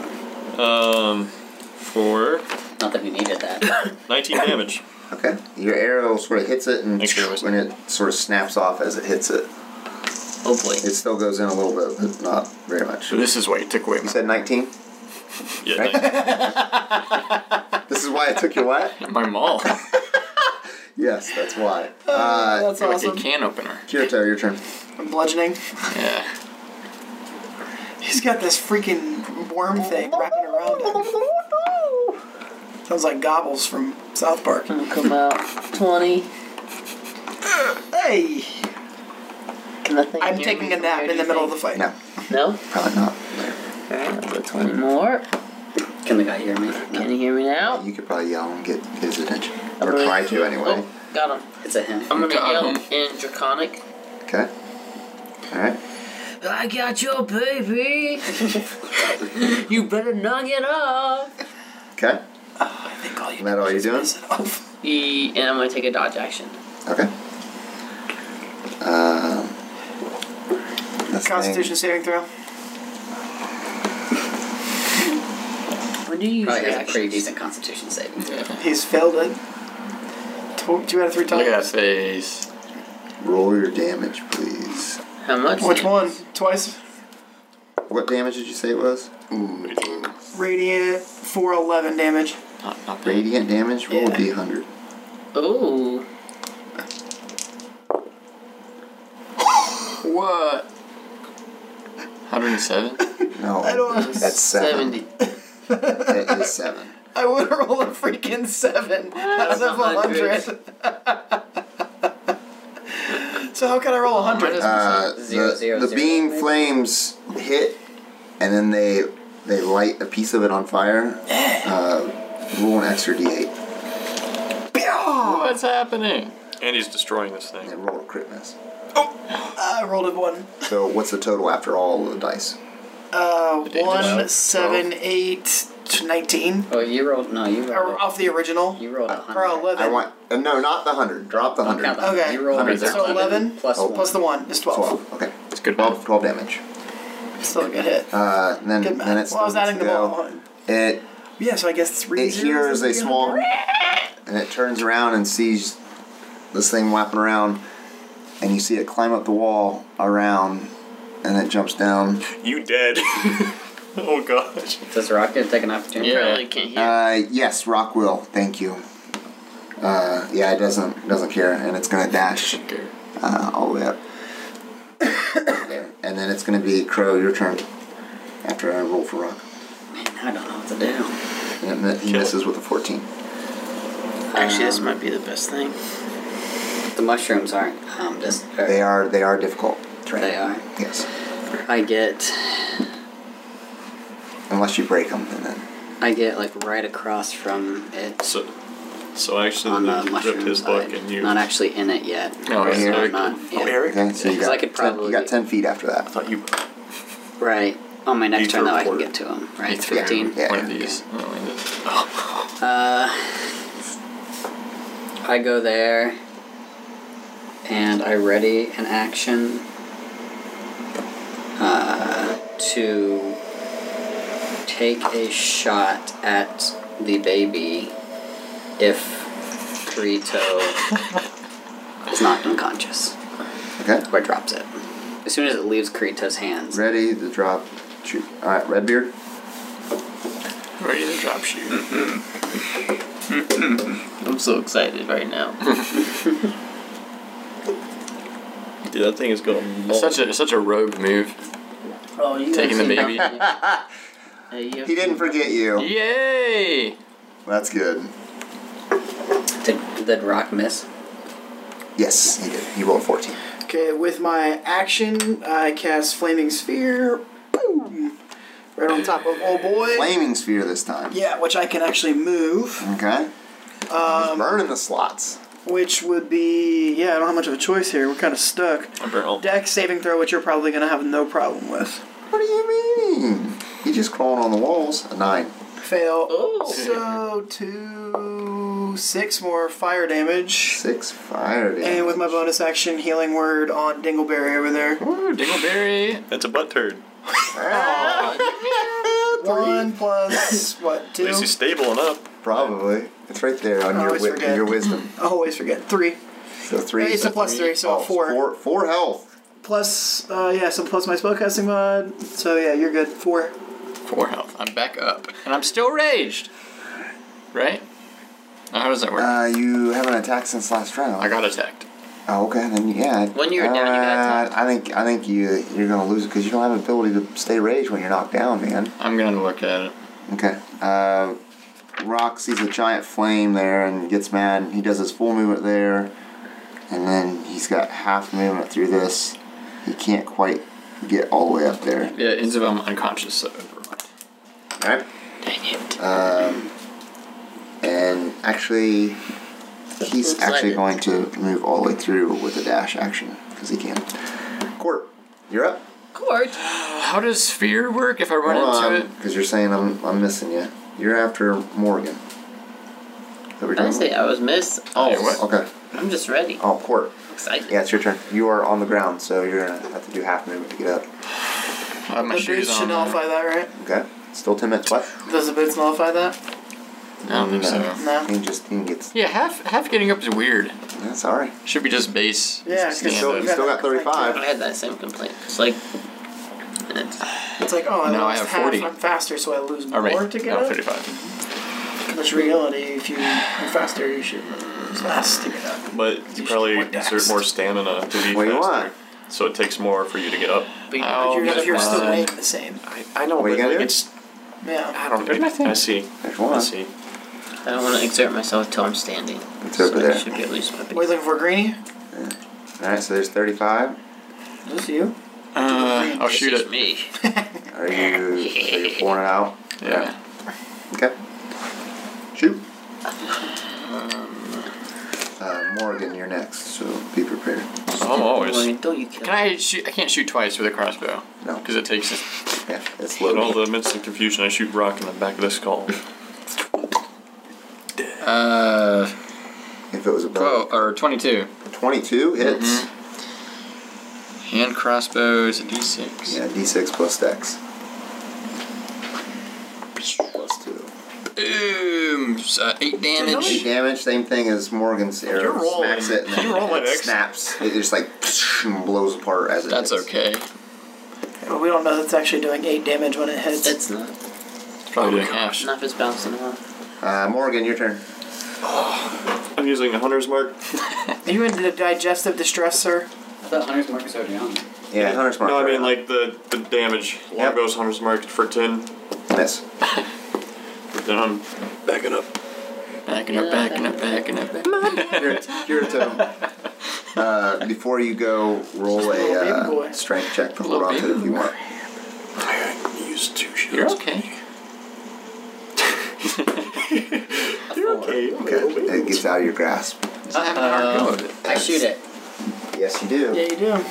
Speaker 9: Um, for
Speaker 6: Not that we needed that.
Speaker 9: 19 damage.
Speaker 2: Okay. Your arrow sort of hits it and
Speaker 9: Make sure it was-
Speaker 2: when it sort of snaps off as it hits it.
Speaker 4: Oh boy.
Speaker 2: It still goes in a little bit, but not very much.
Speaker 1: So
Speaker 2: You
Speaker 1: this is why it took away my
Speaker 2: said 19?
Speaker 9: Yeah, nice.
Speaker 2: This is why it took your what?
Speaker 1: my maul.
Speaker 2: Yes, that's why. Uh,
Speaker 5: That's
Speaker 1: like a
Speaker 5: awesome.
Speaker 1: can opener.
Speaker 2: Kirito, your turn.
Speaker 5: I'm bludgeoning.
Speaker 1: Yeah.
Speaker 5: He's got this freaking worm thing wrapping around him. Sounds like gobbles from South Park.
Speaker 4: Come out twenty.
Speaker 5: Hey,
Speaker 4: Can that thing
Speaker 5: I'm
Speaker 4: hear
Speaker 5: taking
Speaker 4: me
Speaker 5: a nap
Speaker 4: from
Speaker 5: in
Speaker 4: here,
Speaker 5: the
Speaker 4: do you
Speaker 5: middle of the fight.
Speaker 2: No,
Speaker 4: think? No.
Speaker 2: probably not.
Speaker 4: Alright, but twenty more.
Speaker 6: Can the guy hear me?
Speaker 4: Can you hear me now?
Speaker 2: You could probably yell and get his attention.
Speaker 4: I'm
Speaker 2: Or
Speaker 5: Uh,
Speaker 4: gonna-
Speaker 2: try to anyway.
Speaker 4: Oh, got him.
Speaker 6: It's a him.
Speaker 4: I'm gonna
Speaker 1: Got
Speaker 4: yell
Speaker 1: him.
Speaker 4: in draconic.
Speaker 2: Okay. Alright.
Speaker 4: I got your baby. you better knock it off.
Speaker 2: Okay.
Speaker 5: I think all you
Speaker 2: Is that all you're doing?
Speaker 5: is off.
Speaker 4: E- and I'm gonna take a dodge action.
Speaker 2: Okay. Um, this
Speaker 5: Constitution saving throw.
Speaker 4: When do you use
Speaker 6: Probably
Speaker 4: your
Speaker 6: has a
Speaker 4: action?
Speaker 6: pretty decent constitution saving throw.
Speaker 5: He's failed it. Tw- Two out of three
Speaker 1: Look
Speaker 5: times.
Speaker 1: at that face.
Speaker 2: Thing, roll your damage, please.
Speaker 4: How much?
Speaker 5: Which one? Twice.
Speaker 2: What damage did you say it was?
Speaker 5: Radiant for 11 damage.
Speaker 1: Not, not bad.
Speaker 2: Radiant damage? Roll
Speaker 5: Yeah.
Speaker 2: a d100.
Speaker 4: Ooh.
Speaker 1: What? 107?
Speaker 2: No.
Speaker 5: I don't.
Speaker 2: That's seven.
Speaker 4: 70.
Speaker 2: that is seven.
Speaker 5: I would roll a freaking seven out of
Speaker 4: That's
Speaker 5: 100. so how can I roll 100?
Speaker 2: Uh,
Speaker 6: Zero,
Speaker 2: the,
Speaker 6: zero,
Speaker 2: the
Speaker 6: zero,
Speaker 2: beam
Speaker 6: maybe?
Speaker 2: flames hit, and then they they light a piece of it on fire. Uh, roll an extra d8.
Speaker 1: What's happening?
Speaker 9: and he's destroying this
Speaker 2: And
Speaker 9: thing.
Speaker 2: then roll a crit miss.
Speaker 5: I rolled a one.
Speaker 2: So what's the total after all the dice?
Speaker 5: Uh,
Speaker 1: Did
Speaker 5: one, seven, eight, t- 19.
Speaker 6: Oh, you rolled. No, you
Speaker 5: Or
Speaker 6: rolled.
Speaker 5: off the original.
Speaker 6: You rolled a
Speaker 5: Or
Speaker 6: hundred.
Speaker 5: 11.
Speaker 2: I want uh, no, not the hundred. Drop the
Speaker 6: Don't count
Speaker 2: hundred.
Speaker 6: the hundred.
Speaker 5: Okay.
Speaker 6: You rolled
Speaker 1: Hundred.
Speaker 6: the
Speaker 5: So 11
Speaker 6: plus
Speaker 2: Oh.
Speaker 6: one.
Speaker 5: Plus the one is 12.
Speaker 2: Twelve. Okay.
Speaker 1: It's good.
Speaker 2: Twelve. Twelve damage.
Speaker 5: Still a good hit.
Speaker 2: Uh, and then
Speaker 5: Good
Speaker 2: then
Speaker 5: math.
Speaker 2: it's
Speaker 5: Well, I was adding the ball.
Speaker 2: It
Speaker 5: Yeah, so I guess three
Speaker 2: it
Speaker 5: zeros
Speaker 2: hears a
Speaker 5: would be
Speaker 2: small
Speaker 5: 100.
Speaker 2: and it turns around and sees this thing whapping around and you see it climb up the wall around and it jumps down
Speaker 9: You dead. oh gosh.
Speaker 6: Does Rocket take an opportunity?
Speaker 1: Yeah.
Speaker 4: Apparently can't hear.
Speaker 2: uh, yes rock will thank you uh, yeah it doesn't doesn't care and it's gonna dash
Speaker 1: Okay.
Speaker 2: uh, all the way up there. and then it's gonna be crow your turn after I roll for rock
Speaker 6: Man, I don't know what to do.
Speaker 2: and it, he
Speaker 9: Kill it.
Speaker 2: misses with a 14
Speaker 4: Actually, this might be the best thing.
Speaker 6: The mushrooms aren't. Um, just or
Speaker 2: they are they are difficult to
Speaker 6: They are.
Speaker 2: yes
Speaker 6: I get.
Speaker 2: unless you break them and then
Speaker 6: I get like right across from it.
Speaker 9: So, So I actually
Speaker 7: on the
Speaker 9: ripped
Speaker 7: mushroom
Speaker 9: his
Speaker 7: side.
Speaker 9: luck and you.
Speaker 7: Not actually in it yet.
Speaker 9: Oh,
Speaker 7: Right
Speaker 9: yeah.
Speaker 7: here.
Speaker 9: Eric.
Speaker 7: Not, yeah.
Speaker 9: Oh, Eric?
Speaker 2: Okay, so you
Speaker 7: 'Cause
Speaker 2: got,
Speaker 7: I could
Speaker 2: ten-
Speaker 7: probably
Speaker 2: you got 10 feet after that.
Speaker 1: thought you
Speaker 7: Right. On my next
Speaker 9: Need to
Speaker 7: turn, though, I can
Speaker 9: report it.
Speaker 7: get to him. Right.
Speaker 1: you
Speaker 7: It's
Speaker 1: threw
Speaker 7: fifteen.
Speaker 1: one of these. Oh, and this- oh.
Speaker 7: Uh, I go there, and I ready an action uh, to take a shot at the baby if Krito is knocked unconscious
Speaker 2: Okay.
Speaker 7: or drops it. As soon as it leaves Krito's hands,
Speaker 2: Ready to drop. Shoot. All right, Redbeard.
Speaker 1: Ready to drop shoot.
Speaker 4: I'm so excited right now.
Speaker 9: Dude, that thing is gonna molt.
Speaker 1: Such a such a rogue move.
Speaker 4: Oh, you
Speaker 1: Taking the baby.
Speaker 2: He didn't forget you.
Speaker 1: Yay!
Speaker 2: That's good.
Speaker 7: did, did Rock miss?
Speaker 2: Yes, he did. He rolled 14.
Speaker 5: Okay, with my action, I cast Flaming Sphere. Boom! Right on top of old boy.
Speaker 2: Flaming Sphere this time.
Speaker 5: Yeah, which I can actually move.
Speaker 2: Okay. Um, burning the slots.
Speaker 5: Which would be. Yeah, I don't have much of a choice here. We're kind of stuck.
Speaker 9: I'm burnt.
Speaker 5: Deck saving throw, which you're probably going to have no problem with.
Speaker 2: What do you mean? He just crawling on the walls. A nine.
Speaker 5: Fail. So, two. Six more fire damage.
Speaker 2: Six fire damage.
Speaker 5: And with my bonus action, healing word on Dingleberry over there.
Speaker 1: Ooh, Dingleberry.
Speaker 9: That's a butt turd.
Speaker 5: One plus what?
Speaker 9: At
Speaker 5: Two.
Speaker 9: least he's stable enough.
Speaker 2: Probably. It's right there on
Speaker 5: I
Speaker 2: your
Speaker 5: always
Speaker 2: wi-
Speaker 5: forget.
Speaker 2: your wisdom.
Speaker 5: I always forget. Three.
Speaker 2: So three.
Speaker 5: It's a plus three, so
Speaker 2: oh,
Speaker 5: four.
Speaker 2: Four, four health.
Speaker 5: Plus, uh, yeah, so plus my spellcasting mod. So yeah, you're good. Four.
Speaker 1: Four health. Oh, I'm back up, and I'm still raged. Right? Now, How does that work?
Speaker 2: Uh, you haven't attacked since last round.
Speaker 1: I got attacked.
Speaker 2: Oh, okay. Then yeah.
Speaker 4: When you were down, you got
Speaker 2: Uh, I think I think you you're gonna lose it because you don't have the ability to stay raged when you're knocked down, man.
Speaker 1: I'm gonna look at it.
Speaker 2: Okay. Uh, Rock sees a giant flame there and gets mad. He does his full movement there, and then he's got half movement through this. He can't quite get all the way up there.
Speaker 1: Yeah, it ends up I'm unconscious, so never mind.
Speaker 2: All right.
Speaker 4: Dang it.
Speaker 2: Um, and actually, he's
Speaker 4: Looks
Speaker 2: actually
Speaker 4: like-
Speaker 2: going to move all the way through with a dash action because he can. Court, you're up.
Speaker 13: Court.
Speaker 1: How does fear work if I run into it?
Speaker 2: because you're saying I'm, I'm missing you. You're after Morgan. Is that what you're
Speaker 4: I didn't
Speaker 2: talking
Speaker 4: say I was missed.
Speaker 2: about?
Speaker 1: Hey, what?
Speaker 2: Okay.
Speaker 4: I'm just ready.
Speaker 2: Oh, court.
Speaker 4: Excited.
Speaker 2: Yeah, it's your turn. You are on the ground, so you're gonna have to do half movement to get up.
Speaker 1: I have my
Speaker 5: the
Speaker 1: shoes
Speaker 5: boots
Speaker 1: on.
Speaker 5: should
Speaker 1: I
Speaker 5: nullify that, right?
Speaker 2: Okay. Still ten minutes left.
Speaker 5: Does the boots nullify that?
Speaker 1: don't think so.
Speaker 5: No.
Speaker 2: He just he gets.
Speaker 1: Yeah, half half getting up is weird.
Speaker 2: That's all right.
Speaker 1: Should be just base.
Speaker 5: Yeah, 'cause
Speaker 2: You still, you still got thirty-five.
Speaker 4: I had that same complaint. It's like, it's,
Speaker 5: It's like, oh, I
Speaker 1: No, I
Speaker 5: lost
Speaker 1: have
Speaker 5: half.
Speaker 1: 40.
Speaker 5: I'm faster, so I lose more
Speaker 1: All right,
Speaker 5: to get
Speaker 1: no,
Speaker 5: up.
Speaker 1: thirty-five.
Speaker 5: Which reality, if you are faster, you should lose less to get up.
Speaker 9: But you
Speaker 5: should
Speaker 9: probably
Speaker 5: want dax.
Speaker 9: exert more stamina to be
Speaker 2: What do you
Speaker 9: faster.
Speaker 2: want?
Speaker 9: So it takes more for you to get up.
Speaker 4: but you-
Speaker 1: Oh,
Speaker 5: you're,
Speaker 1: never
Speaker 5: you're still
Speaker 1: mind.
Speaker 5: weighing the same.
Speaker 9: I, I know,
Speaker 2: Oh, What you
Speaker 9: but
Speaker 2: gonna
Speaker 9: like,
Speaker 2: do?
Speaker 9: it's
Speaker 5: Yeah.
Speaker 9: I don't.
Speaker 1: There's my thing.
Speaker 9: I see.
Speaker 2: There's
Speaker 9: I
Speaker 2: one.
Speaker 9: see.
Speaker 4: I don't want to exert myself until I'm standing.
Speaker 2: It's
Speaker 4: so
Speaker 2: over
Speaker 4: I
Speaker 2: there.
Speaker 4: should be at least my base.
Speaker 5: What are you looking for, Greeny?
Speaker 2: All right, so there's thirty-five.
Speaker 5: This you?
Speaker 1: Uh, I'll
Speaker 4: This
Speaker 1: shoot
Speaker 4: is
Speaker 1: it.
Speaker 4: me.
Speaker 2: Are you? So you're pouring it out.
Speaker 1: Yeah.
Speaker 2: Okay. Shoot.
Speaker 1: Um,
Speaker 2: Uh, Morgan, you're next, so be prepared.
Speaker 1: I'm always.
Speaker 4: Morgan, don't you kill
Speaker 1: Can I shoot? I can't shoot twice with a crossbow
Speaker 2: No,
Speaker 1: because it takes.
Speaker 2: yeah, it's
Speaker 9: In all
Speaker 2: loaded.
Speaker 9: the midst of confusion, I shoot rock in the back of the skull.
Speaker 1: Uh,
Speaker 2: If it was a bow,
Speaker 1: twelve or twenty-two.
Speaker 2: twenty-two hits.
Speaker 1: Hand crossbow is a d6.
Speaker 2: Yeah, d6 plus dex. Plus two.
Speaker 1: Boom! s- Uh, eight
Speaker 2: Eight
Speaker 1: damage.
Speaker 2: damage, same thing as Morgan's arrow.
Speaker 9: You're rolling-
Speaker 2: Smacks it and then
Speaker 9: you're rolling
Speaker 2: it
Speaker 9: X.
Speaker 2: snaps. It just like and blows apart as it
Speaker 1: That's
Speaker 2: hits.
Speaker 1: okay.
Speaker 5: But we don't know that's actually doing eight damage when it hits.
Speaker 4: It's not.
Speaker 1: Probably doing half.
Speaker 4: Not if it's bouncing off.
Speaker 2: Uh, Morgan, your turn.
Speaker 9: I'm using the hunter's mark.
Speaker 5: Are you in the digestive distress, sir?
Speaker 7: I thought Hunter's Mark was already on.
Speaker 2: Yeah, Hunter's Mark.
Speaker 9: No, I
Speaker 2: right on.
Speaker 9: mean like the the damage. Longbows hunter's mark for ten.
Speaker 2: Miss.
Speaker 9: Then I'm backing up.
Speaker 1: Backing up, backing up, backing up.
Speaker 2: You're, you're to, uh, before you go, roll
Speaker 5: Just a little
Speaker 2: a
Speaker 5: baby boy.
Speaker 2: uh, strength check to hold
Speaker 1: Little
Speaker 2: on to it
Speaker 1: baby
Speaker 2: if you want.
Speaker 9: I used two shields.
Speaker 1: You're okay.
Speaker 9: You're okay.
Speaker 3: okay, okay.
Speaker 2: Okay, it gets out of your grasp.
Speaker 1: Not having a hard go of it.
Speaker 7: Uh, I shoot it.
Speaker 2: Yes, you do.
Speaker 5: Yeah, you do.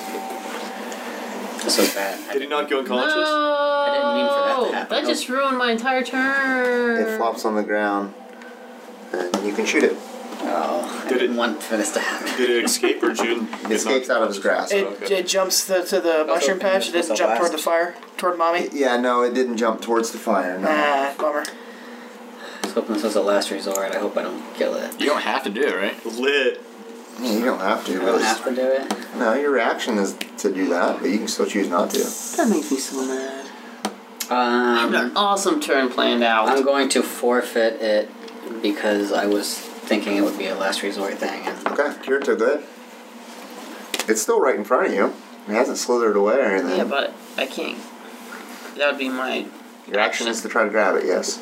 Speaker 7: This was bad. I
Speaker 9: Did he not go unconscious?
Speaker 13: I
Speaker 7: didn't mean for that
Speaker 4: Oh,
Speaker 7: to happen.
Speaker 13: That just ruined my entire turn.
Speaker 2: It flops on the ground, and you can shoot it.
Speaker 7: Oh, I
Speaker 9: Did it-
Speaker 7: didn't want for this to happen.
Speaker 9: Did it escape or June?
Speaker 2: It escapes out of his grasp.
Speaker 5: It,
Speaker 9: Okay.
Speaker 5: it jumps the, to the mushroom
Speaker 7: okay.
Speaker 5: patch. It
Speaker 7: That's
Speaker 5: doesn't
Speaker 7: the
Speaker 5: jump toward the
Speaker 7: last.
Speaker 5: fire, toward mommy.
Speaker 2: Yeah, no, it didn't jump towards the fire. No.
Speaker 5: Nah, bummer.
Speaker 7: I was hoping this was the last resort. I hope I don't kill it.
Speaker 1: You don't have to do it, right?
Speaker 9: Lit.
Speaker 2: Yeah, you don't have to.
Speaker 7: I
Speaker 2: really.
Speaker 7: don't have to do it.
Speaker 2: No, your reaction is to do that, but you can still choose not to.
Speaker 13: That makes me so mad. I had an
Speaker 7: Um,
Speaker 13: awesome turn planned out.
Speaker 7: I'm going to forfeit it because I was thinking it would be a last resort thing. And
Speaker 2: Okay, Kirito, go ahead. It's still right in front of you. It hasn't slithered away or anything.
Speaker 4: Yeah, but I can't. That would be my.
Speaker 2: Your action is to try to grab it, yes.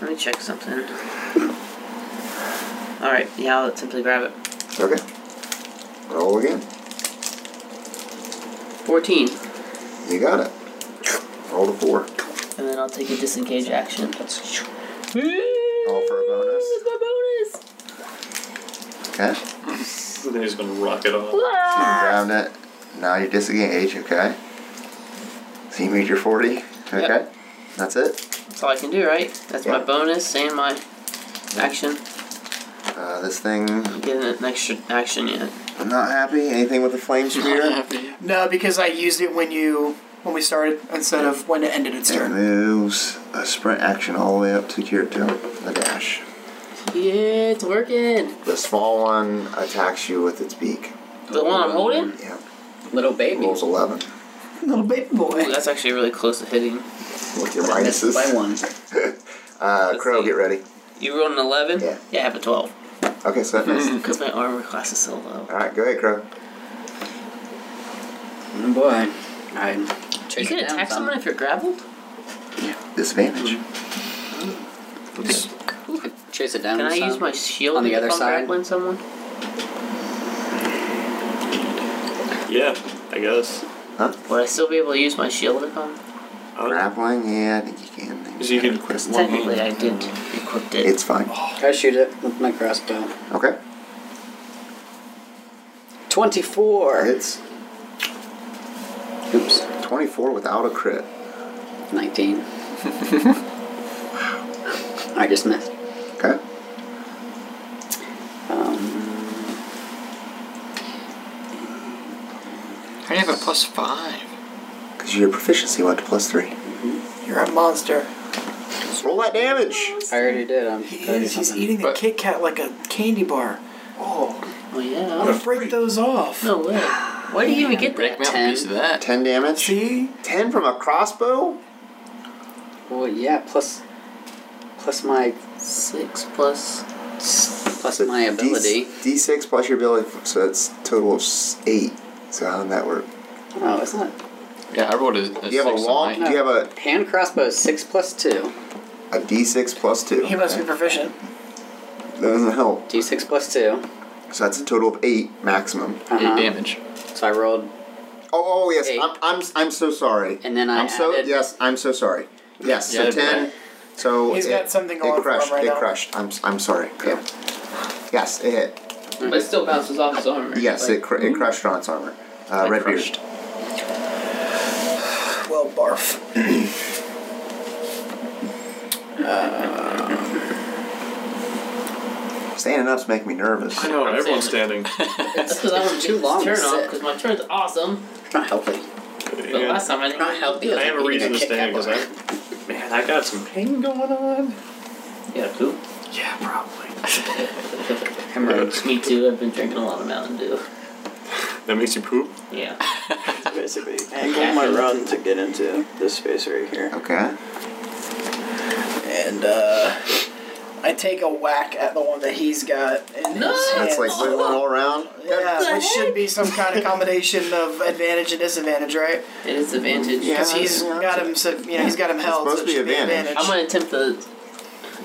Speaker 4: Let me check something. All right. Yeah, I'll simply grab it.
Speaker 2: Okay. Roll again.
Speaker 4: Fourteen,
Speaker 2: You got it. Roll the four.
Speaker 4: and then I'll take a disengage action.
Speaker 2: All for a bonus. Okay. So you
Speaker 9: Then he's gonna rock it off.
Speaker 2: grabbed it. Now you're disengaged, okay? So you made your 40, okay? That's it.
Speaker 4: That's all I can do, right? That's
Speaker 2: Yeah.
Speaker 4: my bonus and my action.
Speaker 2: Uh, this thing,
Speaker 4: I'm getting an extra action yet.
Speaker 2: I'm not happy. Anything with the flame spear?
Speaker 5: No, because I used it when you when we started instead of when it ended its
Speaker 2: It
Speaker 5: turn.
Speaker 2: moves a sprint action all the way up to Kirito, the dash.
Speaker 13: Yeah, it's working.
Speaker 2: The small one attacks you with its beak.
Speaker 4: The one I'm holding?
Speaker 2: Yeah.
Speaker 7: little baby.
Speaker 2: Rolls 11.
Speaker 5: Little baby boy.
Speaker 4: Ooh, that's actually really close to hitting.
Speaker 2: With your
Speaker 7: I missed by
Speaker 2: minuses.
Speaker 7: one.
Speaker 2: Uh, Crow,
Speaker 4: see.
Speaker 2: get ready.
Speaker 4: You rolled an 11?
Speaker 2: Yeah.
Speaker 4: Yeah, I have a 12.
Speaker 2: Okay, so that missed.
Speaker 4: Because my armor class is so low.
Speaker 2: Alright, go ahead, Crow.
Speaker 7: Oh boy. I'm
Speaker 4: You
Speaker 7: chasing
Speaker 4: can
Speaker 7: down
Speaker 4: attack
Speaker 7: some.
Speaker 4: someone if you're grappled?
Speaker 2: Disadvantage.
Speaker 7: Chase it down.
Speaker 4: Can I
Speaker 7: some.
Speaker 4: use my shield
Speaker 7: On the
Speaker 4: if
Speaker 7: other
Speaker 4: I'm
Speaker 7: side?
Speaker 4: grappling someone?
Speaker 9: Yeah, I guess.
Speaker 4: Would I still be able to use my shield if I'm.
Speaker 7: Oh.
Speaker 2: Grappling, yeah, I think you can.
Speaker 9: Is you can-
Speaker 2: Request one hand.
Speaker 4: Technically, I did equip it.
Speaker 2: It's fine.
Speaker 7: I shoot it with my crossbow.
Speaker 2: Okay.
Speaker 7: Twenty-four.
Speaker 2: It's
Speaker 7: Oops.
Speaker 2: 24 without a crit.
Speaker 7: Nineteen. I just missed.
Speaker 2: Okay.
Speaker 7: Um,
Speaker 1: I have a plus five.
Speaker 2: Because your proficiency went to plus three.
Speaker 5: You're a monster.
Speaker 2: Roll that damage!
Speaker 7: I already did. I'm
Speaker 5: He
Speaker 7: 30
Speaker 5: is. He's
Speaker 7: something.
Speaker 5: eating a
Speaker 1: But-
Speaker 5: Kit Kat like a candy bar.
Speaker 4: Well,
Speaker 5: I'm
Speaker 4: yeah.
Speaker 5: gonna break those off.
Speaker 4: No way. Why do you even get
Speaker 1: Break
Speaker 4: that?
Speaker 1: me up a piece of that.
Speaker 2: 10 damage.
Speaker 5: See?
Speaker 2: 10 from a crossbow?
Speaker 7: Well, yeah. Plus, plus my
Speaker 4: Six plus.
Speaker 7: plus
Speaker 2: So
Speaker 7: my ability.
Speaker 2: D, D6 plus your ability, so that's total of s- 8. So how did that work?
Speaker 7: Oh, it's not.
Speaker 1: Yeah, I rolled a. a
Speaker 2: Do you have a
Speaker 1: six on
Speaker 2: long.
Speaker 1: mine.
Speaker 2: Do you have a,
Speaker 7: Hand crossbow is six plus two.
Speaker 2: a D6 plus 2?
Speaker 5: He must be proficient.
Speaker 2: That doesn't help.
Speaker 7: D six plus two.
Speaker 2: So that's a total of 8 maximum.
Speaker 7: Uh-huh.
Speaker 1: Eight damage.
Speaker 7: So I rolled,
Speaker 2: Oh, oh yes,
Speaker 7: Eight.
Speaker 2: i I'm, I'm, I'm so sorry.
Speaker 7: and then I
Speaker 2: I'm so
Speaker 7: added.
Speaker 2: yes, I'm so sorry. Yes,
Speaker 1: Yeah,
Speaker 2: so ten.
Speaker 1: yeah.
Speaker 2: So
Speaker 5: He's
Speaker 2: it,
Speaker 5: got something going for
Speaker 2: It
Speaker 5: him
Speaker 2: crushed.
Speaker 5: right
Speaker 2: it
Speaker 5: now.
Speaker 2: crushed. I'm s- I'm sorry. Yeah. Yes, it hit.
Speaker 4: But it still bounces off his armor.
Speaker 2: Yes, it, cr-
Speaker 7: Mm-hmm.
Speaker 2: it crushed on its armor. Uh,
Speaker 4: Like
Speaker 2: Red
Speaker 4: crushed.
Speaker 2: beard.
Speaker 5: Well, barf.
Speaker 7: uh,
Speaker 2: Standing up's making me nervous.
Speaker 1: I know.
Speaker 9: Oh, everyone's standing.
Speaker 4: That's because I want to
Speaker 7: too
Speaker 4: too long
Speaker 7: long to
Speaker 4: turn off
Speaker 7: sit.
Speaker 4: because my turn's awesome.
Speaker 7: It's not healthy.
Speaker 4: But last time I didn't
Speaker 7: Not
Speaker 4: really
Speaker 7: healthy.
Speaker 4: do
Speaker 9: I
Speaker 4: it.
Speaker 9: have a reason to stand because I, man, I got some pain going on.
Speaker 4: Yeah, cool.
Speaker 9: Yeah, probably.
Speaker 4: Hemorrhoids. Me too. I've been drinking a lot of Mountain Dew.
Speaker 9: That makes you poop.
Speaker 4: Yeah.
Speaker 14: basically angle my run to get into this space right here.
Speaker 2: Okay.
Speaker 5: And uh, I take a whack at the one that he's got. In
Speaker 4: No!
Speaker 5: his hands.
Speaker 2: That's like whittling all around.
Speaker 5: yeah,
Speaker 13: the
Speaker 5: it should be some kind of combination of advantage and disadvantage, right?
Speaker 4: It is advantage.
Speaker 2: Yeah.
Speaker 5: Because he's
Speaker 2: Yeah.
Speaker 5: got him, so, yeah, he's got him held.
Speaker 2: supposed
Speaker 5: so it
Speaker 2: to be
Speaker 5: should be
Speaker 2: advantage.
Speaker 5: advantage.
Speaker 4: I'm gonna attempt the.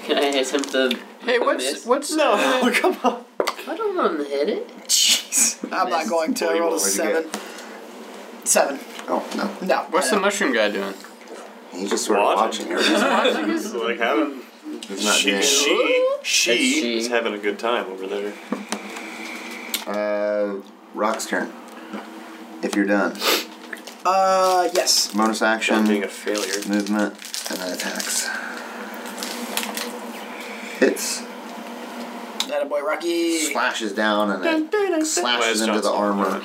Speaker 4: Can I attempt the?
Speaker 1: Hey, what's
Speaker 4: miss?
Speaker 1: what's
Speaker 5: No,
Speaker 1: uh,
Speaker 5: come on.
Speaker 4: I don't want to hit it.
Speaker 5: Jeez. I'm not going to. I rolled a
Speaker 2: Where'd you
Speaker 5: seven. Seven.
Speaker 2: Oh no.
Speaker 5: No.
Speaker 1: what's
Speaker 5: I
Speaker 1: the
Speaker 5: don't.
Speaker 1: mushroom guy doing?
Speaker 2: He's just sort of
Speaker 9: Watching.
Speaker 2: watching. her.
Speaker 9: like having
Speaker 2: It's not
Speaker 9: she,
Speaker 2: Dan.
Speaker 9: she,
Speaker 2: It's
Speaker 9: she
Speaker 2: she.
Speaker 9: is having a good time over there.
Speaker 2: Uh, Rock's turn. If you're done,
Speaker 5: Uh, yes.
Speaker 2: bonus action.
Speaker 9: Being a failure.
Speaker 2: Movement and then attacks. Hits.
Speaker 5: That boy Rocky.
Speaker 2: Slashes down and it slashes into the armor,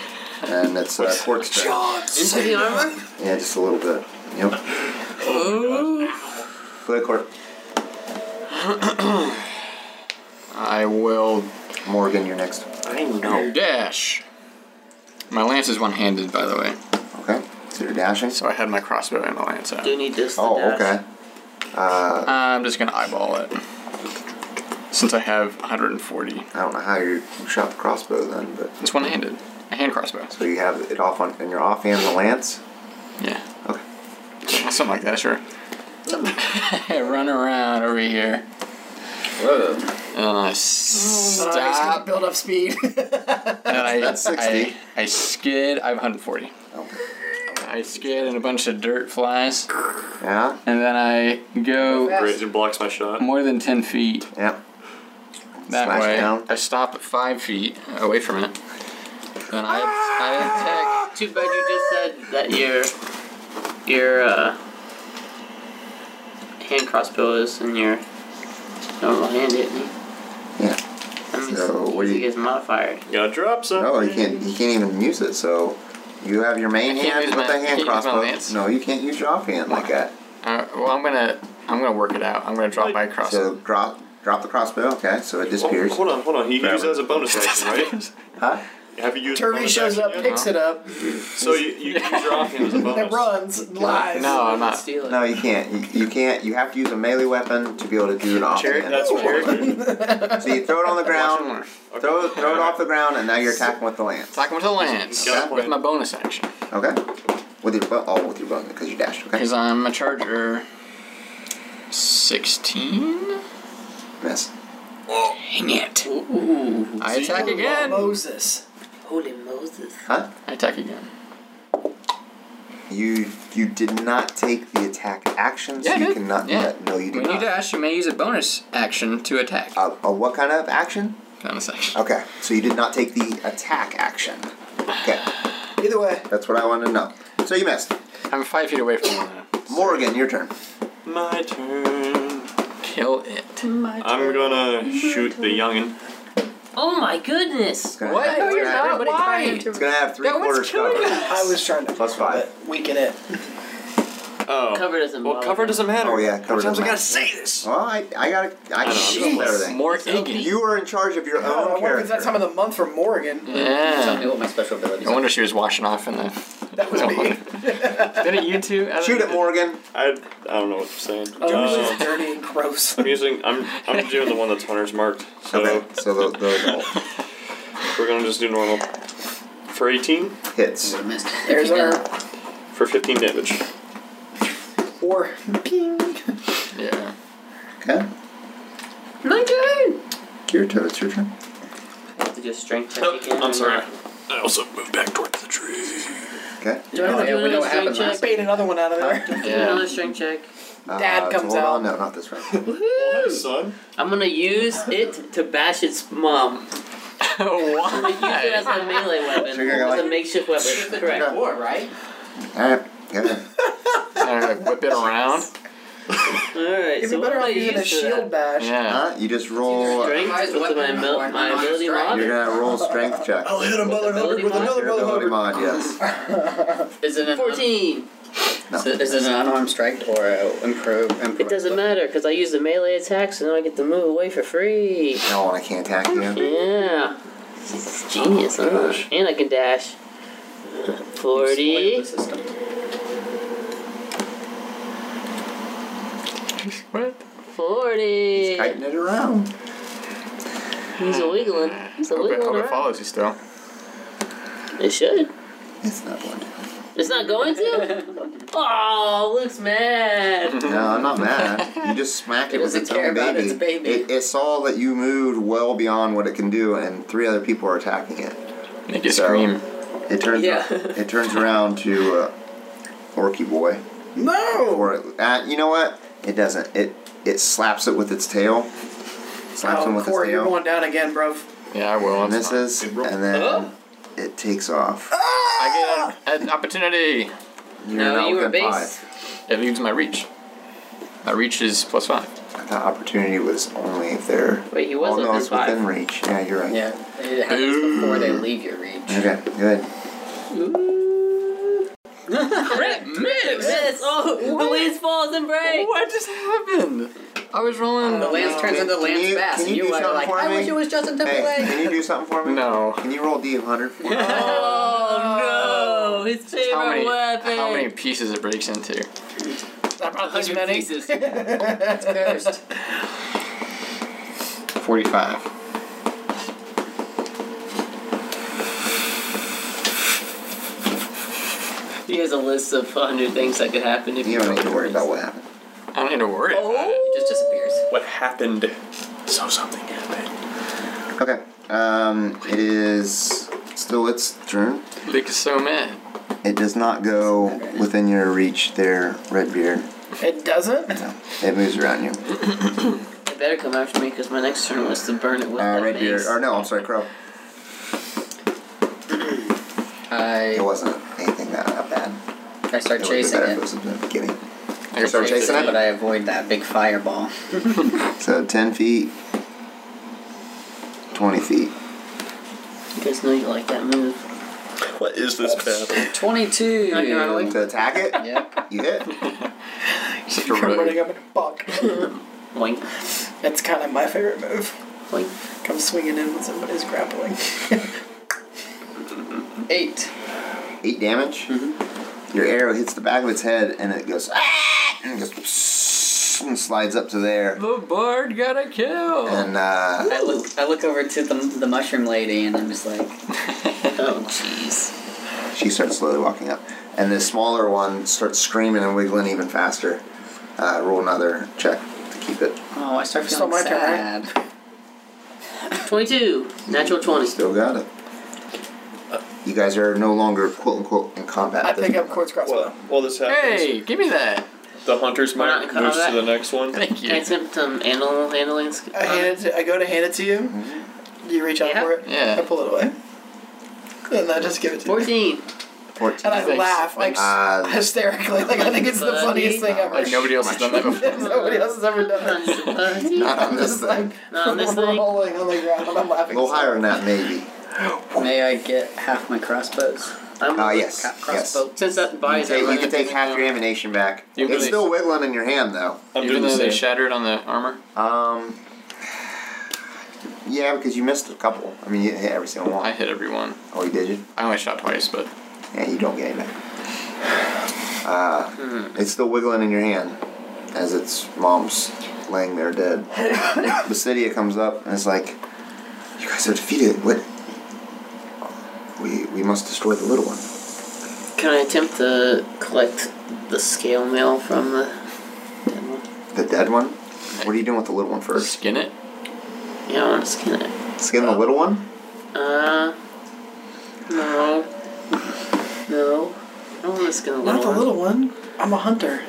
Speaker 2: and it's uh, quartz strike.
Speaker 4: Into the armor?
Speaker 2: Yeah, just a little bit. Yep. Play court.
Speaker 1: I will.
Speaker 2: Morgan, you're next.
Speaker 1: I know. Dash. My lance is one handed, by the way.
Speaker 2: Okay. So you're dashing?
Speaker 1: So I had my crossbow and my lance out.
Speaker 4: Do you need this? to
Speaker 1: Oh,
Speaker 4: dash?
Speaker 2: okay. Uh,
Speaker 1: I'm just gonna eyeball it. Since I have 140. I
Speaker 2: don't know how you shot the crossbow then, but.
Speaker 1: It's one handed. A hand crossbow.
Speaker 2: So you have it off on, and you're off and the lance.
Speaker 1: Yeah.
Speaker 2: Okay.
Speaker 1: Something like that, sure. Run around over here. Uh,
Speaker 5: Oh, he's
Speaker 1: stop.
Speaker 5: gonna build up speed.
Speaker 1: And then I,
Speaker 5: That's 60.
Speaker 1: I, I skid. I have 140. I skid and a bunch of dirt flies.
Speaker 2: Yeah.
Speaker 1: And then I go
Speaker 9: Great, it blocks my shot.
Speaker 1: more than 10 feet.
Speaker 2: Yep.
Speaker 1: That
Speaker 9: Smash
Speaker 1: way,
Speaker 9: down.
Speaker 1: I stop at 5 feet Oh, away from it. Then I.
Speaker 4: I attack. Too bad you just said that your your uh, hand crossbow is in your normal hand, didn't you?
Speaker 2: Yeah.
Speaker 4: That means
Speaker 2: So, what do you.
Speaker 4: you get modifier.
Speaker 9: Gotta drop some.
Speaker 2: No, you can't. You can't even use it. So you have your main
Speaker 1: Mm-hmm. I can't
Speaker 2: hand
Speaker 1: use
Speaker 2: with
Speaker 1: my-
Speaker 2: the
Speaker 1: I can't
Speaker 2: hand
Speaker 1: use my
Speaker 2: crossbow.
Speaker 1: lance?
Speaker 2: No, you can't use your offhand like that.
Speaker 1: Uh, well, I'm gonna. I'm gonna work it out. I'm gonna drop my crossbow.
Speaker 2: So drop, drop the crossbow. Okay, so it disappears.
Speaker 9: Oh, hold on, hold on. He can
Speaker 2: Whatever.
Speaker 9: use that as a bonus action, right?
Speaker 2: Huh?
Speaker 9: Have you used a
Speaker 5: Turvy
Speaker 9: bonus
Speaker 5: shows
Speaker 9: action
Speaker 5: up,
Speaker 9: yet?
Speaker 5: picks it up,
Speaker 9: So you, you can use your offhand as a bonus.
Speaker 5: that runs, lies.
Speaker 2: No,
Speaker 1: I'm not.
Speaker 2: No, you can't. You, you can't. You have to use a melee weapon to be able to do an
Speaker 9: Cherry,
Speaker 2: offhand.
Speaker 9: that's cherry.
Speaker 2: So you throw it on the ground, throw, throw it off the ground, and now you're attacking with the lance.
Speaker 1: Attack him with a lance.
Speaker 2: Got
Speaker 1: With my bonus action.
Speaker 2: Okay. With your bu- oh, with your bone because you dashed. Okay.
Speaker 1: Because I'm a charger. 16?
Speaker 2: Miss.
Speaker 1: Dang it. I attack again.
Speaker 5: Moses.
Speaker 4: Holy Moses.
Speaker 2: Huh?
Speaker 1: I attack again.
Speaker 2: You you did not take the attack action, so
Speaker 1: Yeah, I
Speaker 2: you
Speaker 1: did.
Speaker 2: cannot. do
Speaker 1: Yeah.
Speaker 2: that. No, you did
Speaker 1: When you
Speaker 2: not.
Speaker 1: dash, you may use a bonus action to attack.
Speaker 2: Uh, uh, what kind of action?
Speaker 1: Bonus action.
Speaker 2: Okay, so you did not take the attack action. Okay.
Speaker 5: Either way.
Speaker 2: That's what I wanted to know. So you missed.
Speaker 1: I'm five feet away from one.
Speaker 2: Morgan, your turn.
Speaker 9: My turn.
Speaker 1: Kill it.
Speaker 9: I'm gonna shoot the youngin.
Speaker 13: Oh my goodness.
Speaker 2: gonna
Speaker 13: What?
Speaker 2: happen.
Speaker 13: No, you're not.
Speaker 2: Everybody
Speaker 13: Why?
Speaker 2: It's gonna have three
Speaker 13: That one's
Speaker 2: quarters
Speaker 13: killing
Speaker 2: cover.
Speaker 13: us.
Speaker 5: I was trying to
Speaker 2: Plus five.
Speaker 5: weaken it.
Speaker 9: Oh.
Speaker 4: Cover doesn't
Speaker 9: Well, cover doesn't matter.
Speaker 2: Oh yeah, cover doesn't matter.
Speaker 5: say this.
Speaker 2: Well, I, I gotta, I
Speaker 9: know,
Speaker 2: can
Speaker 9: I'm
Speaker 2: handle
Speaker 9: just-
Speaker 2: everything.
Speaker 1: More iggy.
Speaker 2: You are in charge of your
Speaker 5: Oh, I
Speaker 2: own
Speaker 5: wonder if it's that
Speaker 2: character.
Speaker 5: time of the month for Morgan.
Speaker 1: Yeah. Tell me
Speaker 6: what my special abilities
Speaker 1: I wonder if she was washing off in the.
Speaker 5: That was me.
Speaker 1: Didn't you two? I don't-
Speaker 2: Shoot it, Morgan.
Speaker 9: I, I don't know what I'm saying.
Speaker 5: Oh, this
Speaker 9: Um,
Speaker 5: is dirty and gross.
Speaker 9: I'm using. I'm. I'm doing the one that's hunter's marked. So
Speaker 2: Okay, so the, the
Speaker 9: we're gonna just do normal. For 18,
Speaker 2: the hits.
Speaker 5: There's our
Speaker 9: for 15 damage.
Speaker 5: or ping.
Speaker 1: Yeah.
Speaker 2: Okay,
Speaker 13: My turn.
Speaker 2: your turn. It's your turn.
Speaker 4: I have to do a strength check
Speaker 9: Nope,
Speaker 4: again.
Speaker 9: I'm sorry. I also moved back towards the tree.
Speaker 2: Okay.
Speaker 4: Do I have to do another strength check?
Speaker 5: Bait another one out of
Speaker 4: Do
Speaker 5: there.
Speaker 4: I have to do
Speaker 1: Yeah.
Speaker 4: another strength check?
Speaker 2: Uh,
Speaker 5: Dad
Speaker 2: so
Speaker 5: comes
Speaker 2: hold
Speaker 5: out.
Speaker 2: On. No, not this round.
Speaker 9: Well, hey, son.
Speaker 4: I'm gonna use it to bash its mom. I'm gonna use it as
Speaker 1: Why?
Speaker 4: a melee weapon.
Speaker 2: So you're gonna
Speaker 4: as a
Speaker 2: like-
Speaker 4: makeshift weapon. Correct.
Speaker 6: War, right?
Speaker 2: All right. Yeah.
Speaker 1: And I whip it around.
Speaker 4: Alright,
Speaker 5: It'd
Speaker 4: so
Speaker 5: be
Speaker 4: what
Speaker 5: better
Speaker 4: am I
Speaker 5: off using
Speaker 4: using
Speaker 5: a shield bash.
Speaker 1: Yeah.
Speaker 2: Huh? You just roll. You're
Speaker 4: Strength with my, mil- my ability mod?
Speaker 2: gonna roll strength check.
Speaker 5: I'll hit a mother
Speaker 4: Ability
Speaker 5: hundred with
Speaker 4: mod?
Speaker 5: another
Speaker 2: Your
Speaker 5: mother
Speaker 2: ability
Speaker 5: hundred.
Speaker 2: mod, yes.
Speaker 6: Is it an
Speaker 4: 14!
Speaker 6: is it- is it an unarmed strike or a improve? improve
Speaker 4: It doesn't matter because I use the melee attack, so now I get to move away for free.
Speaker 2: No one I can't attack you.
Speaker 4: Yeah. It's genius, huh? And I can dash. 40.
Speaker 1: What?
Speaker 4: 40.
Speaker 2: Tighten it around.
Speaker 4: He's a wiggling. He's a
Speaker 1: Hope it, hope
Speaker 4: wiggling
Speaker 1: it
Speaker 4: around.
Speaker 1: follows you still.
Speaker 4: It should.
Speaker 2: It's not one.
Speaker 4: It's not going to? Oh, Luke's mad.
Speaker 2: No, I'm not mad. You just smacked it, with
Speaker 6: doesn't
Speaker 2: its
Speaker 6: care
Speaker 2: own
Speaker 6: about
Speaker 2: baby.
Speaker 6: its baby.
Speaker 2: It, it saw that you moved well beyond what it can do, and three other people are attacking it.
Speaker 1: Make it
Speaker 2: So-
Speaker 1: scream.
Speaker 2: It turns.
Speaker 4: Yeah.
Speaker 2: It turns around to uh, Orky Boy.
Speaker 5: No.
Speaker 2: Or uh, you know what? It doesn't. It it slaps it with its tail. Slaps him
Speaker 5: Oh,
Speaker 2: with
Speaker 5: Corey,
Speaker 2: its
Speaker 5: you're
Speaker 2: tail.
Speaker 5: going down again, bruv.
Speaker 1: Yeah, I will.
Speaker 2: And this is, and then
Speaker 5: Oh.
Speaker 2: it takes off.
Speaker 1: I get an, an opportunity.
Speaker 2: You're No, not you were within base.
Speaker 1: It leaves my reach. My reach is plus five.
Speaker 2: I thought opportunity was only if they're.
Speaker 1: Wait, he was
Speaker 2: oh, no,
Speaker 1: within
Speaker 2: it's
Speaker 1: five.
Speaker 2: within reach. Yeah, you're right.
Speaker 7: Yeah, it happens before they leave your reach.
Speaker 2: Okay, good.
Speaker 13: Crit miss. Oh, the lance falls and breaks. What just happened?
Speaker 1: I was rolling.
Speaker 7: The lance turns into Lance Bass, and you are like, I wish it was Justin
Speaker 2: Hey,
Speaker 7: Timberlake.
Speaker 2: can you do something for me?
Speaker 1: No.
Speaker 2: Can you roll D100 for me?
Speaker 13: Oh no! His favorite
Speaker 1: How many,
Speaker 13: weapon.
Speaker 1: how many pieces it breaks into?
Speaker 5: About this many.
Speaker 13: it's cursed.
Speaker 1: 45.
Speaker 4: He has a list of 100 things that could happen if you, don't need to worry about
Speaker 2: what happened.
Speaker 1: I don't need to worry.
Speaker 4: Oh. It just disappears.
Speaker 9: What happened? So something happened.
Speaker 2: Okay. Um, it is still its turn.
Speaker 1: Lick is so mad.
Speaker 2: It does not go within your reach there, Redbeard.
Speaker 5: It doesn't?
Speaker 2: It moves around you.
Speaker 4: It better come after me because my next turn was to burn it with
Speaker 2: Uh,
Speaker 4: that
Speaker 2: Redbeard.
Speaker 4: mace.
Speaker 2: Or no, I'm sorry, Crow.
Speaker 7: I,
Speaker 2: it wasn't anything that uh, bad.
Speaker 7: I start
Speaker 2: It would be
Speaker 7: chasing
Speaker 2: better
Speaker 7: it.
Speaker 2: if was at the beginning.
Speaker 7: I
Speaker 2: start
Speaker 7: chase
Speaker 2: chasing it?
Speaker 7: but I avoid that big fireball.
Speaker 2: So 10 feet, 20 feet.
Speaker 4: You guys know you like that move.
Speaker 9: What is this battle?
Speaker 7: 22.
Speaker 2: To attack it?
Speaker 7: Yep.
Speaker 2: You hit.
Speaker 5: You're running up in a buck.
Speaker 4: Wink.
Speaker 5: That's kind of my favorite move. Like, come swinging in when somebody's grappling.
Speaker 7: Eight.
Speaker 2: Eight damage?
Speaker 7: Mm-hmm.
Speaker 2: Your arrow hits the back of its head and it goes, "Ah!" and it goes, and slides up to there.
Speaker 1: The bard got a kill.
Speaker 2: And uh,
Speaker 7: I look, I look over to the, the mushroom lady and I'm just like,
Speaker 4: oh jeez.
Speaker 2: she starts slowly walking up. And the smaller one starts screaming and wiggling even faster. Uh, roll another check to keep it.
Speaker 7: Oh, I start
Speaker 4: Still
Speaker 7: feeling
Speaker 4: my turn,
Speaker 7: sad.
Speaker 4: right? 22. Natural 20.
Speaker 2: Still got it. You guys are no longer quote unquote in combat. at this
Speaker 5: pick up quartz crossbow.
Speaker 9: Well, this happens.
Speaker 1: Hey, give me that.
Speaker 9: The hunter's
Speaker 4: We're
Speaker 9: mark
Speaker 4: not gonna
Speaker 9: moves
Speaker 4: cover
Speaker 9: to the next one.
Speaker 1: Thank
Speaker 4: Can I attempt um, animal handling? sk-
Speaker 5: I hand it to, I go to hand it to you. You reach out
Speaker 4: Yeah.
Speaker 5: for it.
Speaker 1: Yeah.
Speaker 5: I pull it away. And I just give it to you.
Speaker 4: 14.
Speaker 2: 14.
Speaker 5: And I
Speaker 1: Thanks.
Speaker 5: laugh like
Speaker 2: Uh,
Speaker 5: hysterically. Like I think it's the funniest thing ever.
Speaker 1: Like nobody else has done that before.
Speaker 5: Nobody else has ever done this.
Speaker 2: Not on this thing.
Speaker 4: Not on this thing.
Speaker 5: rolling on the ground and I'm
Speaker 2: A
Speaker 5: laughing.
Speaker 2: little higher than that, maybe.
Speaker 7: May I get half my crossbows?
Speaker 4: I'm
Speaker 2: Ah, yes.
Speaker 7: Ca-
Speaker 2: Yes.
Speaker 7: crossbow.
Speaker 4: Since that buys
Speaker 2: Hey,
Speaker 4: everyone
Speaker 2: you can take half your ammunition back.
Speaker 1: You
Speaker 2: it's
Speaker 1: really-
Speaker 2: still wiggling in your hand, though.
Speaker 9: I'm
Speaker 1: Even
Speaker 9: doing the
Speaker 1: though they
Speaker 9: same.
Speaker 1: shattered on the armor?
Speaker 2: Um, yeah, because you missed a couple. I mean, you hit every single
Speaker 1: I
Speaker 2: one.
Speaker 1: hit everyone.
Speaker 2: Oh, you did you?
Speaker 1: I only shot twice, but
Speaker 2: Yeah, you don't get any back. Uh, It's still wiggling in your hand as its mom's laying there dead. Basidia comes up and is like, "You guys are defeated. What? We we must destroy the little one."
Speaker 4: Can I attempt to collect the scale mail from the animal?
Speaker 2: The dead one? What are you doing with the little one first?
Speaker 1: skin it.
Speaker 4: Yeah, I want to skin it.
Speaker 2: Skin the little one?
Speaker 4: Uh, no. No. I don't want to skin a little
Speaker 5: Not the
Speaker 4: one.
Speaker 5: little one. I'm a hunter.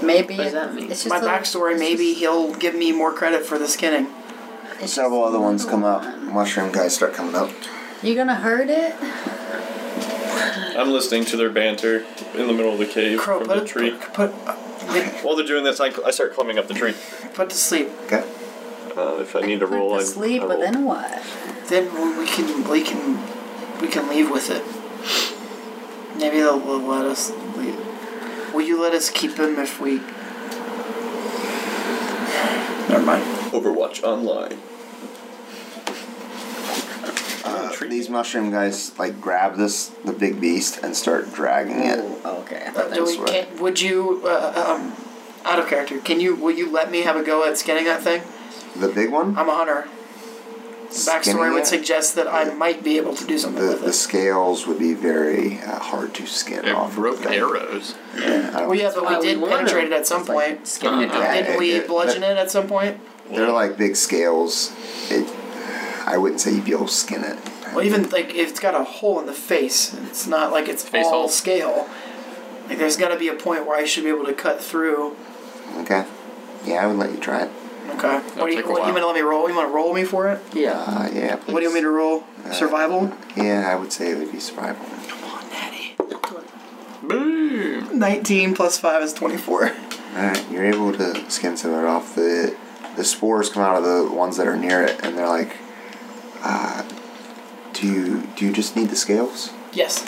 Speaker 7: Maybe
Speaker 4: What does that mean?
Speaker 7: it's just
Speaker 5: My
Speaker 7: a-
Speaker 5: backstory, maybe he'll give me more credit for the skinning.
Speaker 7: it's just-
Speaker 2: Several other ones come up. Mushroom guys start coming up.
Speaker 7: You gonna hurt it?
Speaker 9: I'm listening to their banter in the middle of the cave
Speaker 5: Crow,
Speaker 9: from
Speaker 5: put
Speaker 9: the
Speaker 5: it,
Speaker 9: tree.
Speaker 5: put, put,
Speaker 9: While they're doing this, I, I start climbing up the tree.
Speaker 5: put to sleep.
Speaker 2: Okay.
Speaker 9: Uh, if I need to
Speaker 7: Put
Speaker 9: roll,
Speaker 7: it
Speaker 9: I,
Speaker 7: to sleep,
Speaker 9: I
Speaker 7: but
Speaker 9: roll.
Speaker 7: then what?
Speaker 5: Then we- we can we can we can leave with it. Maybe they'll, will let us leave. Will you let us keep him if we? Never mind.
Speaker 9: Overwatch online.
Speaker 2: Uh, these mushroom guys like grab this the big beast and start dragging it.
Speaker 7: Oh, okay.
Speaker 5: Uh, do we,
Speaker 2: That's right.
Speaker 5: can, would you? Uh, um, out of character. Can you? Will you let me have a go at skinning that thing?
Speaker 2: The big one.
Speaker 5: I'm a hunter.
Speaker 2: Skinning
Speaker 5: Backstory
Speaker 2: it?
Speaker 5: would suggest that I might be able to do something
Speaker 2: the,
Speaker 5: with
Speaker 2: the
Speaker 5: this.
Speaker 2: scales would be very uh, hard to skin
Speaker 9: Oh,
Speaker 1: It
Speaker 2: off.
Speaker 1: broke arrows.
Speaker 5: Well, Oh, yeah, but
Speaker 4: why
Speaker 5: we
Speaker 4: we
Speaker 5: did
Speaker 4: want
Speaker 5: penetrate
Speaker 4: him.
Speaker 5: it at some point.
Speaker 7: Skinning it
Speaker 2: Yeah,
Speaker 5: Didn't
Speaker 2: it-
Speaker 5: we
Speaker 2: it-
Speaker 5: bludgeon it at some point?
Speaker 2: They're like big scales. It, I wouldn't say you'd be able to skin it. Mm-hmm.
Speaker 5: Well, even like if it's got a hole in the face, it's not like it's
Speaker 1: Face
Speaker 5: all
Speaker 1: hole.
Speaker 5: scale. Like, there's got to be a point where I should be able to cut through.
Speaker 2: Okay. Yeah, I would let you try it.
Speaker 5: Okay. What do you, what, you want to let me roll? You want to roll me for it?
Speaker 2: Yeah. Uh, yeah.
Speaker 5: What do you want me to roll?
Speaker 2: Uh,
Speaker 5: Survival?
Speaker 2: Yeah, I would say it would be survival. mm.
Speaker 5: 19 plus 5 is 24.
Speaker 2: Alright, you're able to skin some of it off. The the spores come out of the ones that are near it and they're like uh, do you do you just need the scales?
Speaker 5: Yes.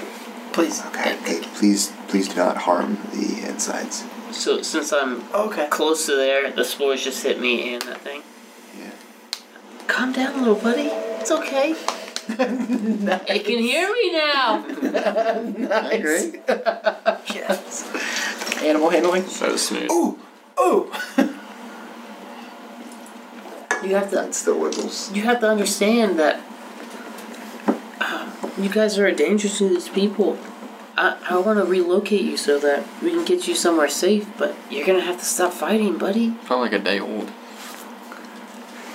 Speaker 5: Please.
Speaker 2: Okay. Hey, please please do not harm the insides.
Speaker 4: So since I'm close to there, the spores just hit me and that thing. Yeah. Calm down, little buddy. It's okay.
Speaker 13: It can hear me now.
Speaker 5: nice. Great. yes. Animal handling.
Speaker 9: That was smooth.
Speaker 5: Ooh, ooh.
Speaker 4: You have to.
Speaker 2: It still wiggles.
Speaker 4: You have to understand that um, you guys are a danger to these people. I, I want to relocate you so that we can get you somewhere safe, but you're gonna have to stop fighting, buddy.
Speaker 1: Felt like a day old.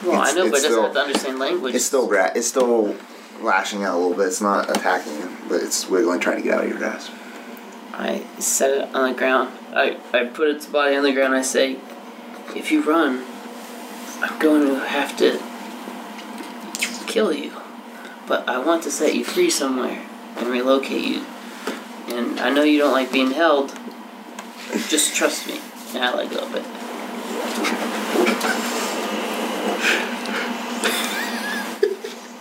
Speaker 4: Well, I
Speaker 2: It's-
Speaker 4: know,
Speaker 2: it's
Speaker 4: but it doesn't
Speaker 2: still-
Speaker 4: have to understand language.
Speaker 2: It's still gra- it's still lashing out a little bit. It's not attacking you, but it's wiggling trying to get out of your grasp.
Speaker 4: I set it on the ground. I, I put its body on the ground. I say, if you run, I'm going to have to kill you. But I want to set you free somewhere and relocate you. And I know you don't like being held. Just trust me. And I let go of it.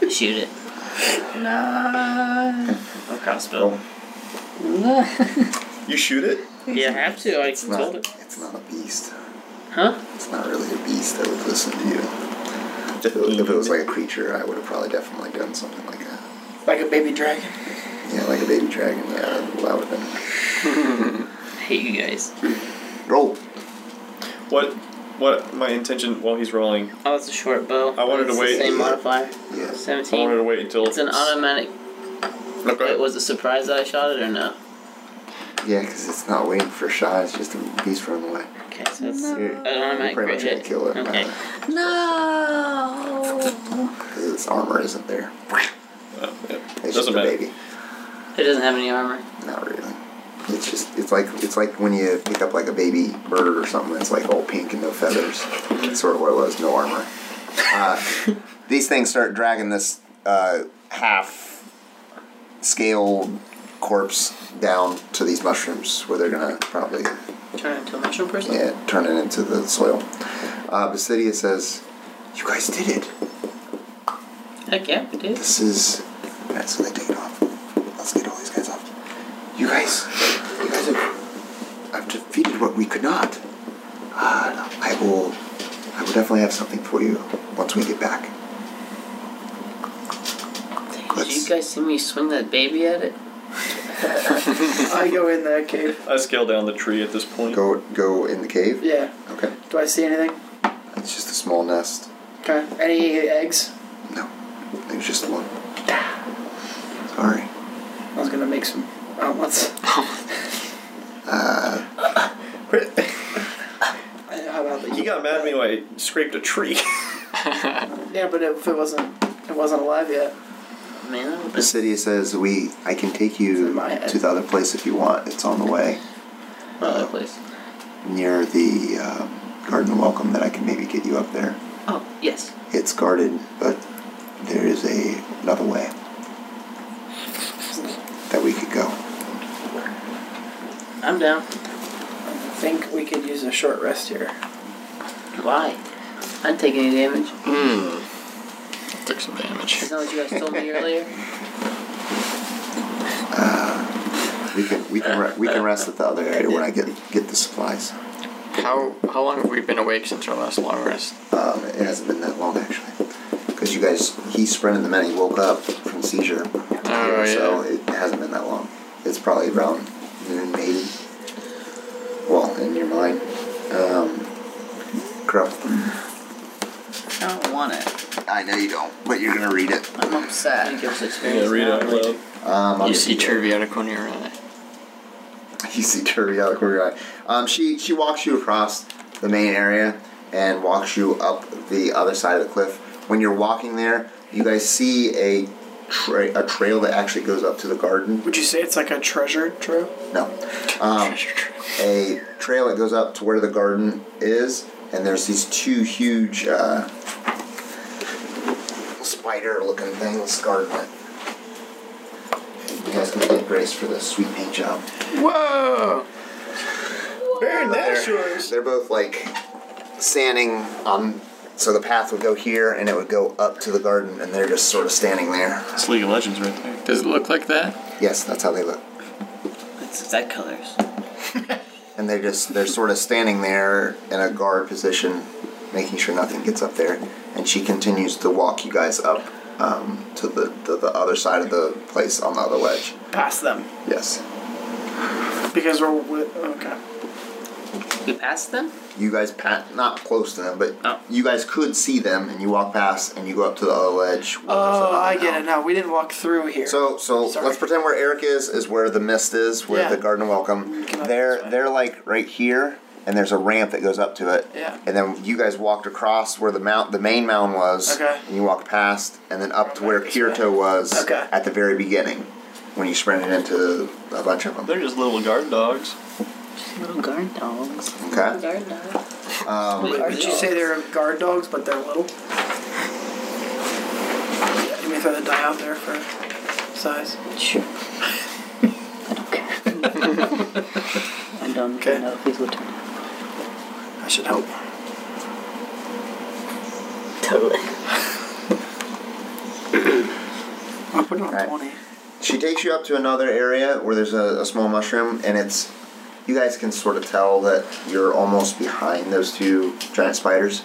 Speaker 4: Shoot it.
Speaker 7: No.
Speaker 4: A crossbow.
Speaker 2: You shoot it?
Speaker 4: Yeah, I have to. I controlled it.
Speaker 2: It's not a beast.
Speaker 4: Huh?
Speaker 2: It's not really a beast that would listen to you. If it, if it
Speaker 4: Mm-hmm.
Speaker 2: was like a creature, I would have probably definitely done something like that.
Speaker 5: Like a baby dragon.
Speaker 2: Yeah, like a baby dragon. Yeah, that would have been.
Speaker 4: Hate you guys.
Speaker 2: Roll.
Speaker 9: What? What? My intention while he's rolling.
Speaker 4: Oh, it's a short bow.
Speaker 9: I wanted
Speaker 4: It's
Speaker 9: to
Speaker 4: the
Speaker 9: wait.
Speaker 4: Same modifier.
Speaker 2: Yeah.
Speaker 9: I wanted
Speaker 4: Seventeen.
Speaker 9: to wait until
Speaker 4: It's an automatic. Wait, was it surprised that I shot it or no?
Speaker 2: Yeah, because it's not waiting for a shot. It's just a beast running away.
Speaker 4: Okay, so it's
Speaker 2: No.
Speaker 4: an
Speaker 2: Pretty
Speaker 4: automatic crit
Speaker 2: much gonna
Speaker 4: hit.
Speaker 2: kill it.
Speaker 4: Okay.
Speaker 13: No.
Speaker 2: Because its armor isn't there. It's just
Speaker 9: Doesn't
Speaker 2: a
Speaker 9: matter.
Speaker 2: baby.
Speaker 4: It doesn't have any armor.
Speaker 2: Not really. It's just it's like it's like when you pick up like a baby bird or something that's like all pink and no feathers. That's sort of what it was, no armor. Uh, these things start dragging this uh, half scaled corpse down to these mushrooms where they're gonna probably
Speaker 4: Turn into a mushroom person.
Speaker 2: yeah, turn it into the soil. Uh, Basidia says, You guys did it.
Speaker 4: Heck yeah, we did.
Speaker 2: This is. That's so they take it off. Let's get all these guys off. You guys, you guys have, have defeated what we could not. Uh, I will, I will definitely have something for you once we get back.
Speaker 4: Did you guys see me swing that baby at it?
Speaker 5: I go in that cave.
Speaker 9: I scale down the tree at this point.
Speaker 2: Go, go in the cave.
Speaker 5: Yeah.
Speaker 2: Okay,
Speaker 5: Do I see anything?
Speaker 2: it's just a small nest.
Speaker 5: Okay. Any eggs?
Speaker 2: There's just one. Sorry.
Speaker 5: I was gonna make some omelets.
Speaker 2: Uh,
Speaker 5: How about that?
Speaker 9: He got mad at me when I scraped a tree.
Speaker 5: Yeah, but if it wasn't, it wasn't alive yet.
Speaker 4: Man, that would've
Speaker 2: Basidia says, "We, I can take you to the other place if you want. It's on the way."
Speaker 4: been another Oh, place.
Speaker 2: near the um, Garden of Welcome that I can maybe get you up there.
Speaker 4: Oh, yes.
Speaker 2: It's guarded, but there is a another way that we could go.
Speaker 4: I'm down.
Speaker 5: I think we could use a short rest here.
Speaker 4: Why? I didn't take any damage.
Speaker 1: Hmm. Took some damage.
Speaker 4: Is that what you guys told me earlier?
Speaker 2: We can we can re- we can rest at the other area when I get get the supplies.
Speaker 1: How how long have we been awake since our last long rest?
Speaker 2: Um, it hasn't been that long actually, because you guys he sprinted the minute he woke up from seizure,
Speaker 1: Oh,
Speaker 2: so it hasn't been that long. It's probably around noon maybe. Well, in your mind, um, Crow.
Speaker 7: I don't want it.
Speaker 2: I know you don't, but you're gonna read it.
Speaker 7: I'm upset.
Speaker 4: You give us experience.
Speaker 9: yeah, read it
Speaker 4: now.
Speaker 9: out loud.
Speaker 2: Um,
Speaker 1: you see
Speaker 2: obviously-
Speaker 1: Turviotic on your eye.
Speaker 2: You see Kirby out of the corner of your eye. Um, she she walks you across the main area and walks you up the other side of the cliff. When you're walking there, you guys see a tra- a trail that actually goes up to the garden.
Speaker 5: Would you say it's like a treasure trail?
Speaker 2: No. Um, a trail that goes up to where the garden is, and there's these two huge uh, spider looking things guarding it. You guys can thank Grace for the sweet um, paint job.
Speaker 1: Oh.
Speaker 5: Whoa!
Speaker 2: Very nice They're both like standing on. So the path would go here, and it would go up to the garden, and they're just sort of standing there.
Speaker 9: It's League of Legends right there.
Speaker 1: Does it look like that?
Speaker 2: Yes, that's how they look.
Speaker 4: It's that colors.
Speaker 2: and they're just they're sort of standing there in a guard position, making sure nothing gets up there. And she continues to walk you guys up um, to the, the the other side of the place on the other ledge.
Speaker 5: Past them.
Speaker 2: Yes,
Speaker 5: Because we're. With, okay.
Speaker 4: We passed them?
Speaker 2: you guys pat not close to them, but you guys could see them, and you walk past and you go up to the other ledge. where there's
Speaker 5: Oh,
Speaker 2: a-
Speaker 5: I get it now. We didn't walk through here.
Speaker 2: So so let's pretend where Eric is is where the mist is, where
Speaker 5: Yeah.
Speaker 2: the Garden of Welcome. They're they're like right here, and there's a ramp that goes up to it.
Speaker 5: Yeah.
Speaker 2: And then you guys walked across where the mount the main mound was.
Speaker 5: Okay.
Speaker 2: And you walked past, and then up to where Kirto was
Speaker 5: Okay.
Speaker 2: at the very beginning, when you sprinted into a bunch of them.
Speaker 9: They're just little guard dogs.
Speaker 4: Little guard dogs.
Speaker 2: Okay.
Speaker 4: Guard dogs.
Speaker 2: Um,
Speaker 5: Wait, did you say they're guard dogs, but they're little? Let me throw the die out there for size.
Speaker 4: Sure. I don't know if he's lieutenant.
Speaker 5: I should help.
Speaker 4: Totally.
Speaker 5: I put it on twenty.
Speaker 2: She takes you up to another area where there's a, a small mushroom, and it's. You guys can sort of tell that you're almost behind those two giant spiders.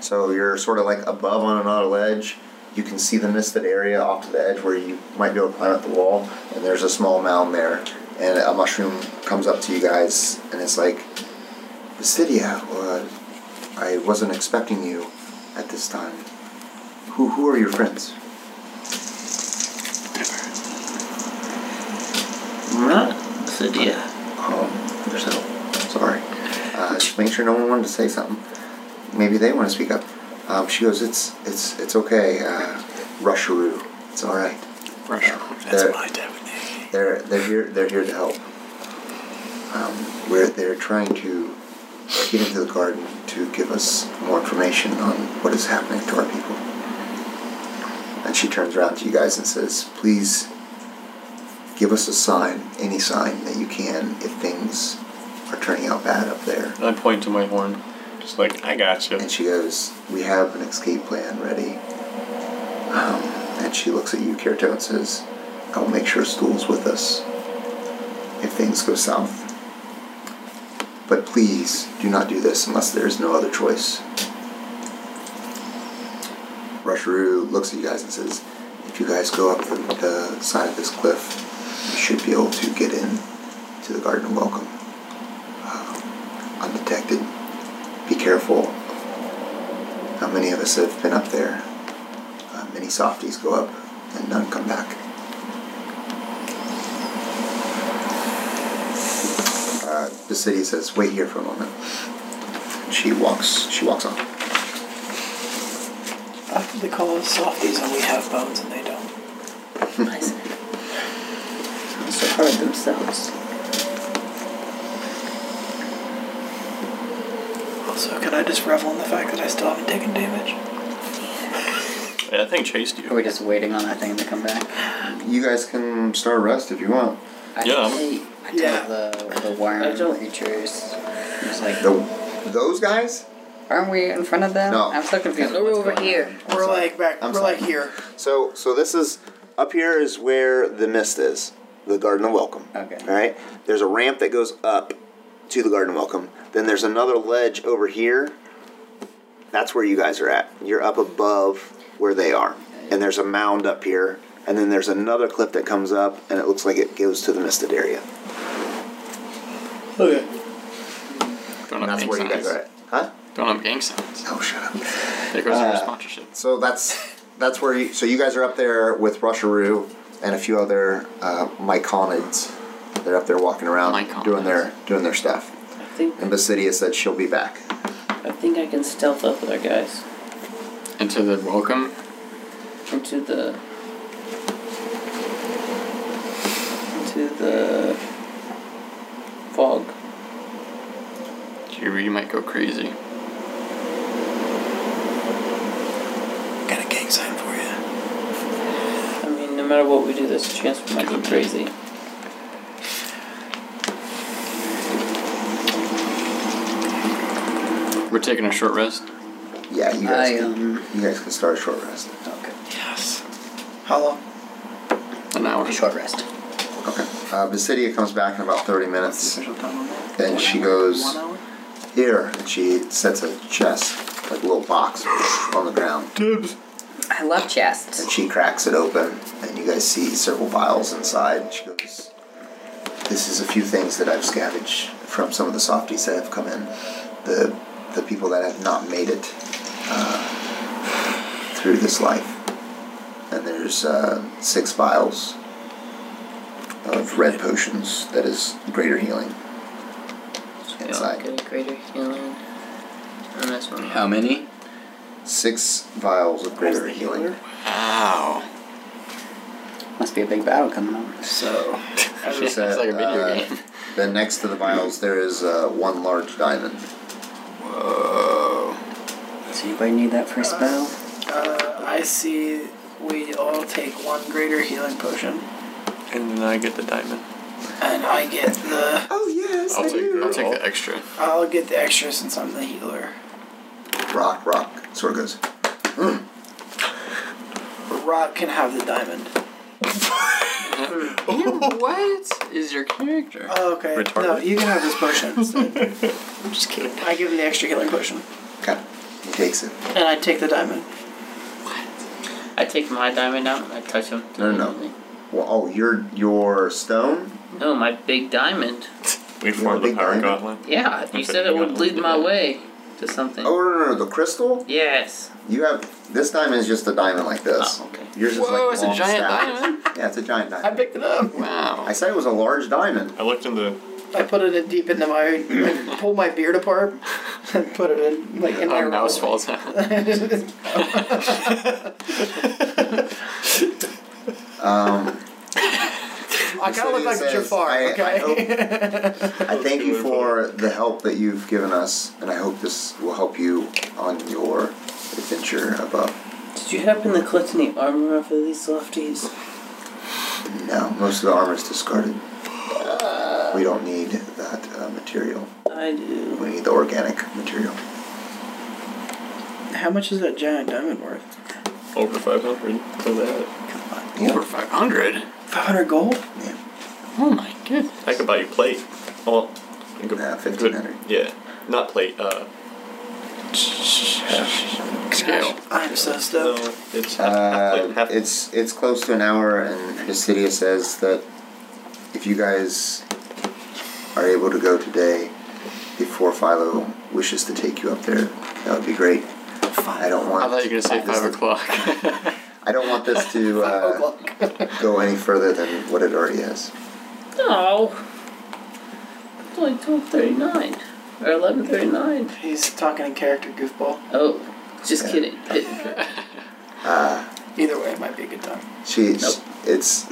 Speaker 2: So you're sort of like above on another ledge. You can see the misted area off to the edge where you might be able to climb up the wall, and there's a small mound there. And a mushroom comes up to you guys, and it's like, Basidia, uh, I wasn't expecting you at this time. Who, who are your friends?
Speaker 4: Not Cydia.
Speaker 2: Um, there's no. Sorry. Uh, just make sure no one wanted to say something. Maybe they want to speak up. Um, she goes, it's it's it's okay, uh, Rusharoo. It's all right. Uh, Rusharoo. That's my name. They're they're here they're here to help. Um, where they're trying to get into the garden to give us more information on what is happening to our people. And she turns around to you guys and says, please give us a sign, any sign that you can, if things are turning out bad up there.
Speaker 9: And I point to my horn, just like I got you.
Speaker 2: And she goes, We have an escape plan ready. Um, and she looks at you, Kirito, and says, I will make sure Stool's with us if things go south. But please do not do this unless there is no other choice. Rusharu looks at you guys and says, If you guys go up the, the side of this cliff, you should be able to get in to the Garden of Welcome uh, undetected. Be careful. How many of us have been up there? Uh, many softies go up and none come back. Uh, the city says, "Wait here for a moment." She walks. She walks off.
Speaker 5: After they call us softies and we have bones and they don't.
Speaker 4: Also hurt themselves.
Speaker 5: Also, can I just revel in the fact that I still haven't taken damage?
Speaker 9: Yeah, I think chased you.
Speaker 6: Are we just waiting on that thing to come back?
Speaker 2: You guys can start rest if you want.
Speaker 6: I
Speaker 9: Yeah.
Speaker 6: think I told the, the worm creatures. It was like,
Speaker 2: The, those guys?
Speaker 6: Aren't we in front of them?
Speaker 2: No.
Speaker 6: I'm so confused.
Speaker 2: No, we're
Speaker 6: What's
Speaker 2: over
Speaker 6: going
Speaker 2: here.
Speaker 6: on.
Speaker 5: We're like back.
Speaker 2: I'm
Speaker 5: we're
Speaker 2: sorry.
Speaker 5: like here.
Speaker 2: So, so this is up here is where the mist is, the Garden of Welcome. Okay. All right. There's a ramp that goes up to the Garden of Welcome. Then there's another ledge over here. That's where you guys are at. You're up above where they are, and there's a mound up here, and then there's another cliff that comes up, and it looks like it goes to the misted area.
Speaker 5: Okay.
Speaker 2: And that's where you guys are at. Huh?
Speaker 1: Don't have gang signs.
Speaker 2: Oh, shut up.
Speaker 1: There goes our
Speaker 2: Uh,
Speaker 1: sponsorship.
Speaker 2: So that's that's where you, so you guys are up there with Rusharoo and a few other uh, myconids. They're up there walking around doing their doing their stuff.
Speaker 4: think-
Speaker 2: And Basidia said she'll be back.
Speaker 4: I think I can stealth up there, guys.
Speaker 1: Into the welcome.
Speaker 4: Into the
Speaker 1: you might go crazy.
Speaker 5: Got a gang sign for you.
Speaker 4: I mean, no matter what we do, there's a chance we might go crazy.
Speaker 1: We're taking a short rest.
Speaker 2: Yeah, you guys,
Speaker 5: I,
Speaker 2: can, you guys can start a short rest. Okay.
Speaker 5: Yes. How long?
Speaker 1: An hour.
Speaker 2: Short rest. Okay. Uh, Visidia comes back in about 30 minutes. And she goes, here. And she sets a chest, like a little box, on the ground. Dibs.
Speaker 7: I love chests.
Speaker 2: And she cracks it open, and you guys see several vials inside. And she goes, "This is a few things that I've scavenged from some of the softies that have come in, the the people that have not made it uh, through this life." And there's uh, six vials of red potions that is greater healing inside.
Speaker 4: Get a greater healing. And that's one.
Speaker 2: How many? Six vials of greater healing.
Speaker 1: Wow.
Speaker 7: Must be a big battle coming on.
Speaker 2: So, she
Speaker 1: It's
Speaker 2: said,
Speaker 1: like a video
Speaker 2: uh,
Speaker 1: game.
Speaker 2: Then next to the vials, there is uh, one large diamond. Whoa.
Speaker 7: Does anybody need that for a spell?
Speaker 5: Uh, I see we all take one greater healing potion,
Speaker 9: And then I get the diamond.
Speaker 5: and I get the. Oh yes,
Speaker 9: I'll I take- do. I'll take the
Speaker 1: extra.
Speaker 5: I'll get the extra since I'm the healer.
Speaker 2: Rock, rock. Sort of goes.
Speaker 5: Rock can have the diamond.
Speaker 1: what is your character?
Speaker 5: Oh, okay. No, you can have this potion instead. I'm just kidding. I give him the extra healing potion,
Speaker 2: Okay. He takes it.
Speaker 5: and I take the diamond.
Speaker 4: I take my diamond out and I touch him.
Speaker 2: No, no, no. Well, oh, your your stone.
Speaker 4: No, my big diamond.
Speaker 9: We formed the power gauntlet.
Speaker 4: Yeah, you said it would lead my way to something.
Speaker 2: Oh no, no, no, the crystal.
Speaker 4: Yes.
Speaker 2: You have this diamond is just a diamond like this. okay. Yours is
Speaker 4: Whoa,
Speaker 2: like
Speaker 4: it's a
Speaker 2: long
Speaker 4: giant
Speaker 2: staff. Yeah, it's a giant diamond. I
Speaker 5: picked it up.
Speaker 1: Wow.
Speaker 2: I said it was a large diamond.
Speaker 9: I looked in the.
Speaker 5: I put it in deep into my, I pull my beard apart, and put it in like in my.
Speaker 1: Our mouse falls out.
Speaker 2: Um,
Speaker 5: I kind of look like
Speaker 2: says,
Speaker 5: Jafar.
Speaker 2: I- I
Speaker 5: okay.
Speaker 2: I thank you for the help that you've given us, and I hope this will help you on your adventure above.
Speaker 4: Did you happen to collect any armor off of these softies?
Speaker 2: No, most of the armor is discarded. We don't need that uh, material.
Speaker 4: I do.
Speaker 2: We need the organic material.
Speaker 5: How much is that giant diamond worth?
Speaker 9: Over 500 for that.
Speaker 1: Over 500?
Speaker 5: 500 gold?
Speaker 1: Oh my goodness.
Speaker 9: I could buy you plate. Well, I could,
Speaker 2: nah, 1500
Speaker 9: Yeah. Not plate, uh.
Speaker 1: Scale.
Speaker 5: I'm so stoked.
Speaker 9: No, it's
Speaker 2: Uh, it's it's close to an hour, and Hesidia says that if you guys are able to go today before Philo wishes to take you up there, that would be great. I don't want.
Speaker 1: I thought you were gonna say
Speaker 2: this
Speaker 1: five o'clock.
Speaker 2: I don't want this to uh, go any further than what it already is.
Speaker 4: No. It's only twelve thirty nine or eleven thirty nine.
Speaker 5: He's talking in character, goofball.
Speaker 4: Oh, just
Speaker 2: Yeah.
Speaker 4: kidding.
Speaker 2: Uh,
Speaker 5: Either way, it might be a good time.
Speaker 2: she, it's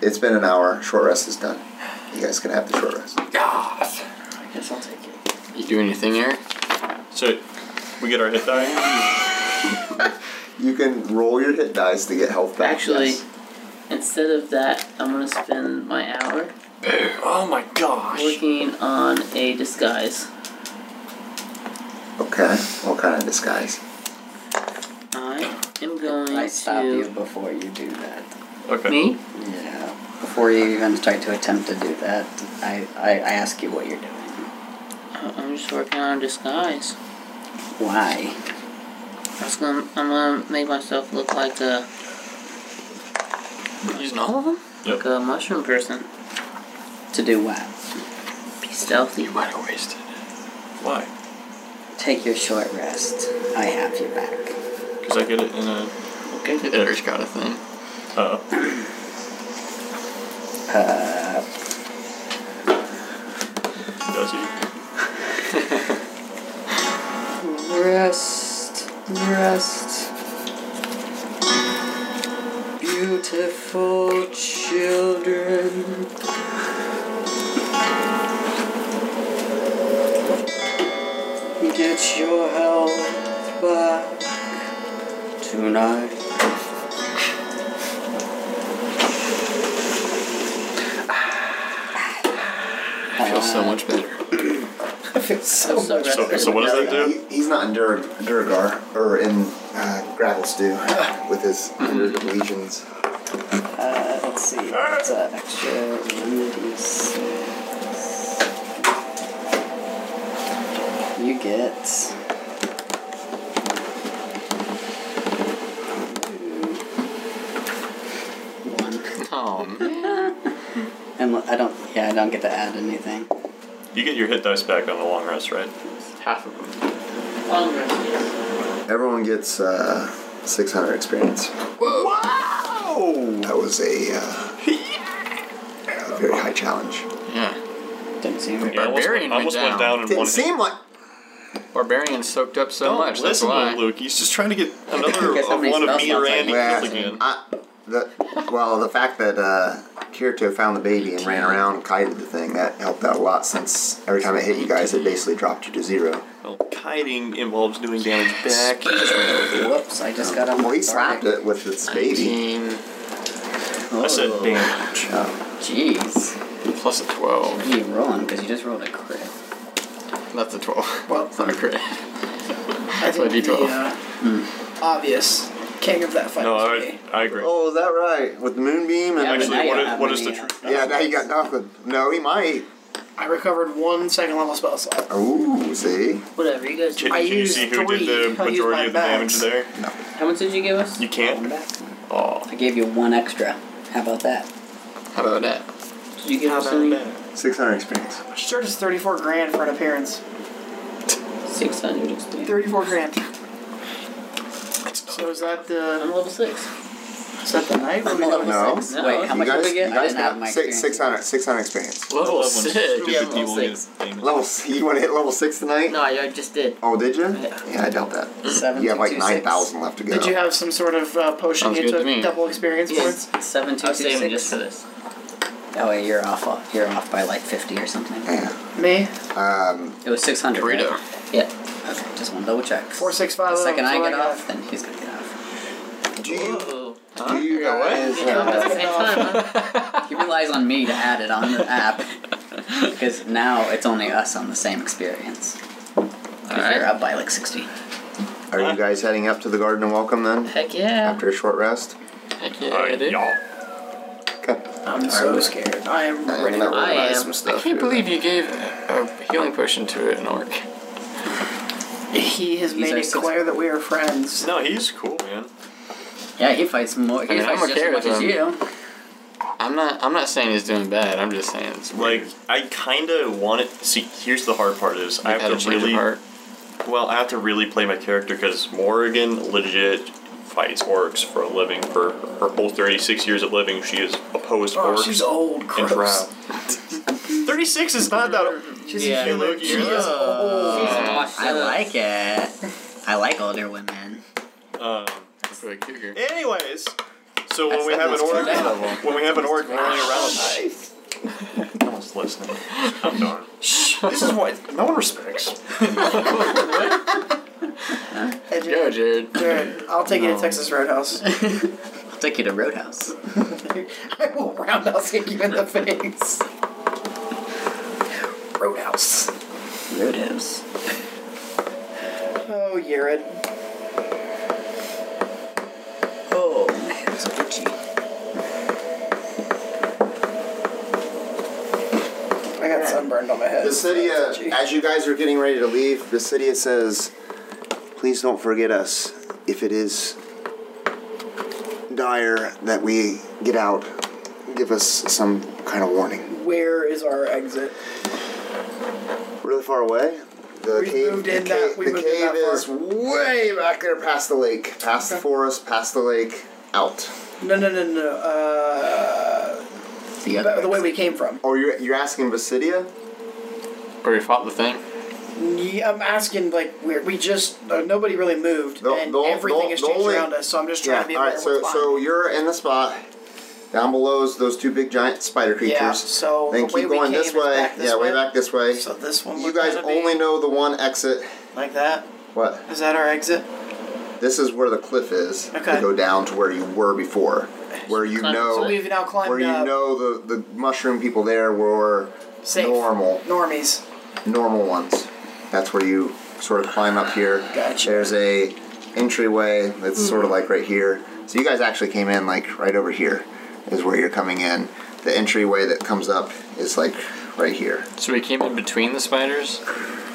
Speaker 2: it's been an hour. Short rest is done. You guys can have the short rest.
Speaker 5: I guess I'll take it.
Speaker 1: You do anything, Eric?
Speaker 9: So, we get our hit die?
Speaker 2: You can roll your hit dice to get health back.
Speaker 4: Actually,
Speaker 2: yes.
Speaker 4: instead of that, I'm gonna spend my hour
Speaker 9: oh my gosh.
Speaker 4: working on a disguise.
Speaker 2: Okay. What kind of disguise?
Speaker 4: I am going
Speaker 7: I stop
Speaker 4: to
Speaker 7: you before you do that.
Speaker 9: Okay.
Speaker 4: me.
Speaker 7: Yeah. Before you even start to attempt to do that, I, I, I ask you what you're doing.
Speaker 4: I- Uh, I'm just working on a disguise.
Speaker 7: Why?
Speaker 4: I'm just gonna, I'm gonna make myself look like a
Speaker 1: Using all of them?
Speaker 4: like a mushroom person.
Speaker 7: To do what?
Speaker 4: Be stealthy.
Speaker 1: You might have wasted it.
Speaker 9: Why?
Speaker 7: Take your short rest. I have you back.
Speaker 9: Because I get it in a.
Speaker 4: Okay.
Speaker 1: Eric's got a thing.
Speaker 9: Uh,
Speaker 7: Uh,
Speaker 9: does he?
Speaker 7: rest, rest. Beautiful children.
Speaker 15: Put your health back.
Speaker 7: Tonight.
Speaker 1: I feel so much better.
Speaker 2: I feel so, much
Speaker 9: So-
Speaker 2: better.
Speaker 9: so what does that do?
Speaker 2: He, he's not in Dur- Durgar, or in uh, Gravel Stew with his hundred legions.
Speaker 7: Uh, let's see. It's uh, extra remedies. You get.
Speaker 1: Oh
Speaker 7: And I don't. Yeah, I don't get to add anything.
Speaker 9: You get your hit dice back on the long rest, right?
Speaker 4: Half of them. Long rest, yes.
Speaker 2: Everyone gets uh, six hundred experience.
Speaker 1: Wow!
Speaker 2: That was a, uh, a very high challenge.
Speaker 1: Yeah.
Speaker 7: Didn't seem
Speaker 1: The
Speaker 9: Yeah, I almost
Speaker 1: barbarian
Speaker 9: went- I almost went down in
Speaker 1: and
Speaker 9: Didn't one hit. seem
Speaker 2: like.
Speaker 1: Barbarian soaked up so
Speaker 9: Don't
Speaker 1: much. That's
Speaker 9: listen to
Speaker 1: why.
Speaker 9: him, Luke. He's just trying to get
Speaker 2: I
Speaker 9: another
Speaker 2: guess
Speaker 9: of
Speaker 2: somebody
Speaker 9: one of
Speaker 2: smells
Speaker 9: me or
Speaker 2: something.
Speaker 9: Andy
Speaker 2: Yeah.
Speaker 9: kills again.
Speaker 2: I- the, well, the fact that uh, Kirito found the baby and ran around and kited the thing, that helped out a lot since every time it hit you guys, it basically dropped you to zero.
Speaker 9: Well, Oh, kiting involves doing damage back.
Speaker 7: Whoops, I just got on
Speaker 2: Well, he slapped it with its baby.
Speaker 9: I said damage.
Speaker 7: Oh, Jeez.
Speaker 1: Plus a 12.
Speaker 7: What are you rolling? Because you just rolled a crit.
Speaker 1: That's a 12. Well, it's not a crit.
Speaker 5: I
Speaker 1: That's my
Speaker 5: think the
Speaker 1: D12.
Speaker 5: uh, obvious king of that fight
Speaker 9: No,
Speaker 5: was
Speaker 9: I,
Speaker 5: me.
Speaker 9: I agree.
Speaker 2: Oh, is that right? With the moonbeam and
Speaker 5: Yeah,
Speaker 9: Actually,
Speaker 5: but now
Speaker 9: what
Speaker 5: you
Speaker 9: is, what
Speaker 5: don't have
Speaker 9: is the
Speaker 5: any,
Speaker 7: uh,
Speaker 9: truth?
Speaker 2: yeah, now you got nothing. No, he might.
Speaker 5: I recovered one second level spell slot.
Speaker 2: Ooh, see?
Speaker 4: Whatever, you guys.
Speaker 9: Can,
Speaker 5: I
Speaker 9: can you
Speaker 5: used
Speaker 9: see who
Speaker 5: three.
Speaker 9: did the
Speaker 5: I used
Speaker 9: majority
Speaker 5: my
Speaker 9: of the damage
Speaker 5: max.
Speaker 9: there?
Speaker 4: How much did you give us?
Speaker 9: You can't? Oh.
Speaker 7: I gave you one extra. How about that?
Speaker 1: How about that?
Speaker 4: Did you give us any?
Speaker 2: 600 experience.
Speaker 5: She charges 34 grand for an appearance.
Speaker 4: 600 experience.
Speaker 5: 34 grand. So is that
Speaker 4: I'm
Speaker 5: the
Speaker 4: level 6.
Speaker 5: is that the knife? What are we doing?
Speaker 2: No.
Speaker 4: No,
Speaker 7: Wait, how
Speaker 2: You
Speaker 7: much
Speaker 2: guys,
Speaker 7: did we
Speaker 2: you
Speaker 7: get? I
Speaker 2: guys
Speaker 7: didn't have
Speaker 2: got
Speaker 7: my
Speaker 2: six, 600,
Speaker 7: experience.
Speaker 2: 600 experience.
Speaker 1: Level
Speaker 9: Level six.
Speaker 1: 6.
Speaker 9: Stupid
Speaker 4: level
Speaker 9: people
Speaker 4: six.
Speaker 9: get damage.
Speaker 2: Level, s- you want to hit level 6 tonight?
Speaker 4: No, I I just did.
Speaker 2: Oh, did you?
Speaker 4: Yeah.
Speaker 2: Yeah, I doubt that.
Speaker 7: Seven,
Speaker 2: You have
Speaker 7: two,
Speaker 2: like
Speaker 7: two, six.
Speaker 2: 9,000 left to go.
Speaker 5: Did you have some sort of uh, potion
Speaker 1: Sounds
Speaker 5: you
Speaker 1: good to
Speaker 5: took
Speaker 1: me.
Speaker 5: double experience points?
Speaker 7: Seven, two,
Speaker 4: I'm
Speaker 7: two,
Speaker 4: saving
Speaker 7: six.
Speaker 4: just for this.
Speaker 7: That way you're off. You're off by like fifty or something.
Speaker 2: Yeah.
Speaker 5: Me?
Speaker 2: Um,
Speaker 7: It was six hundred. Right?
Speaker 1: Dorito.
Speaker 7: Yeah. Okay. Just want to double check.
Speaker 5: Four six five.
Speaker 7: The second I
Speaker 5: oh,
Speaker 7: get
Speaker 5: got
Speaker 7: off, then he's gonna get off.
Speaker 2: do you,
Speaker 4: Ooh.
Speaker 2: do you guys,
Speaker 4: Yeah,
Speaker 2: uh,
Speaker 4: at the same time, huh?
Speaker 7: He relies on me to add it on the app because now it's only us on the same experience. 'Cause You're up by like sixty.
Speaker 2: are you guys heading up to the garden and welcome then?
Speaker 4: Heck yeah.
Speaker 2: After a short rest?
Speaker 1: Heck yeah,
Speaker 9: Alright,
Speaker 1: dude.
Speaker 9: y'all.
Speaker 2: Okay.
Speaker 5: I'm so scared. I am
Speaker 2: I'm
Speaker 5: ready.
Speaker 2: gonna
Speaker 5: to
Speaker 2: roll
Speaker 4: am.
Speaker 2: some
Speaker 1: I
Speaker 2: stuff
Speaker 1: can't
Speaker 2: here.
Speaker 1: believe you gave a healing potion to an orc.
Speaker 5: He has
Speaker 7: These
Speaker 5: made
Speaker 7: are
Speaker 5: it
Speaker 7: six-
Speaker 5: clear that we are friends.
Speaker 9: No, he's cool, man.
Speaker 7: Yeah, he fights more. He
Speaker 1: I mean, I'm
Speaker 7: fights just
Speaker 1: okay
Speaker 7: as much
Speaker 1: with
Speaker 7: as
Speaker 1: him.
Speaker 7: you.
Speaker 1: I'm not. I'm not saying he's doing bad. I'm just saying it's
Speaker 9: Like,
Speaker 1: weird.
Speaker 9: I kind of want it. See, here's the hard part is I
Speaker 1: You've had a
Speaker 9: have to
Speaker 1: change of
Speaker 9: really
Speaker 1: heart.
Speaker 9: Well, I have to really play my character because Morrigan legit fights orcs for a living. For her whole 36 years of living, she has opposed
Speaker 5: Oh,
Speaker 9: orcs
Speaker 5: she's old.
Speaker 9: and drow.
Speaker 5: Gross.
Speaker 9: 36 is not that.
Speaker 5: She's
Speaker 4: Yeah.
Speaker 5: human.
Speaker 9: Look,
Speaker 5: She
Speaker 9: you're-
Speaker 5: is old.
Speaker 7: "Oh, I like it. I like older women.
Speaker 9: Um,
Speaker 1: For the cougar.
Speaker 9: anyways, so when we have an
Speaker 7: That's
Speaker 9: orc,
Speaker 7: terrible.
Speaker 9: when we have an orc rolling around, almost listening. I'm darn. This is what no one respects.
Speaker 5: Hey,
Speaker 1: Go,
Speaker 5: Jared,
Speaker 1: Jared.
Speaker 5: Jared, I'll take you to Texas Roadhouse.
Speaker 7: I'll take you to Roadhouse.
Speaker 5: I will roundhouse kick you in the face. Roadhouse.
Speaker 7: Roadhouse.
Speaker 5: Oh, Jared.
Speaker 7: Oh, it's itchy.
Speaker 5: I got sunburned on my head.
Speaker 2: The city, uh, as you guys are getting ready to leave, the city says, "Please don't forget us. If it is dire that we get out, give us some kind of warning."
Speaker 5: Where is our exit?
Speaker 2: Really far away. The
Speaker 5: We
Speaker 2: cave,
Speaker 5: moved
Speaker 2: the
Speaker 5: in
Speaker 2: cave,
Speaker 5: that- we
Speaker 2: the
Speaker 5: moved in
Speaker 2: cave
Speaker 5: that far.
Speaker 2: is way back there, past the lake, past the forest, past the lake, out.
Speaker 5: No, no, no, no. Uh,
Speaker 7: The
Speaker 5: the,
Speaker 7: other
Speaker 5: the way we came from.
Speaker 2: Oh, you're you're asking Basidia?
Speaker 1: Where we fought the thing.
Speaker 5: Yeah, I'm asking, like, where we just uh, nobody really moved,
Speaker 2: The-
Speaker 5: and
Speaker 2: the-
Speaker 5: everything
Speaker 2: the-
Speaker 5: has
Speaker 2: the
Speaker 5: changed
Speaker 2: only-
Speaker 5: around us. So I'm just trying
Speaker 2: Yeah.
Speaker 5: to be
Speaker 2: All
Speaker 5: aware
Speaker 2: right.
Speaker 5: of
Speaker 2: So
Speaker 5: what's
Speaker 2: so
Speaker 5: behind.
Speaker 2: you're in the spot. Down below is those two big giant spider creatures.
Speaker 5: yeah. So
Speaker 2: Then
Speaker 5: Oh, the way
Speaker 2: keep
Speaker 5: we
Speaker 2: going
Speaker 5: came
Speaker 2: this
Speaker 5: is
Speaker 2: way.
Speaker 5: back this
Speaker 2: yeah, way back this way.
Speaker 5: So this one.
Speaker 2: you
Speaker 5: would
Speaker 2: guys
Speaker 5: kinda be-
Speaker 2: only know the one exit
Speaker 5: like that?
Speaker 2: What?
Speaker 5: Is that our exit?
Speaker 2: This is where the cliff is
Speaker 5: Okay.
Speaker 2: to go down to where you were before, where you
Speaker 5: So
Speaker 2: know
Speaker 5: we've now climbed
Speaker 2: where you
Speaker 5: up.
Speaker 2: know the the mushroom people there were
Speaker 5: Safe.
Speaker 2: normal
Speaker 5: normies,
Speaker 2: normal ones. That's where you sort of climb up here.
Speaker 5: Gotcha.
Speaker 2: There's a entryway that's sort of
Speaker 5: Mhm.
Speaker 2: like right here. So you guys actually came in like right over here is where you're coming in. The entryway that comes up is like right here.
Speaker 1: So we came in between the spiders.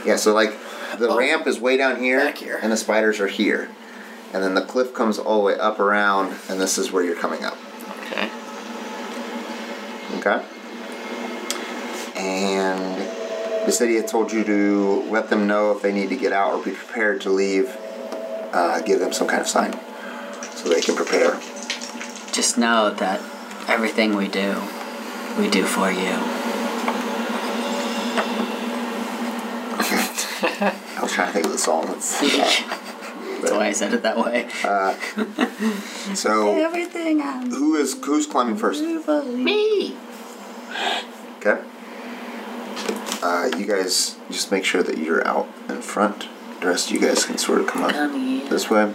Speaker 2: Yeah, so like the
Speaker 1: Oh.
Speaker 2: ramp is way down here, and the spiders are here. And then the cliff comes all the way up around, and this is where you're coming up.
Speaker 1: Okay.
Speaker 2: Okay? And the city had told you to let them know if they need to get out or be prepared to leave. Uh, give them some kind of sign so they can prepare.
Speaker 7: Just know that everything we do, we do for you.
Speaker 2: I was trying to think of the song. That's, that's
Speaker 7: why I said it that way.
Speaker 2: Uh, so,
Speaker 7: everything I'm
Speaker 2: who is who's climbing first?
Speaker 7: me.
Speaker 2: Okay. Uh, you guys just make sure that you're out in front. The rest of you guys can sort of come up
Speaker 16: Um, yeah.
Speaker 2: this way.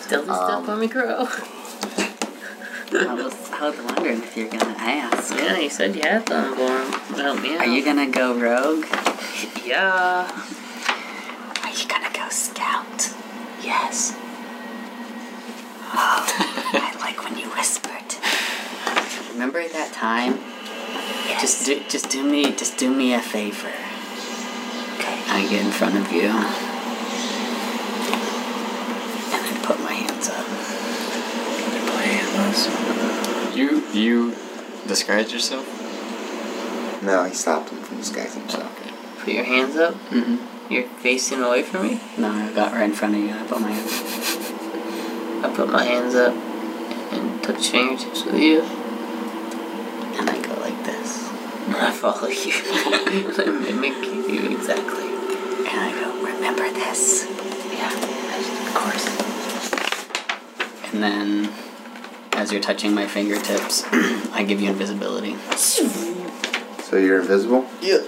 Speaker 16: Still the stuff on me grow.
Speaker 7: I was, I was wondering if you're gonna ask.
Speaker 4: Yeah, you said you had them for Help me out.
Speaker 7: Are you gonna go rogue?
Speaker 4: Yeah.
Speaker 7: Are you gonna go scout? Yes. I like when you whispered. Remember that time? Just do, just do me, just do me a favor. Okay. I get in front of you, and I put my hands up.
Speaker 1: You you disguised yourself.
Speaker 2: No, he stopped him from disguising himself.
Speaker 4: Put your hands up.
Speaker 7: Mm-hmm.
Speaker 4: You're facing away from me.
Speaker 7: No, I got right in front of you. I put my hands.
Speaker 4: I put my hands up and touch fingertips with you. And I go like this. And I follow you. and I mimic you exactly.
Speaker 7: And I go, remember this.
Speaker 4: Yeah, of course.
Speaker 7: And then, as you're touching my fingertips, I give you invisibility.
Speaker 2: So you're invisible?
Speaker 4: Yeah.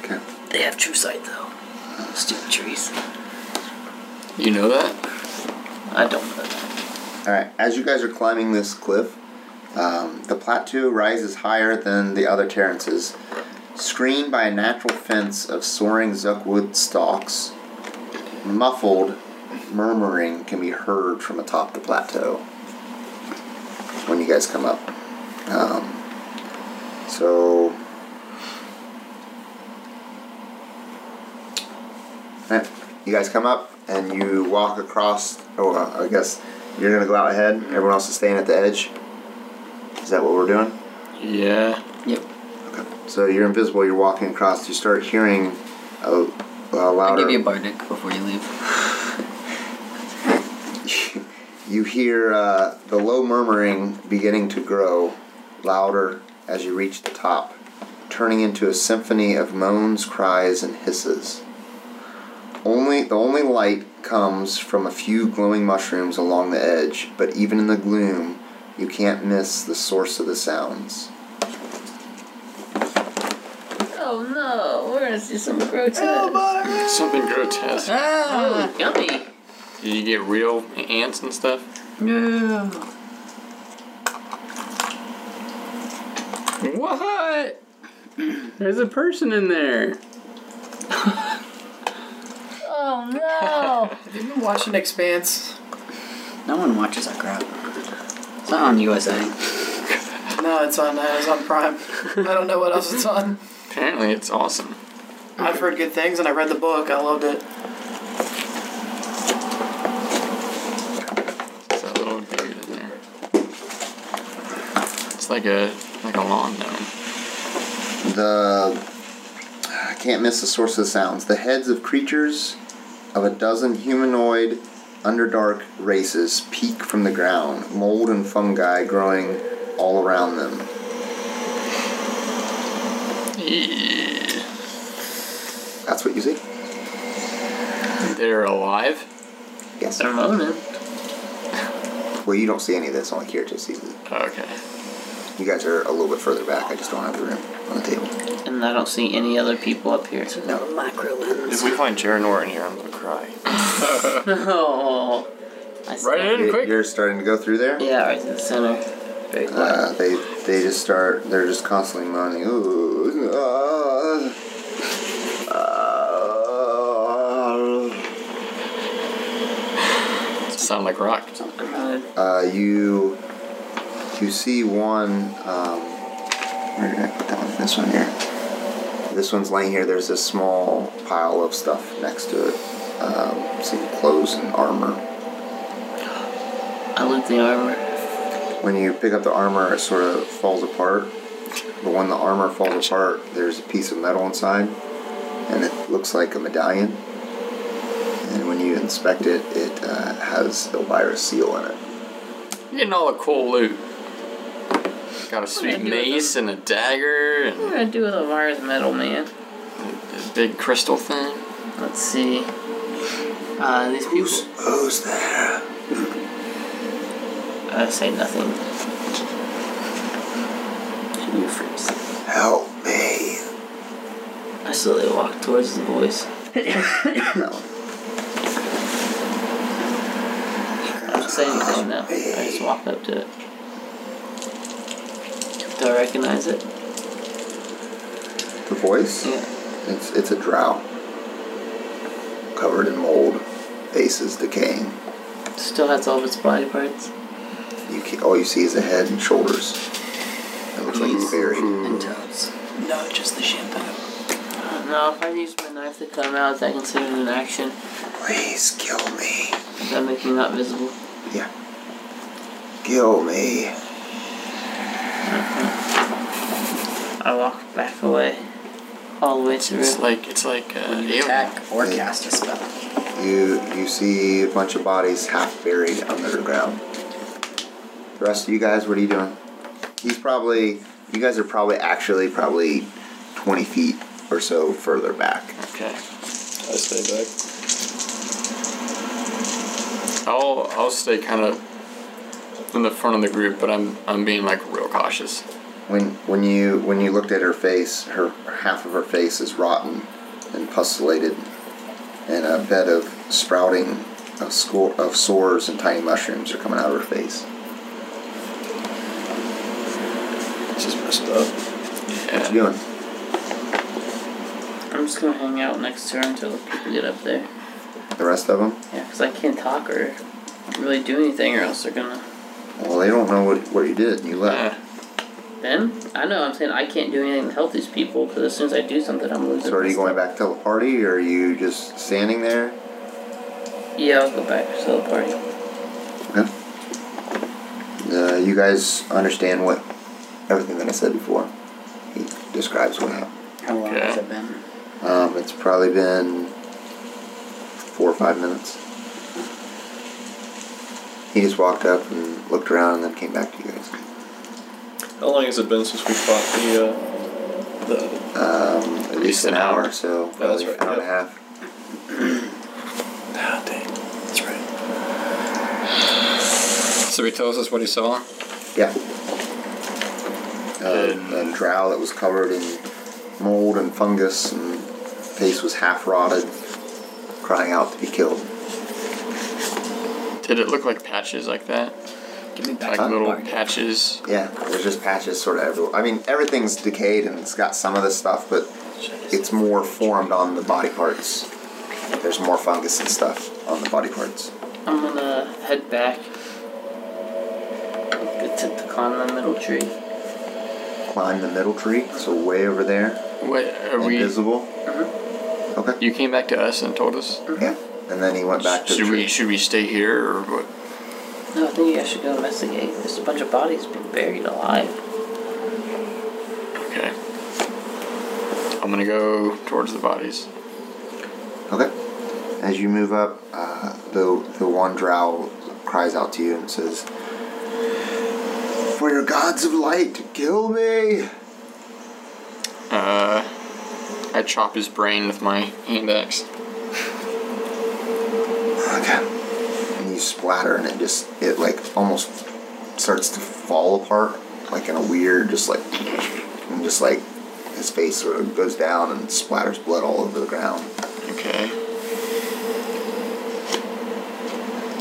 Speaker 2: Okay.
Speaker 4: They have true sight though. Stupid trees.
Speaker 1: You know that?
Speaker 4: I don't know that.
Speaker 2: All right. As you guys are climbing this cliff, um, the plateau rises higher than the other terrances, screened by a natural fence of soaring zuckwood stalks. Muffled murmuring can be heard from atop the plateau when you guys come up. Um, so. Alright, eh, you guys come up and you walk across. Oh, uh, I guess you're gonna go out ahead. Everyone else is staying at the edge. Is that what we're doing?
Speaker 1: Yeah.
Speaker 7: Yep.
Speaker 2: So you're invisible. You're walking across. You start hearing a, a louder.
Speaker 7: I'll give you a bardic before you leave.
Speaker 2: you hear uh, the low murmuring beginning to grow louder as you reach the top, turning into a symphony of moans, cries, and hisses. Only the only light comes from a few glowing mushrooms along the edge, but even in the gloom, you can't miss the source of the sounds.
Speaker 16: Oh no, we're gonna see some grotesque.
Speaker 1: Something grotesque.
Speaker 16: Oh, yummy.
Speaker 1: Did you get real ants and stuff?
Speaker 16: No.
Speaker 17: What? There's a person in there.
Speaker 16: Oh no.
Speaker 5: Have you been watching Expanse?
Speaker 7: No one watches that crap. It's not on USA.
Speaker 5: No, it's on Amazon Prime. I don't know what else it's on.
Speaker 1: Apparently, it's awesome.
Speaker 5: I've heard good things, and I read the book. I loved it.
Speaker 1: It's that little dude in there. It's like a like a lawn gnome.
Speaker 2: The I can't miss the source of the sounds. The heads of creatures of a dozen humanoid underdark races peek from the ground, mold and fungi growing all around them. That's what you see?
Speaker 1: They're alive?
Speaker 2: Yes.
Speaker 1: They're moaning.
Speaker 2: Well, you don't see any of this, only Kirito sees it.
Speaker 1: Okay.
Speaker 2: You guys are a little bit further back. I just don't have the room on the table.
Speaker 4: And I don't see any other people up here.
Speaker 2: No.
Speaker 4: Micro lens.
Speaker 9: If we find Jaranor in here, I'm gonna cry.
Speaker 4: oh.
Speaker 2: Right in, quick. You're starting to go through there.
Speaker 4: Yeah, right in the center. Very
Speaker 2: Uh, they they just start. They're just constantly moaning. Ooh. ah, ah."
Speaker 9: Sound like rock.
Speaker 2: Uh, you you see one. Um, where did I put that one? This one here. This one's laying here. There's this small pile of stuff next to it. Um, some clothes and armor.
Speaker 4: I loot the armor.
Speaker 2: When you pick up the armor, it sort of falls apart. But when the armor falls apart, there's a piece of metal inside, and it looks like a medallion. And when you inspect it, it uh, has Elvira's seal in it.
Speaker 1: Getting all the cool loot. Got a sweet mace and a dagger and
Speaker 4: What am I gonna do with Elvira's medal, man?
Speaker 1: a big crystal thing.
Speaker 4: Let's see. Uh, these people. Who's,
Speaker 2: there?
Speaker 4: I uh, say nothing. You first.
Speaker 2: Help me.
Speaker 4: I slowly walk towards the boys. I don't say anything now. I just walk up to it. Do I recognize it?
Speaker 2: The voice? It's it's a drow. Covered in mold, faces decaying.
Speaker 4: Still has all of its body parts.
Speaker 2: You ca all you see is the head and shoulders. It looks like he's buried.
Speaker 7: Mm-hmm.
Speaker 4: And toes. No, just the shampoo. No, if I use my knife to cut him out, is that considered an action?
Speaker 2: Please kill me.
Speaker 4: Does that make me not visible?
Speaker 2: Yeah. Kill me.
Speaker 4: I walk back away. All the way to the
Speaker 1: It's
Speaker 4: room.
Speaker 1: like it's like uh, alien.
Speaker 7: or cast a spell.
Speaker 2: You you see a bunch of bodies half buried under the ground. The rest of you guys, what are you doing? He's probably you guys are probably actually probably twenty feet or so further back.
Speaker 1: Okay.
Speaker 9: I stay back.
Speaker 1: I'll I'll stay kind of in the front of the group, but I'm I'm being like real cautious.
Speaker 2: When when you when you looked at her face, her half of her face is rotten and pustulated, and a bed of sprouting of score of sores and tiny mushrooms are coming out of her face.
Speaker 9: This is messed up.
Speaker 2: What you doing?
Speaker 4: I'm just gonna hang out next to her until the people get up there.
Speaker 2: The rest of them?
Speaker 4: Yeah, because I can't talk or really do anything, or else they're gonna.
Speaker 2: Well, they don't know what what you did. and You left.
Speaker 4: Them? I know, I'm saying I can't do anything to help these people, because as soon as I do something, I'm losing.
Speaker 2: So are you going back to the party, or are you just standing there?
Speaker 4: Yeah, I'll go back to the party.
Speaker 2: Okay. Uh, you guys understand what everything that I said before. He describes what happened.
Speaker 7: How long has it been?
Speaker 2: Um, it's probably been four or five minutes. He just walked up and looked around and then came back to you guys.
Speaker 9: How long has it been since we fought the uh, the
Speaker 2: Um, at least an hour, Oh, or so probably an hour and a half.
Speaker 9: Ah, dang. That's right.
Speaker 1: So he tells us what he saw.
Speaker 2: Yeah. Uh, a drow that was covered in mold and fungus and face was half rotted, crying out to be killed.
Speaker 1: Did it look like patches like that? like
Speaker 2: back
Speaker 1: little
Speaker 2: part.
Speaker 1: patches.
Speaker 2: Yeah, there's just patches sort of everywhere. I mean, everything's decayed and it's got some of this stuff, but it's more formed on the body parts. There's more fungus and stuff on the body parts.
Speaker 4: I'm gonna head back. Get to the con in the middle tree.
Speaker 2: Climb the middle tree, so way over there,
Speaker 1: What are we? Mm-hmm.
Speaker 2: invisible. Okay.
Speaker 1: You came back to us and told us.
Speaker 2: Yeah. And then he went back to the
Speaker 1: Should
Speaker 2: tree.
Speaker 1: we should we stay here or what?
Speaker 4: No, I think you guys should go investigate. There's a bunch of bodies being buried alive.
Speaker 1: Okay. I'm gonna go towards the bodies.
Speaker 2: Okay. As you move up, uh, the the one drow cries out to you and says, "For your gods of light, kill me!"
Speaker 1: Uh, I chop his brain with my hand axe.
Speaker 2: And you splatter, and it just it like almost starts to fall apart. like in a weird, just like, and just like his face sort of goes down and splatters blood all over the ground.
Speaker 1: Okay.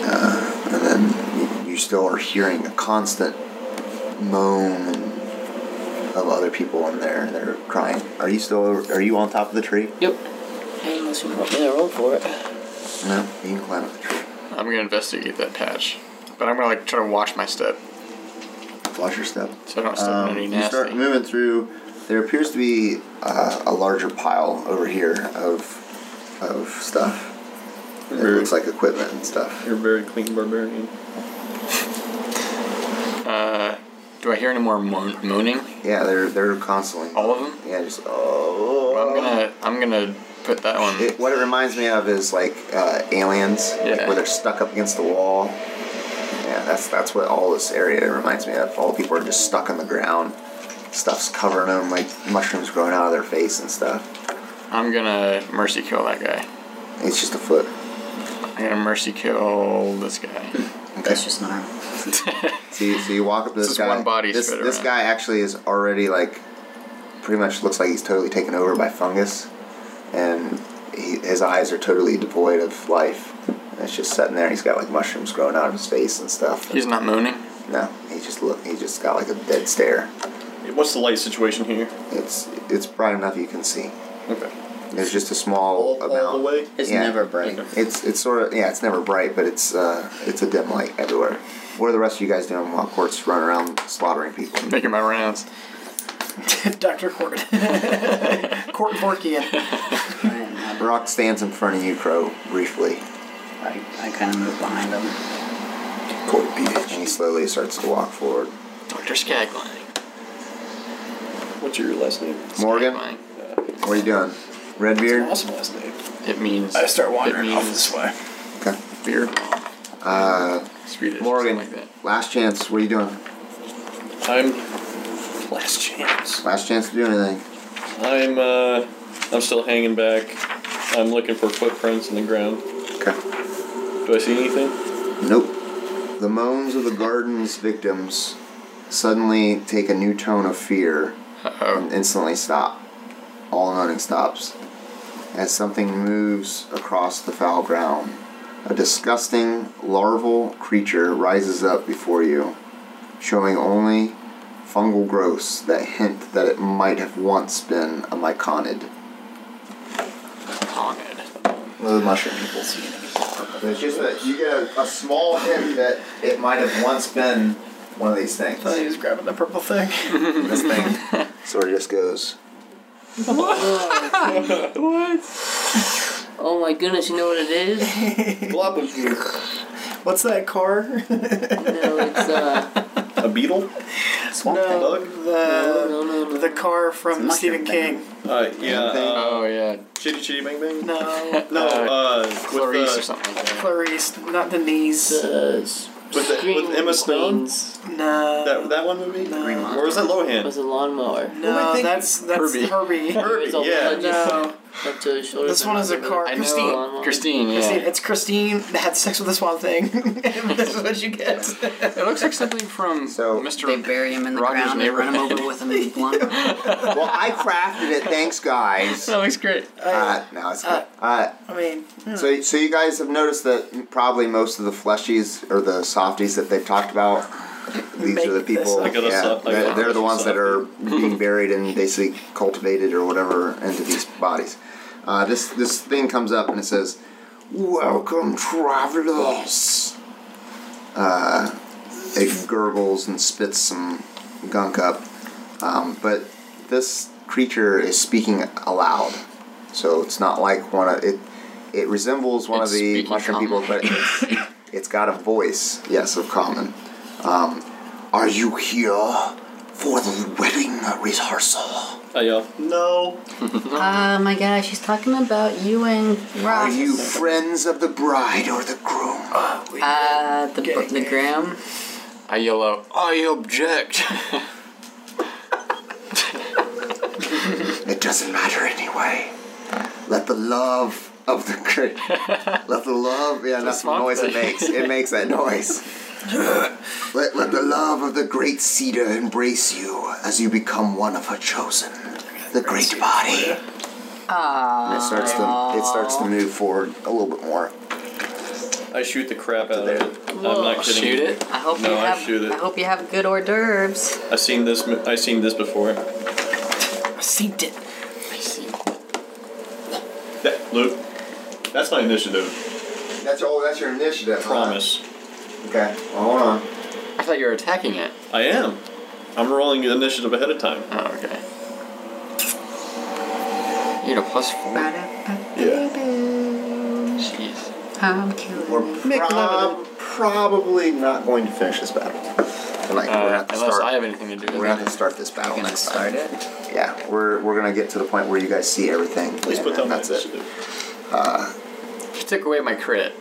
Speaker 2: Uh, and then you, you still are hearing a constant moan and of other people in there and they're crying. Are you still? Are you on top of the tree?
Speaker 4: Yep. Unless you want me to roll for it.
Speaker 2: No, you can climb up the tree.
Speaker 1: I'm gonna investigate that patch, but I'm gonna like try to watch my step.
Speaker 2: Watch your step.
Speaker 1: So I don't step on
Speaker 2: Um,
Speaker 1: any
Speaker 2: you
Speaker 1: nasty.
Speaker 2: start moving through. There appears to be uh, a larger pile over here of of stuff. It looks like equipment and stuff.
Speaker 1: You're very clean barbarian. Uh, do I hear any more moan- moaning?
Speaker 2: Yeah, they're they're constantly.
Speaker 1: All of them?
Speaker 2: Yeah, just oh.
Speaker 1: I'm gonna I'm gonna put that one.
Speaker 2: It, what it reminds me of is like uh, aliens, like,
Speaker 1: Yeah.
Speaker 2: where they're stuck up against the wall. Yeah, that's that's what all this area reminds me of. All the people are just stuck on the ground. Stuff's covering them, like mushrooms growing out of their face and stuff.
Speaker 1: I'm gonna mercy kill that guy.
Speaker 2: It's just a foot.
Speaker 1: I'm gonna mercy kill this guy.
Speaker 2: That's
Speaker 6: just not.
Speaker 2: So you, so you walk up to this,
Speaker 1: Just
Speaker 2: guy.
Speaker 1: one body
Speaker 2: this
Speaker 1: spread
Speaker 2: this
Speaker 1: around.
Speaker 2: guy actually is already like, pretty much looks like he's totally taken over by fungus, and he, his eyes are totally devoid of life. And it's just sitting there. He's got like mushrooms growing out of his face and stuff.
Speaker 1: He's not moaning.
Speaker 2: No, he just look. He just got like a dead stare.
Speaker 18: What's the light situation here?
Speaker 2: It's it's bright enough you can see.
Speaker 18: Okay.
Speaker 2: It's just a small amount.
Speaker 18: the way?
Speaker 6: It's never bright.
Speaker 2: It's it's sort of yeah. It's never bright, but it's uh it's a dim light everywhere. What are the rest of you guys doing while Quartz running around slaughtering people?
Speaker 1: Making my rounds.
Speaker 5: Dr. Court. Court Borkian.
Speaker 2: Rock stands in front of you, Crow, briefly.
Speaker 6: I, I kind of move behind him.
Speaker 2: Court bitch. And he slowly starts to walk forward.
Speaker 1: Doctor Skagline.
Speaker 18: What's your last name?
Speaker 2: Morgan, what are you doing? Redbeard?
Speaker 18: Awesome last name.
Speaker 1: It means.
Speaker 18: I start
Speaker 2: wandering
Speaker 1: it
Speaker 2: off
Speaker 1: means
Speaker 2: this
Speaker 18: way.
Speaker 2: Okay.
Speaker 1: Beard.
Speaker 2: Uh,
Speaker 1: Swedish.
Speaker 2: Morgan, last chance. What are you doing?
Speaker 18: I'm last chance.
Speaker 2: Last chance to do anything.
Speaker 18: I'm uh, I'm still hanging back. I'm looking for footprints in the ground.
Speaker 2: Okay.
Speaker 18: Do I see anything?
Speaker 2: Nope. The moans of the garden's victims suddenly take a new tone of fear and instantly stop. All moaning stops as something moves across the foul ground. A disgusting larval creature rises up before you, showing only fungal growths that hint that it might have once been a myconid. Little mushroom people. It's just that you get a, a small hint that it might have once been one of these things.
Speaker 5: he was grabbing the purple thing.
Speaker 2: this thing sort of just goes.
Speaker 4: What? Oh my goodness, you know what it is?
Speaker 5: What's that car? no,
Speaker 4: it's uh,
Speaker 18: A beetle?
Speaker 5: no, The, the car from Stephen King.
Speaker 18: Uh, yeah.
Speaker 1: oh yeah.
Speaker 18: Chitty Chitty Bang Bang.
Speaker 5: No.
Speaker 18: No. Uh, with,
Speaker 1: Clarice
Speaker 18: uh,
Speaker 1: or something like that.
Speaker 5: Clarice, not Denise.
Speaker 18: With, the, with Emma Stone.
Speaker 5: No.
Speaker 18: That, that one movie.
Speaker 5: No.
Speaker 18: Or was that Lohan?
Speaker 4: it was a lawnmower.
Speaker 5: No, that's that's Herbie. Herbie.
Speaker 4: Herbie,
Speaker 18: yeah.
Speaker 5: No,
Speaker 4: Up to his shoulders.
Speaker 5: this one is a car.
Speaker 4: I know.
Speaker 5: Christine.
Speaker 1: Christine, yeah.
Speaker 5: Christine. It's Christine that had sex with the Swamp Thing. this is what you get. it
Speaker 1: looks like something from
Speaker 2: So
Speaker 1: Mr.
Speaker 6: They bury him in the
Speaker 1: Roger's
Speaker 6: ground and run him
Speaker 1: neighborhood.
Speaker 6: over with a blunt.
Speaker 2: well, I crafted it. Thanks, guys.
Speaker 1: That looks great.
Speaker 2: Uh, no, it's good. Uh,
Speaker 5: I mean,
Speaker 2: so, so you guys have noticed that probably most of the fleshies or the softies that they've talked about, these are the people.
Speaker 18: I got a
Speaker 2: yeah,
Speaker 18: soft- I
Speaker 2: they're,
Speaker 18: got
Speaker 2: they're the
Speaker 18: a
Speaker 2: ones that are being buried and basically cultivated or whatever into these bodies. Uh, this this thing comes up and it says, "Welcome, travelers." Uh, it gurgles and spits some gunk up, um, but this creature is speaking aloud, so it's not like one of it. It resembles one
Speaker 1: It's
Speaker 2: of the
Speaker 1: speaking
Speaker 2: mushroom
Speaker 1: common.
Speaker 2: people, but it's, it's got a voice. Yes, of common. Um, are you here for the wedding rehearsal?
Speaker 18: Oh, yeah. No.
Speaker 6: Oh my gosh, he's talking about you and Rock.
Speaker 2: Are you friends of the bride or the groom?
Speaker 6: Uh, the, the gram?
Speaker 1: I yell out, I object.
Speaker 2: It doesn't matter anyway. Let the love of the cri- let the love yeah that's the
Speaker 1: swamp
Speaker 2: noise it
Speaker 1: thing.
Speaker 2: makes. It makes that noise.
Speaker 10: Let, let the love of the great cedar embrace you as you become one of her chosen, the great body.
Speaker 2: And it starts to it starts to move forward a little bit more.
Speaker 9: I shoot the crap out of it. I'm
Speaker 7: Whoa.
Speaker 9: not kidding.
Speaker 7: Shoot
Speaker 1: Uh,
Speaker 7: it? I hope
Speaker 9: no,
Speaker 7: you
Speaker 9: I
Speaker 7: have.
Speaker 9: shoot it.
Speaker 7: I hope you have good hors d'oeuvres.
Speaker 9: I've seen this. m- I've seen this before.
Speaker 7: I seen it.
Speaker 9: That, Luke, that's my initiative.
Speaker 2: That's oh, that's your initiative.
Speaker 9: Promise.
Speaker 2: Okay. Well, hold on.
Speaker 1: I thought you were attacking it.
Speaker 9: I am. I'm rolling the initiative ahead of time.
Speaker 1: Oh, okay. You had a plus four.
Speaker 9: Yeah.
Speaker 1: Jeez.
Speaker 7: I'm killing.
Speaker 2: We're prob- probably not going to finish this battle tonight. we're
Speaker 1: Uh,
Speaker 2: not
Speaker 1: unless I have anything to do with
Speaker 2: We're
Speaker 1: it.
Speaker 2: not going to start this battle next start time. It? Yeah, we're, we're going to get to the point where you guys see everything. Please put that That's it. Uh,
Speaker 1: You took away my credit.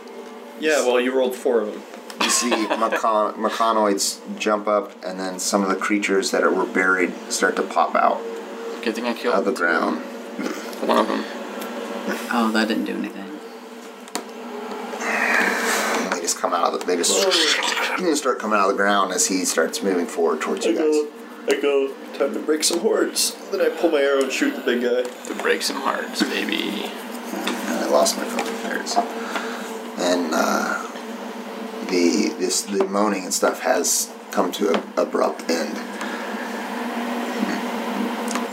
Speaker 9: Yeah, well, you rolled four of them.
Speaker 2: you see mechan- mechanoids jump up, and then some of the creatures that are, were buried start to pop out.
Speaker 1: Good thing I killed
Speaker 2: out of Uh, the ground.
Speaker 1: One of them.
Speaker 7: Oh, that didn't do anything.
Speaker 2: And they just come out of the, they just start coming out of the ground as he starts moving forward towards you guys.
Speaker 9: I go, time to break some hearts. Then I pull my arrow and shoot the big guy.
Speaker 1: To break some hearts, baby.
Speaker 2: and I lost my phone. There it is. And uh, the this the moaning and stuff has come to an abrupt end.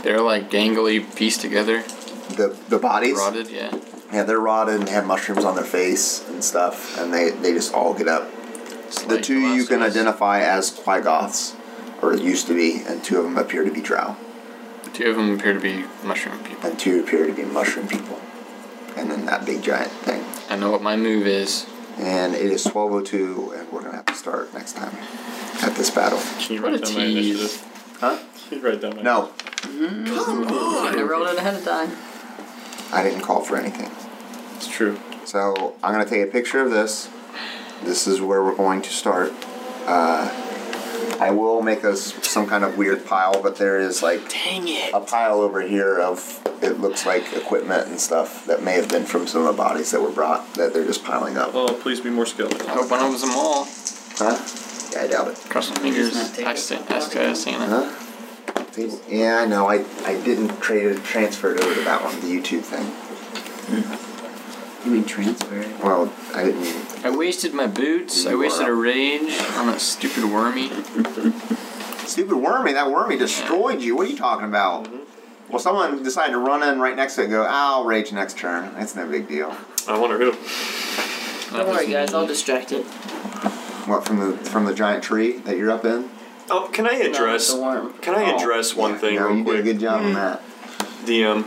Speaker 1: They're like gangly pieced together.
Speaker 2: The the bodies.
Speaker 1: Rotted, yeah.
Speaker 2: Yeah, they're rotted and have mushrooms on their face and stuff, and they, they just all get up. So the two you can identify as Qui-Goths, or used to be, and two of them appear to be Drow,
Speaker 1: Two of them appear to be mushroom people.
Speaker 2: and two appear to be mushroom people. And then that big giant thing.
Speaker 1: I know what my move is.
Speaker 2: And it is 12.02, and we're going to have to start next time at this battle.
Speaker 9: Can you write down my initiative?
Speaker 2: Huh?
Speaker 9: You write down my
Speaker 2: No,
Speaker 7: Come on. I rolled it ahead of time.
Speaker 2: I didn't call for anything.
Speaker 9: It's true.
Speaker 2: So I'm gonna take a picture of this. This is where we're going to start. Uh, I will make us some kind of weird pile, but there is like
Speaker 1: Dang it.
Speaker 2: a pile over here of it looks like equipment and stuff that may have been from some of the bodies that were brought that they're just piling up.
Speaker 9: Oh, please be more skilled.
Speaker 1: I hope I don't lose them all.
Speaker 2: Huh? Yeah, I doubt it.
Speaker 1: Cross my fingers. I sta- I sta- I seen it.
Speaker 2: Huh? Table- Yeah, I know. I, I didn't trade it, transfer it over to that one, the YouTube thing.
Speaker 7: You mean transfer?
Speaker 2: Well, I didn't.
Speaker 1: I wasted my boots. I wasted a rage on that stupid wormy.
Speaker 2: Stupid wormy, that wormy destroyed you. What are you talking about?
Speaker 9: Mm-hmm.
Speaker 2: Well, someone decided to run in right next to it and go, I'll rage next turn. It's no big deal.
Speaker 9: I wonder who.
Speaker 4: Don't worry, guys. I'll distract it.
Speaker 2: What, from the from the giant tree that you're up in?
Speaker 9: Oh, can I address? Can I
Speaker 2: Oh,
Speaker 9: address one thing
Speaker 2: no,
Speaker 9: real
Speaker 2: you
Speaker 9: quick?
Speaker 2: did a good job on that.
Speaker 9: The um,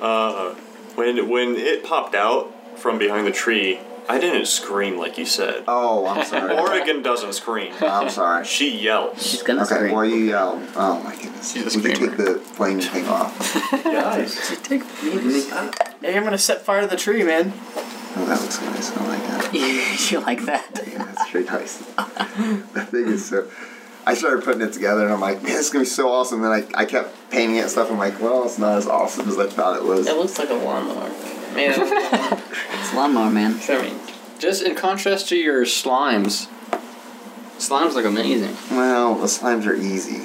Speaker 9: uh, when when it popped out from behind the tree, I didn't scream like you said.
Speaker 2: Oh, I'm sorry.
Speaker 9: Oregon doesn't scream.
Speaker 2: I'm sorry.
Speaker 9: She yells.
Speaker 7: She's
Speaker 2: okay, well, you yelled. Oh, my goodness.
Speaker 1: She's
Speaker 2: Would you take the plane thing off?
Speaker 9: Guys.
Speaker 5: Hey, I'm gonna set fire to the tree, man.
Speaker 2: Oh, that looks nice. I like that.
Speaker 7: you like that?
Speaker 2: Yeah, that's pretty nice. that thing is so. I started putting it together and I'm like, man, this is going to be so awesome. Then I, I kept painting it and stuff. I'm like, well, it's not as awesome as I thought it was.
Speaker 4: That looks like a lawnmower. Man,
Speaker 7: It's lawnmower man.
Speaker 4: I mean,
Speaker 1: Just in contrast to your slimes, slimes look amazing.
Speaker 2: Well, the slimes are easy.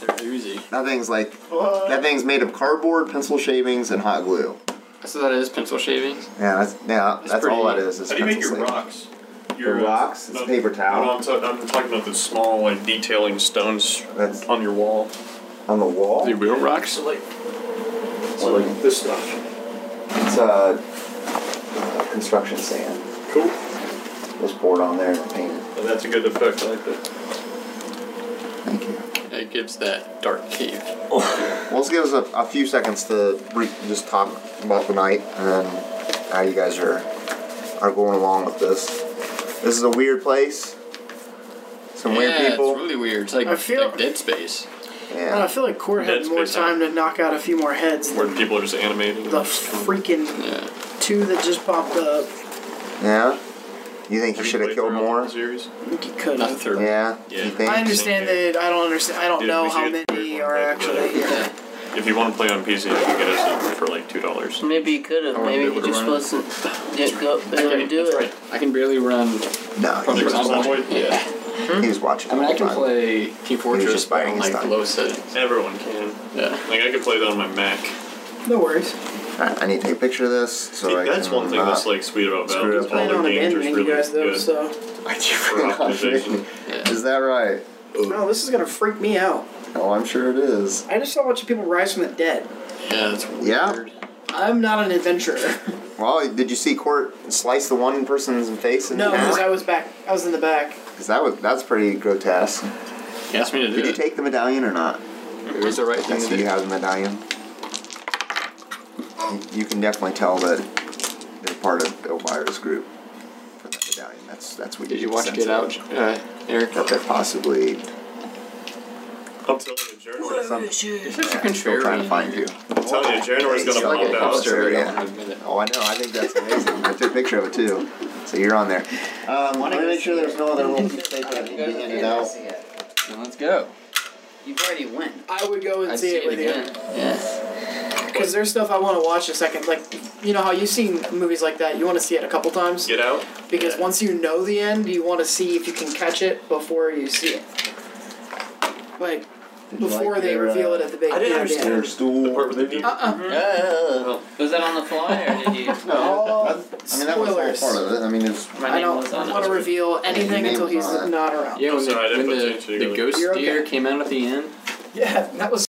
Speaker 1: They're doozy.
Speaker 2: That thing's like that thing's made of cardboard, pencil shavings, and hot glue.
Speaker 1: So that is pencil shavings.
Speaker 2: Yeah, that's yeah, that's,
Speaker 1: pretty
Speaker 2: all that
Speaker 1: neat.
Speaker 2: is. is
Speaker 9: How do you make
Speaker 2: pencil
Speaker 9: your
Speaker 2: shavings.
Speaker 9: rocks?
Speaker 2: Your
Speaker 9: uh,
Speaker 2: rocks? It's
Speaker 9: no,
Speaker 2: paper towel.
Speaker 9: No, I'm, ta- I'm talking about the small, like detailing stones
Speaker 2: That's-
Speaker 9: on your wall.
Speaker 2: on the wall?
Speaker 1: The real rocks.
Speaker 9: So like, so like this stuff.
Speaker 2: It's uh, uh, construction sand.
Speaker 9: Cool.
Speaker 2: Was poured on there and painted.
Speaker 9: And that's a good effect. I like that.
Speaker 2: Thank you.
Speaker 1: It gives that dark cave.
Speaker 2: Well, let's give us a, a few seconds to re- just talk about the night and then how you guys are are going along with this. This is a weird place. Some weird
Speaker 1: Yeah,
Speaker 2: people.
Speaker 1: It's really weird. It's like,
Speaker 5: I feel-
Speaker 1: like Dead Space.
Speaker 5: I, don't know, I
Speaker 2: yeah.
Speaker 5: feel like Court
Speaker 9: Dead
Speaker 5: had more
Speaker 9: space out.
Speaker 5: time to knock out a few more heads
Speaker 9: Where
Speaker 5: than
Speaker 9: people are just animated.
Speaker 5: the freaking two that just popped up.
Speaker 2: Yeah. You think you should have
Speaker 9: played
Speaker 2: killed
Speaker 9: through all
Speaker 2: more?
Speaker 9: the series?
Speaker 5: I think he could
Speaker 1: Not
Speaker 5: have.
Speaker 1: third.
Speaker 2: Yeah.
Speaker 9: Yeah.
Speaker 2: You think?
Speaker 5: I understand that. I don't understand. I don't
Speaker 9: Dude,
Speaker 5: know
Speaker 9: we
Speaker 5: how
Speaker 9: should-
Speaker 5: many are
Speaker 9: Yeah.
Speaker 5: actually here.
Speaker 9: if you want to play on PC, you can get us for like two dollars.
Speaker 4: Maybe you could have. Maybe you just wasn't. Yeah, go and do it.
Speaker 19: I can barely run.
Speaker 2: No,
Speaker 19: Project
Speaker 2: was
Speaker 19: Zomboid.
Speaker 2: watching.
Speaker 19: Yeah.
Speaker 2: He was watching.
Speaker 19: I mean,
Speaker 2: the
Speaker 19: I
Speaker 2: whole
Speaker 19: can
Speaker 2: time.
Speaker 19: play Team Fortress
Speaker 2: just
Speaker 19: but
Speaker 2: biding
Speaker 19: on
Speaker 2: his
Speaker 19: like
Speaker 2: time.
Speaker 19: low setting.
Speaker 9: Everyone can.
Speaker 19: Yeah.
Speaker 9: Like I could play that on my Mac.
Speaker 5: No worries.
Speaker 2: Alright, I need to take a picture of this. So
Speaker 9: See,
Speaker 2: I
Speaker 9: that's
Speaker 2: can,
Speaker 9: one thing
Speaker 2: uh,
Speaker 9: that's like sweet about
Speaker 2: screw up.
Speaker 9: Valve. is All their games are really good.
Speaker 2: I
Speaker 9: for
Speaker 2: keep
Speaker 9: optimization.
Speaker 2: forgetting. Is that right?
Speaker 5: No, Oh, this is gonna freak me out.
Speaker 2: Oh, I'm sure it is.
Speaker 5: I just saw a bunch of people rise from the dead.
Speaker 19: Yeah, that's weird.
Speaker 2: Yeah.
Speaker 5: I'm not an adventurer.
Speaker 2: Well, did you see Court slice the one person's face in
Speaker 5: No,
Speaker 2: half?
Speaker 5: because I was back. I was in the back.
Speaker 2: 'Cause that was that's pretty grotesque.
Speaker 19: He asked me to do
Speaker 2: Did you
Speaker 19: it.
Speaker 2: take the medallion or not?
Speaker 19: It was the right thing
Speaker 2: I
Speaker 19: to
Speaker 2: see
Speaker 19: do.
Speaker 2: you have the medallion. You- You can definitely tell that you're part of Bill Byers' group for that medallion. That's that's what.
Speaker 19: Did
Speaker 2: you
Speaker 19: you watch
Speaker 2: sense
Speaker 19: Get
Speaker 2: it.
Speaker 19: Out, uh, Eric?
Speaker 2: That they're possibly.
Speaker 9: I'm telling you, January.
Speaker 19: You're such a
Speaker 2: Still trying to find you.
Speaker 9: I'm telling you, January's gonna
Speaker 2: Like
Speaker 9: pop
Speaker 2: a
Speaker 9: out.
Speaker 2: poster, yeah. Oh, I know. I think that's amazing. I took a picture of it too. So you're on there. Um, let me make sure there's no other little piece of paper that can be handed out.
Speaker 19: Let's go.
Speaker 7: You've already went.
Speaker 5: I would go and
Speaker 7: I'd
Speaker 5: see,
Speaker 7: see
Speaker 5: it
Speaker 7: it
Speaker 5: with
Speaker 7: again.
Speaker 5: you. Because there's stuff I want to watch a second. Like, you know how you've seen movies like that, you want to see it a couple times.
Speaker 9: Get out.
Speaker 5: Because once you know the end, you want to see if you can catch it before you see it. Like,
Speaker 2: you
Speaker 5: before
Speaker 2: like
Speaker 5: they
Speaker 2: your,
Speaker 5: reveal
Speaker 2: uh,
Speaker 5: it at the big.
Speaker 2: I didn't
Speaker 5: yeah,
Speaker 2: understand
Speaker 5: yeah.
Speaker 2: your stool. The part with the
Speaker 19: Uh-uh.
Speaker 7: Was that on the fly or did you?
Speaker 2: No, I mean that was all
Speaker 5: Spoilers.
Speaker 2: part of it. I mean, it's
Speaker 7: My
Speaker 5: I
Speaker 7: name
Speaker 5: don't
Speaker 7: was on
Speaker 5: want
Speaker 7: it.
Speaker 5: to reveal anything
Speaker 2: name
Speaker 5: until
Speaker 2: was
Speaker 5: he's
Speaker 2: on it.
Speaker 5: not around.
Speaker 19: Yeah, when
Speaker 9: I'm sorry, I
Speaker 19: the,
Speaker 9: didn't
Speaker 19: when
Speaker 9: put
Speaker 19: the,
Speaker 9: two and two
Speaker 19: the
Speaker 9: together.
Speaker 19: ghost
Speaker 5: You're okay.
Speaker 19: deer came out at the end.
Speaker 5: Yeah, that was